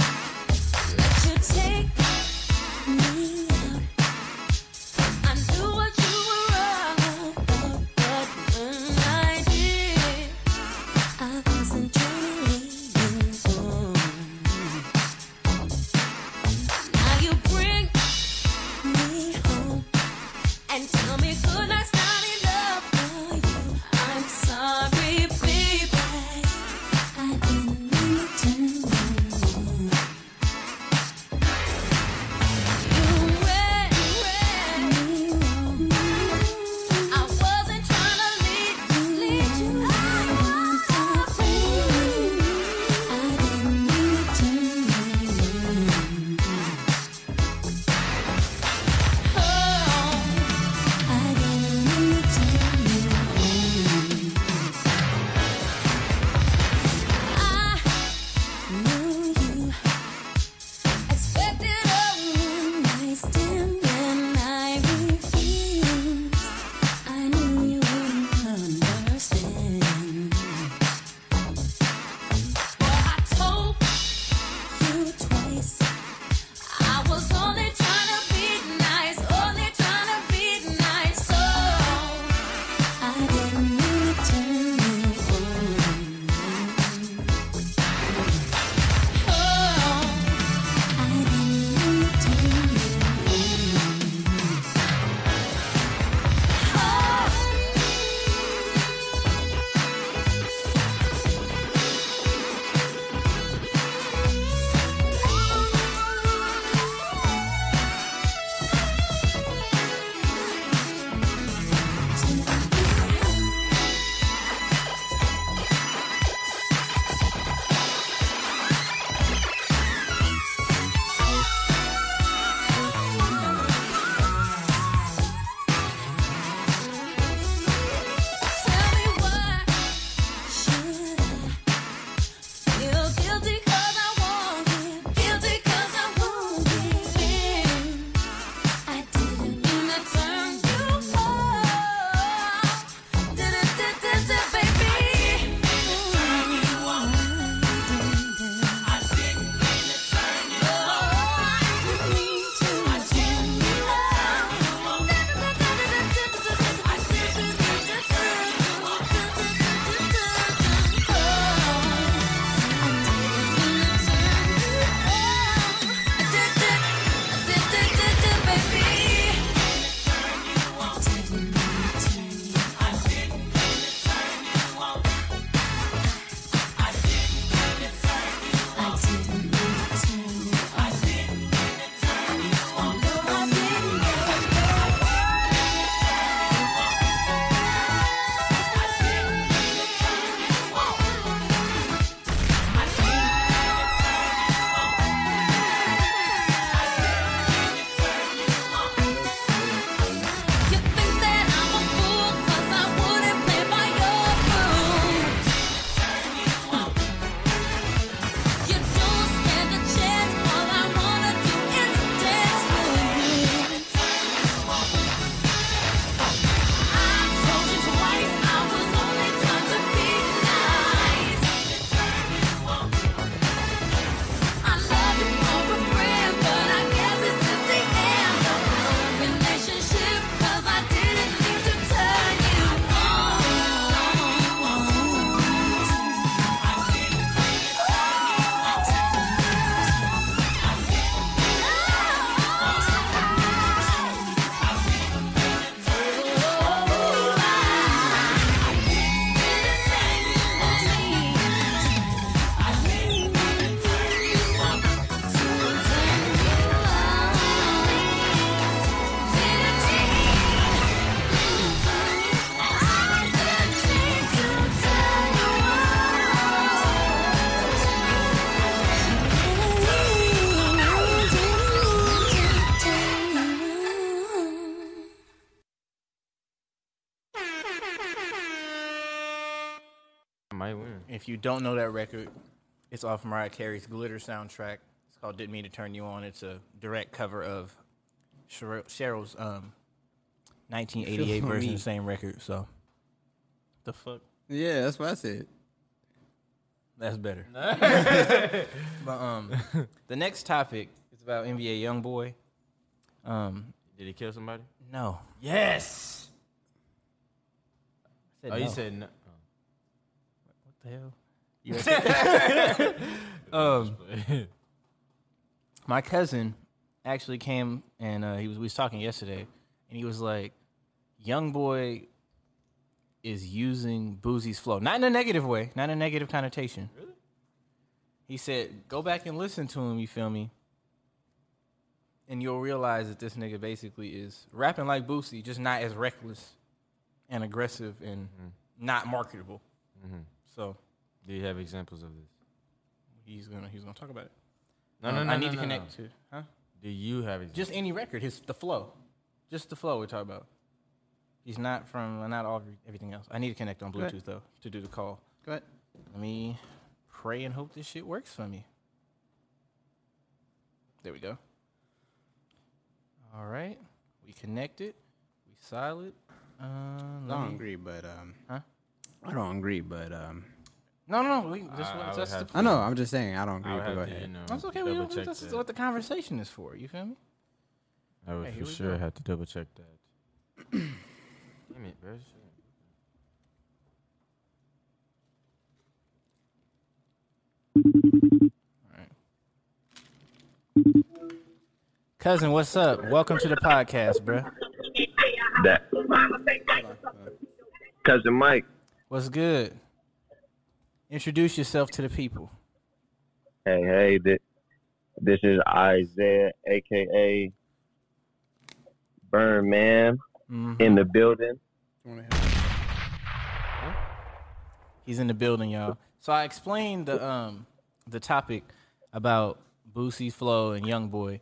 Speaker 1: you take me out. I knew what you were about, but when I did,
Speaker 15: Oh.
Speaker 1: Oh.
Speaker 3: might win.
Speaker 4: If you don't know that record, it's off Mariah Carey's Glitter soundtrack. It's called Didn't Mean to Turn You On. It's a direct cover of Cheryl, Cheryl's um, 1988
Speaker 1: Feels so
Speaker 4: version of
Speaker 1: mean.
Speaker 4: the same record. So the fuck.
Speaker 2: Yeah, that's what I said.
Speaker 4: That's better. but um, the next topic is about NBA YoungBoy. Um,
Speaker 3: Did he kill somebody?
Speaker 4: no.
Speaker 3: Yes.
Speaker 4: said
Speaker 3: oh, you
Speaker 4: no.
Speaker 3: said no.
Speaker 4: What (laughs) the hell? um, my cousin actually came and uh, he was we was talking yesterday, and he was like, "Young boy is using Boozy's flow, not in a negative way, not in a negative connotation." Really? He said, "Go back and listen to him. You feel me?" And you'll realize that this nigga basically is rapping like Boosie, just not as reckless and aggressive and not marketable.
Speaker 3: Mhm.
Speaker 4: So
Speaker 3: Do you have examples of this?
Speaker 4: he's gonna he's gonna talk about it.
Speaker 3: No,
Speaker 4: Um,
Speaker 3: no, no.
Speaker 4: I need
Speaker 3: no,
Speaker 4: to
Speaker 3: no,
Speaker 4: connect
Speaker 3: no.
Speaker 4: to huh?
Speaker 3: Do you have examples?
Speaker 4: Just any record, his the flow, just the flow we're talking about. He's not from not all everything else. I need to connect on
Speaker 2: Go ahead.
Speaker 4: Bluetooth though to do the call.
Speaker 2: Go ahead.
Speaker 4: Let me pray and hope this shit works for me. There we go. All right, we connected. We solid. Uh,
Speaker 2: I
Speaker 4: let
Speaker 2: don't
Speaker 4: me-
Speaker 2: agree, but um,
Speaker 4: Huh?
Speaker 2: I don't agree, but um,
Speaker 4: No, no, no. We, this
Speaker 3: I-
Speaker 4: one-
Speaker 3: I would
Speaker 4: that's the
Speaker 3: have
Speaker 2: I know. I'm just saying I don't
Speaker 3: I
Speaker 2: agree.
Speaker 3: would
Speaker 2: but go
Speaker 3: have to, you
Speaker 2: ahead.
Speaker 3: know,
Speaker 4: That's okay. We,
Speaker 3: double
Speaker 4: we-
Speaker 3: check
Speaker 4: that's
Speaker 3: that.
Speaker 4: what the conversation is for. You feel me?
Speaker 3: I would
Speaker 4: Hey, here
Speaker 3: for
Speaker 4: we
Speaker 3: sure
Speaker 4: go.
Speaker 3: have to double check that. Damn it, bro. Shit.
Speaker 4: Cousin, what's up? Welcome to the podcast, bruh.
Speaker 16: That cousin Mike.
Speaker 4: What's good? Introduce yourself to the people.
Speaker 16: Hey, hey, this, this is Isaiah, aka Burn Man, in the building.
Speaker 4: He's in the building, y'all. So I explained the um the topic about Boosie Flow and Young Boy.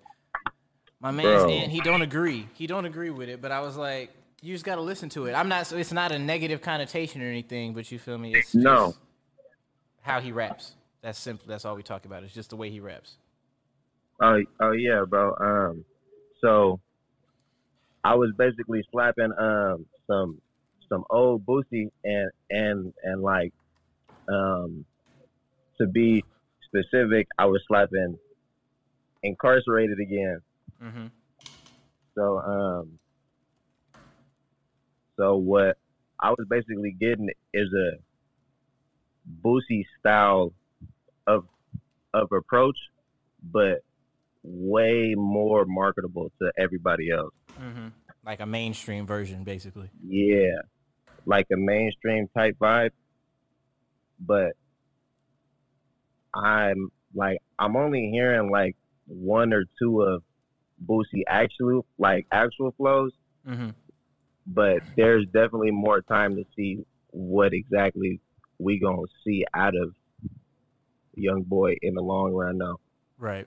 Speaker 4: My man's
Speaker 16: Bro.
Speaker 4: and he don't agree. He don't agree with it, but I was like, you just gotta listen to it. I'm not. So it's not a negative connotation or anything, but you feel me? It's
Speaker 16: No.
Speaker 4: just how he raps. That's simple. That's all we talk about. It's just the way he raps.
Speaker 16: Oh, oh yeah, bro. Um, so I was basically slapping um some some old Boosie and and and like um to be specific, I was slapping incarcerated again.
Speaker 4: Mm-hmm.
Speaker 16: So um so what I was basically getting is a Boosie style of of approach, but way more marketable to everybody else.
Speaker 4: Mm-hmm. Like a mainstream version, basically.
Speaker 16: Yeah. Like a mainstream type vibe. But I'm like I'm only hearing like one or two of Boosie actual like actual flows.
Speaker 4: Mm-hmm.
Speaker 16: but there's definitely more time to see what exactly we gonna see out of young boy in the long run now.
Speaker 4: Right.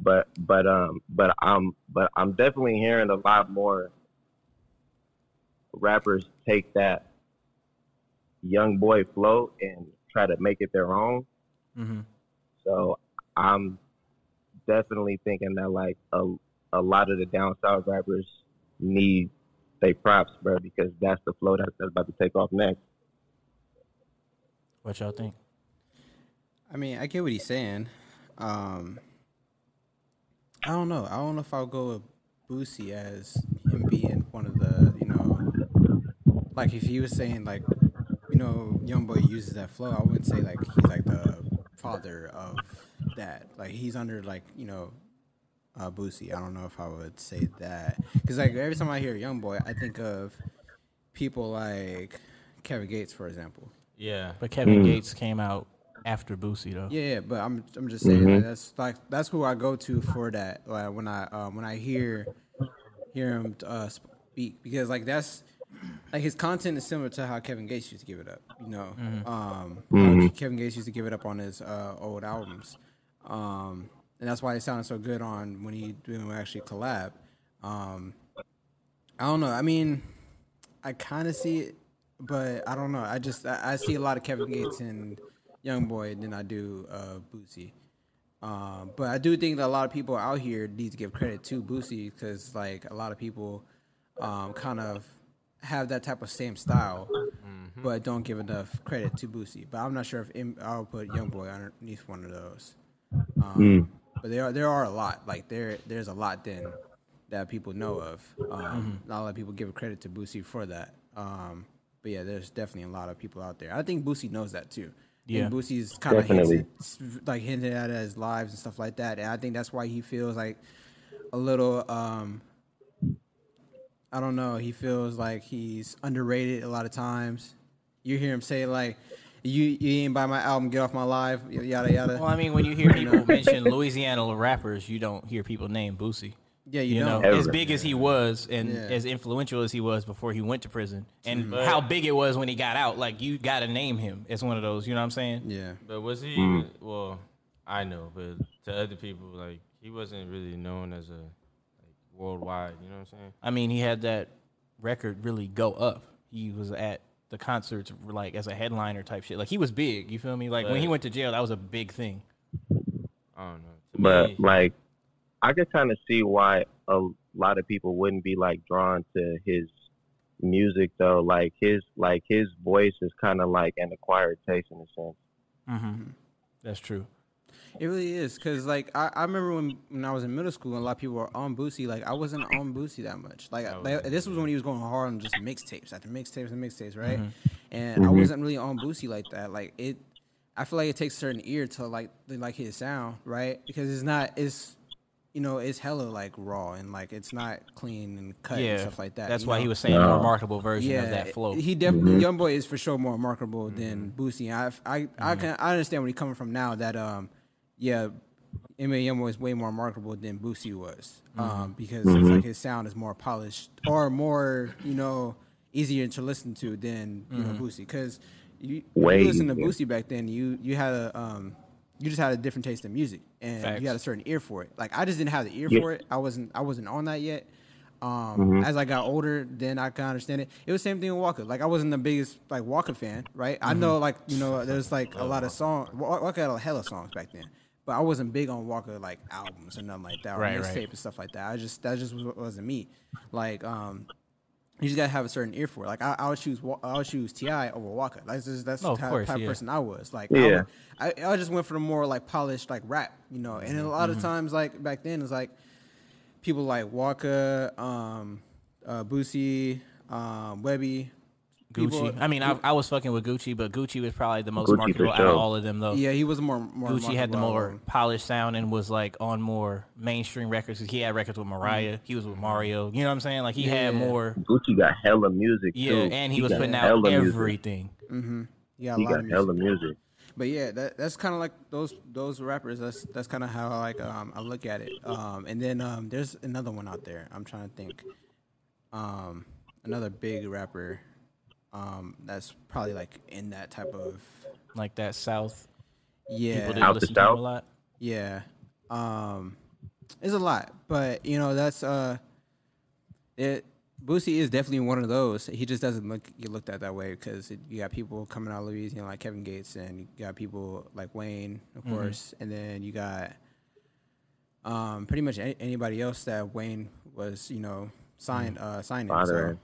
Speaker 16: But but um but I'm but I'm definitely hearing a lot more rappers take that young boy flow and try to make it their own.
Speaker 4: Mm-hmm.
Speaker 16: So I'm definitely thinking that like a a lot of the down south rappers need they props, bro, because that's the flow that- that's about to take off next.
Speaker 4: What y'all think?
Speaker 2: I mean, I get what he's saying. Um, I don't know. I don't know if I'll go with Boosie as him being one of the, you know, like if he was saying like, you know, young boy uses that flow. I wouldn't say like he's like the father of that. Like he's under like you know, uh, Boosie. I don't know if I would say that because like every time I hear young boy, I think of people like Kevin Gates, for example.
Speaker 3: Yeah.
Speaker 4: But Kevin
Speaker 16: Hmm.
Speaker 2: Mm.
Speaker 4: Gates came out after Boosie, though.
Speaker 2: Yeah, yeah, but I'm I'm just saying
Speaker 4: Mhm.
Speaker 2: like, that's like that's who I go to for that. Like when I um, when I hear hear him uh, speak because like that's like his content is similar to how Kevin Gates used to give it up. You know,
Speaker 4: Mhm.
Speaker 2: um,
Speaker 16: Mhm.
Speaker 2: uh, Kevin Gates used to give it up on his uh, old albums, um, and that's why it sounded so good on when he when we actually collab. Um, I don't know. I mean, I kind of see it but I don't know. I just I, I see a lot of Kevin Gates and YoungBoy than I do uh, Boosie. Um, but I do think that a lot of people out here need to give credit to Boosie because like a lot of people um, kind of have that type of same style, but don't give enough credit to Boosie. But I'm not sure if M- I'll put YoungBoy underneath one of those.
Speaker 4: Uh,
Speaker 2: Um,
Speaker 16: Hmm.
Speaker 17: Mm.
Speaker 2: But there are there are a lot like there there's a lot then that people know of.
Speaker 4: Mm-hmm.
Speaker 2: Um, Not a lot of people give credit to Boosie for that. Um, but yeah, there's definitely a lot of people out there. I think Boosie knows that too.
Speaker 4: Yeah.
Speaker 2: and Boosie's kind of hinted,
Speaker 16: Definitely.
Speaker 2: s- like hinted at his lives and stuff like that. And I think that's why he feels like a little. um I don't know. He feels like he's underrated a lot of times. You hear him say like, "You you ain't buy my album, get off my live," y- yada yada.
Speaker 4: Well, I mean, when you hear
Speaker 2: (laughs)
Speaker 4: people
Speaker 2: know?
Speaker 4: mention Louisiana rappers, you don't hear people name Boosie.
Speaker 2: Yeah, you
Speaker 4: know,
Speaker 2: don't.
Speaker 4: as
Speaker 2: Ever.
Speaker 4: big as he was and
Speaker 2: Yeah.
Speaker 4: as influential as he was before he went to prison, and
Speaker 3: Mhm.
Speaker 4: how big it was when he got out. Like you got to name him as one of those. You know what I'm saying?
Speaker 2: Yeah.
Speaker 3: But was he?
Speaker 16: Hmm.
Speaker 4: Mm.
Speaker 3: Well, I know, but to other people, like he wasn't really known as a like, worldwide. You know what I'm saying?
Speaker 4: I mean, he had that record really go up. He was at the concerts like as a headliner type shit. Like he was big. You feel me? Like when he
Speaker 3: Right.
Speaker 4: went to jail, that was a big thing.
Speaker 3: I don't know.
Speaker 16: But like, I could kind of see why a lot of people wouldn't be like drawn to his music though. Like his like his voice is kind of like an acquired taste in a sense.
Speaker 4: Mm-hmm. That's true.
Speaker 2: It really is because like I, I remember when, when I was in middle school and a lot of people were on Boosie. Like I wasn't on Boosie that much. Like,
Speaker 4: Oh,
Speaker 2: like, this was when he was going hard on just mixtapes after mixtapes and mixtapes, right?
Speaker 4: Mhm.
Speaker 2: And I
Speaker 4: Mhm.
Speaker 2: wasn't really on Boosie like that. Like it, I feel like it takes a certain ear to like like his sound, right? Because it's not it's you know it's hella like raw and like it's not clean and cut
Speaker 4: Yeah,
Speaker 2: and stuff like that.
Speaker 4: that's
Speaker 2: you
Speaker 4: why
Speaker 2: know?
Speaker 4: he was saying more Nah. marketable version of that flow. Mm-hmm.
Speaker 2: He
Speaker 17: Mm-hmm.
Speaker 2: definitely
Speaker 4: Mhm.
Speaker 2: young boy is for sure more marketable than Boosie. I I I
Speaker 4: Mm-hmm.
Speaker 2: can I understand where he's coming from now that um yeah, Eminem was way more marketable than Boosie was,
Speaker 4: Mm-hmm.
Speaker 2: um, because it's
Speaker 17: Mm-hmm.
Speaker 2: like his sound is more polished or more, you know, easier to listen to than you know
Speaker 4: Mm-hmm.
Speaker 17: Mhm.
Speaker 2: Boosie. Because you, when
Speaker 17: Way
Speaker 2: you listen to
Speaker 17: easier.
Speaker 2: Boosie back then, you you had a um, you just had a different taste in music, and
Speaker 17: Facts.
Speaker 2: you had a certain ear for it. Like I just didn't have the ear
Speaker 17: Yeah.
Speaker 2: for it. I wasn't I wasn't on that yet. Um,
Speaker 4: Mm-hmm.
Speaker 17: Mhm.
Speaker 2: As I got older, then I could understand it. It was the same thing with Walker. Like I wasn't the biggest like Walker fan, right? I
Speaker 4: Mm-hmm.
Speaker 2: know like you know there's like a lot of songs. Walker had a hella songs back then, but I wasn't big on Walker like albums or nothing like that, or
Speaker 4: Right,
Speaker 2: mixtape
Speaker 4: right.
Speaker 2: and stuff like that. I just that just was- wasn't me. Like um, you just gotta have a certain ear for it. Like I, I would choose Wa- I would choose Ti over Walker. That's just, that's
Speaker 4: No, Oh,
Speaker 2: the
Speaker 4: of
Speaker 2: type,
Speaker 4: course,
Speaker 2: type of
Speaker 4: yeah.
Speaker 2: person I was. Like
Speaker 4: Yeah.
Speaker 2: I, would- I, I just went for the more like polished like rap, you know. And a lot
Speaker 4: Mhm.
Speaker 2: of times like back then it's like people like Walker, um, uh, Boosie, um, Webby,
Speaker 4: Gucci.
Speaker 2: people-
Speaker 4: I mean, I, I was fucking with Gucci, but Gucci was probably the most
Speaker 2: Gucci for
Speaker 4: marketable out
Speaker 2: sure.
Speaker 4: of all of them, though.
Speaker 2: Yeah, he was more- more
Speaker 4: Gucci had the
Speaker 2: marketable out of
Speaker 4: more
Speaker 2: all of 'em.
Speaker 4: polished sound and was like on more mainstream records 'cause he had records with Mariah. He was with Mario. You know what I'm saying? Like he had
Speaker 2: Yeah.
Speaker 4: more.
Speaker 16: Gucci got hella music
Speaker 4: Yeah,
Speaker 16: too.
Speaker 4: and he was
Speaker 16: got
Speaker 4: putting out
Speaker 16: hella music.
Speaker 4: everything.
Speaker 2: Mm-hmm. Yeah, a
Speaker 16: He
Speaker 2: lot
Speaker 16: got
Speaker 2: of music.
Speaker 16: hella music.
Speaker 2: But yeah, that, that's kind of like those those rappers. That's that's kind of how like um, I look at it. Um, and then um, there's another one out there. I'm trying to think. Um, another big rapper. Um, that's probably like in that type of
Speaker 4: like that South.
Speaker 2: Yeah,
Speaker 4: People that Out the listen to him a South? lot?
Speaker 2: Yeah, um, it's a lot, but you know that's uh, it. Boosie is definitely one of those. He just doesn't look get looked at that way because you got people coming out of Louisiana like Kevin Gates, and you got people like Wayne, of
Speaker 17: Mhm.
Speaker 4: Mm-hmm.
Speaker 2: course, and then you got um, pretty much any, anybody else that Wayne was, you know, signed uh, signing. So,
Speaker 16: Fathering.
Speaker 4: Mm.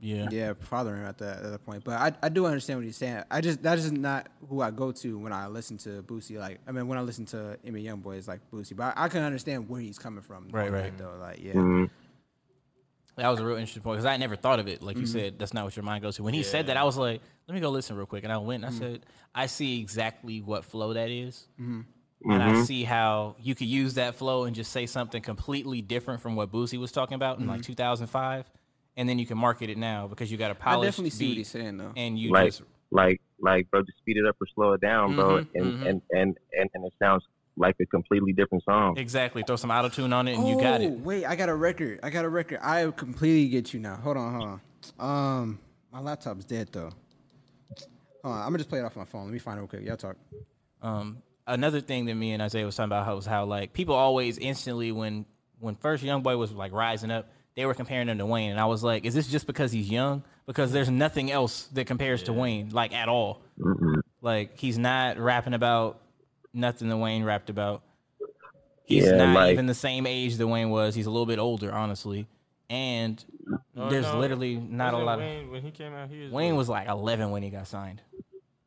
Speaker 4: yeah,
Speaker 2: yeah, fathering at that at that point. But I, I do understand what he's saying. I just that is not who I go to when I listen to Boosie. Like I mean, when I listen to Emmy Youngboy, it's like Boosie. But I, I can understand where he's coming from.
Speaker 4: Right,
Speaker 2: on that,
Speaker 4: right.
Speaker 2: Though, like yeah,
Speaker 4: Mm-hmm. That was a real interesting point because I never thought of it. Like you
Speaker 2: Mhm.
Speaker 4: said, that's not what your mind goes to. When he
Speaker 3: Yeah.
Speaker 4: said that, I was like, let me go listen real quick. And I went and I
Speaker 3: Mhm.
Speaker 2: Mm-hmm.
Speaker 4: said, I see exactly what flow that is.
Speaker 2: Mhm.
Speaker 4: And I
Speaker 3: Mhm.
Speaker 4: see how you could use that flow and just say something completely different from what Boosie was talking about in like
Speaker 2: Mhm.
Speaker 4: 2005. And then you can market it now because you got a
Speaker 2: I
Speaker 4: polished
Speaker 2: definitely see what
Speaker 4: beat
Speaker 2: he's saying though.
Speaker 4: And you
Speaker 16: like,
Speaker 4: just,
Speaker 16: like, like, bro, just speed it up or slow it down, bro,
Speaker 4: Mhm,
Speaker 16: and,
Speaker 4: mhm.
Speaker 16: and, and and and it sounds like a completely different song.
Speaker 4: exactly throw some auto tune on it and you got
Speaker 2: Oh,
Speaker 4: it.
Speaker 2: Wait, I got a record. I got a record. I completely get you now. Hold on, hold on. Um, my laptop's dead though. Hold on, I'm gonna just play it off my phone. Let me find it real quick. Y'all talk.
Speaker 4: um, another thing that me and Isaiah was talking about how- was how like people always instantly when when first young boy was like rising up, they were comparing him to Wayne, and I was like, is this just because he's young? Because there's nothing else that compares to Wayne, like at all.
Speaker 16: Mm-mm.
Speaker 4: Like he's not rapping about nothing that Wayne rapped about. He's
Speaker 16: Yeah,
Speaker 4: not
Speaker 16: like-
Speaker 4: even the same age that Wayne was. He's a little bit older, honestly. And
Speaker 3: No,
Speaker 4: there's
Speaker 3: no.
Speaker 4: literally not a
Speaker 3: Wasn't
Speaker 4: lot of
Speaker 3: Wayne, when he came out, he was
Speaker 4: Wayne was like 11 when he got signed.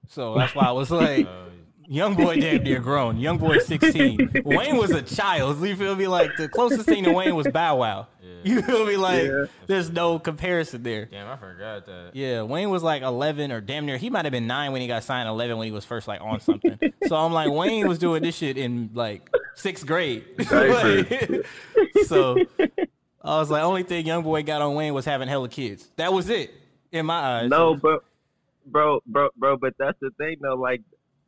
Speaker 4: So
Speaker 3: (laughs)
Speaker 4: that's why I was like,
Speaker 3: Uh,
Speaker 4: young boy damn near grown. Young boy 16. Wayne was a child. You feel me? Like the closest thing to Wayne was Bow Wow. (laughs) You feel me? Like
Speaker 3: Yeah.
Speaker 4: there's no comparison there.
Speaker 3: Damn, I forgot that.
Speaker 4: Yeah, Wayne was like 11 or damn near. He might have been nine when he got signed. 11 when he was first like on something. so I'm like, Wayne was doing this shit in like sixth grade.
Speaker 16: Diapers.
Speaker 4: (laughs) Like, so I was like, only thing young boy got on Wayne was having hella kids. That was it in my eyes.
Speaker 16: No, but bro, bro, bro, but that's the thing though. Like,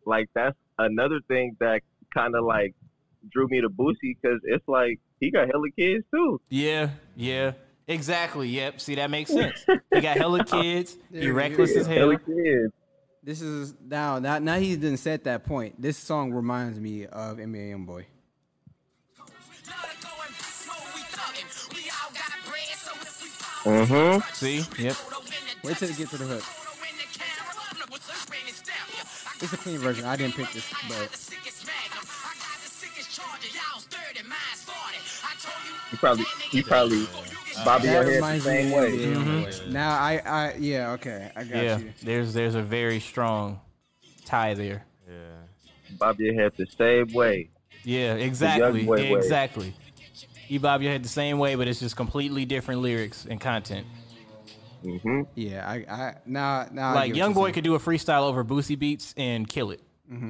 Speaker 16: like that's another thing that kind of like drew me to Boosie because it's like he got hella kids too.
Speaker 4: Yeah, yeah. Exactly. Yep. See, that
Speaker 2: (laughs)
Speaker 4: makes sense. He got hella
Speaker 16: (laughs)
Speaker 4: kids. he
Speaker 2: Yeah,
Speaker 4: reckless
Speaker 2: yeah.
Speaker 4: as hell.
Speaker 2: This is now now now he didn't set that point. This song reminds me of NBA Youngboy.
Speaker 16: Mm-hmm.
Speaker 4: See, yep.
Speaker 2: Wait till it gets to the hook. It's a clean version. I didn't pick this, but
Speaker 16: You probably, you probably, Bobby
Speaker 2: that
Speaker 16: your head the
Speaker 2: reminds me
Speaker 16: same
Speaker 2: of
Speaker 16: way.
Speaker 2: NBA Youngboy. Now I I yeah okay I got
Speaker 4: Mm-hmm. Yeah.
Speaker 2: you.
Speaker 4: There's there's a very strong tie there.
Speaker 16: Bobby your head the same way.
Speaker 4: Yeah, exactly.
Speaker 16: boy
Speaker 4: Yeah,
Speaker 16: way.
Speaker 4: exactly. You bob your head the same way, but it's just completely different lyrics and content.
Speaker 16: Mm-hmm.
Speaker 2: Yeah, I I now now
Speaker 4: like
Speaker 2: young
Speaker 4: Youngboy could do a freestyle over Boosie beats and kill it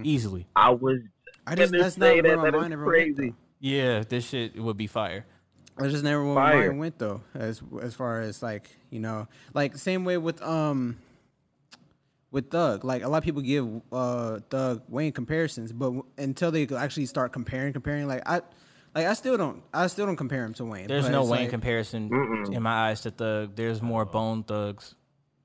Speaker 4: easily.
Speaker 16: I was.
Speaker 2: Mm-hmm. I just
Speaker 16: gonna
Speaker 2: that's not
Speaker 16: say
Speaker 2: where
Speaker 16: that,
Speaker 2: my
Speaker 16: that is
Speaker 2: mind ever went.
Speaker 16: crazy.
Speaker 4: Yeah, this shit would be fire.
Speaker 2: That's just never where my
Speaker 4: Fire.
Speaker 2: mind went though. As as far as like you know, like same way with um with Thug. Like a lot of people give uh Thug Wayne comparisons, but w- until they actually start comparing, comparing, like I like I still don't I still don't compare him to Wayne.
Speaker 4: There's
Speaker 2: but
Speaker 4: no
Speaker 2: it's
Speaker 4: Wayne
Speaker 2: like-
Speaker 4: comparison
Speaker 2: Mm-mm.
Speaker 4: in my eyes to Thug. There's more Bone Thugs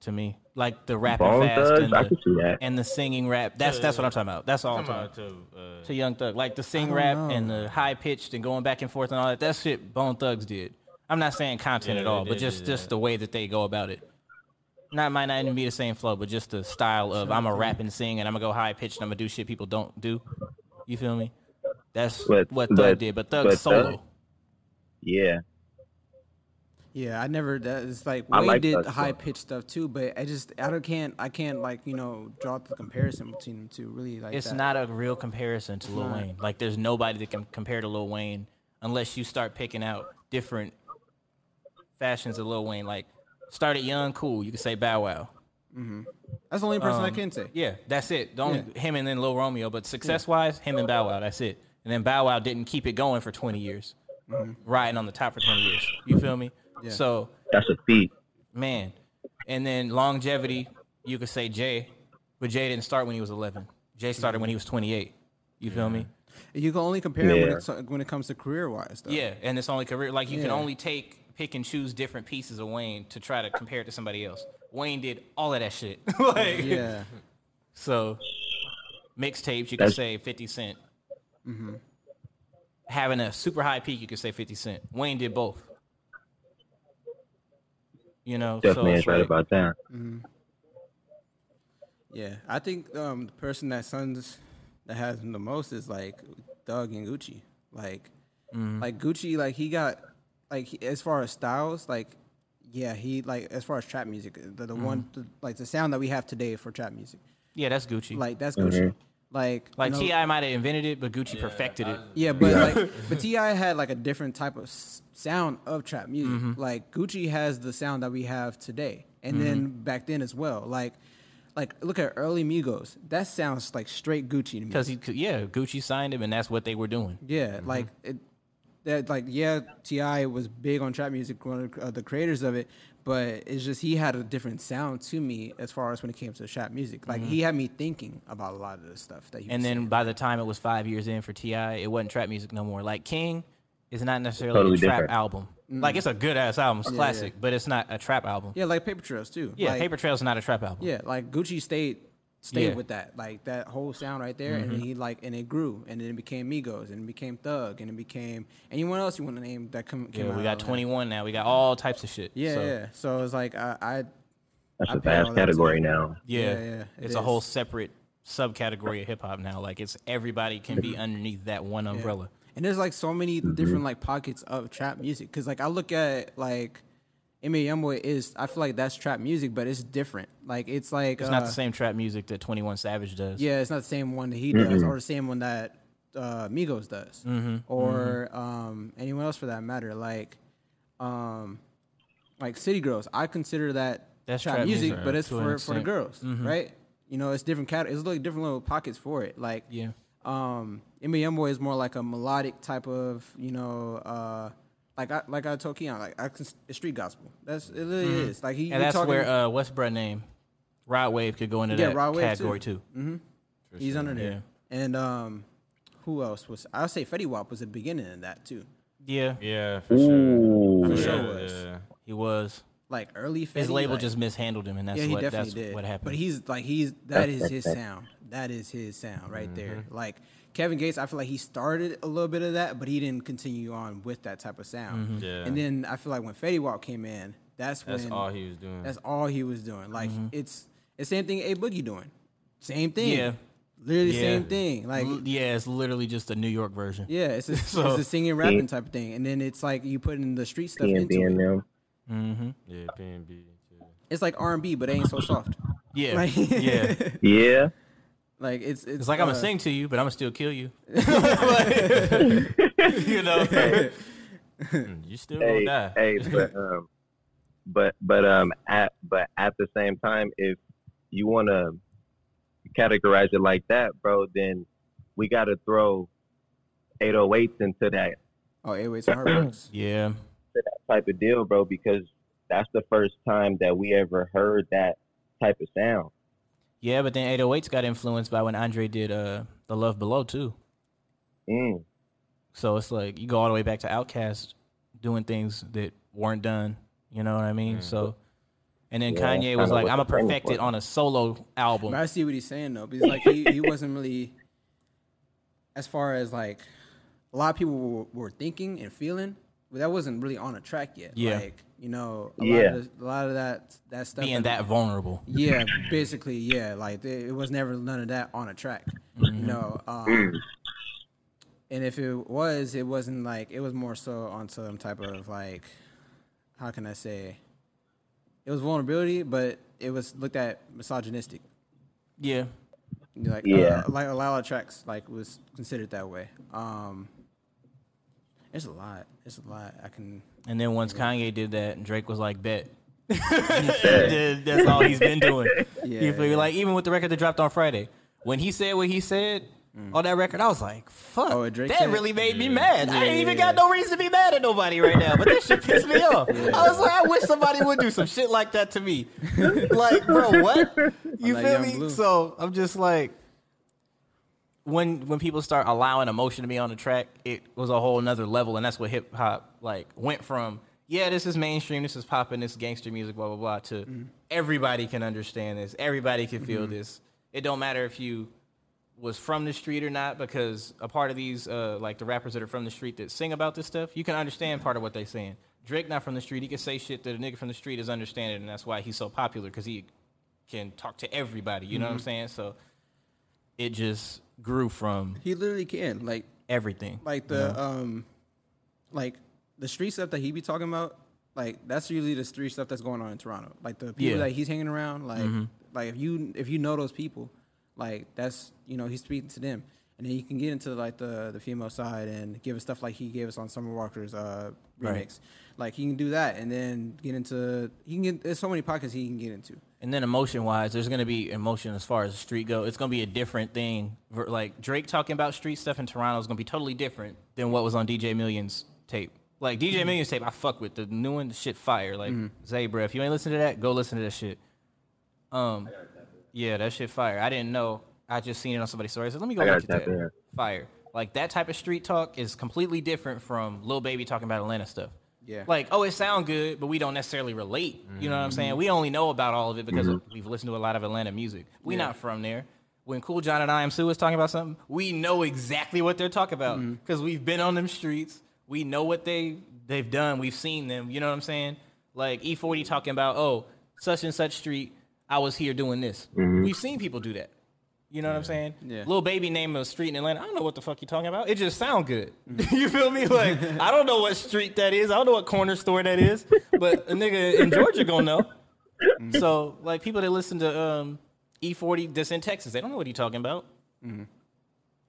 Speaker 4: to me, like the rapping
Speaker 16: Bone
Speaker 4: fast
Speaker 16: Thugs?
Speaker 4: and
Speaker 16: I
Speaker 4: the,
Speaker 16: can see that.
Speaker 4: and the singing rap. That's that's what I'm talking about. That's all I'm
Speaker 3: Come
Speaker 4: talking
Speaker 3: on,
Speaker 4: about.
Speaker 3: too. uh,
Speaker 4: To Young Thug, like the sing
Speaker 3: don't
Speaker 4: rap
Speaker 3: know.
Speaker 4: and the high pitched and going back and forth and all that. That shit Bone Thugs did. I'm not saying content
Speaker 3: Yeah,
Speaker 4: at all,
Speaker 3: they
Speaker 4: but
Speaker 3: did
Speaker 4: just
Speaker 3: do
Speaker 4: just
Speaker 3: that.
Speaker 4: the way that they go about it. Not might not even be the same flow, but just the style of I'm a rap and sing and I'm gonna go high pitched and I'm gonna do shit people don't do. You feel me? That's
Speaker 16: But-
Speaker 4: what Thug
Speaker 16: but-
Speaker 4: did, but Thug
Speaker 16: but Thug-
Speaker 4: solo.
Speaker 16: Yeah.
Speaker 2: Yeah, I never. That, it's like
Speaker 16: I
Speaker 2: Wayne
Speaker 16: like
Speaker 2: did
Speaker 16: Thug
Speaker 2: the
Speaker 16: Solo.
Speaker 2: high pitched stuff too, but I just I don't can't I can't like you know draw the comparison between them two. Really like
Speaker 4: it's
Speaker 2: that.
Speaker 4: not a real comparison to
Speaker 2: It's
Speaker 4: Lil
Speaker 2: not.
Speaker 4: Wayne. Like, there's nobody that can compare to Lil Wayne unless you start picking out different fashions of Lil Wayne. Like, started young, cool. You can say Bow Wow.
Speaker 2: Mhm. That's the only person I
Speaker 4: Um,
Speaker 2: can say.
Speaker 4: Yeah, that's it. The only him and then Lil Romeo, but success wise, him and Bow Wow. That's it. And then Bow Wow didn't keep it going for 20 years,
Speaker 2: Mhm.
Speaker 4: riding on the top for 20 years. You feel me?
Speaker 2: Yeah.
Speaker 4: So
Speaker 16: That's a feat.
Speaker 4: man. And then longevity, you could say Jay, but Jay didn't start when he was 11. Jay started when he was 28. You feel me?
Speaker 2: You can only compare them
Speaker 4: Yeah.
Speaker 2: when it when it comes to career wise though.
Speaker 4: Yeah, and it's only career. Like you can
Speaker 2: Yeah.
Speaker 4: only take, pick and choose different pieces of Wayne to try to compare it to somebody else. Wayne did all of that shit. (laughs) like,
Speaker 2: Yeah.
Speaker 4: So mixtapes, you could
Speaker 2: That's-
Speaker 4: say 50 Cent.
Speaker 2: Mhm.
Speaker 4: Having a super high peak, you could say 50 Cent. Wayne did both. You know,
Speaker 16: Definitely
Speaker 4: so
Speaker 16: is
Speaker 4: it's
Speaker 16: right
Speaker 4: like-
Speaker 16: about that.
Speaker 4: Mm-hmm.
Speaker 2: Mhm. Yeah, I think um, the person that sons that has him the most is like Doug and Gucci. Like,
Speaker 4: Mhm.
Speaker 2: like Gucci, like he got like he- as far as styles, like yeah, he like as far as trap music, the, the one the, like the sound that we have today for trap music.
Speaker 4: Yeah, that's Gucci.
Speaker 2: Like that's Gucci.
Speaker 4: Mhm.
Speaker 2: Like you
Speaker 4: Like
Speaker 2: know-
Speaker 4: Ti might have invented it, but Gucci perfected it.
Speaker 2: Yeah, but (laughs) like, but Ti had like a different type of s- sound of trap music.
Speaker 4: Mhm.
Speaker 2: Like Gucci has the sound that we have today, and then back then as well. Like, like look at early Migos. That sounds like straight Gucci to me.
Speaker 4: because he, could- yeah, Gucci signed him, and that's what they were doing.
Speaker 2: Yeah,
Speaker 4: Mhm.
Speaker 2: like it, that. Like yeah, Ti was big on trap music, one of uh, the creators of it. But it's just he had a different sound to me as far as when it came to trap music. Like
Speaker 4: Mhm.
Speaker 2: he had me thinking about a lot of the stuff that he.
Speaker 4: And
Speaker 2: was
Speaker 4: then
Speaker 2: saying.
Speaker 4: by the time it was five years in for Ti, it wasn't trap music no more. Like King is not necessarily
Speaker 16: Totally
Speaker 4: a trap
Speaker 16: different.
Speaker 4: album.
Speaker 2: Mm-mm.
Speaker 4: Like it's a good ass album, it's
Speaker 2: Yeah, yeah.
Speaker 4: classic, but it's not a trap album.
Speaker 2: yeah, like Paper Trails too.
Speaker 4: Yeah,
Speaker 2: like,
Speaker 4: Paper Trail's not a trap album.
Speaker 2: Yeah, like Gucci stayed stayed
Speaker 17: Yeah.
Speaker 2: with that, like that whole sound right there, and
Speaker 4: Mm-hmm.
Speaker 17: Mhm.
Speaker 2: then he like, and it grew, and then it became Migos, and it became Thug, and it became anyone else you want to name that come, came
Speaker 4: Yeah,
Speaker 2: out.
Speaker 4: we
Speaker 2: of
Speaker 4: got
Speaker 2: that.
Speaker 4: 21 now. We got all types of shit.
Speaker 2: Yeah,
Speaker 4: so.
Speaker 2: yeah. So it's like I, I
Speaker 16: That's
Speaker 2: I
Speaker 16: a
Speaker 2: pay all
Speaker 16: vast
Speaker 2: that
Speaker 16: category
Speaker 2: attention.
Speaker 16: now.
Speaker 4: Yeah,
Speaker 2: yeah, yeah, it
Speaker 4: it's a whole
Speaker 2: is.
Speaker 4: separate subcategory of hip hop now. Like it's everybody can be underneath that one
Speaker 2: Yeah.
Speaker 4: umbrella.
Speaker 2: And there's like so many different like pockets of trap music because like I look at like Emmy Youngboy is I feel like that's trap music, but it's different. Like it's like
Speaker 4: It's not the
Speaker 2: uh,
Speaker 4: same trap music that 21 Savage does.
Speaker 2: Yeah, it's not the same one that he does
Speaker 4: Mm-mm.
Speaker 2: or the same one that uh, Migos does
Speaker 4: Mhm,
Speaker 2: or Um, anyone else for that matter. Like um, like City Girls, I consider that
Speaker 4: That's
Speaker 2: trap
Speaker 4: trap
Speaker 2: music,
Speaker 4: music,
Speaker 2: but
Speaker 4: uh,
Speaker 2: it's
Speaker 4: to an
Speaker 2: for, for the
Speaker 4: extent.
Speaker 2: girls,
Speaker 4: Mhm.
Speaker 2: right? You know, it's different cat. It's like different little pockets for it. Like
Speaker 4: yeah,
Speaker 2: um, Eminem boy is more like a melodic type of you know. Uh, like I like I told Keon, like I cons- it's street gospel. That's it. Really
Speaker 4: Mhm.
Speaker 2: is like he. you're
Speaker 4: and that's
Speaker 2: talking-
Speaker 4: where uh, what's bruh name, Rod Wave could go into
Speaker 2: yeah,
Speaker 4: that
Speaker 2: Rod Wave
Speaker 4: category too.
Speaker 2: hmm
Speaker 4: For
Speaker 2: He's
Speaker 4: sure,
Speaker 2: under there. And um, who else was? I'll say Fetty Wap was the beginning of that too.
Speaker 4: Yeah,
Speaker 3: yeah,
Speaker 2: for sure. Ooh.
Speaker 4: for
Speaker 2: For
Speaker 4: sure
Speaker 2: sure
Speaker 4: was.
Speaker 2: was.
Speaker 4: He was
Speaker 2: Like early Fetty.
Speaker 4: His label
Speaker 2: like-
Speaker 4: just mishandled him, and that's
Speaker 2: yeah, he
Speaker 4: what
Speaker 2: definitely
Speaker 4: that's
Speaker 2: did.
Speaker 4: what happened.
Speaker 2: But he's like he's that is
Speaker 4: (laughs)
Speaker 2: his sound. That is his sound right there.
Speaker 4: Mm-hmm.
Speaker 2: Like Kevin Gates, I feel like he started a little bit of that, but he didn't continue on with that type of sound.
Speaker 4: Mm-hmm.
Speaker 3: Mhm. Yeah.
Speaker 2: And then I feel like when Fetty Wap came in, that's when
Speaker 3: That's all he was doing.
Speaker 2: That's all he was doing. Like
Speaker 4: Mm-hmm.
Speaker 2: it's it's same thing A Boogie doing. Same thing.
Speaker 4: Yeah.
Speaker 2: Literally
Speaker 4: Yeah. Mm-hmm.
Speaker 2: same thing. Like
Speaker 4: L- yeah, it's literally just a New York version.
Speaker 2: yeah,
Speaker 4: (laughs)
Speaker 2: it's a,
Speaker 4: So-
Speaker 2: it's a singing rapping type of thing, and then it's like you put in the street stuff
Speaker 16: P and
Speaker 2: into
Speaker 16: B and
Speaker 2: it.
Speaker 16: them.
Speaker 4: Mm-hmm.
Speaker 3: Yeah, P and B.
Speaker 2: It's like R and B, but it ain't so soft.
Speaker 4: Yeah,
Speaker 2: Like- (laughs)
Speaker 4: yeah,
Speaker 16: yeah.
Speaker 2: Like it's it's,
Speaker 4: It's like I'm
Speaker 2: uh,
Speaker 4: gonna sing to you, but I'm gonna still kill
Speaker 2: (laughs)
Speaker 4: you. (laughs) Mm-hmm. you
Speaker 2: (laughs)
Speaker 4: know,
Speaker 16: (laughs)
Speaker 3: Mm, you still
Speaker 16: hey,
Speaker 3: gonna die. (laughs)
Speaker 16: hey, but um, but but um, at but at the same time, if you want to categorize it like that, bro, then we got to throw 808s into that
Speaker 2: Oh, airways and heartbreaks.
Speaker 4: yeah,
Speaker 16: to (clears throat) that type of deal, bro, because that's the first time that we ever heard that type of sound.
Speaker 4: yeah. But then 808s got influenced by when Andre did uh the Love Below too.
Speaker 16: Mm.
Speaker 4: So it's like you go all the way back to Outkast doing things that weren't done. You know what I mean? So, and then
Speaker 2: Yeah,
Speaker 4: Kanye
Speaker 2: kinda
Speaker 4: was like,
Speaker 2: what
Speaker 4: "I'm gonna
Speaker 2: the thing
Speaker 4: perfect
Speaker 2: was.
Speaker 4: it on a solo album."
Speaker 2: But I see what he's saying though, because like he, he wasn't really, as far as like a lot of people were, were thinking and feeling, but that wasn't really on a track yet.
Speaker 4: Yeah.
Speaker 2: Like you know, a
Speaker 4: Yeah.
Speaker 2: lot of the, a lot of that that stuff
Speaker 4: Being that vulnerable.
Speaker 2: Yeah, basically, yeah. Like it, it was never none of that on a track.
Speaker 4: Mhm.
Speaker 2: You know. Um,
Speaker 1: Mm.
Speaker 2: And if it was, it wasn't like it was more so on some type of like, how can I say? It was vulnerability, but it was looked at misogynistic.
Speaker 4: Yeah.
Speaker 2: Like
Speaker 4: Yeah.
Speaker 2: uh, like a lot of tracks like was considered that way. Um, it's a lot. It's a lot. I can.
Speaker 4: And then once Kanye did that, Drake was like, "Bet." (laughs) That- That's all he's been doing.
Speaker 2: Yeah,
Speaker 4: you feel me?
Speaker 2: yeah.
Speaker 4: Like even with the record that dropped on Friday, when he said what he said on that record, I was like, "Fuck,
Speaker 2: Mm. Oh, and Drake
Speaker 4: that
Speaker 2: said it?
Speaker 4: really made me mad." I
Speaker 2: Yeah,
Speaker 4: ain't even
Speaker 2: yeah,
Speaker 4: got no reason to be mad at nobody right now, but that shit pissed me off.
Speaker 2: Yeah.
Speaker 4: I was like, "I wish somebody would do some shit like that to me." like, bro, what? You
Speaker 2: that
Speaker 4: feel
Speaker 2: Young
Speaker 4: me?
Speaker 2: Blue.
Speaker 4: So I'm just like, when when people start allowing emotion to be on the track, it was a whole nother level, and that's what hip hop like went from. Yeah, this is mainstream. This is popping. This is gangster music. Blah blah blah. To everybody can understand this. Everybody can feel
Speaker 17: Mhm.
Speaker 2: Mm-hmm.
Speaker 4: this. It don't matter if you was from the street or not, because a part of these, uh, like the rappers that are from the street that sing about this stuff, you can understand part of what they saying. Drake not from the street. He can say shit that a nigga from the street is understanding, and that's why he's so popular because he can talk to everybody. You know what I'm
Speaker 2: Mhm.
Speaker 4: saying? So it just grew from
Speaker 2: He literally can like
Speaker 4: everything.
Speaker 2: like
Speaker 4: you
Speaker 2: the
Speaker 4: know?
Speaker 2: um like the street stuff that he be talking about like that's usually the street stuff that's going on in toronto like the
Speaker 4: Yeah.
Speaker 2: people that he's hanging around like
Speaker 4: Mhm.
Speaker 2: like if you if you know those people like that's you know he's speaking to them and then you can get into like the the female side and give us stuff like he gave us on summer walker's uh remix
Speaker 4: Right.
Speaker 2: like he can do that and then get into he can get there's so many pockets he can get into
Speaker 4: And then emotion wise, there's gonna be emotion as far as the street go. It's gonna be a different thing. Ver- Like Drake talking about street stuff in Toronto is gonna be totally different than what was on DJ Millions tape. Like DJ Millions tape, I fuck with the new one. The shit fire. Like
Speaker 17: Mhm.
Speaker 4: Zay, bruh, If you ain't listen to that, go listen to that shit. Um, yeah, that shit fire. I didn't know. I just seen it on somebody's story. I said, let me go
Speaker 16: I gotta
Speaker 4: look at
Speaker 16: tap
Speaker 4: that.
Speaker 16: in.
Speaker 4: Fire. Like that type of street talk is completely different from Lil Baby talking about Atlanta stuff.
Speaker 2: Yeah.
Speaker 4: Like, oh, it sound good, but we don't necessarily relate. You know what I'm
Speaker 16: Mm-hmm.
Speaker 4: saying? We only know about all of it because
Speaker 16: Mhm.
Speaker 4: we've listened to a lot of Atlanta music. We're
Speaker 16: Yeah.
Speaker 4: not from there. When Cool John and IMC was talking about something, we know exactly what they're talking about
Speaker 16: Mm-hmm.
Speaker 4: because we've been on them streets. We know what they they've done. We've seen them. You know what I'm saying? Like E40 talking about, oh, such and such street, I was here doing this.
Speaker 16: Mhm.
Speaker 4: We've seen people do that. You know what I'm saying?
Speaker 16: Yeah.
Speaker 4: Little baby name of a street in Atlanta. I don't know what the fuck you talking about. It just sound good. (laughs) you feel me? Like I don't know what street that is. I don't know what corner store that is. But a nigga in Georgia gonna know. So like people that listen to um, E40 that's in Texas, they don't know what he talking about. Mm-hmm.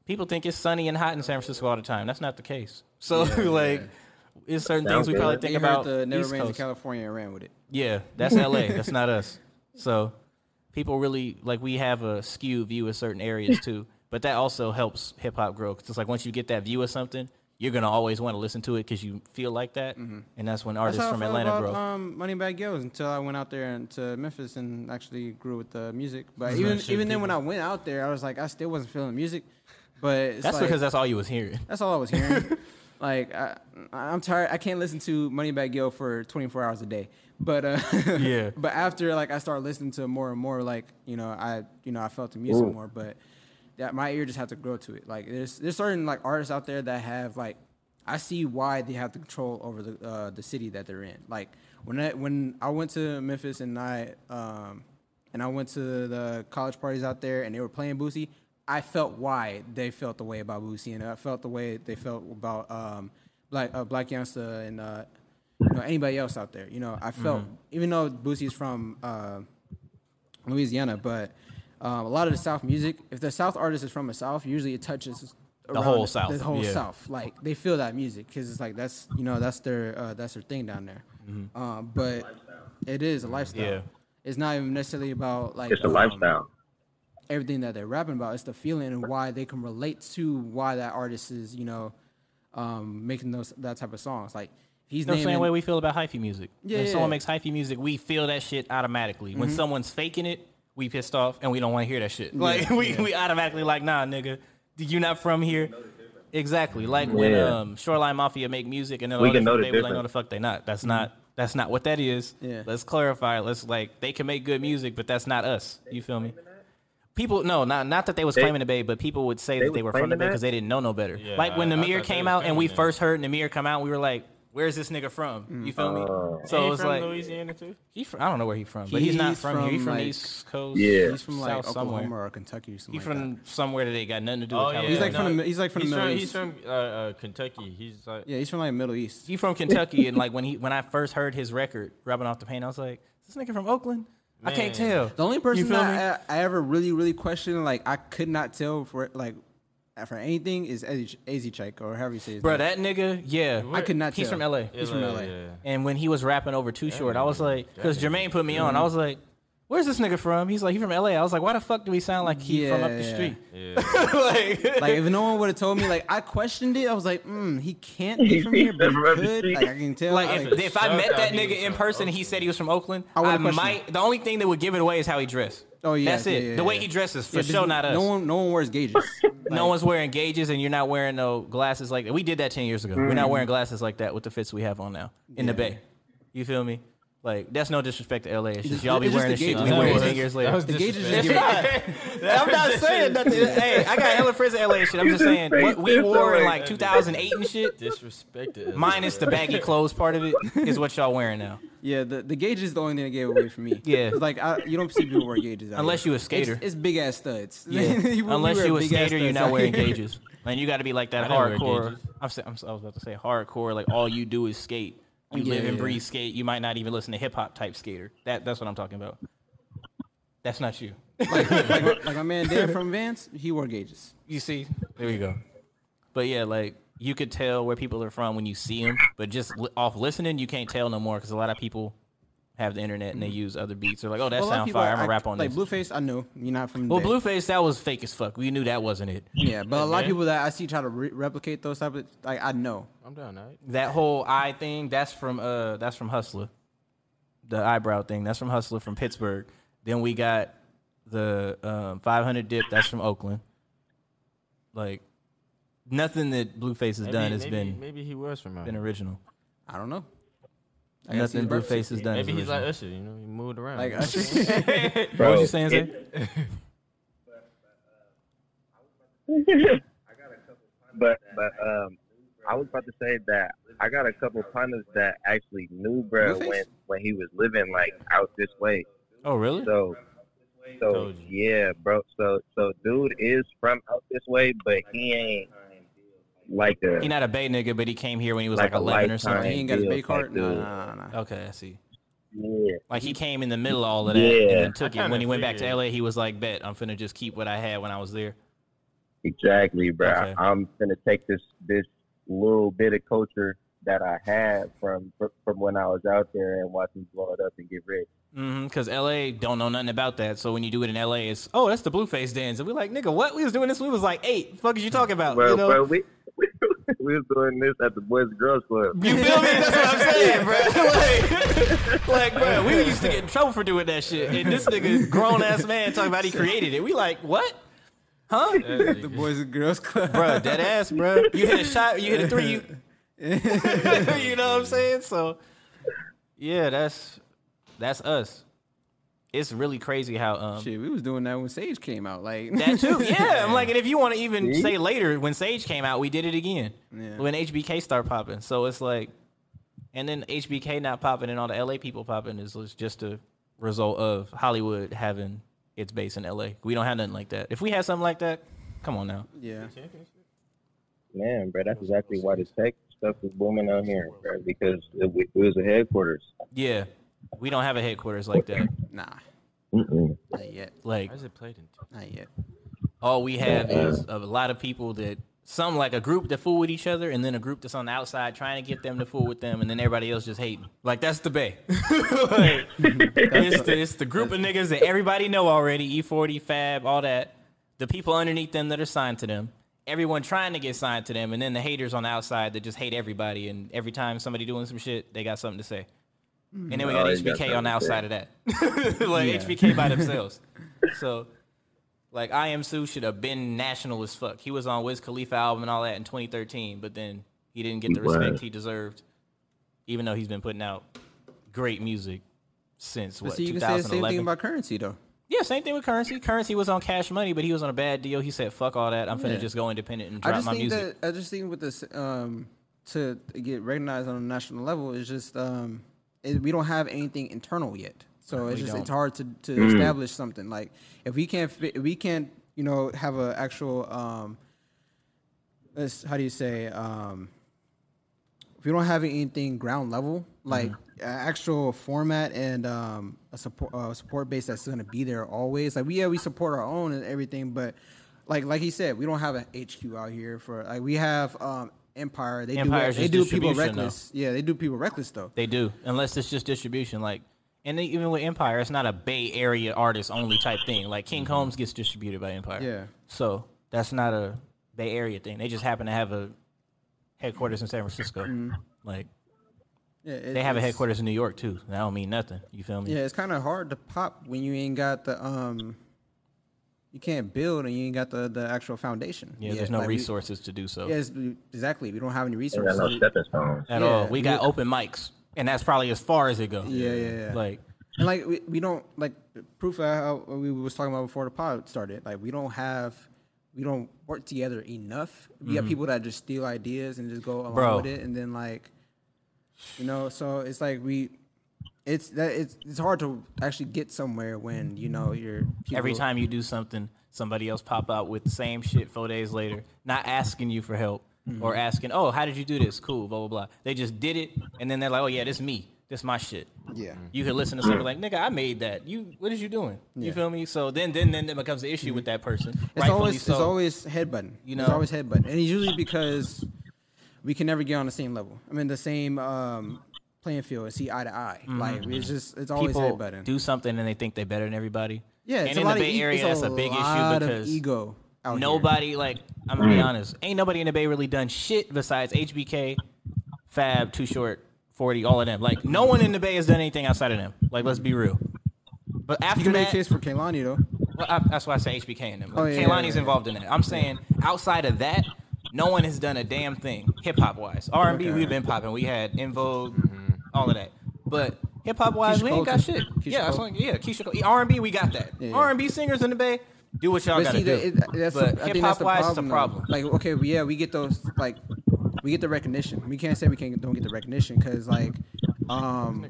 Speaker 4: People think it's sunny and hot in San Francisco all the time. That's not the case. So (laughs)
Speaker 2: Yeah,
Speaker 4: like, it's certain things
Speaker 2: Sounds
Speaker 4: we
Speaker 2: good.
Speaker 4: probably
Speaker 2: They
Speaker 4: think
Speaker 2: heard
Speaker 4: about.
Speaker 2: the Never
Speaker 4: East
Speaker 2: Rains in
Speaker 4: Coast.
Speaker 2: California and ran with it.
Speaker 4: Yeah, that's L.A. that's
Speaker 2: (laughs)
Speaker 4: not us. So people really like we have a skewed view of certain areas too. But that also helps hip hop grow because it's like once you get that view of something, you're gonna always want to listen to it because you feel like that, and that's when artists
Speaker 2: That's how
Speaker 4: from
Speaker 2: I felt
Speaker 4: Atlanta
Speaker 2: about,
Speaker 4: grow.
Speaker 2: Um, Moneybag Yo's until I went out there and to Memphis and actually grew with the music. But
Speaker 4: That's
Speaker 2: even
Speaker 4: right,
Speaker 2: even
Speaker 4: Mm-hmm. shit,
Speaker 2: then, when I went out there, I was like, I still wasn't feeling the music. But it's
Speaker 4: that's
Speaker 2: like-
Speaker 4: because that's all you was hearing.
Speaker 2: (laughs) That's all I
Speaker 4: (laughs)
Speaker 2: was hearing. like I, I'm tired. I can't listen to Moneybag Yo for 24 hours a day. But uh, (laughs)
Speaker 4: Yeah.
Speaker 2: But after like I started listening to more and more, like you know I you know I felt the music
Speaker 4: Ooh.
Speaker 2: more. But that my ear just had to grow to it. Like there's there's certain like artists out there that have like I see why they have the control over the uh, the city that they're in. Like when I when I went to Memphis and I um and I went to the college parties out there and they were playing Boosie, I felt why they felt the way about Boosie and I felt the way they felt about um Black uh, Black Youngsta and uh you know anybody else out there. You know I felt Um, even though Boosie's from uh, Louisiana, but um, a lot of the South music, if the South artist is from the South, usually it touches
Speaker 4: The
Speaker 2: around
Speaker 4: whole South,
Speaker 2: The whole
Speaker 4: yeah.
Speaker 2: South, like they feel that music because it's like that's you know that's their uh, that's their thing down there.
Speaker 4: Mm-hmm.
Speaker 2: Um, but it is a lifestyle.
Speaker 16: Yeah.
Speaker 2: It's not even necessarily about like
Speaker 16: it's a
Speaker 2: um,
Speaker 16: lifestyle.
Speaker 2: everything that they're rapping about. It's the feeling and why they can relate to why that artist is you know um, making those that type of songs. Like he's
Speaker 4: He's the
Speaker 2: naming-
Speaker 4: same way we feel about hyphy music.
Speaker 2: Yeah,
Speaker 4: when
Speaker 2: yeah,
Speaker 4: someone
Speaker 2: yeah.
Speaker 4: makes hyphy music, we feel that shit automatically. When
Speaker 2: Mhm.
Speaker 4: someone's faking it, we pissed off and we don't want to hear that shit.
Speaker 2: Yeah,
Speaker 4: Like (laughs) we,
Speaker 2: yeah.
Speaker 4: we automatically like, nah, nigga, you not from here. Exactly. Like when
Speaker 16: Yeah.
Speaker 4: um, Shoreline Mafia make music and then
Speaker 16: We
Speaker 4: all
Speaker 16: can
Speaker 4: these
Speaker 16: know the
Speaker 4: people, they like, no, the
Speaker 16: difference.
Speaker 4: fuck they not. That's not that's not what that is.
Speaker 2: Mm-hmm. Yeah.
Speaker 4: Let's clarify. Let's like they can make good music, but that's not us. You feel me? People, no, not not that they was
Speaker 16: They-
Speaker 4: claiming the Bay, but people would say
Speaker 16: they
Speaker 4: that they
Speaker 16: was
Speaker 4: were from the
Speaker 16: claiming
Speaker 4: Bay
Speaker 16: that?
Speaker 4: because they didn't know no better.
Speaker 16: Yeah,
Speaker 4: like when
Speaker 16: I- I
Speaker 4: Namir
Speaker 16: thought they
Speaker 4: came
Speaker 16: was
Speaker 4: out and we
Speaker 16: claiming that.
Speaker 4: first heard Namir come out, we were like, "Where's this nigga from?" You
Speaker 2: Mm.
Speaker 4: feel
Speaker 2: Oh.
Speaker 4: me? So
Speaker 16: Ain't
Speaker 4: it
Speaker 16: he
Speaker 4: was
Speaker 16: from
Speaker 4: like
Speaker 16: Louisiana, too?
Speaker 4: He from, I don't know where he from, but Oh. he's, not from, here. He's from the
Speaker 2: like-
Speaker 4: East Coast.
Speaker 2: Yeah. he's from, like,
Speaker 4: South somewhere.
Speaker 2: Oklahoma or Kentucky or something
Speaker 4: He's
Speaker 2: like
Speaker 4: from somewhere that ain't got nothing to do with.
Speaker 2: Oh, yeah, He's like from the- he's like from the
Speaker 3: he's
Speaker 2: Middle
Speaker 3: from,
Speaker 2: East.
Speaker 3: He's from uh, uh, Kentucky. He's uh, like
Speaker 2: Yeah, he's from like Middle East.
Speaker 4: He from Kentucky, and like when he when I first heard his record, rubbing off the pain, I was like, "This nigga from
Speaker 16: (laughs)
Speaker 4: Oakland." I can't tell.
Speaker 2: The only
Speaker 4: You
Speaker 2: person
Speaker 4: feel me?
Speaker 2: that I, I ever really, really questioned, like I could not tell for like for anything, is Azy Check or however you say his
Speaker 4: Bro,
Speaker 2: name.
Speaker 4: that nigga, yeah,
Speaker 2: I could not
Speaker 4: He's
Speaker 2: tell.
Speaker 4: from LA.
Speaker 2: He's from LA.
Speaker 4: And when he was rapping over Too Short, I was like, because Jermaine put me on, I was like, "Where's this nigga from?" He's like, "He from LA." I was like, "Why the fuck do we sound like he from up the
Speaker 2: Yeah.
Speaker 4: street?"
Speaker 2: (laughs) like, if no one would have told me, like I questioned it, I was like, mm, he can't be from here, (laughs) but he could. Like I can tell.
Speaker 4: Like, if, if I met that nigga in person, and he said he was from Oakland.
Speaker 2: I
Speaker 4: I,
Speaker 2: would've questioned
Speaker 4: might. The only thing that would give it away is how he dressed.
Speaker 2: Oh yeah,
Speaker 4: that's
Speaker 2: yeah,
Speaker 4: it.
Speaker 2: yeah,
Speaker 4: the way
Speaker 2: yeah.
Speaker 4: he dresses, for
Speaker 2: Yeah,
Speaker 4: sure, not us.
Speaker 2: No one, no one wears gauges.
Speaker 4: no one's wearing gauges and you're not wearing no glasses like that. We did that 10 years ago. We're not
Speaker 2: Mhm.
Speaker 4: wearing glasses like that with the fits we have on now in the
Speaker 2: Yeah.
Speaker 4: Bay. You feel me? Like, that's no disrespect to LA. It's just
Speaker 2: It's-
Speaker 4: y'all be
Speaker 2: it's just
Speaker 4: wearing the
Speaker 2: the
Speaker 4: shit we
Speaker 2: gauges. That
Speaker 4: wear
Speaker 2: was-
Speaker 4: 10 years
Speaker 2: that
Speaker 4: later.
Speaker 2: was The gauges
Speaker 4: It's
Speaker 2: disrespect.
Speaker 4: not. (laughs) I'm not saying nothing. Hey, I got hella friends in LA and shit. I'm just saying, what we wore in like 2008 and shit,
Speaker 3: Disrespected.
Speaker 4: minus the
Speaker 2: (laughs)
Speaker 4: baggy clothes part of it, is what y'all wearing now.
Speaker 2: (laughs) Yeah, the, the gauge is the only thing that gave away for me.
Speaker 4: Yeah.
Speaker 2: It's like I, you don't see people wear gauges. out
Speaker 4: Unless
Speaker 2: here.
Speaker 4: you a skater.
Speaker 2: It's, it's big ass studs.
Speaker 4: Yeah.
Speaker 2: (laughs) You- we
Speaker 4: Unless
Speaker 2: wear
Speaker 4: you a
Speaker 2: big-ass
Speaker 4: skater, you're
Speaker 2: studs
Speaker 4: not
Speaker 2: out
Speaker 4: wearing
Speaker 2: here.
Speaker 4: gauges. Man, you got to be like that
Speaker 2: I didn't wear
Speaker 4: hardcore.
Speaker 2: gauges.
Speaker 4: I'm, sa- I'm, si was about to say hardcore. Like all you do is skate. You
Speaker 2: Yeah,
Speaker 4: live and
Speaker 2: yeah.
Speaker 4: breathe skate. You might not even listen to hip hop type skater. That that's what I'm talking about. That's not you. (laughs)
Speaker 2: like, my- like my man Dan from Vance, he wore gauges.
Speaker 4: You see, there you go. But yeah, like you could tell where people are from when you see them, but just li- off listening, you can't tell no more because a lot of people have the internet and they use other beats. They're like, oh, that
Speaker 2: Mm-hmm. Well, a lot of
Speaker 4: sound
Speaker 2: people
Speaker 4: fire. I'm
Speaker 2: are-
Speaker 4: gonna rap on
Speaker 2: like
Speaker 4: this.
Speaker 2: Blueface. I know you're not from.
Speaker 4: well,
Speaker 2: there.
Speaker 4: Blueface, that was fake as fuck. We knew that wasn't it.
Speaker 2: Yeah, but a lot
Speaker 4: Yeah.
Speaker 2: of people that I see try to re- replicate those type of like I know.
Speaker 3: I'm down, all right.
Speaker 4: That whole eye thing, that's from uh that's from Hustler. The eyebrow thing, that's from Hustler from Pittsburgh. Then we got the um, 500 dip, that's from Oakland. Like nothing that Blueface has done has
Speaker 3: maybe,
Speaker 4: been
Speaker 3: Maybe he was from out
Speaker 4: been
Speaker 3: here.
Speaker 4: original.
Speaker 2: I don't know.
Speaker 3: I gotta see
Speaker 17: Nothing
Speaker 3: the birth
Speaker 17: Blueface has
Speaker 3: certificate.
Speaker 17: done is
Speaker 3: Maybe he's like
Speaker 17: original.
Speaker 3: Usher, you know, he moved around. (laughs)
Speaker 17: Like Usher.
Speaker 4: (laughs)
Speaker 3: Usher.
Speaker 17: What was you saying, Zay?
Speaker 16: but but um, I was about to say that I got a couple partners that actually knew bro when
Speaker 4: Blueface?
Speaker 16: when he was living like out this way.
Speaker 4: Oh, really?
Speaker 16: So so
Speaker 4: Told
Speaker 16: yeah, bro. So so dude is from out this way, but he ain't like a
Speaker 4: He not a Bay nigga, but he came here when he was
Speaker 16: Like
Speaker 4: like,
Speaker 16: a
Speaker 4: 11 or
Speaker 16: lifetime
Speaker 4: something.
Speaker 16: He ain't got his deal Bay card? type dude.
Speaker 4: Nah, nah, nah. Okay, I see.
Speaker 16: yeah.
Speaker 4: Like he came in the middle of all of that and
Speaker 16: Yeah.
Speaker 4: then took
Speaker 16: I
Speaker 4: it. When he went back to
Speaker 16: kinda
Speaker 4: LA, he was like, "Bet I'm finna just keep what I had when I was there."
Speaker 16: Exactly, bro.
Speaker 4: Okay.
Speaker 16: I'm gonna take this this little bit of culture that I had from from when I was out there and watch him blow it up and get rich.
Speaker 4: Because LA don't know nothing about that. So when you do it in LA, it's oh that's the Blueface dance, and we're like, "Nigga, what? We was doing this. when We was like eight. Fuck is you talking about?"
Speaker 16: Bro,
Speaker 4: Uh, you know?
Speaker 16: bro, we, (laughs) we we was doing this at the Boys and Girls Club.
Speaker 4: You feel me? That's what I'm saying, bro. (laughs) like, like, bro, we used to get in trouble for doing that shit, and this nigga, grown ass man, talking
Speaker 16: (laughs)
Speaker 4: about he created it. We like, what? Huh?
Speaker 17: The
Speaker 2: Boys and Girls Club.
Speaker 4: bro, dead ass, bro. You hit a shot, you hit a
Speaker 2: (laughs)
Speaker 4: three, you, (laughs) you know what I'm saying? So, yeah, that's that's us. It's really crazy how um
Speaker 17: Shit, we was doing that when Sage came out. Like (laughs)
Speaker 4: that too. Yeah, I'm like, and if you want to even
Speaker 17: See?
Speaker 4: say later when Sage came out, we did it again.
Speaker 17: Yeah.
Speaker 4: When HBK started popping, so it's like, and then HBK not popping and all the LA people popping is was just a result of Hollywood having its base in LA. We don't have nothing like that. If we had something like that, come on now.
Speaker 2: Yeah.
Speaker 16: Man, bro, that's exactly why the tech stuff is booming out here, bro, because it, w- it was the headquarters.
Speaker 4: Yeah, we don't have a headquarters like that. Nah,
Speaker 16: Mm-mm.
Speaker 4: not yet. Like,
Speaker 3: Why is it played in two?
Speaker 4: Not yet. All we have is a lot of people that some like a group that fool with each other, and then a group that's on the outside trying to get them to fool with them, and then everybody else just hating. Like that's the bay. Like, it's, the, it's the group of niggas that everybody know already. E forty, Fab, all that. The people underneath them that are signed to them. Everyone trying to get signed to them, and then the haters on the outside that just hate everybody. And every time somebody doing some shit, they got something to say. And then we got
Speaker 17: Oh, they got
Speaker 4: HBK on the outside
Speaker 17: something
Speaker 4: of
Speaker 17: to
Speaker 4: that, (laughs) like
Speaker 17: Yeah. (laughs)
Speaker 4: HBK by themselves. so like I Am Sue should have been national as fuck. He was on Wiz Khalifa album and all that in 2013, but then he didn't get the
Speaker 17: Right.
Speaker 4: respect he deserved, even though he's been putting out great music since
Speaker 17: But
Speaker 4: what
Speaker 17: see, you can say the
Speaker 4: 2011.
Speaker 17: same thing about currency though.
Speaker 4: yeah, same thing with currency. Currency was on Cash Money, but he was on a bad deal. He said, "Fuck all that. I'm
Speaker 2: Yeah.
Speaker 4: finna just go independent and
Speaker 2: I
Speaker 4: drop
Speaker 2: just
Speaker 4: my
Speaker 2: think
Speaker 4: music."
Speaker 2: that I just think with this um, to get recognized on a national level is just um, it, we don't have anything internal yet, so it's
Speaker 17: We
Speaker 2: just it's
Speaker 17: don't.
Speaker 2: hard to, to
Speaker 17: Mm.
Speaker 2: establish something. Like if we can't fi- if we can't you know have an actual um, this, how do you say um, if we don't have anything ground level like
Speaker 4: Mm-hmm.
Speaker 2: a actual format and um, a support uh, support base that's going to be there always like we yeah we support our own and everything but like like he said we don't have an HQ out here for like we have um, Empire they
Speaker 4: Empire's
Speaker 2: do they
Speaker 4: just
Speaker 2: do people
Speaker 4: distribution, though.
Speaker 2: reckless yeah they do people reckless though
Speaker 4: They do, unless it's just distribution. Like, and they, even with Empire, it's not a Bay Area artist only type thing. Like King Combs gets distributed by Empire.
Speaker 2: Mm-hmm. Yeah.
Speaker 4: So that's not a Bay Area thing. They just happen to have a headquarters in San Francisco. Like,
Speaker 2: Yeah, Mm-hmm. it-
Speaker 4: they have a
Speaker 2: it's-
Speaker 4: headquarters in New York too. That don't mean nothing. You feel me?
Speaker 2: yeah it's kind of hard to pop when you ain't got the um you can't build and you ain't got the the actual foundation
Speaker 4: Yeah,
Speaker 2: yet.
Speaker 4: there's no
Speaker 2: Like, we-
Speaker 4: resources to do so.
Speaker 2: yeah, it's- exactly we don't have any
Speaker 16: Ain't
Speaker 2: resources
Speaker 16: got no stepping stones.
Speaker 4: At
Speaker 2: Yeah,
Speaker 4: all. We
Speaker 2: we-
Speaker 4: got open mics, and that's probably as far as it goes.
Speaker 2: Yeah, yeah, yeah.
Speaker 4: Like,
Speaker 2: and like we, we don't like proof of how we was talking about before the pod started. Like we don't have, we don't work together enough. We have
Speaker 4: Mhm.
Speaker 2: people that just steal ideas and just go along
Speaker 4: Bro.
Speaker 2: with it, and then like, you know. So it's like we, it's that it's it's hard to actually get somewhere when you know you're
Speaker 4: Every
Speaker 2: people-
Speaker 4: time you do something, somebody else pop out with the same shit four days later, not asking you for help
Speaker 2: Mm-hmm.
Speaker 4: or asking, "Oh, how did you do this?" Cool, blah blah blah. They just did it, and then they're like, "Oh yeah, this me, this my shit."
Speaker 2: Yeah.
Speaker 4: You can listen to somebody like, "Nigga, I made that. You, what is you doing?" You
Speaker 2: Yeah. Mm-hmm.
Speaker 4: feel me? So then, then, then it becomes an issue with that person.
Speaker 2: It's
Speaker 4: rightfully
Speaker 2: always
Speaker 4: so.
Speaker 2: it's always headbutting.
Speaker 4: You
Speaker 2: You
Speaker 4: know?
Speaker 2: know, it's always headbutting, and it's usually because we can never get on the same level. I mean, the same um, playing field and see eye to eye.
Speaker 4: Mhm.
Speaker 2: Like it's just it's always
Speaker 4: people
Speaker 2: headbutting.
Speaker 4: do something and they think they better than everybody.
Speaker 2: Yeah,
Speaker 4: and
Speaker 2: it's a
Speaker 4: in
Speaker 2: lot
Speaker 4: the
Speaker 2: of
Speaker 4: Bay
Speaker 2: e-
Speaker 4: Area,
Speaker 2: it's a
Speaker 4: that's a big issue
Speaker 2: lot of
Speaker 4: because
Speaker 2: ego out here.
Speaker 4: nobody, like, I'm gonna be honest, ain't nobody in the Bay really done shit besides HBK, Fab, Too Short, Forty, all of them. Like, no one in the Bay has done anything outside of them. Like, let's be real. But after
Speaker 2: you can make
Speaker 4: that-
Speaker 2: a case for Kehlani though.
Speaker 4: Well, I, that's why I say HBK in them. Like,
Speaker 2: Oh, yeah,
Speaker 4: Kehlani's
Speaker 2: yeah, yeah.
Speaker 4: involved in that. I'm saying outside of that, no one has done a damn thing hip hop wise. R and B,
Speaker 17: Okay.
Speaker 4: we've been popping. We had In Vogue, all of that. But hip hop wise,
Speaker 1: Keisha
Speaker 4: we ain't got
Speaker 1: Cole, too.
Speaker 4: shit.
Speaker 1: Keisha
Speaker 4: yeah, that's
Speaker 1: Cole.
Speaker 4: what- yeah, Keisha. Cole. R and B, we got that.
Speaker 1: Yeah, yeah.
Speaker 4: R and B singers in the Bay, do what y'all
Speaker 1: But
Speaker 4: gotta
Speaker 1: see,
Speaker 4: do.
Speaker 1: that- it-
Speaker 2: that's
Speaker 4: but
Speaker 2: I
Speaker 4: hip
Speaker 2: think that's
Speaker 4: hop
Speaker 2: the
Speaker 4: wise,
Speaker 2: problem.
Speaker 4: it's a
Speaker 2: though.
Speaker 4: problem.
Speaker 2: Like okay, yeah, we get those like we get the recognition. We can't say we can't don't get the recognition because like um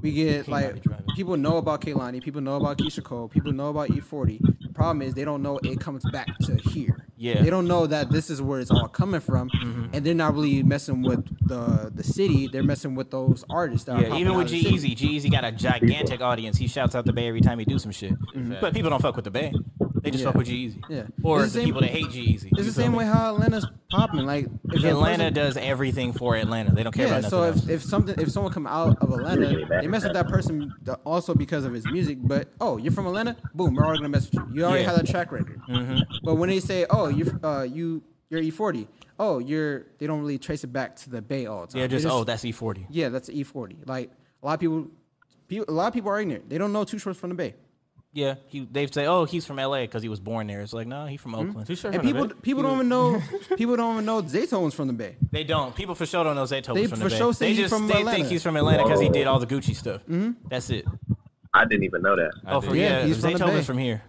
Speaker 2: we get like people know about Kaylani, people know about Keisha Cole, people know about E40. The problem is they don't know it comes back to here.
Speaker 4: Yeah. Mm-hmm.
Speaker 2: they don't know that this is where it's all coming from, and they're not really messing with the the city. They're messing with those artists. That are
Speaker 4: Yeah, even with G Easy, G Easy got a gigantic audience. He shouts out the Bay every time he do some shit.
Speaker 2: Mhm.
Speaker 4: But people don't fuck with the Bay. They just
Speaker 2: Yeah.
Speaker 4: fuck with G Easy.
Speaker 2: Yeah.
Speaker 4: Or
Speaker 2: It's
Speaker 4: the,
Speaker 2: the same-
Speaker 4: people that hate G Easy.
Speaker 2: It's the same way how Atlanta's popping. Like if a
Speaker 4: Atlanta
Speaker 2: person-
Speaker 4: does everything for Atlanta. They don't care
Speaker 2: yeah,
Speaker 4: about nothing
Speaker 2: so
Speaker 4: else.
Speaker 2: if, if something if someone come out of Atlanta, they mess with that person th- also because of his music. But oh, you're from Atlanta, boom, we're already gonna mess with you. You already
Speaker 4: Yeah.
Speaker 2: have that track record.
Speaker 4: Mhm.
Speaker 2: But when they say oh you uh you you're E40, oh you're they don't really trace it back to the Bay all the time.
Speaker 4: They're just,
Speaker 2: They
Speaker 4: "Oh, that's E40."
Speaker 2: Yeah, that's E40. Like a lot of people, peo- a lot of people are ignorant. They don't know Two Shorts from the Bay.
Speaker 4: Yeah, he, they say, "Oh, he's from L.A. because he was born there." It's like, no, he's from
Speaker 2: Hmm?
Speaker 4: Oakland.
Speaker 2: and people people don't even (laughs) know people don't even know Zaytoven's from the Bay.
Speaker 4: They don't. People for sure don't know Zaytoven
Speaker 2: They
Speaker 4: from
Speaker 2: for
Speaker 4: the Bay.
Speaker 2: sure say
Speaker 4: they
Speaker 2: he's
Speaker 4: just
Speaker 2: from
Speaker 4: they
Speaker 2: Atlanta.
Speaker 4: think he's from Atlanta because he
Speaker 2: Whoa.
Speaker 4: did all the Gucci stuff. That's it.
Speaker 16: I didn't even know that.
Speaker 4: Mm-hmm. Oh, for, yeah, Zaytoven's from here.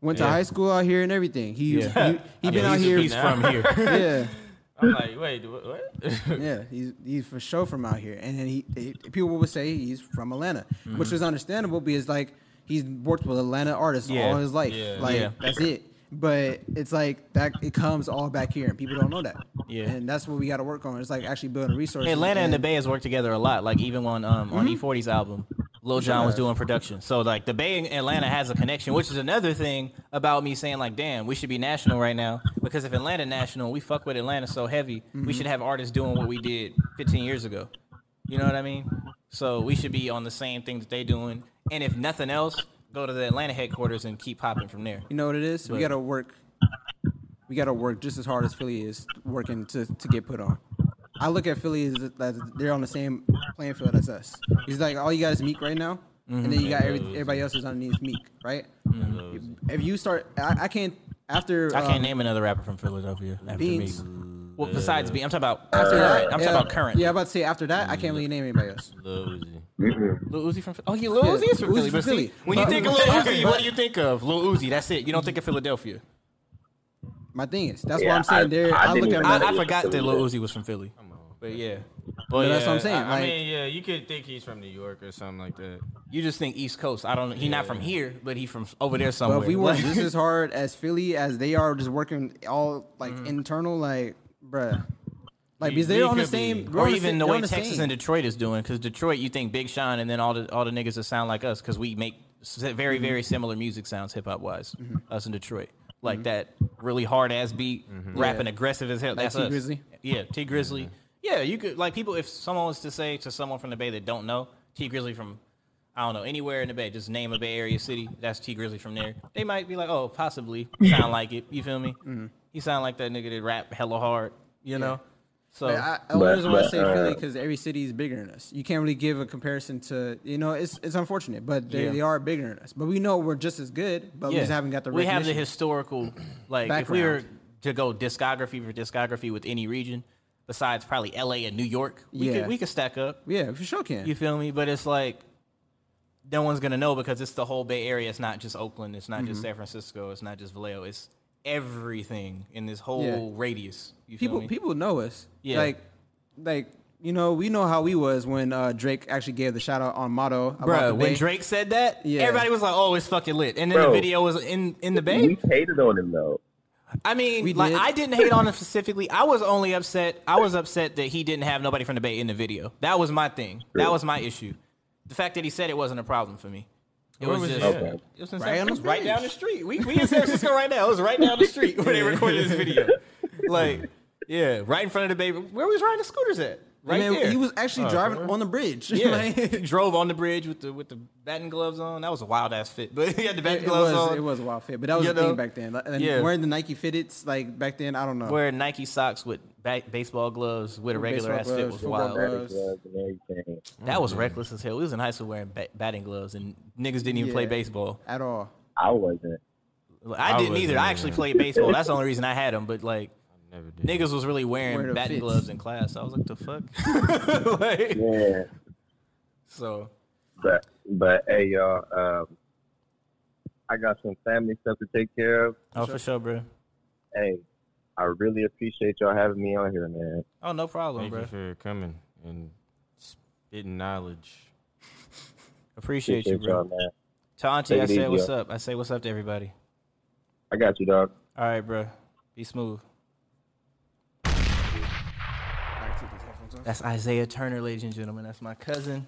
Speaker 2: Went to
Speaker 4: Yeah.
Speaker 2: high school out here and everything. He
Speaker 4: Yeah.
Speaker 2: he, he
Speaker 4: Yeah,
Speaker 2: been out
Speaker 4: he's-
Speaker 2: here.
Speaker 4: he's from here.
Speaker 2: (laughs) yeah.
Speaker 3: I'm like, wait, wh- what?
Speaker 2: yeah, he's he's for sure from out here, and then he, he- people would say he's from Atlanta, which
Speaker 3: Mhm.
Speaker 2: is understandable because like he's worked with Atlanta artists
Speaker 3: Yeah.
Speaker 2: all his life,
Speaker 3: Yeah.
Speaker 2: like
Speaker 3: Yeah.
Speaker 2: that's it. But it's like that it comes all back here, and people don't know that.
Speaker 4: Yeah.
Speaker 2: and that's what we got to work on. It's like actually building resources.
Speaker 4: Atlanta and the Bay has worked together a lot. Like even on um, on E40's album, Lil Jon was
Speaker 2: Yeah.
Speaker 4: doing production. So like the Bay and Atlanta has a connection, which is another thing about me saying like, damn, we should be national right now because if Atlanta national, we fuck with Atlanta so heavy, we
Speaker 1: Mhm.
Speaker 4: should have artists doing what we did 15 years ago. You know what I mean? So we should be on the same thing that they doing, and if nothing else, go to the Atlanta headquarters and keep popping from there.
Speaker 2: You know what it is?
Speaker 4: But-
Speaker 2: we gotta work. We gotta work just as hard as Philly is working to, to get put on. I look at Philly as as they're on the same playing field as us. He's like all you got is Meek right now,
Speaker 3: Mhm.
Speaker 2: and then you got
Speaker 3: Yeah,
Speaker 2: every,
Speaker 3: those-
Speaker 2: everybody else is underneath Meek, right?
Speaker 3: Mhm.
Speaker 2: If you start, I, I can't after.
Speaker 4: I can't
Speaker 2: um,
Speaker 4: name another rapper from Philadelphia after
Speaker 2: Beans.
Speaker 4: me. Well, besides B, I'm talking about
Speaker 2: After
Speaker 4: current.
Speaker 2: that,
Speaker 4: I'm
Speaker 2: yeah,
Speaker 4: talking about current.
Speaker 2: Yeah, I'm about to say after that, I can't really name anybody else.
Speaker 4: Lil Uzi from Philly. Oh, yeah, Lil Uzi is from Philly.
Speaker 2: Uzi's from
Speaker 4: But see,
Speaker 2: Philly.
Speaker 4: when you
Speaker 2: But-
Speaker 4: think of Lil
Speaker 2: but-
Speaker 4: Uzi, what do you think of? Lil Uzi, that's it. You don't think of Philadelphia.
Speaker 2: My thing is, that's why I'm saying there. I, look at.
Speaker 4: I, I forgot that (laughs) Lil Uzi was from Philly. But yeah. But
Speaker 3: But
Speaker 4: yeah,
Speaker 3: that's what I'm saying. I,
Speaker 4: I,
Speaker 3: I
Speaker 4: mean,
Speaker 3: mean, yeah, you could think he's from New York or something like that.
Speaker 4: you just think East Coast. I don't. He's not from here, but he from over there somewhere.
Speaker 2: But if we work
Speaker 4: Like- (laughs)
Speaker 2: just as hard as Philly as they are, just working all like
Speaker 4: Mm.
Speaker 2: internal, like bruh, like because they're on the
Speaker 4: could be.
Speaker 2: same. we're
Speaker 4: or
Speaker 2: on the
Speaker 4: even
Speaker 2: same-
Speaker 4: the
Speaker 2: they're
Speaker 4: way
Speaker 2: on
Speaker 4: Texas
Speaker 2: same.
Speaker 4: and Detroit is doing. Because Detroit, you think Big Sean, and then all the all the niggas that sound like us, because we make s- very
Speaker 1: Mhm.
Speaker 4: very similar music sounds, hip hop wise. Us in Detroit, like that really hard ass beat,
Speaker 1: Mhm.
Speaker 4: rapping
Speaker 1: Yeah.
Speaker 4: aggressive as hell.
Speaker 1: Like
Speaker 4: That's
Speaker 1: T
Speaker 4: us.
Speaker 1: Grizzly?
Speaker 4: Yeah, T Grizzly.
Speaker 2: Mm-hmm.
Speaker 4: Yeah, you could like people. If someone was to say to someone from the Bay that don't know T Grizzly from. I don't know anywhere in the Bay. Just name a Bay Area city. That's T Grizzly from there. They might be like, "Oh, possibly sound like it." You feel me?
Speaker 2: Mm-hmm.
Speaker 4: He sound like that nigga that rap hella hard. You know. So uh,
Speaker 2: But I, I only reason why I say Philly because every city is bigger than us. You can't really give a comparison to you know it's it's unfortunate, but they,
Speaker 4: Yeah.
Speaker 2: they are bigger than us. But we know we're just as good, but we
Speaker 4: Yeah.
Speaker 2: just haven't got the
Speaker 4: we have the
Speaker 2: recognition. (clears throat)
Speaker 4: historical like if we were to go discography for discography with any region besides probably L.A. and New York, we
Speaker 2: Yeah.
Speaker 4: could we could stack up.
Speaker 2: Yeah, for sure can.
Speaker 4: You feel me? But it's like no one's gonna know because it's the whole Bay Area. It's not just Oakland. It's not just
Speaker 2: Mhm.
Speaker 4: San Francisco. It's not just Vallejo. It's everything in this whole radius. You feel
Speaker 2: people
Speaker 4: me?
Speaker 2: people know us.
Speaker 4: Yeah.
Speaker 2: Like like you know, we know how we was when uh, Drake actually gave the shout out on Motto.
Speaker 4: Bruh, when Drake said that,
Speaker 2: Yeah.
Speaker 4: everybody was like, "Oh, it's fucking lit," and then
Speaker 2: Bro.
Speaker 4: the video was in in the Bay.
Speaker 16: We hated on him though.
Speaker 4: I mean,
Speaker 16: We
Speaker 4: like
Speaker 16: did.
Speaker 4: I didn't hate on him specifically. I was only upset. I was upset that he didn't have nobody from the Bay in the video. That was my thing. That was my issue. The fact that he said it wasn't a problem for me. It
Speaker 1: Where
Speaker 4: was,
Speaker 1: was
Speaker 4: just
Speaker 1: it? Okay.
Speaker 4: it was in
Speaker 1: Right
Speaker 4: San-
Speaker 1: on
Speaker 4: it
Speaker 1: the
Speaker 4: was right
Speaker 1: stage.
Speaker 4: down the street. We we in San
Speaker 2: (laughs)
Speaker 4: Francisco right now. It was right down the street when they recorded this video. Like, yeah, right in front of the Bay. Where was riding the scooters at? Right
Speaker 2: man,
Speaker 4: there.
Speaker 2: he was actually driving on the bridge.
Speaker 4: Yeah, (laughs)
Speaker 2: (laughs) Like-
Speaker 4: he drove on the bridge with the with the batting gloves on. That was a wild ass fit, but (laughs) he had the batting
Speaker 2: it, it
Speaker 4: gloves
Speaker 2: was
Speaker 4: on.
Speaker 2: it was a wild fit, but that was
Speaker 4: You
Speaker 2: the
Speaker 4: know?
Speaker 2: thing back then. Like, And
Speaker 4: Yeah.
Speaker 2: wearing the Nike fitteds like back then, I don't know.
Speaker 4: Wearing Nike socks with ba- baseball gloves with a
Speaker 2: With
Speaker 4: regular
Speaker 2: baseball
Speaker 4: ass fit
Speaker 2: gloves,
Speaker 4: was wild.
Speaker 2: football gloves.
Speaker 4: That was
Speaker 16: Mhm.
Speaker 4: reckless as hell. We was in high school wearing ba- batting gloves and niggas didn't even play
Speaker 2: Yeah.
Speaker 4: baseball.
Speaker 2: at all.
Speaker 16: I wasn't.
Speaker 4: I,
Speaker 16: I
Speaker 4: didn't
Speaker 16: wasn't
Speaker 4: either. I actually
Speaker 16: either.
Speaker 4: played baseball. That's the only reason I had them. But like, niggas was really wearing
Speaker 16: Wear the
Speaker 4: batting
Speaker 16: fits.
Speaker 4: gloves in class. I was like, the fuck.
Speaker 16: yeah.
Speaker 4: (laughs) So
Speaker 16: But but hey y'all, um, I got some family stuff to take care of.
Speaker 4: Oh, for sure, bro.
Speaker 16: Hey, I really appreciate y'all having me on here, man.
Speaker 4: Oh, no problem,
Speaker 3: Thank
Speaker 4: bro.
Speaker 3: you for coming and spitting knowledge.
Speaker 4: (laughs) Appreciate, you,
Speaker 16: Appreciate
Speaker 4: bro.
Speaker 16: y'all, man.
Speaker 4: To Auntie,
Speaker 16: Take
Speaker 4: I
Speaker 16: it
Speaker 4: said
Speaker 16: easy,
Speaker 4: what's
Speaker 16: y'all.
Speaker 4: up. I say what's up to everybody.
Speaker 16: I got you, dog.
Speaker 4: All right, bro. Be smooth. That's Isaiah Turner, ladies and gentlemen. That's my cousin.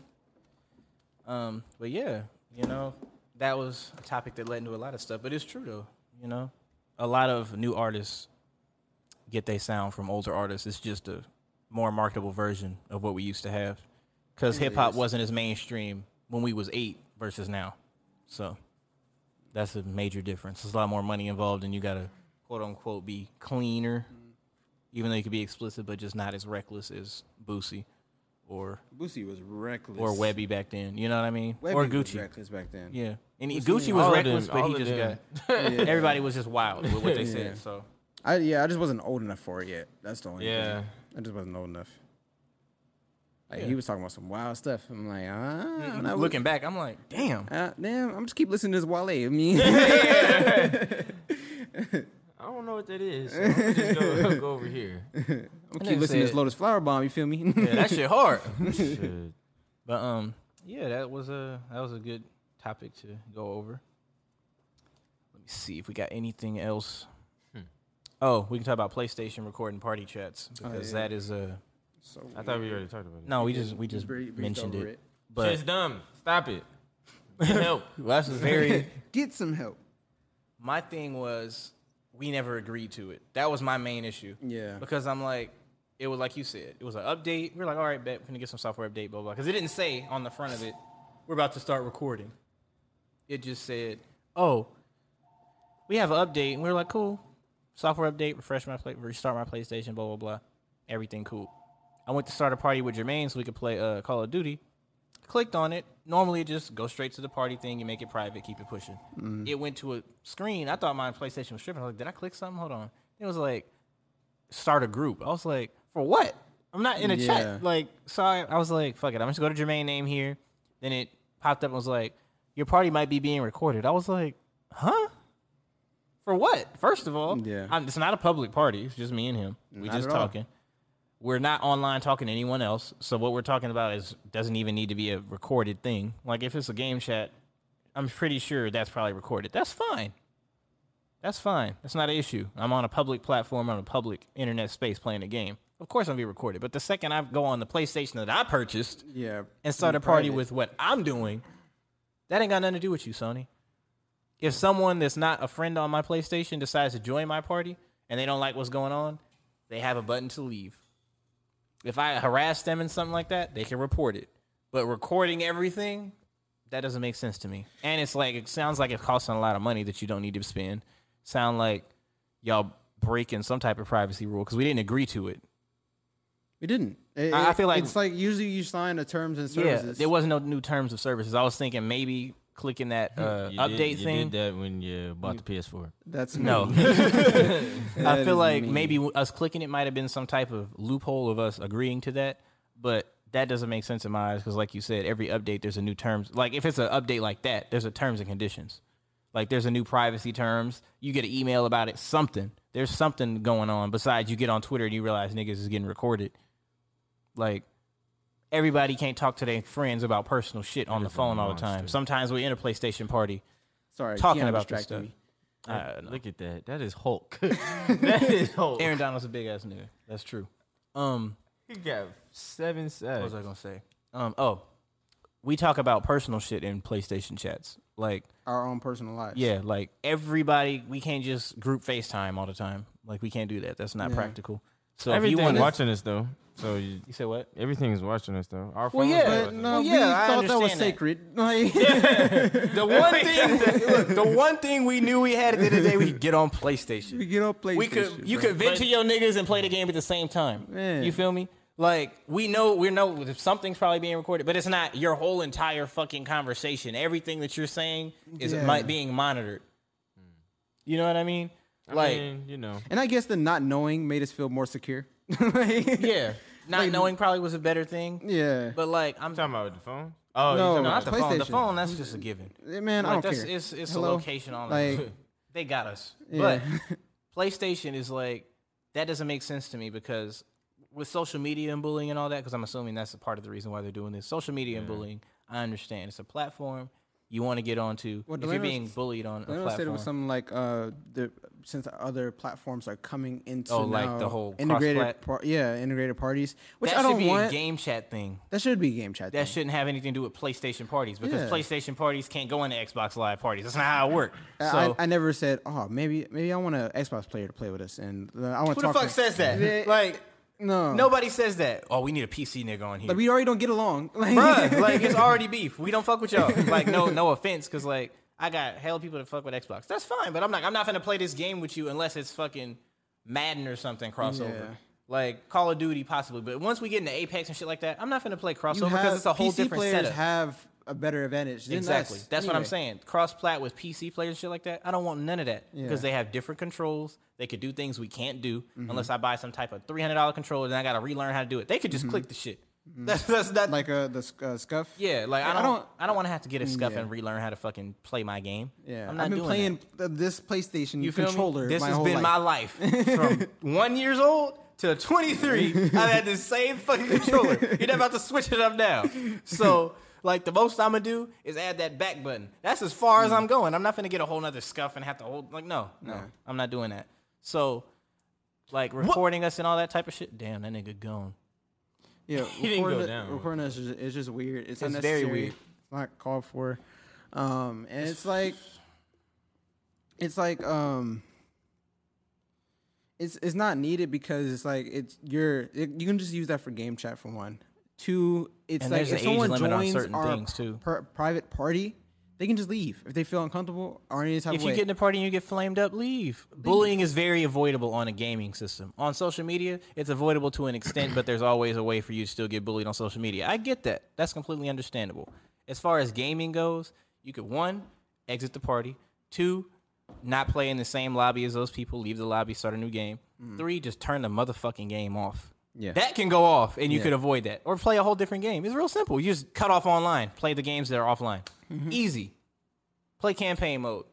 Speaker 4: Um, but yeah, you know, that was a topic that led into a lot of stuff, but it's true though. You know, a lot of new artists get they sound from older artists. It's just a more marketable version of what we used to have because hip hop
Speaker 1: Anyways.
Speaker 4: wasn't as mainstream when we was eight versus now. So that's a major difference. There's a lot more money involved, and you gotta quote unquote be cleaner,
Speaker 17: Mm-hmm.
Speaker 4: even though you could be explicit, but just not as reckless as Boosie or
Speaker 17: Boosie was reckless.
Speaker 4: or Webby back then. You know what I mean? or
Speaker 17: Webby was
Speaker 4: Gucci.
Speaker 17: reckless back then.
Speaker 4: Yeah, and
Speaker 17: Boosie
Speaker 4: Gucci
Speaker 17: and
Speaker 4: was
Speaker 17: all of
Speaker 4: reckless,
Speaker 17: them,
Speaker 4: but
Speaker 17: all
Speaker 4: he
Speaker 17: of
Speaker 4: just
Speaker 17: them. (laughs)
Speaker 4: got (laughs)
Speaker 17: Yeah.
Speaker 4: everybody was just wild with what they
Speaker 17: (laughs) Yeah.
Speaker 4: said. So
Speaker 17: I yeah, I just wasn't old enough for it yet. That's the only
Speaker 3: Yeah.
Speaker 17: thing. I just wasn't old enough. Like
Speaker 4: Yeah.
Speaker 17: he was talking about some wild stuff. I'm like, ah,
Speaker 4: Mm, looking back, I'm like, damn.
Speaker 17: uh, damn. I'm just keep listening to this Wale. I
Speaker 4: (laughs)
Speaker 17: mean, (laughs)
Speaker 3: I don't know what that is. So I'm gonna just
Speaker 4: (laughs)
Speaker 3: go, go over here.
Speaker 17: (laughs) I'm gonna keep listening to this
Speaker 4: said-
Speaker 17: Lotus Flower Bomb. You feel me?
Speaker 4: yeah, that
Speaker 17: (laughs)
Speaker 3: (laughs)
Speaker 4: shit hard.
Speaker 3: Shit.
Speaker 4: But um, yeah, that was a that was a good topic to go over. Let me see if we got anything else.
Speaker 3: Hmm.
Speaker 4: Oh, we can talk about PlayStation recording party chats
Speaker 3: Oh,
Speaker 4: because
Speaker 3: yeah.
Speaker 4: that is a.
Speaker 17: So
Speaker 3: I thought we already talked about it.
Speaker 4: No, we just we just
Speaker 17: brie- briefed
Speaker 4: mentioned
Speaker 17: over
Speaker 4: it.
Speaker 17: it.
Speaker 4: But
Speaker 3: Shit's dumb. Stop it. Get (laughs) help. (laughs)
Speaker 4: Well, that's very.
Speaker 17: Get some help.
Speaker 4: My thing was we never agreed to it. That was my main issue.
Speaker 17: Yeah.
Speaker 4: Because I'm like, it was like you said, it was an update. We are like, all right, bet we're gonna get some software update, blah blah. Because it didn't say on the front of it, we're about to start recording. It just said, oh, we have an update, and we were like, cool, software update, refresh my play, restart my PlayStation, blah blah blah, everything cool. I went to start a party with Jermaine so we could play uh, Call of Duty. Clicked on it. Normally, it just go straight to the party thing. You make it private, keep it pushing.
Speaker 1: Mhm.
Speaker 4: It went to a screen. I thought my PlayStation was tripping. I was like, did I click something? Hold on. It was like, start a group. I was like, for what? I'm not in a
Speaker 17: Yeah.
Speaker 4: chat. Like, so I, I was like, fuck it. I'm just going to Jermaine name here. Then it popped up and was like, your party might be being recorded. I was like, huh? For what? First of all,
Speaker 17: Yeah.
Speaker 4: I'm, it's not a public party. It's just me and him. We
Speaker 17: Not
Speaker 4: just
Speaker 17: at all.
Speaker 4: talking. We're not online talking to anyone else. So what we're talking about is doesn't even need to be a recorded thing. Like if it's a game chat, I'm pretty sure that's probably recorded. That's fine. That's fine. That's not an issue. I'm on a public platform, on a public internet space playing a game. Of course, I'm be recorded. But the second I go on the PlayStation that I purchased,
Speaker 17: Yeah,
Speaker 4: and start
Speaker 17: be
Speaker 4: a party
Speaker 17: private.
Speaker 4: with what I'm doing, that ain't got nothing to do with you, Sony. If someone that's not a friend on my PlayStation decides to join my party and they don't like what's going on, they have a button to leave. If I harass them in something like that, they can report it. But recording everything, that doesn't make sense to me. And it's like it sounds like it costs a lot of money that you don't need to spend. Sound like y'all breaking some type of privacy rule because we didn't agree to it.
Speaker 17: We didn't. It-
Speaker 4: I- I
Speaker 17: it-
Speaker 4: feel like-
Speaker 17: it's like usually you sign the terms and services.
Speaker 4: Yeah, there wasn't no new terms of services. I was thinking maybe clicking that uh,
Speaker 3: You
Speaker 4: update
Speaker 3: did- you
Speaker 4: thing.
Speaker 3: did that when you bought the PS4.
Speaker 17: Mm. That's
Speaker 4: no. (laughs)
Speaker 17: mean. That
Speaker 4: I
Speaker 17: is
Speaker 4: feel like
Speaker 17: mean.
Speaker 4: maybe w- us clicking it might have been some type of loophole of us agreeing to that, but that doesn't make sense in my eyes because, like you said, every update there's a new terms. Like if it's an update like that, there's a terms and conditions. Like there's a new privacy terms. You get an email about it. Something. There's something going on besides you get on Twitter and you realize niggas is getting recorded. Like everybody can't talk to their friends about personal shit on the phone all the time. Sometimes we're in a PlayStation party.
Speaker 17: Sorry,
Speaker 4: talking
Speaker 17: Keanu
Speaker 4: about this
Speaker 17: distracted
Speaker 4: stuff.
Speaker 17: me.
Speaker 4: I know.
Speaker 3: Look at that. That
Speaker 17: (laughs)
Speaker 3: is Hulk. that is Hulk.
Speaker 4: Aaron Donald's a big ass nigga. That's true. Um,
Speaker 3: He got seven sacks.
Speaker 4: What was I gonna say? um, oh, we talk about personal shit in PlayStation chats. Like,
Speaker 17: our own personal lives.
Speaker 4: yeah, like everybody, we can't just group FaceTime all the time. Like, we can't do that. That's not
Speaker 17: Yeah.
Speaker 4: practical. So if you
Speaker 3: everything
Speaker 4: want
Speaker 3: watching us though. So you,
Speaker 4: you said what?
Speaker 3: Everything is watching us though. Our
Speaker 4: Well,
Speaker 3: phones
Speaker 4: yeah.
Speaker 3: are
Speaker 4: But
Speaker 3: watching
Speaker 17: No,
Speaker 3: us.
Speaker 17: we
Speaker 4: yeah, I
Speaker 17: thought that was
Speaker 4: understand that.
Speaker 17: sacred. (laughs) Like, (laughs)
Speaker 4: the one thing, look, the one thing we knew we had at the end of the day, we could get on PlayStation.
Speaker 17: we get on PlayStation.
Speaker 4: We could, you
Speaker 17: bro.
Speaker 4: could vent to your niggas and play the game at the same time. You feel me? Like we know we know if something's probably being recorded, but it's not your whole entire fucking conversation. Everything that you're saying is
Speaker 17: Yeah.
Speaker 4: mi- being monitored.
Speaker 17: (laughs)
Speaker 4: You know what I mean?
Speaker 3: I
Speaker 4: like
Speaker 3: mean, you know.
Speaker 17: And I guess the not knowing made us feel more
Speaker 2: (laughs)
Speaker 17: secure. Like,
Speaker 4: yeah, not knowing probably was a better thing.
Speaker 17: yeah.
Speaker 4: But like I'm
Speaker 3: Talking about the phone. Oh, you
Speaker 4: no,
Speaker 3: talking
Speaker 4: not
Speaker 3: about
Speaker 4: the
Speaker 3: the
Speaker 4: phone. The
Speaker 3: PlayStation.
Speaker 4: phone, that's just a given.
Speaker 2: Eh, man, I
Speaker 4: Like,
Speaker 2: don't
Speaker 4: that's,
Speaker 2: care.
Speaker 4: It's it's
Speaker 2: Hello?
Speaker 4: a location on
Speaker 2: Like-
Speaker 4: like, (laughs) they got us.
Speaker 2: Yeah.
Speaker 4: But PlayStation is like that doesn't make sense to me because with social media and bullying and all that, because I'm assuming that's a part of the reason why they're doing this. Social media and
Speaker 2: Yeah.
Speaker 4: bullying, I understand. It's a platform you want to get onto. if you're
Speaker 2: Delano-
Speaker 4: being bullied on a
Speaker 2: Delano said it
Speaker 4: platform,
Speaker 2: was something like uh, the, since other platforms are coming into
Speaker 4: Oh, like the
Speaker 2: now
Speaker 4: whole
Speaker 2: integrated,
Speaker 4: cross-plat-
Speaker 2: par- yeah, integrated parties, which
Speaker 4: that
Speaker 2: I
Speaker 4: should
Speaker 2: don't
Speaker 4: be
Speaker 2: want.
Speaker 4: a game chat thing.
Speaker 2: that should be a game chat.
Speaker 4: That shouldn't have anything to do with PlayStation parties because
Speaker 2: Yeah.
Speaker 4: PlayStation parties can't go into Xbox Live parties. That's not how it works. So
Speaker 2: I, I never said, oh, maybe maybe I want an Xbox player to play with us, and uh, I
Speaker 4: Who
Speaker 2: want to
Speaker 4: the
Speaker 2: talk.
Speaker 4: fuck
Speaker 2: to
Speaker 4: says that?
Speaker 2: Yeah,
Speaker 4: like,
Speaker 2: no,
Speaker 4: nobody says that. Oh, we need a PC nigga on here.
Speaker 2: (laughs) Like we already don't get along. (laughs)
Speaker 4: (laughs)
Speaker 2: Like,
Speaker 4: Bruh, like it's already beef. We don't fuck with y'all. Like, no, no offense, because like I got hell people that fuck with Xbox. That's fine, but I'm like, I'm not gonna play this game with you unless it's fucking Madden or something crossover.
Speaker 2: Yeah.
Speaker 4: Like Call of Duty, possibly, but once we get into Apex and shit like that, I'm not gonna play
Speaker 2: you
Speaker 4: crossover
Speaker 2: have-
Speaker 4: because it's a whole
Speaker 2: PC
Speaker 4: different
Speaker 2: players
Speaker 4: setup.
Speaker 2: have a better advantage. Than
Speaker 4: Exactly.
Speaker 2: us,
Speaker 4: That's what I'm
Speaker 2: anyway.
Speaker 4: saying. Cross plat with PC players, shit like that. I don't want none of that
Speaker 2: Yeah.
Speaker 4: because they have different controls. They could do things we can't do
Speaker 2: Mhm.
Speaker 4: unless I buy some type of three hundred dollar controller. Then I got to relearn how to do it. They could
Speaker 2: Mm-hmm.
Speaker 4: just click the shit. That's that's that
Speaker 2: Mm. like uh, the sc- uh, scuff.
Speaker 4: Yeah, like I
Speaker 2: I
Speaker 4: don't I
Speaker 2: don't-
Speaker 4: don't, want to have to get a scuff
Speaker 2: Yeah.
Speaker 4: and relearn how to fucking play my game.
Speaker 2: Yeah,
Speaker 4: I'm not
Speaker 2: have been
Speaker 4: doing
Speaker 2: playing th- this PlayStation
Speaker 4: that. You feel me?
Speaker 2: controller.
Speaker 4: This
Speaker 2: my
Speaker 4: has
Speaker 2: whole
Speaker 4: been my
Speaker 2: life.
Speaker 4: life
Speaker 2: (laughs)
Speaker 4: from one years old to 23. I've had the same fucking controller. You're not about to switch it up now. So. Like the most I'm gonna do is add that back button. That's as far as I'm going. I'm not gonna get a whole nother scuff and have to hold like no, no,
Speaker 2: Mm. Nah.
Speaker 4: I'm not doing that. So, like recording us and all that type of shit. Damn, that nigga gone. (laughs)
Speaker 2: Yeah,
Speaker 4: He didn't
Speaker 2: recording
Speaker 4: go
Speaker 2: it-
Speaker 4: down.
Speaker 2: Recording is just, it's just weird.
Speaker 4: It's
Speaker 2: It's,
Speaker 4: very
Speaker 2: unnecessary.
Speaker 4: weird.
Speaker 2: It's not called for. Um, and it's like, it's like um, it's it's not needed because it's like it's you're it, you can just use that for game chat for one. Two, it's
Speaker 4: And
Speaker 2: like
Speaker 4: there's
Speaker 2: if
Speaker 4: an age
Speaker 2: someone
Speaker 4: limit on
Speaker 2: joins
Speaker 4: certain
Speaker 2: our
Speaker 4: things, too.
Speaker 2: pri- private party, they can just leave if they feel uncomfortable or any type
Speaker 4: If
Speaker 2: of
Speaker 4: you
Speaker 2: way.
Speaker 4: get in a party and you get flamed up, leave. Bullying is very avoidable on a gaming system. On social media, it's avoidable to an extent, but there's always a way for you to still get bullied on social media. I get that. That's completely understandable. As far as gaming goes, you could one, exit the party, two, not play in the same lobby as those people, leave the lobby, start a new game.
Speaker 2: Mm.
Speaker 4: Three, just turn the motherfucking game off.
Speaker 2: Yeah.
Speaker 4: That can go off and you
Speaker 2: Yeah.
Speaker 4: could avoid that. Or play a whole different game. It's real simple. You just cut off online, play the games that are offline.
Speaker 2: Mm-hmm.
Speaker 4: Easy. Play campaign mode.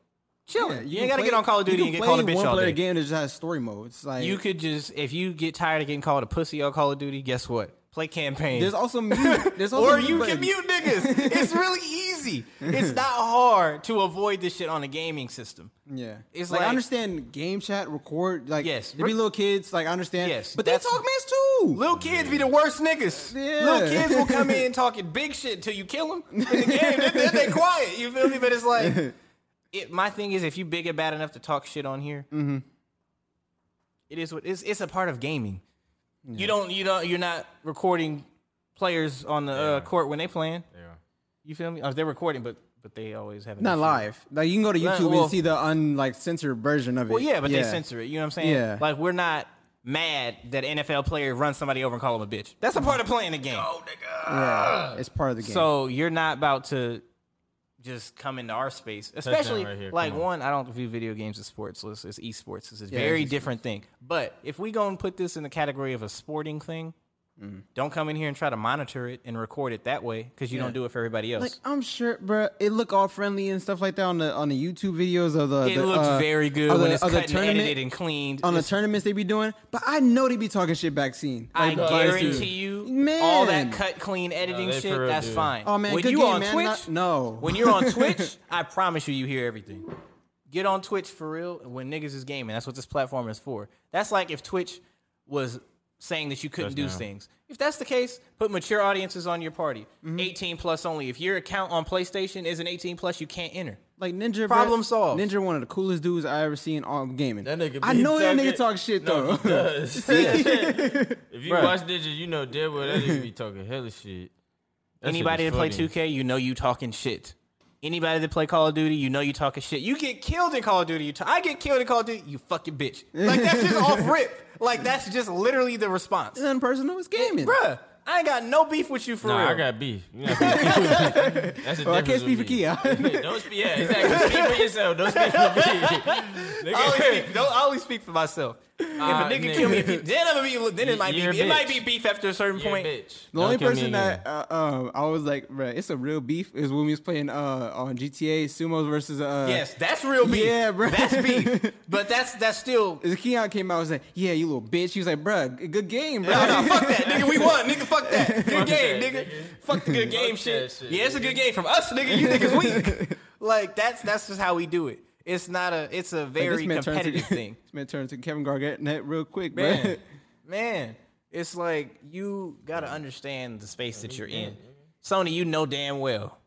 Speaker 4: Chilling.
Speaker 2: Yeah,
Speaker 4: you,
Speaker 2: can
Speaker 4: ain't gotta
Speaker 2: play-
Speaker 4: get on Call of
Speaker 2: you
Speaker 4: Duty
Speaker 2: can
Speaker 4: and get
Speaker 2: play
Speaker 4: called a bitch
Speaker 2: one
Speaker 4: all
Speaker 2: player
Speaker 4: day.
Speaker 2: game that just has story modes. Like
Speaker 4: you could just if you get tired of getting called a pussy on Call of Duty, guess what? Play campaign. (laughs)
Speaker 2: There's also mute. There's also
Speaker 4: or you
Speaker 2: button.
Speaker 4: can mute niggas. It's really easy. It's not hard to avoid this shit on a gaming system.
Speaker 2: Yeah,
Speaker 4: It's
Speaker 2: like, I
Speaker 4: like-
Speaker 2: understand game chat, record, like yes,
Speaker 4: Yes,
Speaker 2: there be
Speaker 4: re-
Speaker 2: little kids, like I understand.
Speaker 4: Yes,
Speaker 2: but they
Speaker 4: that's-
Speaker 2: talk mess too.
Speaker 4: Little kids be the worst niggas. Little kids will come in talking big shit till you kill them in
Speaker 2: (laughs)
Speaker 4: the game. then, then they quiet. You feel me? But it's like, it, my thing is, if you big and bad enough to talk shit on here,
Speaker 2: Mm-hmm.
Speaker 4: it is what it's, it's a part of gaming. You don't, you don't, you're not recording players on the uh, court when they playing. Yeah. You feel me? Oh, they're recording, but but they always have an
Speaker 2: Not
Speaker 4: issue.
Speaker 2: live. Like you can go to
Speaker 4: Right,
Speaker 2: YouTube
Speaker 4: well-
Speaker 2: and see the un like censored version of it.
Speaker 4: Well, yeah, but they censor it. You know what I'm saying?
Speaker 2: Yeah.
Speaker 4: Like we're not mad that an NFL player runs somebody over and call him a bitch. That's a part of playing the game.
Speaker 2: Yeah, it's part of the game.
Speaker 4: So you're not about to just come into our space,
Speaker 2: Touchdown
Speaker 4: especially
Speaker 2: right here, come
Speaker 4: like
Speaker 2: on.
Speaker 4: one. I don't view video games as sports. It's, it's esports. It's a
Speaker 2: Yeah,
Speaker 4: very
Speaker 2: it's esports.
Speaker 4: different thing. But if we go and put this in the category of a sporting thing,
Speaker 2: Mm.
Speaker 4: don't come in here and try to monitor it and record it that way because you
Speaker 2: Yeah.
Speaker 4: don't do it for everybody else.
Speaker 2: Like I'm sure, bruh, it look all friendly and stuff like that on the on the YouTube videos of the.
Speaker 4: it
Speaker 2: the,
Speaker 4: looks
Speaker 2: uh,
Speaker 4: very good
Speaker 2: of the-
Speaker 4: when it's
Speaker 2: of the
Speaker 4: cut and
Speaker 2: tournament-
Speaker 4: edited and cleaned.
Speaker 2: on the
Speaker 4: It's-
Speaker 2: tournaments they be doing, but I know they be talking shit back scene.
Speaker 4: I
Speaker 2: Like,
Speaker 4: guarantee you, all
Speaker 2: Man.
Speaker 4: that cut clean editing
Speaker 2: they for
Speaker 4: shit,
Speaker 2: real
Speaker 4: that's
Speaker 2: do.
Speaker 4: fine.
Speaker 2: Oh, man,
Speaker 4: when
Speaker 2: good
Speaker 4: you
Speaker 2: game,
Speaker 4: on
Speaker 2: man.
Speaker 4: Twitch,
Speaker 2: Not- no.
Speaker 4: when you're
Speaker 2: (laughs)
Speaker 4: on Twitch, I promise you, you hear everything. Get on Twitch for real when niggas is gaming. That's what this platform is for. That's like if Twitch was saying that you couldn't do
Speaker 3: Touchdown.
Speaker 4: things. If that's the case, put mature audiences on your party.
Speaker 2: Mm-hmm.
Speaker 4: 18 plus only. If your account on PlayStation isn't 18 plus, you can't enter.
Speaker 2: Like Ninja, bruh,
Speaker 4: Problem solved.
Speaker 2: Ninja, one of the coolest dudes I ever seen on gaming. That
Speaker 4: nigga
Speaker 2: I
Speaker 4: be
Speaker 2: know that nigga
Speaker 4: talking-
Speaker 2: talk shit
Speaker 4: No,
Speaker 2: though.
Speaker 4: he
Speaker 2: (laughs)
Speaker 4: does.
Speaker 3: If you
Speaker 4: Bruh.
Speaker 3: watch Ninja, you know dead well that nigga be talking hella shit. That shit
Speaker 4: Anybody
Speaker 3: is
Speaker 4: that play
Speaker 3: funny.
Speaker 4: 2K, you know you talking shit. Anybody that play Call of Duty, you know you talking shit. You get killed in Call of Duty. You t- I get killed in Call of Duty. You
Speaker 3: (laughs)
Speaker 4: fucking bitch. Like that's just off rip. Like that's just literally the response.
Speaker 2: It's unpersonal. It's gaming,
Speaker 4: Bruh, I ain't got no beef with you for
Speaker 3: nah,
Speaker 4: real.
Speaker 3: I got beef. You
Speaker 4: (laughs)
Speaker 3: got beef. That's the
Speaker 4: Well, I can't
Speaker 3: difference with
Speaker 4: speak for
Speaker 3: me.
Speaker 4: Kia.
Speaker 3: Don't speak. Yeah, exactly. Speak for yourself. Don't speak for
Speaker 4: (laughs)
Speaker 3: me.
Speaker 4: I only speak, don't, I only speak for myself. if
Speaker 3: Ah,
Speaker 4: a nigga,
Speaker 3: nigga.
Speaker 4: kill me, if he, then I'm gonna be, then
Speaker 3: You-
Speaker 4: it might be,
Speaker 3: you're a
Speaker 4: it might be
Speaker 3: bitch.
Speaker 4: beef after a certain
Speaker 3: You're a
Speaker 4: point.
Speaker 3: bitch.
Speaker 4: The
Speaker 2: The only person that uh, um, I was like, bruh, it's a real beef is when we was playing uh, on GTA Sumos versus uh.
Speaker 4: yes, that's real beef.
Speaker 2: Yeah, bruh.
Speaker 4: That's
Speaker 2: (laughs)
Speaker 4: beef. But that's that's still.
Speaker 2: Keon came out and was like, "Yeah, you little bitch." He was like, "Bruh, g- good game, bruh." (laughs)
Speaker 4: fuck that, nigga. We won, nigga. Fuck that.
Speaker 3: (laughs)
Speaker 4: Good game, nigga. Fuck the good game shit. Yeah, it's a good game from us, nigga. You niggas
Speaker 2: (laughs)
Speaker 4: weak. Like that's that's just how we do it. It's not a. It's a
Speaker 2: Like,
Speaker 4: very
Speaker 2: turned (laughs)
Speaker 4: competitive
Speaker 2: to,
Speaker 4: thing.
Speaker 2: This man turned to Kevin Garnett real (laughs) quick,
Speaker 4: man,
Speaker 2: bruh.
Speaker 4: man, it's like you gotta understand the space that you're in. Sony, you know damn well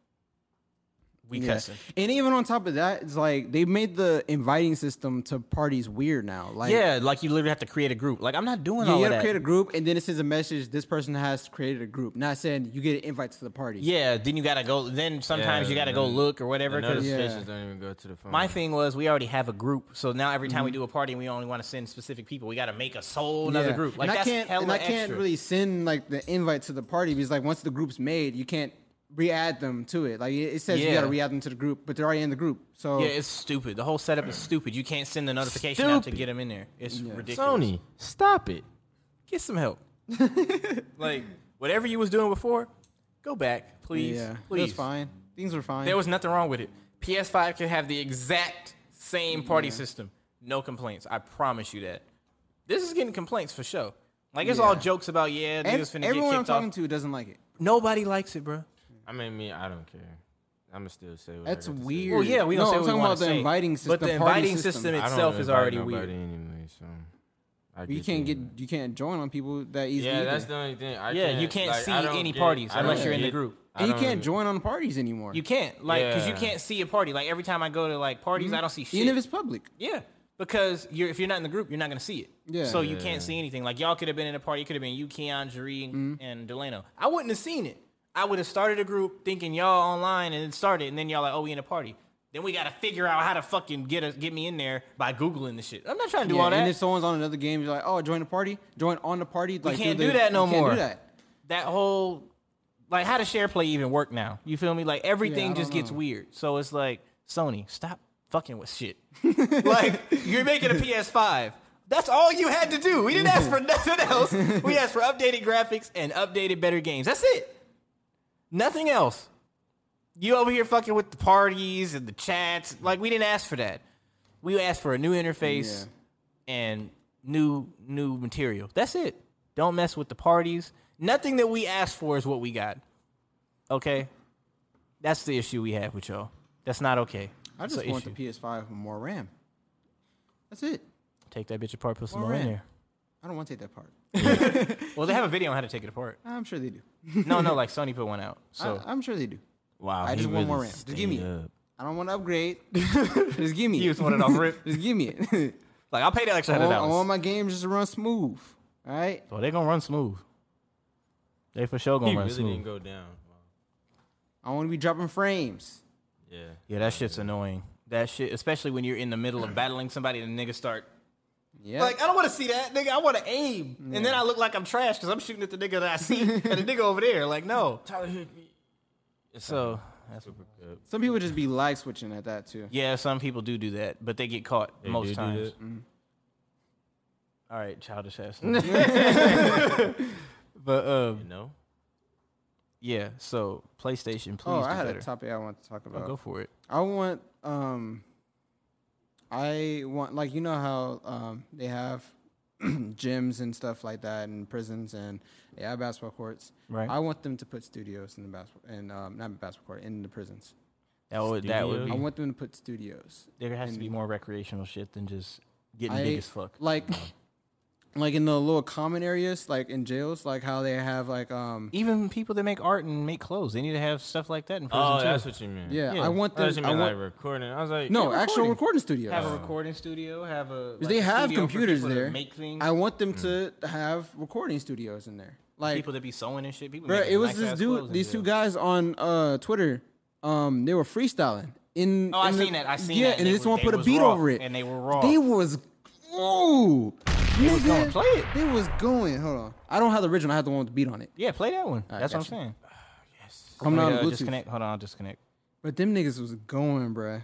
Speaker 4: we
Speaker 2: Mm-hmm. Yeah.
Speaker 4: cussing.
Speaker 2: And even on top of that, it's like they made the inviting system to parties weird now. Like,
Speaker 4: yeah, like you literally have to create a group. Like I'm not doing
Speaker 2: you
Speaker 4: all
Speaker 2: gotta
Speaker 4: of that.
Speaker 2: create a group, and then it sends a message: this person has created a group. Not saying you get an invite to the party.
Speaker 4: yeah, then you gotta go. Then sometimes
Speaker 3: Yeah,
Speaker 4: you gotta go
Speaker 3: and
Speaker 4: look or whatever.
Speaker 3: The
Speaker 4: 'cause-
Speaker 3: notifications don't even go to the phone.
Speaker 4: My thing was we already have a group, so now every time we
Speaker 2: Mhm.
Speaker 4: do a party, we only want to send specific people. We got to make a whole another
Speaker 2: Yeah.
Speaker 4: group. Like
Speaker 2: and
Speaker 4: that's
Speaker 2: I can't,
Speaker 4: hella
Speaker 2: and I can't
Speaker 4: extra.
Speaker 2: really send like the invite to the party because like once the group's made, you can't re-add them to it. Like it, it says you
Speaker 4: Yeah.
Speaker 2: gotta re-add them to the group, but they're already in the group. So
Speaker 4: yeah, it's stupid. The whole setup is stupid. You can't send the notification out to
Speaker 3: Stupid.
Speaker 4: get them in there. It's ridiculous.
Speaker 3: Sony, stop it.
Speaker 4: get some help. like whatever you was doing before, go back, please.
Speaker 2: Yeah. It was
Speaker 4: please.
Speaker 2: fine. Things were fine.
Speaker 4: There was nothing wrong with it. PS5 can have the exact same party system. No complaints. I promise you that. This is getting complaints for sure. Like it's all
Speaker 2: Yeah.
Speaker 4: jokes about yeah,
Speaker 2: Ev-
Speaker 4: niggas finna
Speaker 2: everyone
Speaker 4: get
Speaker 2: I'm
Speaker 4: kicked
Speaker 2: talking
Speaker 4: off.
Speaker 2: to doesn't like it.
Speaker 4: Nobody likes it, bro.
Speaker 3: I mean, me, I don't care. I'ma still say what I
Speaker 2: That's
Speaker 3: got to say.
Speaker 2: weird.
Speaker 4: Well, yeah, we don't
Speaker 2: no,
Speaker 4: say what
Speaker 2: I'm
Speaker 4: we
Speaker 2: talking
Speaker 4: wanna
Speaker 2: about the
Speaker 4: say.
Speaker 2: inviting system.
Speaker 4: But the
Speaker 2: party
Speaker 4: inviting system
Speaker 3: I don't
Speaker 4: itself is
Speaker 3: invite
Speaker 4: already
Speaker 3: nobody
Speaker 4: weird.
Speaker 3: Anyway, so I
Speaker 2: you
Speaker 3: get
Speaker 2: can't
Speaker 3: you.
Speaker 2: get you can't join on people that easily.
Speaker 3: Yeah,
Speaker 2: either.
Speaker 3: that's the only thing. I
Speaker 4: Yeah, you can't
Speaker 3: like,
Speaker 4: see
Speaker 3: I don't
Speaker 4: any
Speaker 3: get-
Speaker 4: parties
Speaker 3: I don't
Speaker 4: unless you're in the
Speaker 3: get-
Speaker 4: group.
Speaker 3: I
Speaker 2: and you
Speaker 3: don't
Speaker 2: can't
Speaker 3: get-
Speaker 2: join on parties anymore.
Speaker 4: You can't like because you
Speaker 3: Yeah.
Speaker 4: can't see a party. Like every time I go to like parties, I don't see shit.
Speaker 2: Mm-hmm. Even if it's public.
Speaker 4: yeah, because you're if you're not in the group, you're not gonna see it.
Speaker 2: Yeah.
Speaker 4: So you
Speaker 2: Yeah.
Speaker 4: can't see anything. Like y'all could have been in a party. It could have been you, Keon, Jeree,
Speaker 2: Mm-hmm.
Speaker 4: and and Delano. I wouldn't have seen it. I would have started a group thinking y'all online and then started, and then y'all like, oh, we in a party. Then we gotta figure out how to fucking get us get me in there by googling the shit. I'm not trying to do
Speaker 2: Yeah,
Speaker 4: all that.
Speaker 2: And if someone's on another game, you're like, oh, join the party, join on the party.
Speaker 4: We
Speaker 2: like,
Speaker 4: can't
Speaker 2: through
Speaker 4: do
Speaker 2: the-
Speaker 4: that no
Speaker 2: you
Speaker 4: more.
Speaker 2: Can't do that.
Speaker 4: That whole like how does share play even work now? You feel me? Like everything
Speaker 2: I
Speaker 4: just
Speaker 2: don't
Speaker 4: gets
Speaker 2: know.
Speaker 4: weird. So it's like Sony, stop fucking with
Speaker 2: (laughs)
Speaker 4: shit. like you're making a PS5. That's all you had to do. We didn't ask for nothing else.
Speaker 2: (laughs)
Speaker 4: We asked for updated graphics and updated better games. That's it. Nothing else. You over here fucking with the parties and the chats. Like we didn't ask for that. We asked for a new interface and new new material. That's it. Don't mess with the parties. Nothing that we asked for is what we got. Okay? That's the issue we have with y'all. That's not okay.
Speaker 2: I
Speaker 4: That's
Speaker 2: just
Speaker 4: a
Speaker 2: want
Speaker 4: issue.
Speaker 2: the PS5 with more RAM. That's it.
Speaker 4: take that bitch apart, put some
Speaker 2: More
Speaker 4: more in
Speaker 2: RAM.
Speaker 4: there.
Speaker 2: I don't want to take that part.
Speaker 4: Well, they have a video on how to take it apart.
Speaker 2: I'm sure they do.
Speaker 4: (laughs) no, no, like Sony put one out. So
Speaker 2: I, am sure they do.
Speaker 3: Wow,
Speaker 2: I
Speaker 3: he
Speaker 2: just want more
Speaker 3: really
Speaker 2: RAM. Just give me
Speaker 3: stayed
Speaker 2: it.
Speaker 3: up.
Speaker 2: I don't want to
Speaker 4: (laughs)
Speaker 2: upgrade. just give me
Speaker 4: You
Speaker 2: it.
Speaker 4: just want it off rip?
Speaker 2: (laughs) just give me it.
Speaker 4: (laughs) like I'll pay that extra
Speaker 2: I
Speaker 4: hundred
Speaker 2: want, I
Speaker 4: dollars.
Speaker 2: want my games just to run smooth. All right?
Speaker 4: Well, they gonna run smooth. They for sure gonna
Speaker 3: He
Speaker 4: run
Speaker 3: really
Speaker 4: smooth.
Speaker 3: didn't go down.
Speaker 2: I want to be dropping frames.
Speaker 3: Yeah.
Speaker 4: (laughs) Yeah, that shit's annoying. That shit, especially when you're in the middle of battling somebody and niggas start.
Speaker 2: Yeah.
Speaker 4: Like, I don't want to see that, nigga. I want to aim. And then I look like I'm trash because I'm shooting at the nigga that I see and the nigga over there. Like, no.
Speaker 3: Tyler Higby.
Speaker 4: So, that's
Speaker 2: Some people just be lag switching at that too.
Speaker 4: yeah, some people do do that, but they get caught
Speaker 3: They do
Speaker 4: most
Speaker 3: do
Speaker 4: times.
Speaker 3: that?
Speaker 2: Mm.
Speaker 4: All right, childish
Speaker 2: (laughs)
Speaker 4: ass.
Speaker 3: (laughs)
Speaker 4: (laughs)
Speaker 3: But
Speaker 4: um,
Speaker 3: you know,
Speaker 4: yeah, so PlayStation, please.
Speaker 2: Oh,
Speaker 4: do
Speaker 2: I had
Speaker 4: better. Oh,
Speaker 2: a topic I want to talk about.
Speaker 4: go for it.
Speaker 2: I want um I want like you know how um they have (clears throat) gyms and stuff like that and prisons and they have basketball courts.
Speaker 4: Right.
Speaker 2: I want them to put studios in the basketball and um not basketball court in the prisons.
Speaker 4: That would, that would be.
Speaker 2: I want them to put studios.
Speaker 4: there has to
Speaker 2: in-
Speaker 4: be more recreational shit than just getting
Speaker 2: I-
Speaker 4: big as fuck.
Speaker 2: Like (laughs) like in the little common areas, like in jails, like how they have like um
Speaker 4: Even people that make art and make clothes, they need to have stuff like that in prison
Speaker 3: oh,
Speaker 4: too.
Speaker 3: that's what you mean.
Speaker 2: Yeah, I
Speaker 4: Oh,
Speaker 2: want
Speaker 3: I
Speaker 2: them
Speaker 3: thought you
Speaker 2: I
Speaker 3: meant
Speaker 2: want
Speaker 3: like recording. I was like,
Speaker 2: no,
Speaker 3: yeah,
Speaker 2: actual recording studios.
Speaker 4: Have a recording studio. Have a.
Speaker 2: Because
Speaker 4: like,
Speaker 2: they
Speaker 4: a
Speaker 2: have
Speaker 4: studio for
Speaker 2: computers
Speaker 4: people to
Speaker 2: there.
Speaker 4: Make things. Mm.
Speaker 2: I want them to have recording studios in there. Like,
Speaker 4: people that be sewing and shit. People.
Speaker 2: bro,
Speaker 4: making
Speaker 2: it was
Speaker 4: nice
Speaker 2: this
Speaker 4: ass
Speaker 2: dude,
Speaker 4: clothes and
Speaker 2: these two
Speaker 4: shit.
Speaker 2: guys on uh, Twitter. Um, they were freestyling in.
Speaker 4: Oh, I
Speaker 2: in the-
Speaker 4: seen that. I seen
Speaker 2: yeah,
Speaker 4: that,
Speaker 2: and
Speaker 4: they
Speaker 2: this
Speaker 4: were-
Speaker 2: one
Speaker 4: they
Speaker 2: put a
Speaker 4: was
Speaker 2: beat
Speaker 4: raw,
Speaker 2: over it,
Speaker 4: and they were raw.
Speaker 2: They was, ooh, They
Speaker 4: was going. Play
Speaker 2: it. They was going. Hold on. I don't have the original. I have the one with the beat on it.
Speaker 4: Yeah, play that one.
Speaker 2: Alright,
Speaker 4: That's what I'm
Speaker 2: gotcha.
Speaker 4: saying.
Speaker 2: I'm not
Speaker 4: Wait,
Speaker 2: on
Speaker 4: uh,
Speaker 2: Bluetooth.
Speaker 4: Disconnect. Hold on, I'll disconnect.
Speaker 2: But them niggas was going, bruh.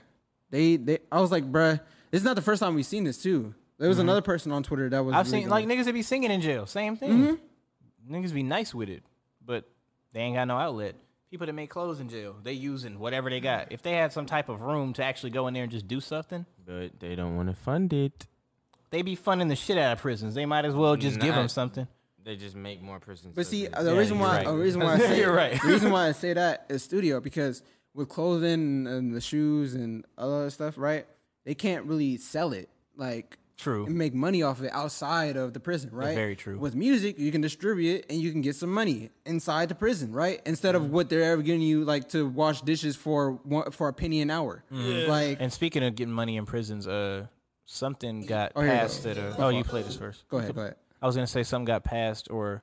Speaker 2: They, they. I was like, bruh, this is not the first time we've seen this too. There was
Speaker 4: Mhm.
Speaker 2: another person on Twitter that was.
Speaker 4: I've
Speaker 2: really
Speaker 4: seen
Speaker 2: going.
Speaker 4: like niggas that be singing in jail. Same thing.
Speaker 3: Mm-hmm.
Speaker 4: Niggas be nice with it, but they ain't got no outlet. People that make clothes in jail, they using whatever they got. If they had some type of room to actually go in there and just do something,
Speaker 3: But they don't want to fund it.
Speaker 4: they be funding the shit out of prisons. They might as well just give them
Speaker 3: Not-
Speaker 4: something.
Speaker 3: They just make more prisons.
Speaker 2: But see,
Speaker 3: Yeah,
Speaker 2: the reason
Speaker 3: you're
Speaker 2: why
Speaker 3: right.
Speaker 2: a
Speaker 4: (laughs)
Speaker 3: (laughs)
Speaker 2: reason why I say
Speaker 3: You're right.
Speaker 2: the reason why I say that is studio because with clothing and the shoes and other stuff, right? They can't really sell it like
Speaker 4: True.
Speaker 2: and make money off it outside of the prison, right?
Speaker 4: very true.
Speaker 2: With music, you can distribute it and you can get some money inside the prison, right? Instead of what they're ever giving you like to wash dishes for one, for a penny an hour,
Speaker 4: Mhm.
Speaker 2: like
Speaker 4: and speaking of getting money in prisons, uh, something got
Speaker 2: Oh, here you go.
Speaker 4: passed that. Uh,
Speaker 2: Go
Speaker 4: oh,
Speaker 2: for
Speaker 4: you
Speaker 2: it.
Speaker 4: play this first.
Speaker 2: Go ahead, go ahead.
Speaker 4: I was gonna say something got passed or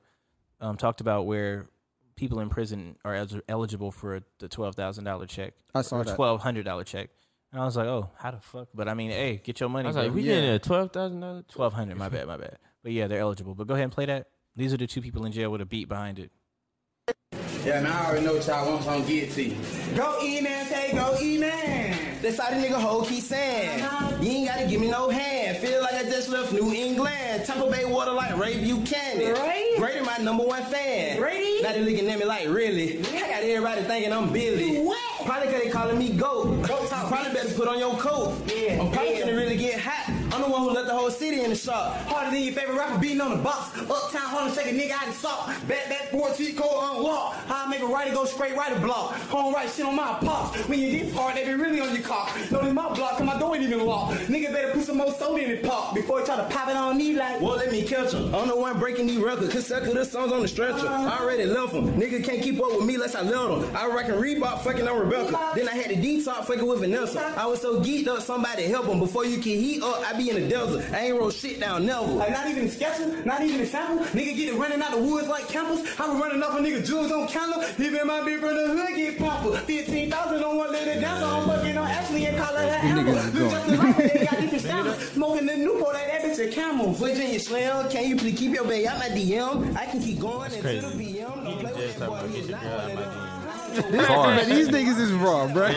Speaker 4: um, talked about where people in prison are el- eligible for the twelve thousand dollar check.
Speaker 2: I saw
Speaker 4: or
Speaker 2: that.
Speaker 4: twelve hundred dollar check, and (laughs) I was like, oh, how the fuck? But I mean, hey, get your money.
Speaker 3: I was like,
Speaker 4: bro.
Speaker 3: we
Speaker 4: Yeah.
Speaker 3: getting a twelve thousand dollar.
Speaker 4: Twelve hundred. My bad. My bad. But yeah, they're eligible. But go ahead and play that. These are the two people in jail with a beat behind it.
Speaker 18: Yeah, man, I already know what y'all want, so I'm gonna get it to you. Go E-Man, say go E-Man. Uh-huh. That's how the nigga whole keep saying. You ain't gotta give me no hand. Feel like I just left New England. Tampa Bay water like Ray Buchanan.
Speaker 19: Right.
Speaker 18: Brady, my number one fan.
Speaker 19: Brady?
Speaker 18: Now they looking at me like, really? I got everybody thinking I'm Billy. What? Probably cause they calling me GOAT. GOAT talk. Probably better put on your coat. Yeah. I'm probably
Speaker 19: yeah.
Speaker 18: gonna really get hot. I'm the one who let the whole city in the shop.
Speaker 19: Harder than your favorite rapper beating on the box. Uptown Harlem, shake a nigga out of sock. Back that 14 code unlock. How I make a writer go straight right to block. Home right shit on my pops. When you this hard, they be really on your cock. Don't in my block, 'cause my door ain't even locked. Nigga better put some more soda in it pop before it try to pop it on me like.
Speaker 18: Well, let me catch him. I'm the one breaking these records. Cause sucker, the song's on the stretcher. I already left him. Nigga can't keep up with me unless I let him. I reckon Reebok fucking on Rebecca. Then I had the detox fucking with Vanessa. I was so geeked up, somebody help him. Before you can heat up, I be in the desert. I ain't roll shit down, never.
Speaker 19: Like not even sketching, not even a sample. Nigga get it running out the woods like Campbell's. I was running up a nigga jewels on counter. Even my big brother hood get popper. 15,000 on one little dancer. I'm fucking on Ashley and calling her Amber. Look just like her, they got different styles. Smoking the Newport, like that bitch a camel.
Speaker 18: Virginia Slim, can you please keep your baby out my DM? I can keep going until
Speaker 1: crazy.
Speaker 18: the BM. Don't play with that boy. He is not one of them.
Speaker 1: This-
Speaker 18: Bars.
Speaker 1: but these niggas is raw, bro.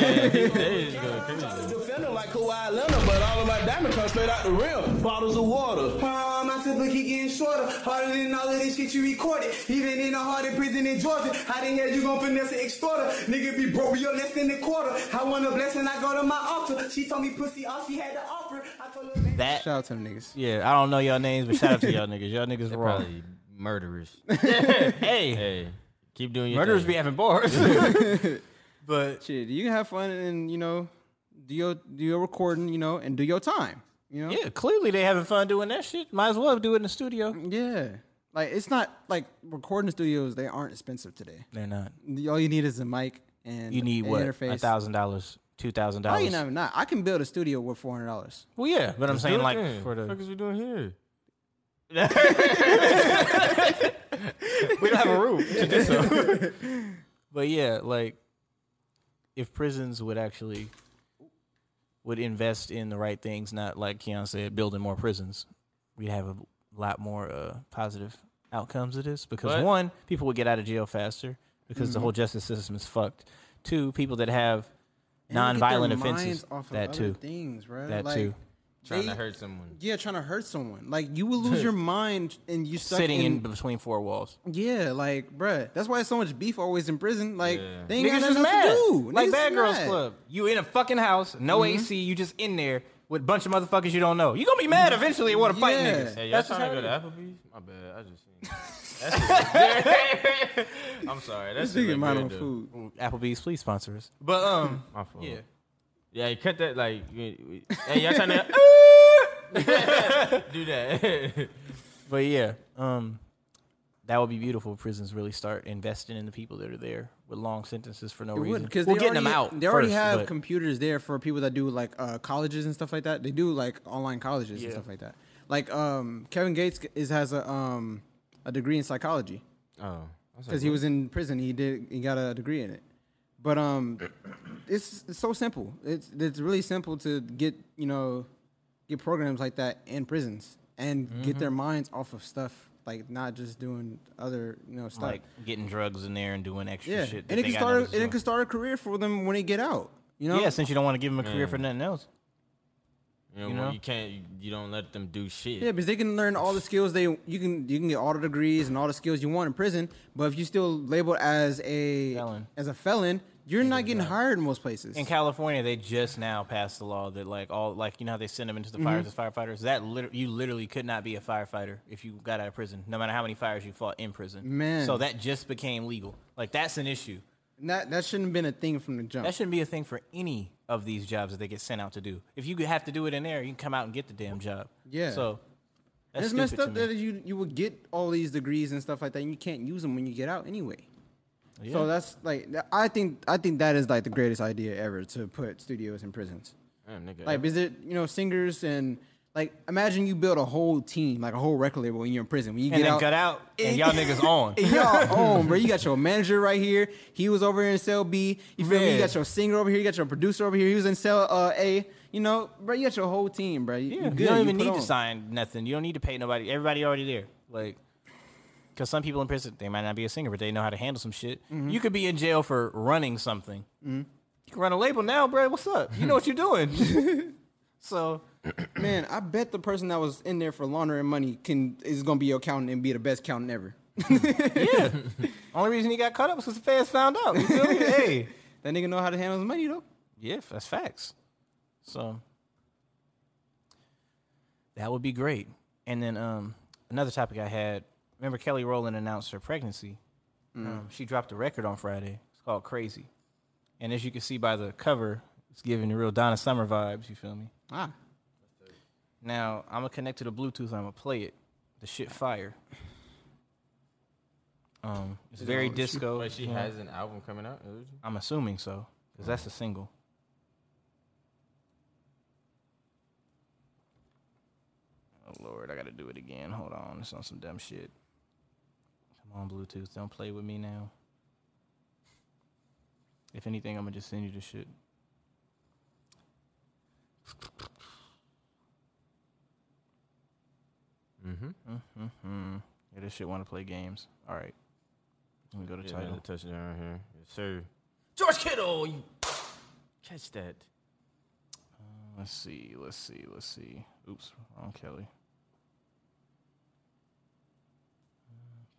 Speaker 18: Defender like Kawhi Leonard, but all of my diamond comes straight out the rim. Bottles of water.
Speaker 19: Palm, my temper keep getting shorter. Harder than all of this shit you recorded. Even in a harder prison in Georgia. How the hell you gon' finesse an extorter? Nigga be broke, you're less than a quarter. I want a blessing, I go to my altar. She told me pussy, all she had to offer. I told her.
Speaker 4: That
Speaker 2: shout out to them niggas.
Speaker 4: Yeah, I don't know y'all names, but shout out to y'all (laughs) niggas. Y'all niggas raw.
Speaker 3: probably murderers.
Speaker 4: (laughs) hey,
Speaker 3: keep doing your
Speaker 4: murderers
Speaker 3: thing.
Speaker 4: be having
Speaker 3: (laughs)
Speaker 4: (laughs) bars.
Speaker 2: but shit, you can have fun and you know do your do your recording, you know, and do your time. You know,
Speaker 4: yeah, clearly they having fun doing that shit. Might as well do it in the studio.
Speaker 2: Yeah, like it's not like recording studios. They aren't expensive today.
Speaker 4: They're not.
Speaker 2: All you need is a mic and
Speaker 4: You need
Speaker 2: an
Speaker 4: what? A
Speaker 2: interface.
Speaker 4: thousand dollars, two thousand
Speaker 2: Probably
Speaker 4: dollars.
Speaker 2: not even that. I can build a studio with four hundred dollars.
Speaker 4: Well, yeah, but I'm
Speaker 2: Just
Speaker 4: saying
Speaker 2: do it
Speaker 4: like
Speaker 2: then.
Speaker 4: for the
Speaker 3: fuck is we doing here?
Speaker 4: (laughs) we don't have a room
Speaker 2: (laughs)
Speaker 4: to do so. but yeah, like if prisons would actually would invest in the right things, not like Keon said, building more prisons, we'd have a lot more uh, positive outcomes of this because
Speaker 3: But-
Speaker 4: one, people would get out of jail faster because the
Speaker 2: Mm-hmm.
Speaker 3: Mhm.
Speaker 4: whole justice system is fucked. Two, people that have
Speaker 2: And get their
Speaker 4: nonviolent
Speaker 2: minds
Speaker 4: offenses,
Speaker 2: off of
Speaker 4: that
Speaker 2: other
Speaker 4: too,
Speaker 2: Things, bro.
Speaker 4: that
Speaker 2: Like,
Speaker 4: too.
Speaker 3: Trying to hurt someone.
Speaker 2: Yeah, trying to hurt someone. Like you
Speaker 4: (laughs)
Speaker 2: will lose your mind and you stuck
Speaker 4: Sitting in
Speaker 2: in
Speaker 4: between four walls.
Speaker 2: Yeah, like, bruh, that's why so much beef always in prison. Like, they ain't
Speaker 4: Niggas
Speaker 2: got
Speaker 4: just
Speaker 2: nothing
Speaker 4: mad.
Speaker 2: else to do.
Speaker 4: Like
Speaker 2: Niggas
Speaker 4: Bad
Speaker 2: is
Speaker 4: Girls
Speaker 2: mad.
Speaker 4: Club. You in a fucking house, no
Speaker 2: Mhm.
Speaker 4: AC, you just in there with a bunch of motherfuckers you don't know. You gonna be mad
Speaker 2: Mm-hmm.
Speaker 4: eventually and wanna fight
Speaker 3: Yeah.
Speaker 4: niggas.
Speaker 3: Hey, y'all
Speaker 4: That's just
Speaker 3: trying to go to
Speaker 4: how it
Speaker 3: Applebee's? My bad. I just seen. That shit was- (laughs) I'm sorry. That's
Speaker 4: is. Applebee's, please sponsor us. But um
Speaker 3: My fault.
Speaker 4: Yeah.
Speaker 3: Yeah, you cut that like. you- you- hey, y'all
Speaker 4: (laughs)
Speaker 3: trying to (laughs) do that? (laughs)
Speaker 4: But yeah, um that would be beautiful if prisons really start investing in the people that are there with long sentences for no
Speaker 2: It
Speaker 4: reason.
Speaker 2: would because
Speaker 4: well,
Speaker 2: they
Speaker 4: getting
Speaker 2: already,
Speaker 4: them out.
Speaker 2: They already
Speaker 4: first,
Speaker 2: have
Speaker 4: but-
Speaker 2: computers there for people that do like uh, colleges and stuff like that. They do like online colleges
Speaker 4: Yeah.
Speaker 2: and stuff like that. Like um, Kevin Gates g- is has a um, a degree in psychology.
Speaker 3: Oh, I was like,
Speaker 2: because he
Speaker 3: what?
Speaker 2: was in prison, he did he got a degree in it. But um, it's, it's so simple. It's it's really simple to get you know get programs like that in prisons and get their
Speaker 4: Mhm.
Speaker 2: minds off of stuff like not just doing other you know stuff.
Speaker 4: Like getting drugs in there and doing extra
Speaker 2: yeah,
Speaker 4: shit. that
Speaker 2: and it
Speaker 4: they got nothing
Speaker 2: can start
Speaker 4: to
Speaker 2: and
Speaker 4: do.
Speaker 2: it can start a career for them when they get out. You know,
Speaker 4: Yeah, since you don't want to give them a career for nothing else.
Speaker 3: You know,
Speaker 2: You
Speaker 3: well,
Speaker 2: know?
Speaker 3: you can't. You, you don't let them do shit.
Speaker 2: Yeah, because they can learn all the skills they you can you can get all the degrees and all the skills you want in prison, but if you still labeled as a as a felon, you're not getting hired in most places.
Speaker 4: In California, they just now passed the law that like all like you know how they send them into the fires
Speaker 2: Mhm.
Speaker 4: as firefighters. That lit- you literally could not be a firefighter if you got out of prison, no matter how many fires you fought in prison.
Speaker 2: Man.
Speaker 4: so that just became legal. Like that's an issue.
Speaker 2: And that that shouldn't have been a thing from the jump.
Speaker 4: That shouldn't be a thing for any of these jobs that they get sent out to do. If you have to do it in there, you can come out and get the damn job.
Speaker 2: Yeah.
Speaker 4: So
Speaker 2: And
Speaker 4: that's
Speaker 2: it's messed
Speaker 4: stupid
Speaker 2: up
Speaker 4: to me.
Speaker 2: that you you would get all these degrees and stuff like that, and you can't use them when you get out anyway.
Speaker 4: Yeah.
Speaker 2: So that's like th- I think I think that is like the greatest idea ever to put studios in prisons.
Speaker 3: Damn, nigga.
Speaker 2: Like, is it you know singers and like imagine you build a whole team like a whole record label when you're in prison when you
Speaker 4: And
Speaker 2: get
Speaker 4: then
Speaker 2: out
Speaker 4: cut out, and y'all
Speaker 2: (laughs)
Speaker 4: niggas on.
Speaker 2: and
Speaker 4: (laughs)
Speaker 2: y'all on bro you got your manager right here he was over here in cell B you feel me you
Speaker 4: Man.
Speaker 2: got your singer over here you got your producer over here he was in cell uh, A you know bro you got your whole team bro you,
Speaker 4: Yeah,
Speaker 2: you good,
Speaker 4: you don't even
Speaker 2: put
Speaker 4: need to
Speaker 2: on.
Speaker 4: sign nothing. You don't need to pay nobody. Everybody already there. Like, because some people in prison, they might not be a singer, but they know how to handle some shit.
Speaker 1: Mhm.
Speaker 2: Mm-hmm.
Speaker 4: You could be in jail for running something. You can run a label now, bro. What's up? You know what you're doing. (laughs) so,
Speaker 2: (clears throat) man I bet the person that was in there for laundering money can is gonna be your accountant and be the best
Speaker 4: (laughs)
Speaker 2: accountant ever
Speaker 4: only reason he got caught up was because the feds found out. You feel me? hey,
Speaker 2: (laughs) that nigga know how to handle his money though
Speaker 4: yeah, that's facts. So, that would be great. And then um, another topic I had. Remember Kelly Rowland announced her pregnancy.
Speaker 1: Mm.
Speaker 4: Um, she dropped a record on Friday. It's called Crazy. And as you can see by the cover, it's giving the real Donna Summer vibes. You feel me?
Speaker 2: Ah.
Speaker 4: Now I'm gonna connect to the Bluetooth. and I'm gonna play it. The shit fire. Um, it's
Speaker 3: Is it
Speaker 4: very
Speaker 3: all- she-
Speaker 4: disco.
Speaker 3: But she
Speaker 4: you know.
Speaker 3: has an album coming out.
Speaker 4: I'm assuming so, because that's
Speaker 3: Mm-hmm.
Speaker 4: a single. Oh Lord, I gotta do it again. Hold on, it's on some dumb shit. Come on, Bluetooth, don't play with me now. If anything, I'm gonna just send you the shit.
Speaker 3: Mm-hmm.
Speaker 4: Mm-hmm. Yeah, this shit want to play games. All right, let me go to
Speaker 3: Yeah,
Speaker 4: title.
Speaker 3: another touchdown here. Yes, sir.
Speaker 4: George Kittle, you
Speaker 3: catch that.
Speaker 4: Uh, Let's see. Let's see. Let's see. Oops, wrong Kelly.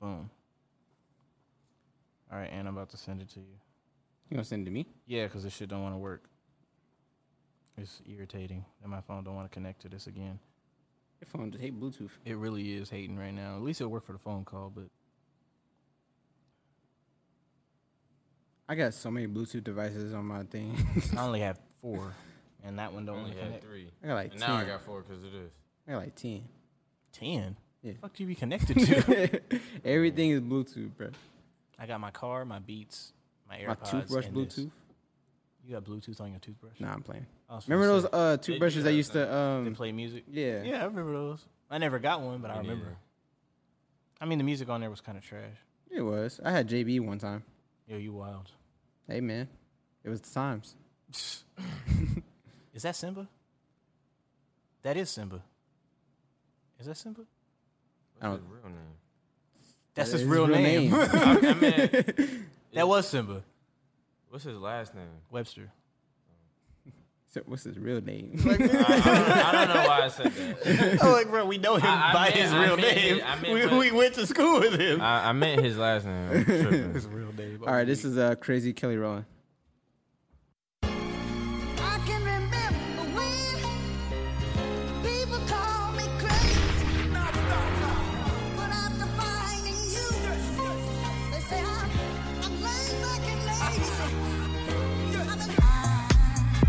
Speaker 4: Uh, Boom. All right, and I'm about to send it to you.
Speaker 2: you gonna send it to me
Speaker 4: Yeah, because this shit don't want to work. It's irritating that my phone don't want to connect to this again.
Speaker 2: Your phone just hate Bluetooth.
Speaker 4: It really is hating right now. At least it'll work for the phone call, but
Speaker 2: I got so many Bluetooth devices on my thing
Speaker 4: (laughs) I only have four, and that one don't
Speaker 3: I
Speaker 4: want
Speaker 3: only
Speaker 4: to
Speaker 3: had
Speaker 4: connect.
Speaker 3: three.
Speaker 2: I got like
Speaker 3: and now I
Speaker 2: 10.
Speaker 3: got four because of this.
Speaker 2: I got like 10
Speaker 4: Ten.
Speaker 2: yeah
Speaker 4: fuck do you be
Speaker 2: (laughs)
Speaker 4: connected to?
Speaker 2: everything is Bluetooth bro
Speaker 4: I got my car, my Beats, my AirPods,
Speaker 2: my toothbrush
Speaker 4: and this.
Speaker 2: Bluetooth
Speaker 4: You got Bluetooth on your toothbrush?
Speaker 2: Nah, I'm playing.
Speaker 4: I was
Speaker 2: Remember
Speaker 4: finna
Speaker 2: those
Speaker 4: say.
Speaker 2: uh toothbrushes that used to um
Speaker 4: They play music.
Speaker 2: Yeah.
Speaker 4: yeah, I remember those. I never got one, but I
Speaker 2: Me
Speaker 4: remember.
Speaker 2: neither.
Speaker 4: I mean, the music on there was kind of trash.
Speaker 2: It was. I had JB one time.
Speaker 4: Yo, you wild.
Speaker 2: Hey man, it was the times.
Speaker 4: (laughs) Is that Simba? That is Simba. Is that Simba?
Speaker 2: I don't.
Speaker 3: Real name.
Speaker 4: That's
Speaker 3: That
Speaker 4: his
Speaker 3: is
Speaker 4: real,
Speaker 3: his real
Speaker 4: (laughs) name.
Speaker 3: name. I- I meant-
Speaker 2: (laughs)
Speaker 4: that was Simba
Speaker 3: What's his last name?
Speaker 4: Webster.
Speaker 2: So what's his real
Speaker 3: (laughs)
Speaker 2: name?
Speaker 3: I, I don't, I don't know why I said
Speaker 2: (laughs)
Speaker 3: that.
Speaker 4: I'm like, bro, we know him by his real
Speaker 3: meant
Speaker 4: name.
Speaker 3: his- I meant
Speaker 4: We-
Speaker 3: what-
Speaker 4: we went to school with him.
Speaker 3: I, I meant his last name.
Speaker 4: (laughs)
Speaker 3: I'm
Speaker 2: (laughs)
Speaker 3: tripping.
Speaker 4: his real name.
Speaker 2: All right, this is uh crazy Kelly Rowland.
Speaker 5: I can remember when people called me crazy. But I'm defining you. They say I'm, I'm laid back and lazy. I'm in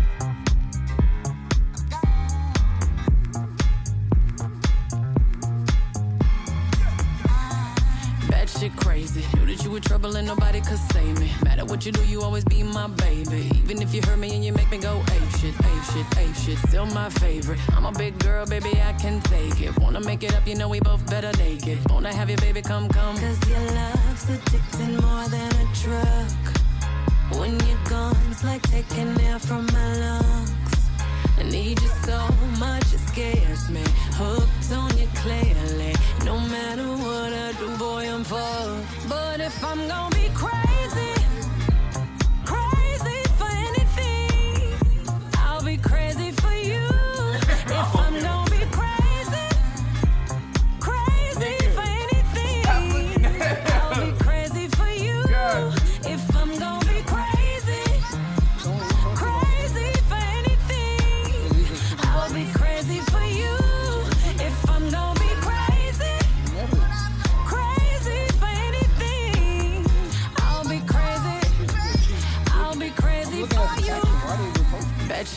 Speaker 20: Bad shit crazy. Knew that you were trouble and nobody could save me. Matter what you do, you always be my baby. Even if you hurt me and you make me go ape shit, ape shit, ape shit. Still my favorite. I'm a big girl, baby, I can take it. Wanna make it up, you know we both better naked. Wanna have your baby come, come. Cause your love's addicting more than a drug.
Speaker 15: When you're gone, it's like taking air from my lungs.
Speaker 20: I need you so much, it scares me. Hooked on your clown.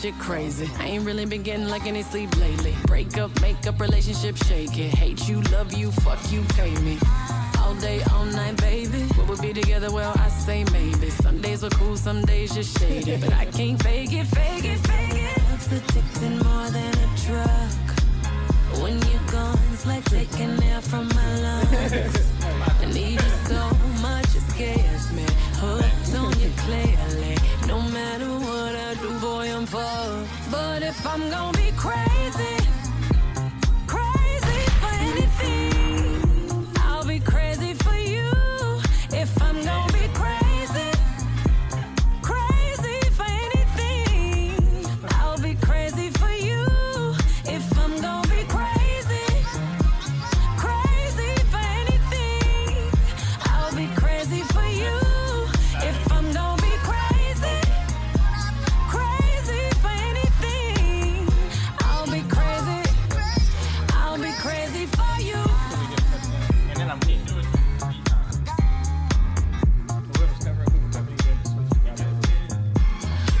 Speaker 20: shit crazy. I ain't really been getting like any sleep lately. Break up, make up, relationship shaking. Hate you, love you, fuck you, pay me. All day, all night, baby. What would be together? Well, I say maybe. Some days were cool, some days just shaded. But I can't fake it, fake it, fake it.
Speaker 15: Looks addicting more than a drug. When you're gone, it's like taking air from my lungs. I need you so much, it scares me. Hooked on you clearly. No matter what I do, boy, I'm fucked.
Speaker 20: But if I'm gonna be crazy, crazy for anything, I'll be crazy for you. If I'm gonna be crazy, crazy for anything, I'll be crazy for you. If I'm gonna be crazy, crazy for anything, I'll be crazy for you. If I'm gonna be crazy, crazy for anything, I'll be crazy. I'll be crazy for you.
Speaker 1: And then I'm here.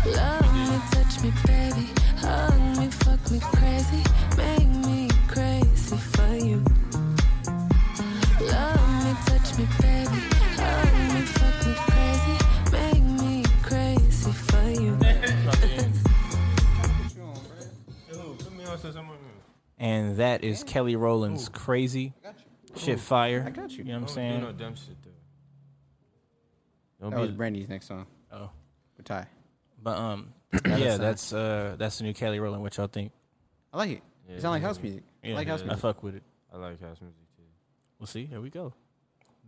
Speaker 15: Love me, touch me, baby. Hug me, fuck me crazy. Make me crazy for you. Love me, touch me, baby. Hug me, fuck me crazy. Make me crazy for you.
Speaker 4: And that is Kelly Rowland's crazy shit fire.
Speaker 3: I got you.
Speaker 4: You know what
Speaker 3: Don't
Speaker 4: I'm
Speaker 3: do
Speaker 4: saying?
Speaker 3: no dumb shit, though.
Speaker 2: That
Speaker 4: be-
Speaker 2: was Brandy's next song.
Speaker 4: Oh.
Speaker 2: With Ty.
Speaker 4: But um, (clears throat)
Speaker 2: that's
Speaker 4: yeah,
Speaker 2: nice.
Speaker 4: that's uh, that's the new Kelly Rowland. What y'all think?
Speaker 2: I like it. it sounds like house music. I like house music.
Speaker 4: I fuck with it.
Speaker 3: I like house music too.
Speaker 4: We'll see. Here we go.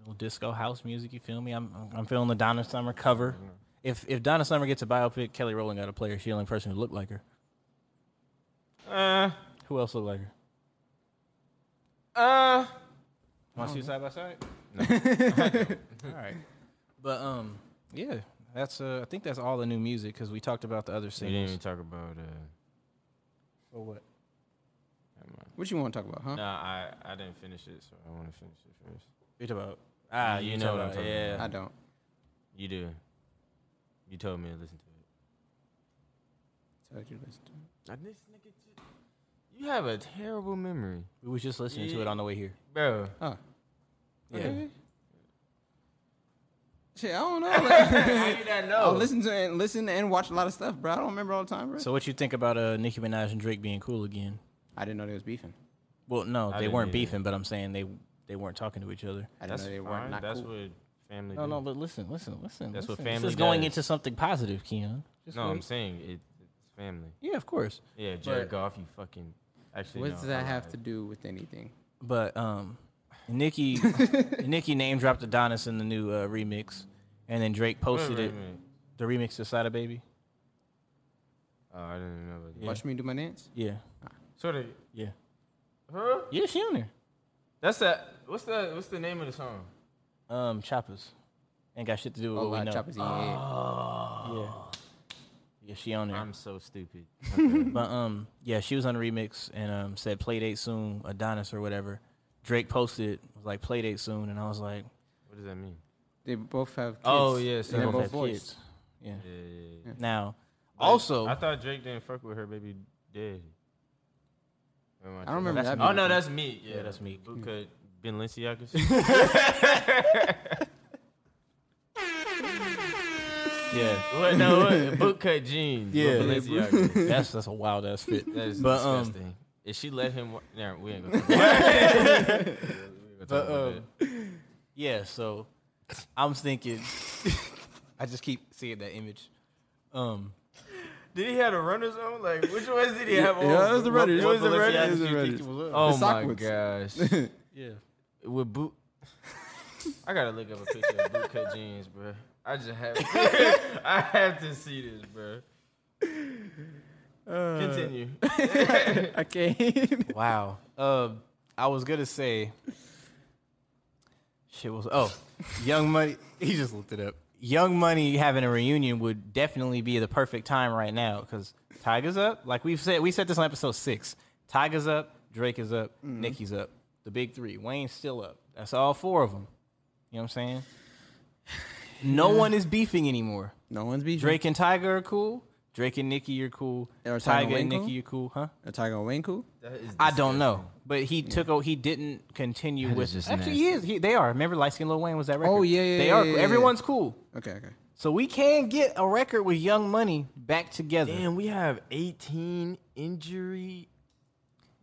Speaker 4: No disco house music. You feel me? I'm I'm- I'm feeling the Donna Summer cover.
Speaker 3: Mm-hmm.
Speaker 4: If if Donna Summer gets a biopic, Kelly Rowland got to play her. She's the only person who looked like her.
Speaker 3: Uh,
Speaker 4: Who else looked like
Speaker 3: uh.
Speaker 4: her? Want to see side by side?
Speaker 3: No.
Speaker 4: (laughs)
Speaker 3: (laughs)
Speaker 4: All right. But um, yeah, that's uh, I think that's all the new music because we talked about the other
Speaker 3: We didn't
Speaker 4: singles.
Speaker 3: even talk about. Uh,
Speaker 4: Or what?
Speaker 2: What you want to talk about, huh?
Speaker 3: Nah, I, I didn't finish it, so I want to finish it first.
Speaker 4: We talk about ah,
Speaker 3: you,
Speaker 4: you
Speaker 3: know
Speaker 4: talk
Speaker 3: what I'm
Speaker 4: about-
Speaker 3: talking
Speaker 4: yeah.
Speaker 3: about.
Speaker 4: I
Speaker 2: don't.
Speaker 3: You do. You told me to listen to
Speaker 2: it. Told you to listen to
Speaker 3: it. this nigga, ju- you have a terrible memory.
Speaker 4: We was just listening to it on the way here,
Speaker 3: bro.
Speaker 2: Oh.
Speaker 4: Yeah.
Speaker 2: Okay. Shit,
Speaker 4: (laughs)
Speaker 2: I don't know. Like,
Speaker 3: How you not know?
Speaker 2: I listen to and listen and watch a lot of stuff, bro. I don't remember all the time, bro.
Speaker 4: So what you think about uh Nicki Minaj and Drake being cool again?
Speaker 2: I didn't know they was beefing.
Speaker 4: Well, no,
Speaker 2: I
Speaker 4: they
Speaker 2: didn't
Speaker 4: weren't
Speaker 2: either.
Speaker 4: beefing, but I'm saying they they weren't talking to each other.
Speaker 2: I didn't That's know they weren't fine. not
Speaker 3: That's
Speaker 2: cool.
Speaker 3: what family.
Speaker 4: No,
Speaker 3: do.
Speaker 4: no, but listen, listen, listen.
Speaker 3: That's what
Speaker 4: listen.
Speaker 3: family.
Speaker 4: This is going
Speaker 3: does.
Speaker 4: into something positive, Keon. Just
Speaker 3: no, I'm
Speaker 4: wait.
Speaker 3: saying it, it's family.
Speaker 4: Yeah, of course.
Speaker 3: Yeah, Jared
Speaker 4: But-
Speaker 3: Goff, you fucking. Actually,
Speaker 2: what
Speaker 3: no,
Speaker 2: does that
Speaker 3: I
Speaker 2: have
Speaker 3: lied.
Speaker 2: to do with anything?
Speaker 4: But um,
Speaker 2: (laughs)
Speaker 4: Nicki Nicki name dropped Adonis in the new uh, remix, and then Drake posted it.
Speaker 3: remix?
Speaker 4: The remix to Sada Baby.
Speaker 3: Oh, I didn't know. About that.
Speaker 2: Watch me do my dance.
Speaker 4: Yeah.
Speaker 3: Sort of.
Speaker 4: Yeah.
Speaker 3: Huh?
Speaker 4: Yeah, she on there.
Speaker 3: That's that. What's the What's the name of the song?
Speaker 4: Um, Choppers. Ain't got shit to do with
Speaker 3: Oh,
Speaker 4: what we
Speaker 3: like
Speaker 4: know.
Speaker 3: Choppers, yeah.
Speaker 4: Oh. Yeah. Yeah, she on there.
Speaker 3: I'm so
Speaker 4: (laughs)
Speaker 3: stupid.
Speaker 4: but um, yeah, she was on the remix and um said play date soon, Adonis or whatever. Drake posted it, was like play date soon, and I was like,
Speaker 3: What does that mean?
Speaker 2: They both have. Kids.
Speaker 4: Oh, yeah,
Speaker 2: yes,
Speaker 4: so they
Speaker 2: they're
Speaker 4: both
Speaker 2: both
Speaker 4: have
Speaker 2: boys.
Speaker 4: kids. Yeah.
Speaker 3: Yeah, yeah, yeah.
Speaker 4: Now,
Speaker 3: But
Speaker 4: also,
Speaker 3: I thought Drake didn't fuck with her baby daddy. Or am
Speaker 2: I don't
Speaker 3: tripping?
Speaker 2: remember that
Speaker 3: Oh
Speaker 2: being
Speaker 3: no,
Speaker 2: a thing.
Speaker 3: that's me. Yeah,
Speaker 2: Yeah,
Speaker 3: that's
Speaker 2: that's
Speaker 3: me.
Speaker 2: Meek.
Speaker 3: Buka Ben
Speaker 4: (laughs)
Speaker 3: (laughs) yeah. What? No,
Speaker 4: (laughs)
Speaker 3: what? bootcut jeans. with
Speaker 4: Yeah.
Speaker 3: Balenciaga.
Speaker 4: (laughs) That's- that's a wild ass fit.
Speaker 3: That is
Speaker 4: But, um,
Speaker 3: disgusting. if she let him, wa- nah, (laughs) we ain't
Speaker 4: (laughs)
Speaker 3: gonna. talk about that. We ain't gonna talk
Speaker 4: But, (laughs)
Speaker 3: about
Speaker 4: um,
Speaker 3: that.
Speaker 4: yeah, so I'm thinking. I just keep seeing that image. Um,
Speaker 3: Did he have the runners on? Like which ones did he
Speaker 4: Yeah,
Speaker 3: have on?
Speaker 4: yeah, it was the
Speaker 3: What-
Speaker 4: runners.
Speaker 3: what was the
Speaker 4: Balenciagas
Speaker 3: runners?
Speaker 4: did
Speaker 3: It
Speaker 4: you
Speaker 3: was
Speaker 4: think
Speaker 3: the
Speaker 4: he was
Speaker 3: runners.
Speaker 4: on?
Speaker 3: Oh
Speaker 4: The
Speaker 3: my
Speaker 4: sock ones.
Speaker 3: gosh.
Speaker 4: (laughs) Yeah.
Speaker 3: With boot. I gotta look up a picture of
Speaker 2: (laughs)
Speaker 3: bootcut jeans, bro. I just have. (laughs) I have to see this, bro.
Speaker 2: Uh, (laughs)
Speaker 3: Continue. (laughs)
Speaker 4: can't. wow. Um, I was gonna say. Shit was oh, Young Money. (laughs) He just looked it up. Young Money having a reunion would definitely be the perfect time right now because Tiger's up. Like we've said, we said this on episode six. Tiger's up. Drake is up.
Speaker 1: Mhm.
Speaker 4: Nicki's up. The big three. Wayne's still up. That's all four of them. You know what I'm saying? (sighs) No
Speaker 1: Yeah.
Speaker 4: one is beefing anymore.
Speaker 2: No one's beefing.
Speaker 4: Drake and Tiger are cool. Drake and Nicki, you're cool.
Speaker 2: Or Tiger
Speaker 4: Tiger and
Speaker 2: Wayne cool?
Speaker 4: Nicki, you're cool, huh?
Speaker 2: Are Tiger Wayne cool?
Speaker 4: I don't know, but he took. O- he didn't continue
Speaker 2: That is
Speaker 4: with.
Speaker 2: just
Speaker 4: Actually, he is. He, they are. Remember, light skin Lil Wayne was that record.
Speaker 2: Oh, yeah, yeah,
Speaker 4: They
Speaker 2: yeah,
Speaker 4: are.
Speaker 2: yeah, yeah.
Speaker 4: Everyone's cool.
Speaker 2: Okay, okay.
Speaker 4: So we can get a record with Young Money back together.
Speaker 3: Damn, we have 18 injury.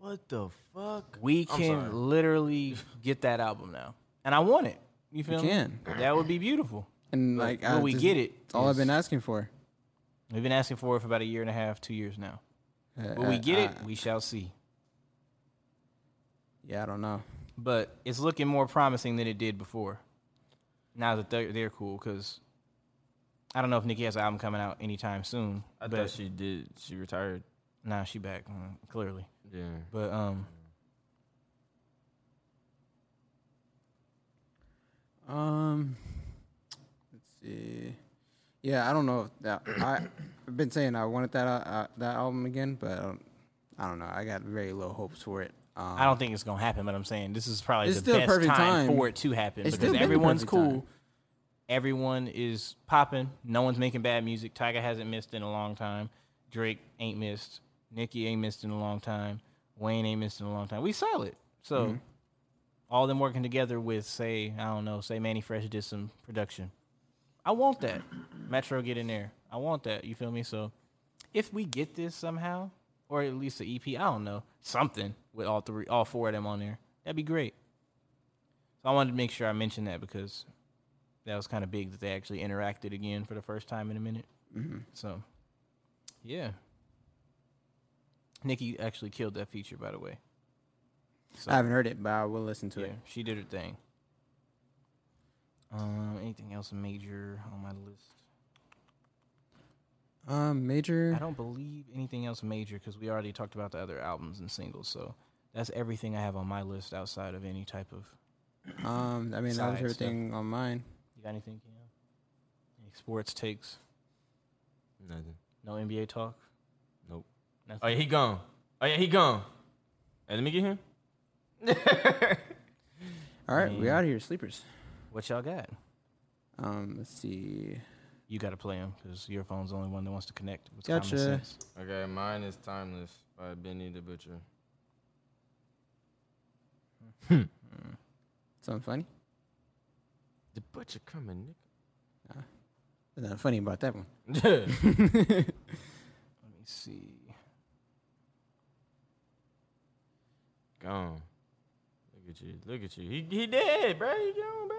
Speaker 3: What the fuck?
Speaker 4: We
Speaker 3: I'm
Speaker 4: can
Speaker 3: sorry. (laughs)
Speaker 4: literally get that album now, and I want it. You
Speaker 2: You
Speaker 4: feel me?
Speaker 2: can.
Speaker 4: That would be beautiful.
Speaker 2: And
Speaker 4: But
Speaker 2: like,
Speaker 4: will
Speaker 2: I
Speaker 4: we
Speaker 2: just-
Speaker 4: get it?
Speaker 2: It's all I've been asking for.
Speaker 4: We've been asking for it for about a year and a half, two years now.
Speaker 2: Uh,
Speaker 4: Will we
Speaker 2: uh,
Speaker 4: get it?
Speaker 2: uh,
Speaker 4: We shall see.
Speaker 2: Yeah, I don't know.
Speaker 4: But it's looking more promising than it did before. Now that they're, they're cool, because I don't know if Nikki has an album coming out anytime soon.
Speaker 3: I
Speaker 4: but
Speaker 3: thought she did. She retired.
Speaker 4: Now she back, mm, clearly.
Speaker 3: Yeah.
Speaker 4: But um,
Speaker 2: Um, let's see. Yeah, I don't know if that. I, I've been saying I wanted that uh, uh, that album again, but I don't, I don't know. I got very low hopes for it. Um,
Speaker 4: I don't think it's gonna happen. But I'm saying this is probably
Speaker 2: It's
Speaker 4: the
Speaker 2: still
Speaker 4: best
Speaker 2: perfect
Speaker 4: time,
Speaker 2: time.
Speaker 4: for it to happen
Speaker 2: It's
Speaker 4: because
Speaker 2: still been the
Speaker 4: everyone's
Speaker 2: perfect
Speaker 4: cool.
Speaker 2: time.
Speaker 4: Everyone is popping. No one's making bad music. Tyga hasn't missed in a long time. Drake ain't missed. Nicki ain't missed in a long time. Wayne ain't missed in a long time. We solid. So
Speaker 2: Mhm.
Speaker 4: all them working together with say I don't know say Manny Fresh did some production. I want that. Metro get in there. I want that. You feel me? So if we get this somehow, or at least an EP, I don't know, something with all three, all four of them on there, that'd be great. So I wanted to make sure I mentioned that because that was kind of big that they actually interacted again for the first time in a minute.
Speaker 2: Mhm.
Speaker 4: So yeah, Nikki actually killed that feature, by the way. So,
Speaker 2: I haven't heard it, but I will listen to
Speaker 4: yeah,
Speaker 2: it.
Speaker 4: she did her thing. Um, anything else major on my list?
Speaker 2: Um, major.
Speaker 4: I don't believe anything else major because we already talked about the other albums and singles. So that's everything I have on my list outside of any type of.
Speaker 2: (clears throat) Um, I mean, that
Speaker 4: side
Speaker 2: was
Speaker 4: stuff.
Speaker 2: everything on mine.
Speaker 4: You got anything? You Any sports takes?
Speaker 3: Nothing.
Speaker 4: No NBA talk.
Speaker 3: Nope.
Speaker 4: Nothing.
Speaker 3: Oh yeah, he gone. Oh yeah, he gone. Hey, let me get him.
Speaker 2: (laughs) All right, we
Speaker 4: Man.
Speaker 2: out of here, sleepers.
Speaker 4: What y'all got?
Speaker 2: Um, let's see.
Speaker 4: You got to play them because your phone's the only one that wants to connect. With Common
Speaker 2: Gotcha.
Speaker 4: sense.
Speaker 3: Okay, mine is Timeless by Benny the Butcher.
Speaker 4: Hmm.
Speaker 2: Something funny?
Speaker 3: The Butcher coming,
Speaker 2: There's nothing funny about that one.
Speaker 4: (laughs)
Speaker 2: (laughs)
Speaker 3: nigga.
Speaker 4: Let me see.
Speaker 3: gone. Look at you. Look at you. He he dead, bro. He gone, bro.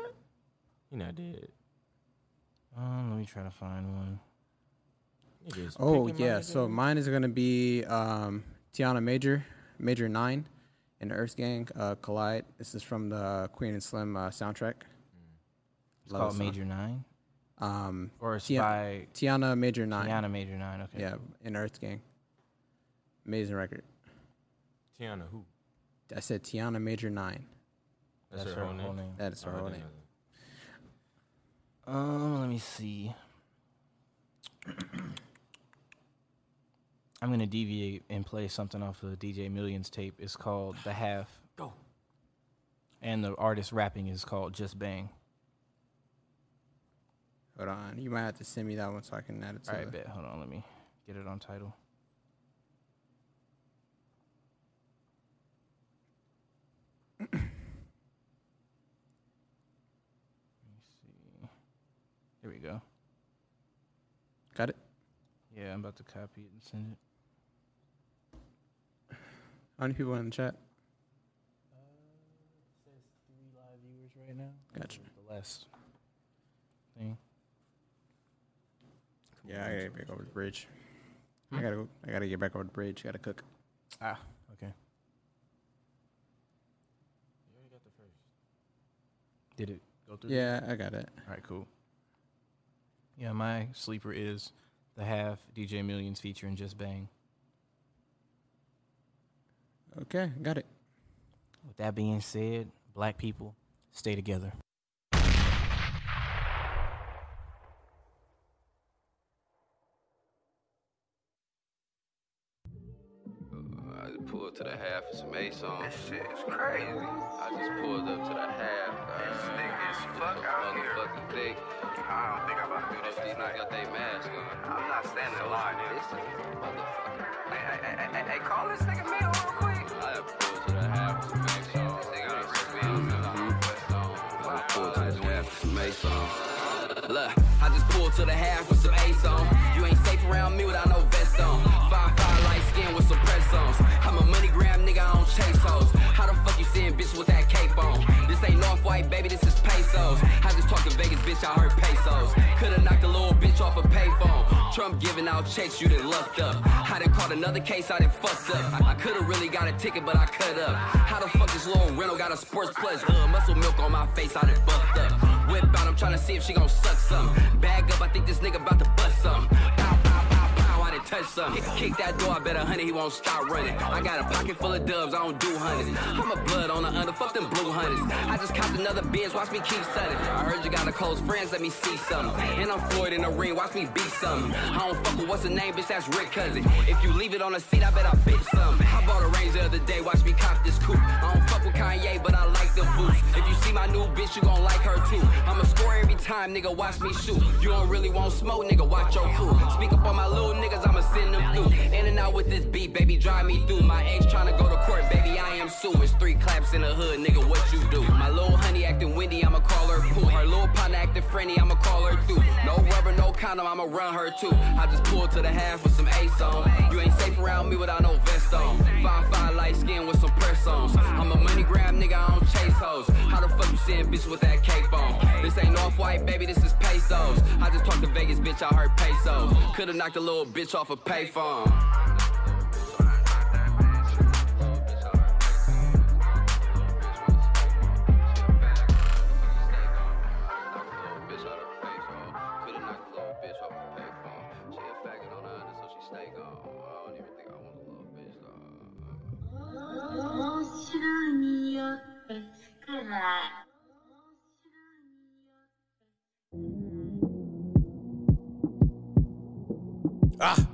Speaker 3: He not dead.
Speaker 4: Um, let me try to find one.
Speaker 3: Nigga is
Speaker 2: Oh
Speaker 3: picking my
Speaker 2: yeah,
Speaker 3: nigga
Speaker 2: so
Speaker 3: up.
Speaker 2: mine is gonna be um, Tiana Major, Major Nine, and Earth Gang uh, Collide. This is from the Queen and Slim uh, soundtrack.
Speaker 4: It's called Major Nine.
Speaker 2: Um,
Speaker 4: Or it's
Speaker 2: Tia-
Speaker 4: by
Speaker 2: Tiana Major Nine.
Speaker 4: Tiana Major Nine. Okay.
Speaker 2: Yeah, and Earth Gang. Amazing record.
Speaker 3: Tiana who?
Speaker 2: I said Tiana Major Nine.
Speaker 3: That's, her, whole name.
Speaker 2: That is her
Speaker 3: Oh, I
Speaker 2: whole
Speaker 3: didn't
Speaker 2: name.
Speaker 3: know
Speaker 4: Um, let me see. I'm gonna deviate and play something off of DJ Millions tape. It's called The Half. Go. And the artist rapping is called Just Bang.
Speaker 2: Hold on, you might have to send me that one so I can add it to.
Speaker 4: All right,
Speaker 2: the-
Speaker 4: bet. Hold on, let me get it on title. let me see. Here we go.
Speaker 2: Got it.
Speaker 4: Yeah, I'm about to copy it and send it.
Speaker 2: How many people in the chat?
Speaker 4: Viewers right now.
Speaker 2: Gotcha.
Speaker 4: The last thing.
Speaker 2: Yeah, I gotta get back over the bridge. I gotta go. I gotta get back over the bridge. Gotta cook.
Speaker 4: Ah, okay. Did it go through?
Speaker 2: Yeah, I got it.
Speaker 4: All right, cool. Yeah, my sleeper is the half DJ Millions feature and Just Bang.
Speaker 2: Okay, got it.
Speaker 4: With that being said, black people stay together.
Speaker 21: Uh,
Speaker 22: pulled to the half and some ace on. This shit is crazy. I just pulled up to the half. This thick as fuck out here. Motherfucking thick. I don't think I'm about to do this These niggas got their mask on. I'm not standing in line, nigga. This is a motherfucker. Hey, hey, hey, hey, hey, call this nigga Mito real quick. I done pulled to the half with some ace on. This nigga done ripped me on the west on. I done pulled to the half with some ace on.
Speaker 21: Look, I just pulled to the half with some ace on. You ain't safe around me without no vest on. Five five light skin with some press ons. I'm a money grab nigga, I don't chase hoes. How the fuck you seeing bitch with that cape on? This ain't North White, baby, this is pesos. I just talked to Vegas, bitch, I heard pesos. Could've knocked a little bitch off a payphone. Trump giving out checks, you done lucked up. I done caught another case, I done fucked up. I, I could've really got a ticket, but I cut up. How the fuck this little rental got a sports plus? Uh, muscle milk on my face, I done buffed up. Whip out, I'm tryna see if she gon' suck some. Bag up, I think this nigga about to bust some. Pow, pow, pow, pow, I done touched something. Kick that door, I bet a hundred he won't stop running. I got a pocket full of dubs, I don't do hundreds. I'm a blood on the under, fuck them blue hundreds. I just copped another biz, watch me keep sunning. I heard you got a close friends, let me see something. And I'm Floyd in the ring, watch me beat something. I don't fuck with what's the name, bitch, that's Rick Cousin. If you leave it on the seat, I bet I bitch something. I bought a range the other day, watch me cop this coupe. I don't fuck with Kanye, but I like them boots. If you see my new bitch, you gon' like her too. I'ma score every time, nigga, watch me shoot. You don't really want smoke, nigga, watch your crew. Speak up on my little niggas, I'ma send them through. In and out with this beat, baby, drive me through. My ex tryna go to court, baby, I am Sue. It's three claps in the hood, nigga, what you do? My little honey acting windy, I'ma call her poo. Her little partner acting friendly, I'ma call her through. No rubber, no condom, I'ma run her too. I just pulled to the half with some ace on. You ain't safe around me without no vest on. Five five light skin with some press ons. I'm a money grab nigga, I don't chase hoes. How the fuck you seeing bitch with that cape on? This ain't off white, baby, this is pesos. I just talked to Vegas, bitch, I heard pesos. Could've knocked a little bitch off a payphone.
Speaker 4: (laughs)
Speaker 18: Ah,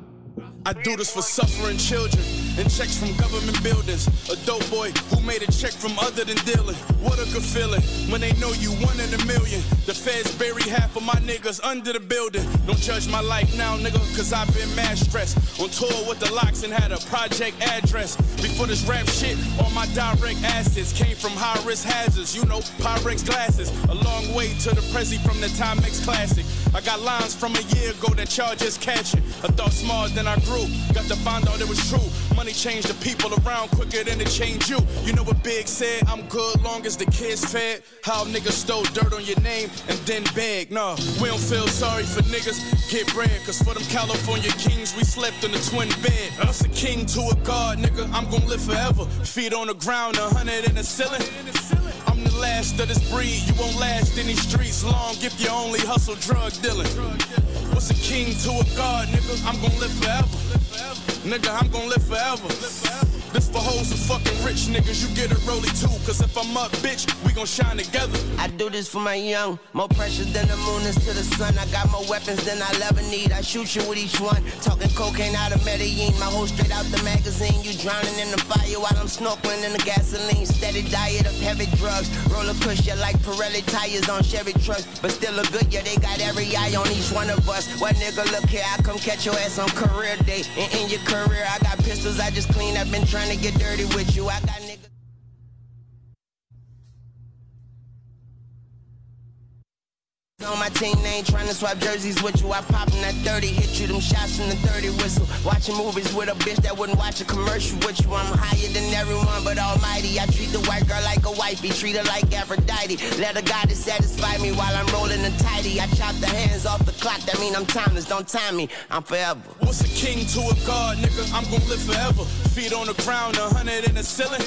Speaker 18: I do this for suffering children and checks from government buildings. A dope boy who made a check from other than dealing. What a good feeling when they know you one in a million. The feds bury half of my niggas under the building. Don't judge my life now, nigga, cause I've been mad stressed. On tour with the locks and had a project address. Before this rap shit, all my direct assets came from high risk hazards. You know, Pyrex glasses. A long way to the Prezi from the Timex Classic. I got lines from a year ago that y'all just catching. I thought small, then I grew. Got to find out it was true. Money changed the people around quicker than it changed you. You know what Big said? I'm good long as the kids fed. How niggas stole dirt on your name and then beg. Nah, we don't feel sorry for niggas. Get bread, cause for them California kings, we slept in the twin bed. Us a king to a god, nigga. I'm gonna live forever. Feet on the ground, a hundred in the ceiling. I'm the last of this breed. You won't last in these streets long if you only hustle drug dealing. What's a king to a god, nigga? I'm gonna live forever. Nigga, I'm gonna live forever. This for hoes and fucking rich niggas. You get a rolly too, cause if I'm up, bitch, we gon' shine together.
Speaker 21: I do this for my young. More precious than the moon is to the sun. I got more weapons than I'll ever need. I shoot you with each one. Talking cocaine out of Medellin. My whole straight out the magazine. You drowning in the fire while I'm snorkeling in the gasoline. Steady diet of heavy drugs. Roller cushion like Pirelli tires on Chevy trucks. But still a good year. They got every eye on each one of us. What nigga, look here. I come catch your ass on career day. And in your career, I got pistols. I just clean up and trying to get dirty with you. I got niggas. On my team, they ain't tryna swap jerseys with you. I pop in that 30, hit you them shots from the 30 whistle. Watching movies with a bitch that wouldn't watch a commercial with you. I'm higher than everyone, but almighty. I treat the white girl like a wifey, treat her like Aphrodite. Let a goddess satisfy me while I'm rolling a tidy. I chop the hands off the clock, that mean I'm timeless. Don't time me, I'm forever.
Speaker 18: What's a king to a god, nigga? I'm gon' live forever. Feet on the ground, a hundred in the ceiling.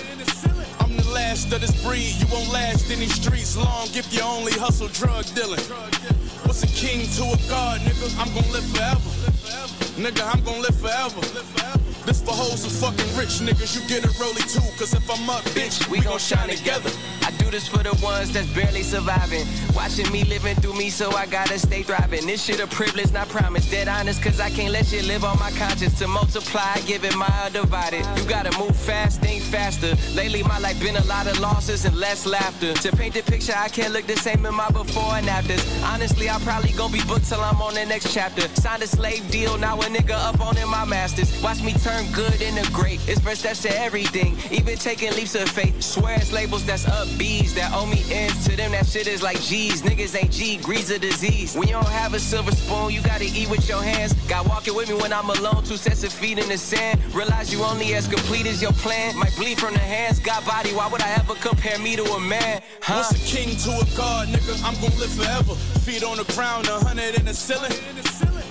Speaker 18: I'm the last of this breed. You won't last in these streets long if you only hustle drug dealing. What's a king to a god, nigga? I'm gon' live forever. Nigga, I'm gon' live forever. This for hoes and fucking rich niggas. You get a rolly too, cause if I'm up, bitch, we gon' shine together.
Speaker 22: I do this for the ones that's barely surviving. Watching me living through me, so I gotta stay thriving. This shit a privilege, not promise. Dead honest, cause I can't let shit live on my conscience. To multiply, I give it my undivided. You gotta move fast, think faster. Lately, my life been a lot of losses and less laughter. To paint the picture, I can't look the same in my before and afters. Honestly, I probably gon' be booked till I'm on the next chapter. Signed a slave deal, now a nigga up on in my masters. Watch me turn good into great. It's first steps to everything, even taking leaps of faith. Swear it's labels that's up B's that owe me ends. To them, that shit is like G's. Niggas ain't G, grease a disease. When you don't have a silver spoon, you gotta eat with your hands. Got walking with me when I'm alone, two sets of feet in the sand. Realize you only as complete as your plan. Might bleed from the hands, got body. Why would I ever compare me to a man? Huh?
Speaker 18: Once a king to a god, nigga, I'm gon' live forever. Feet on the ground, a hundred in the ceiling.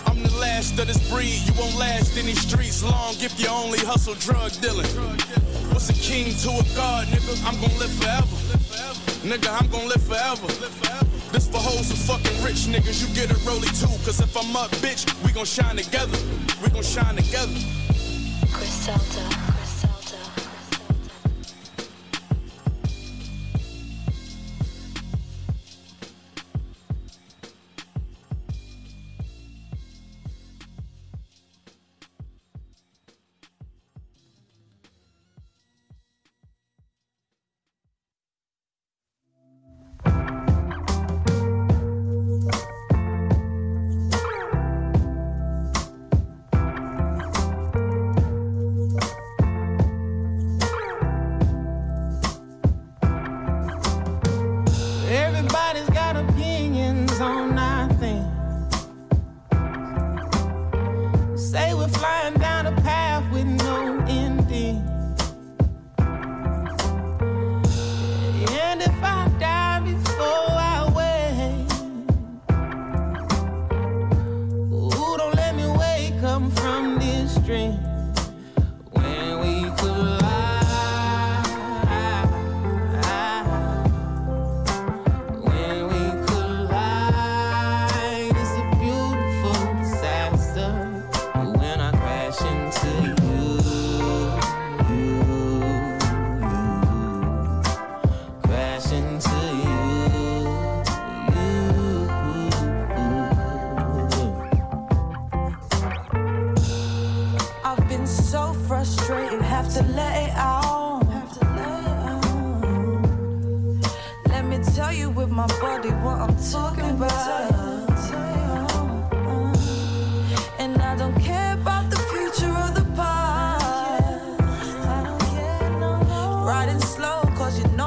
Speaker 18: I'm the last of this breed, you won't last in these streets long if you only hustle drug dealing. What's a king to a god, nigga? I'm gon' live forever. Nigga, I'm gon' live forever. This for hoes and fucking rich niggas, you get a rolly too. Cause if I'm up, bitch, we gon' shine together. We gon' shine together.
Speaker 1: Everybody's got opinions on our thing. Say we're flying down a path with no ending. And if I die before I wake, ooh, don't let me wake up from this dream. When we collide. When we collide, it's a beautiful disaster. When I crash into you, you, you, crash into you, you.
Speaker 23: I've been so frustrated, have to let it out. Let me tell you with my body what I'm talking about. And I don't care about the future or the past. Riding slow, cause you know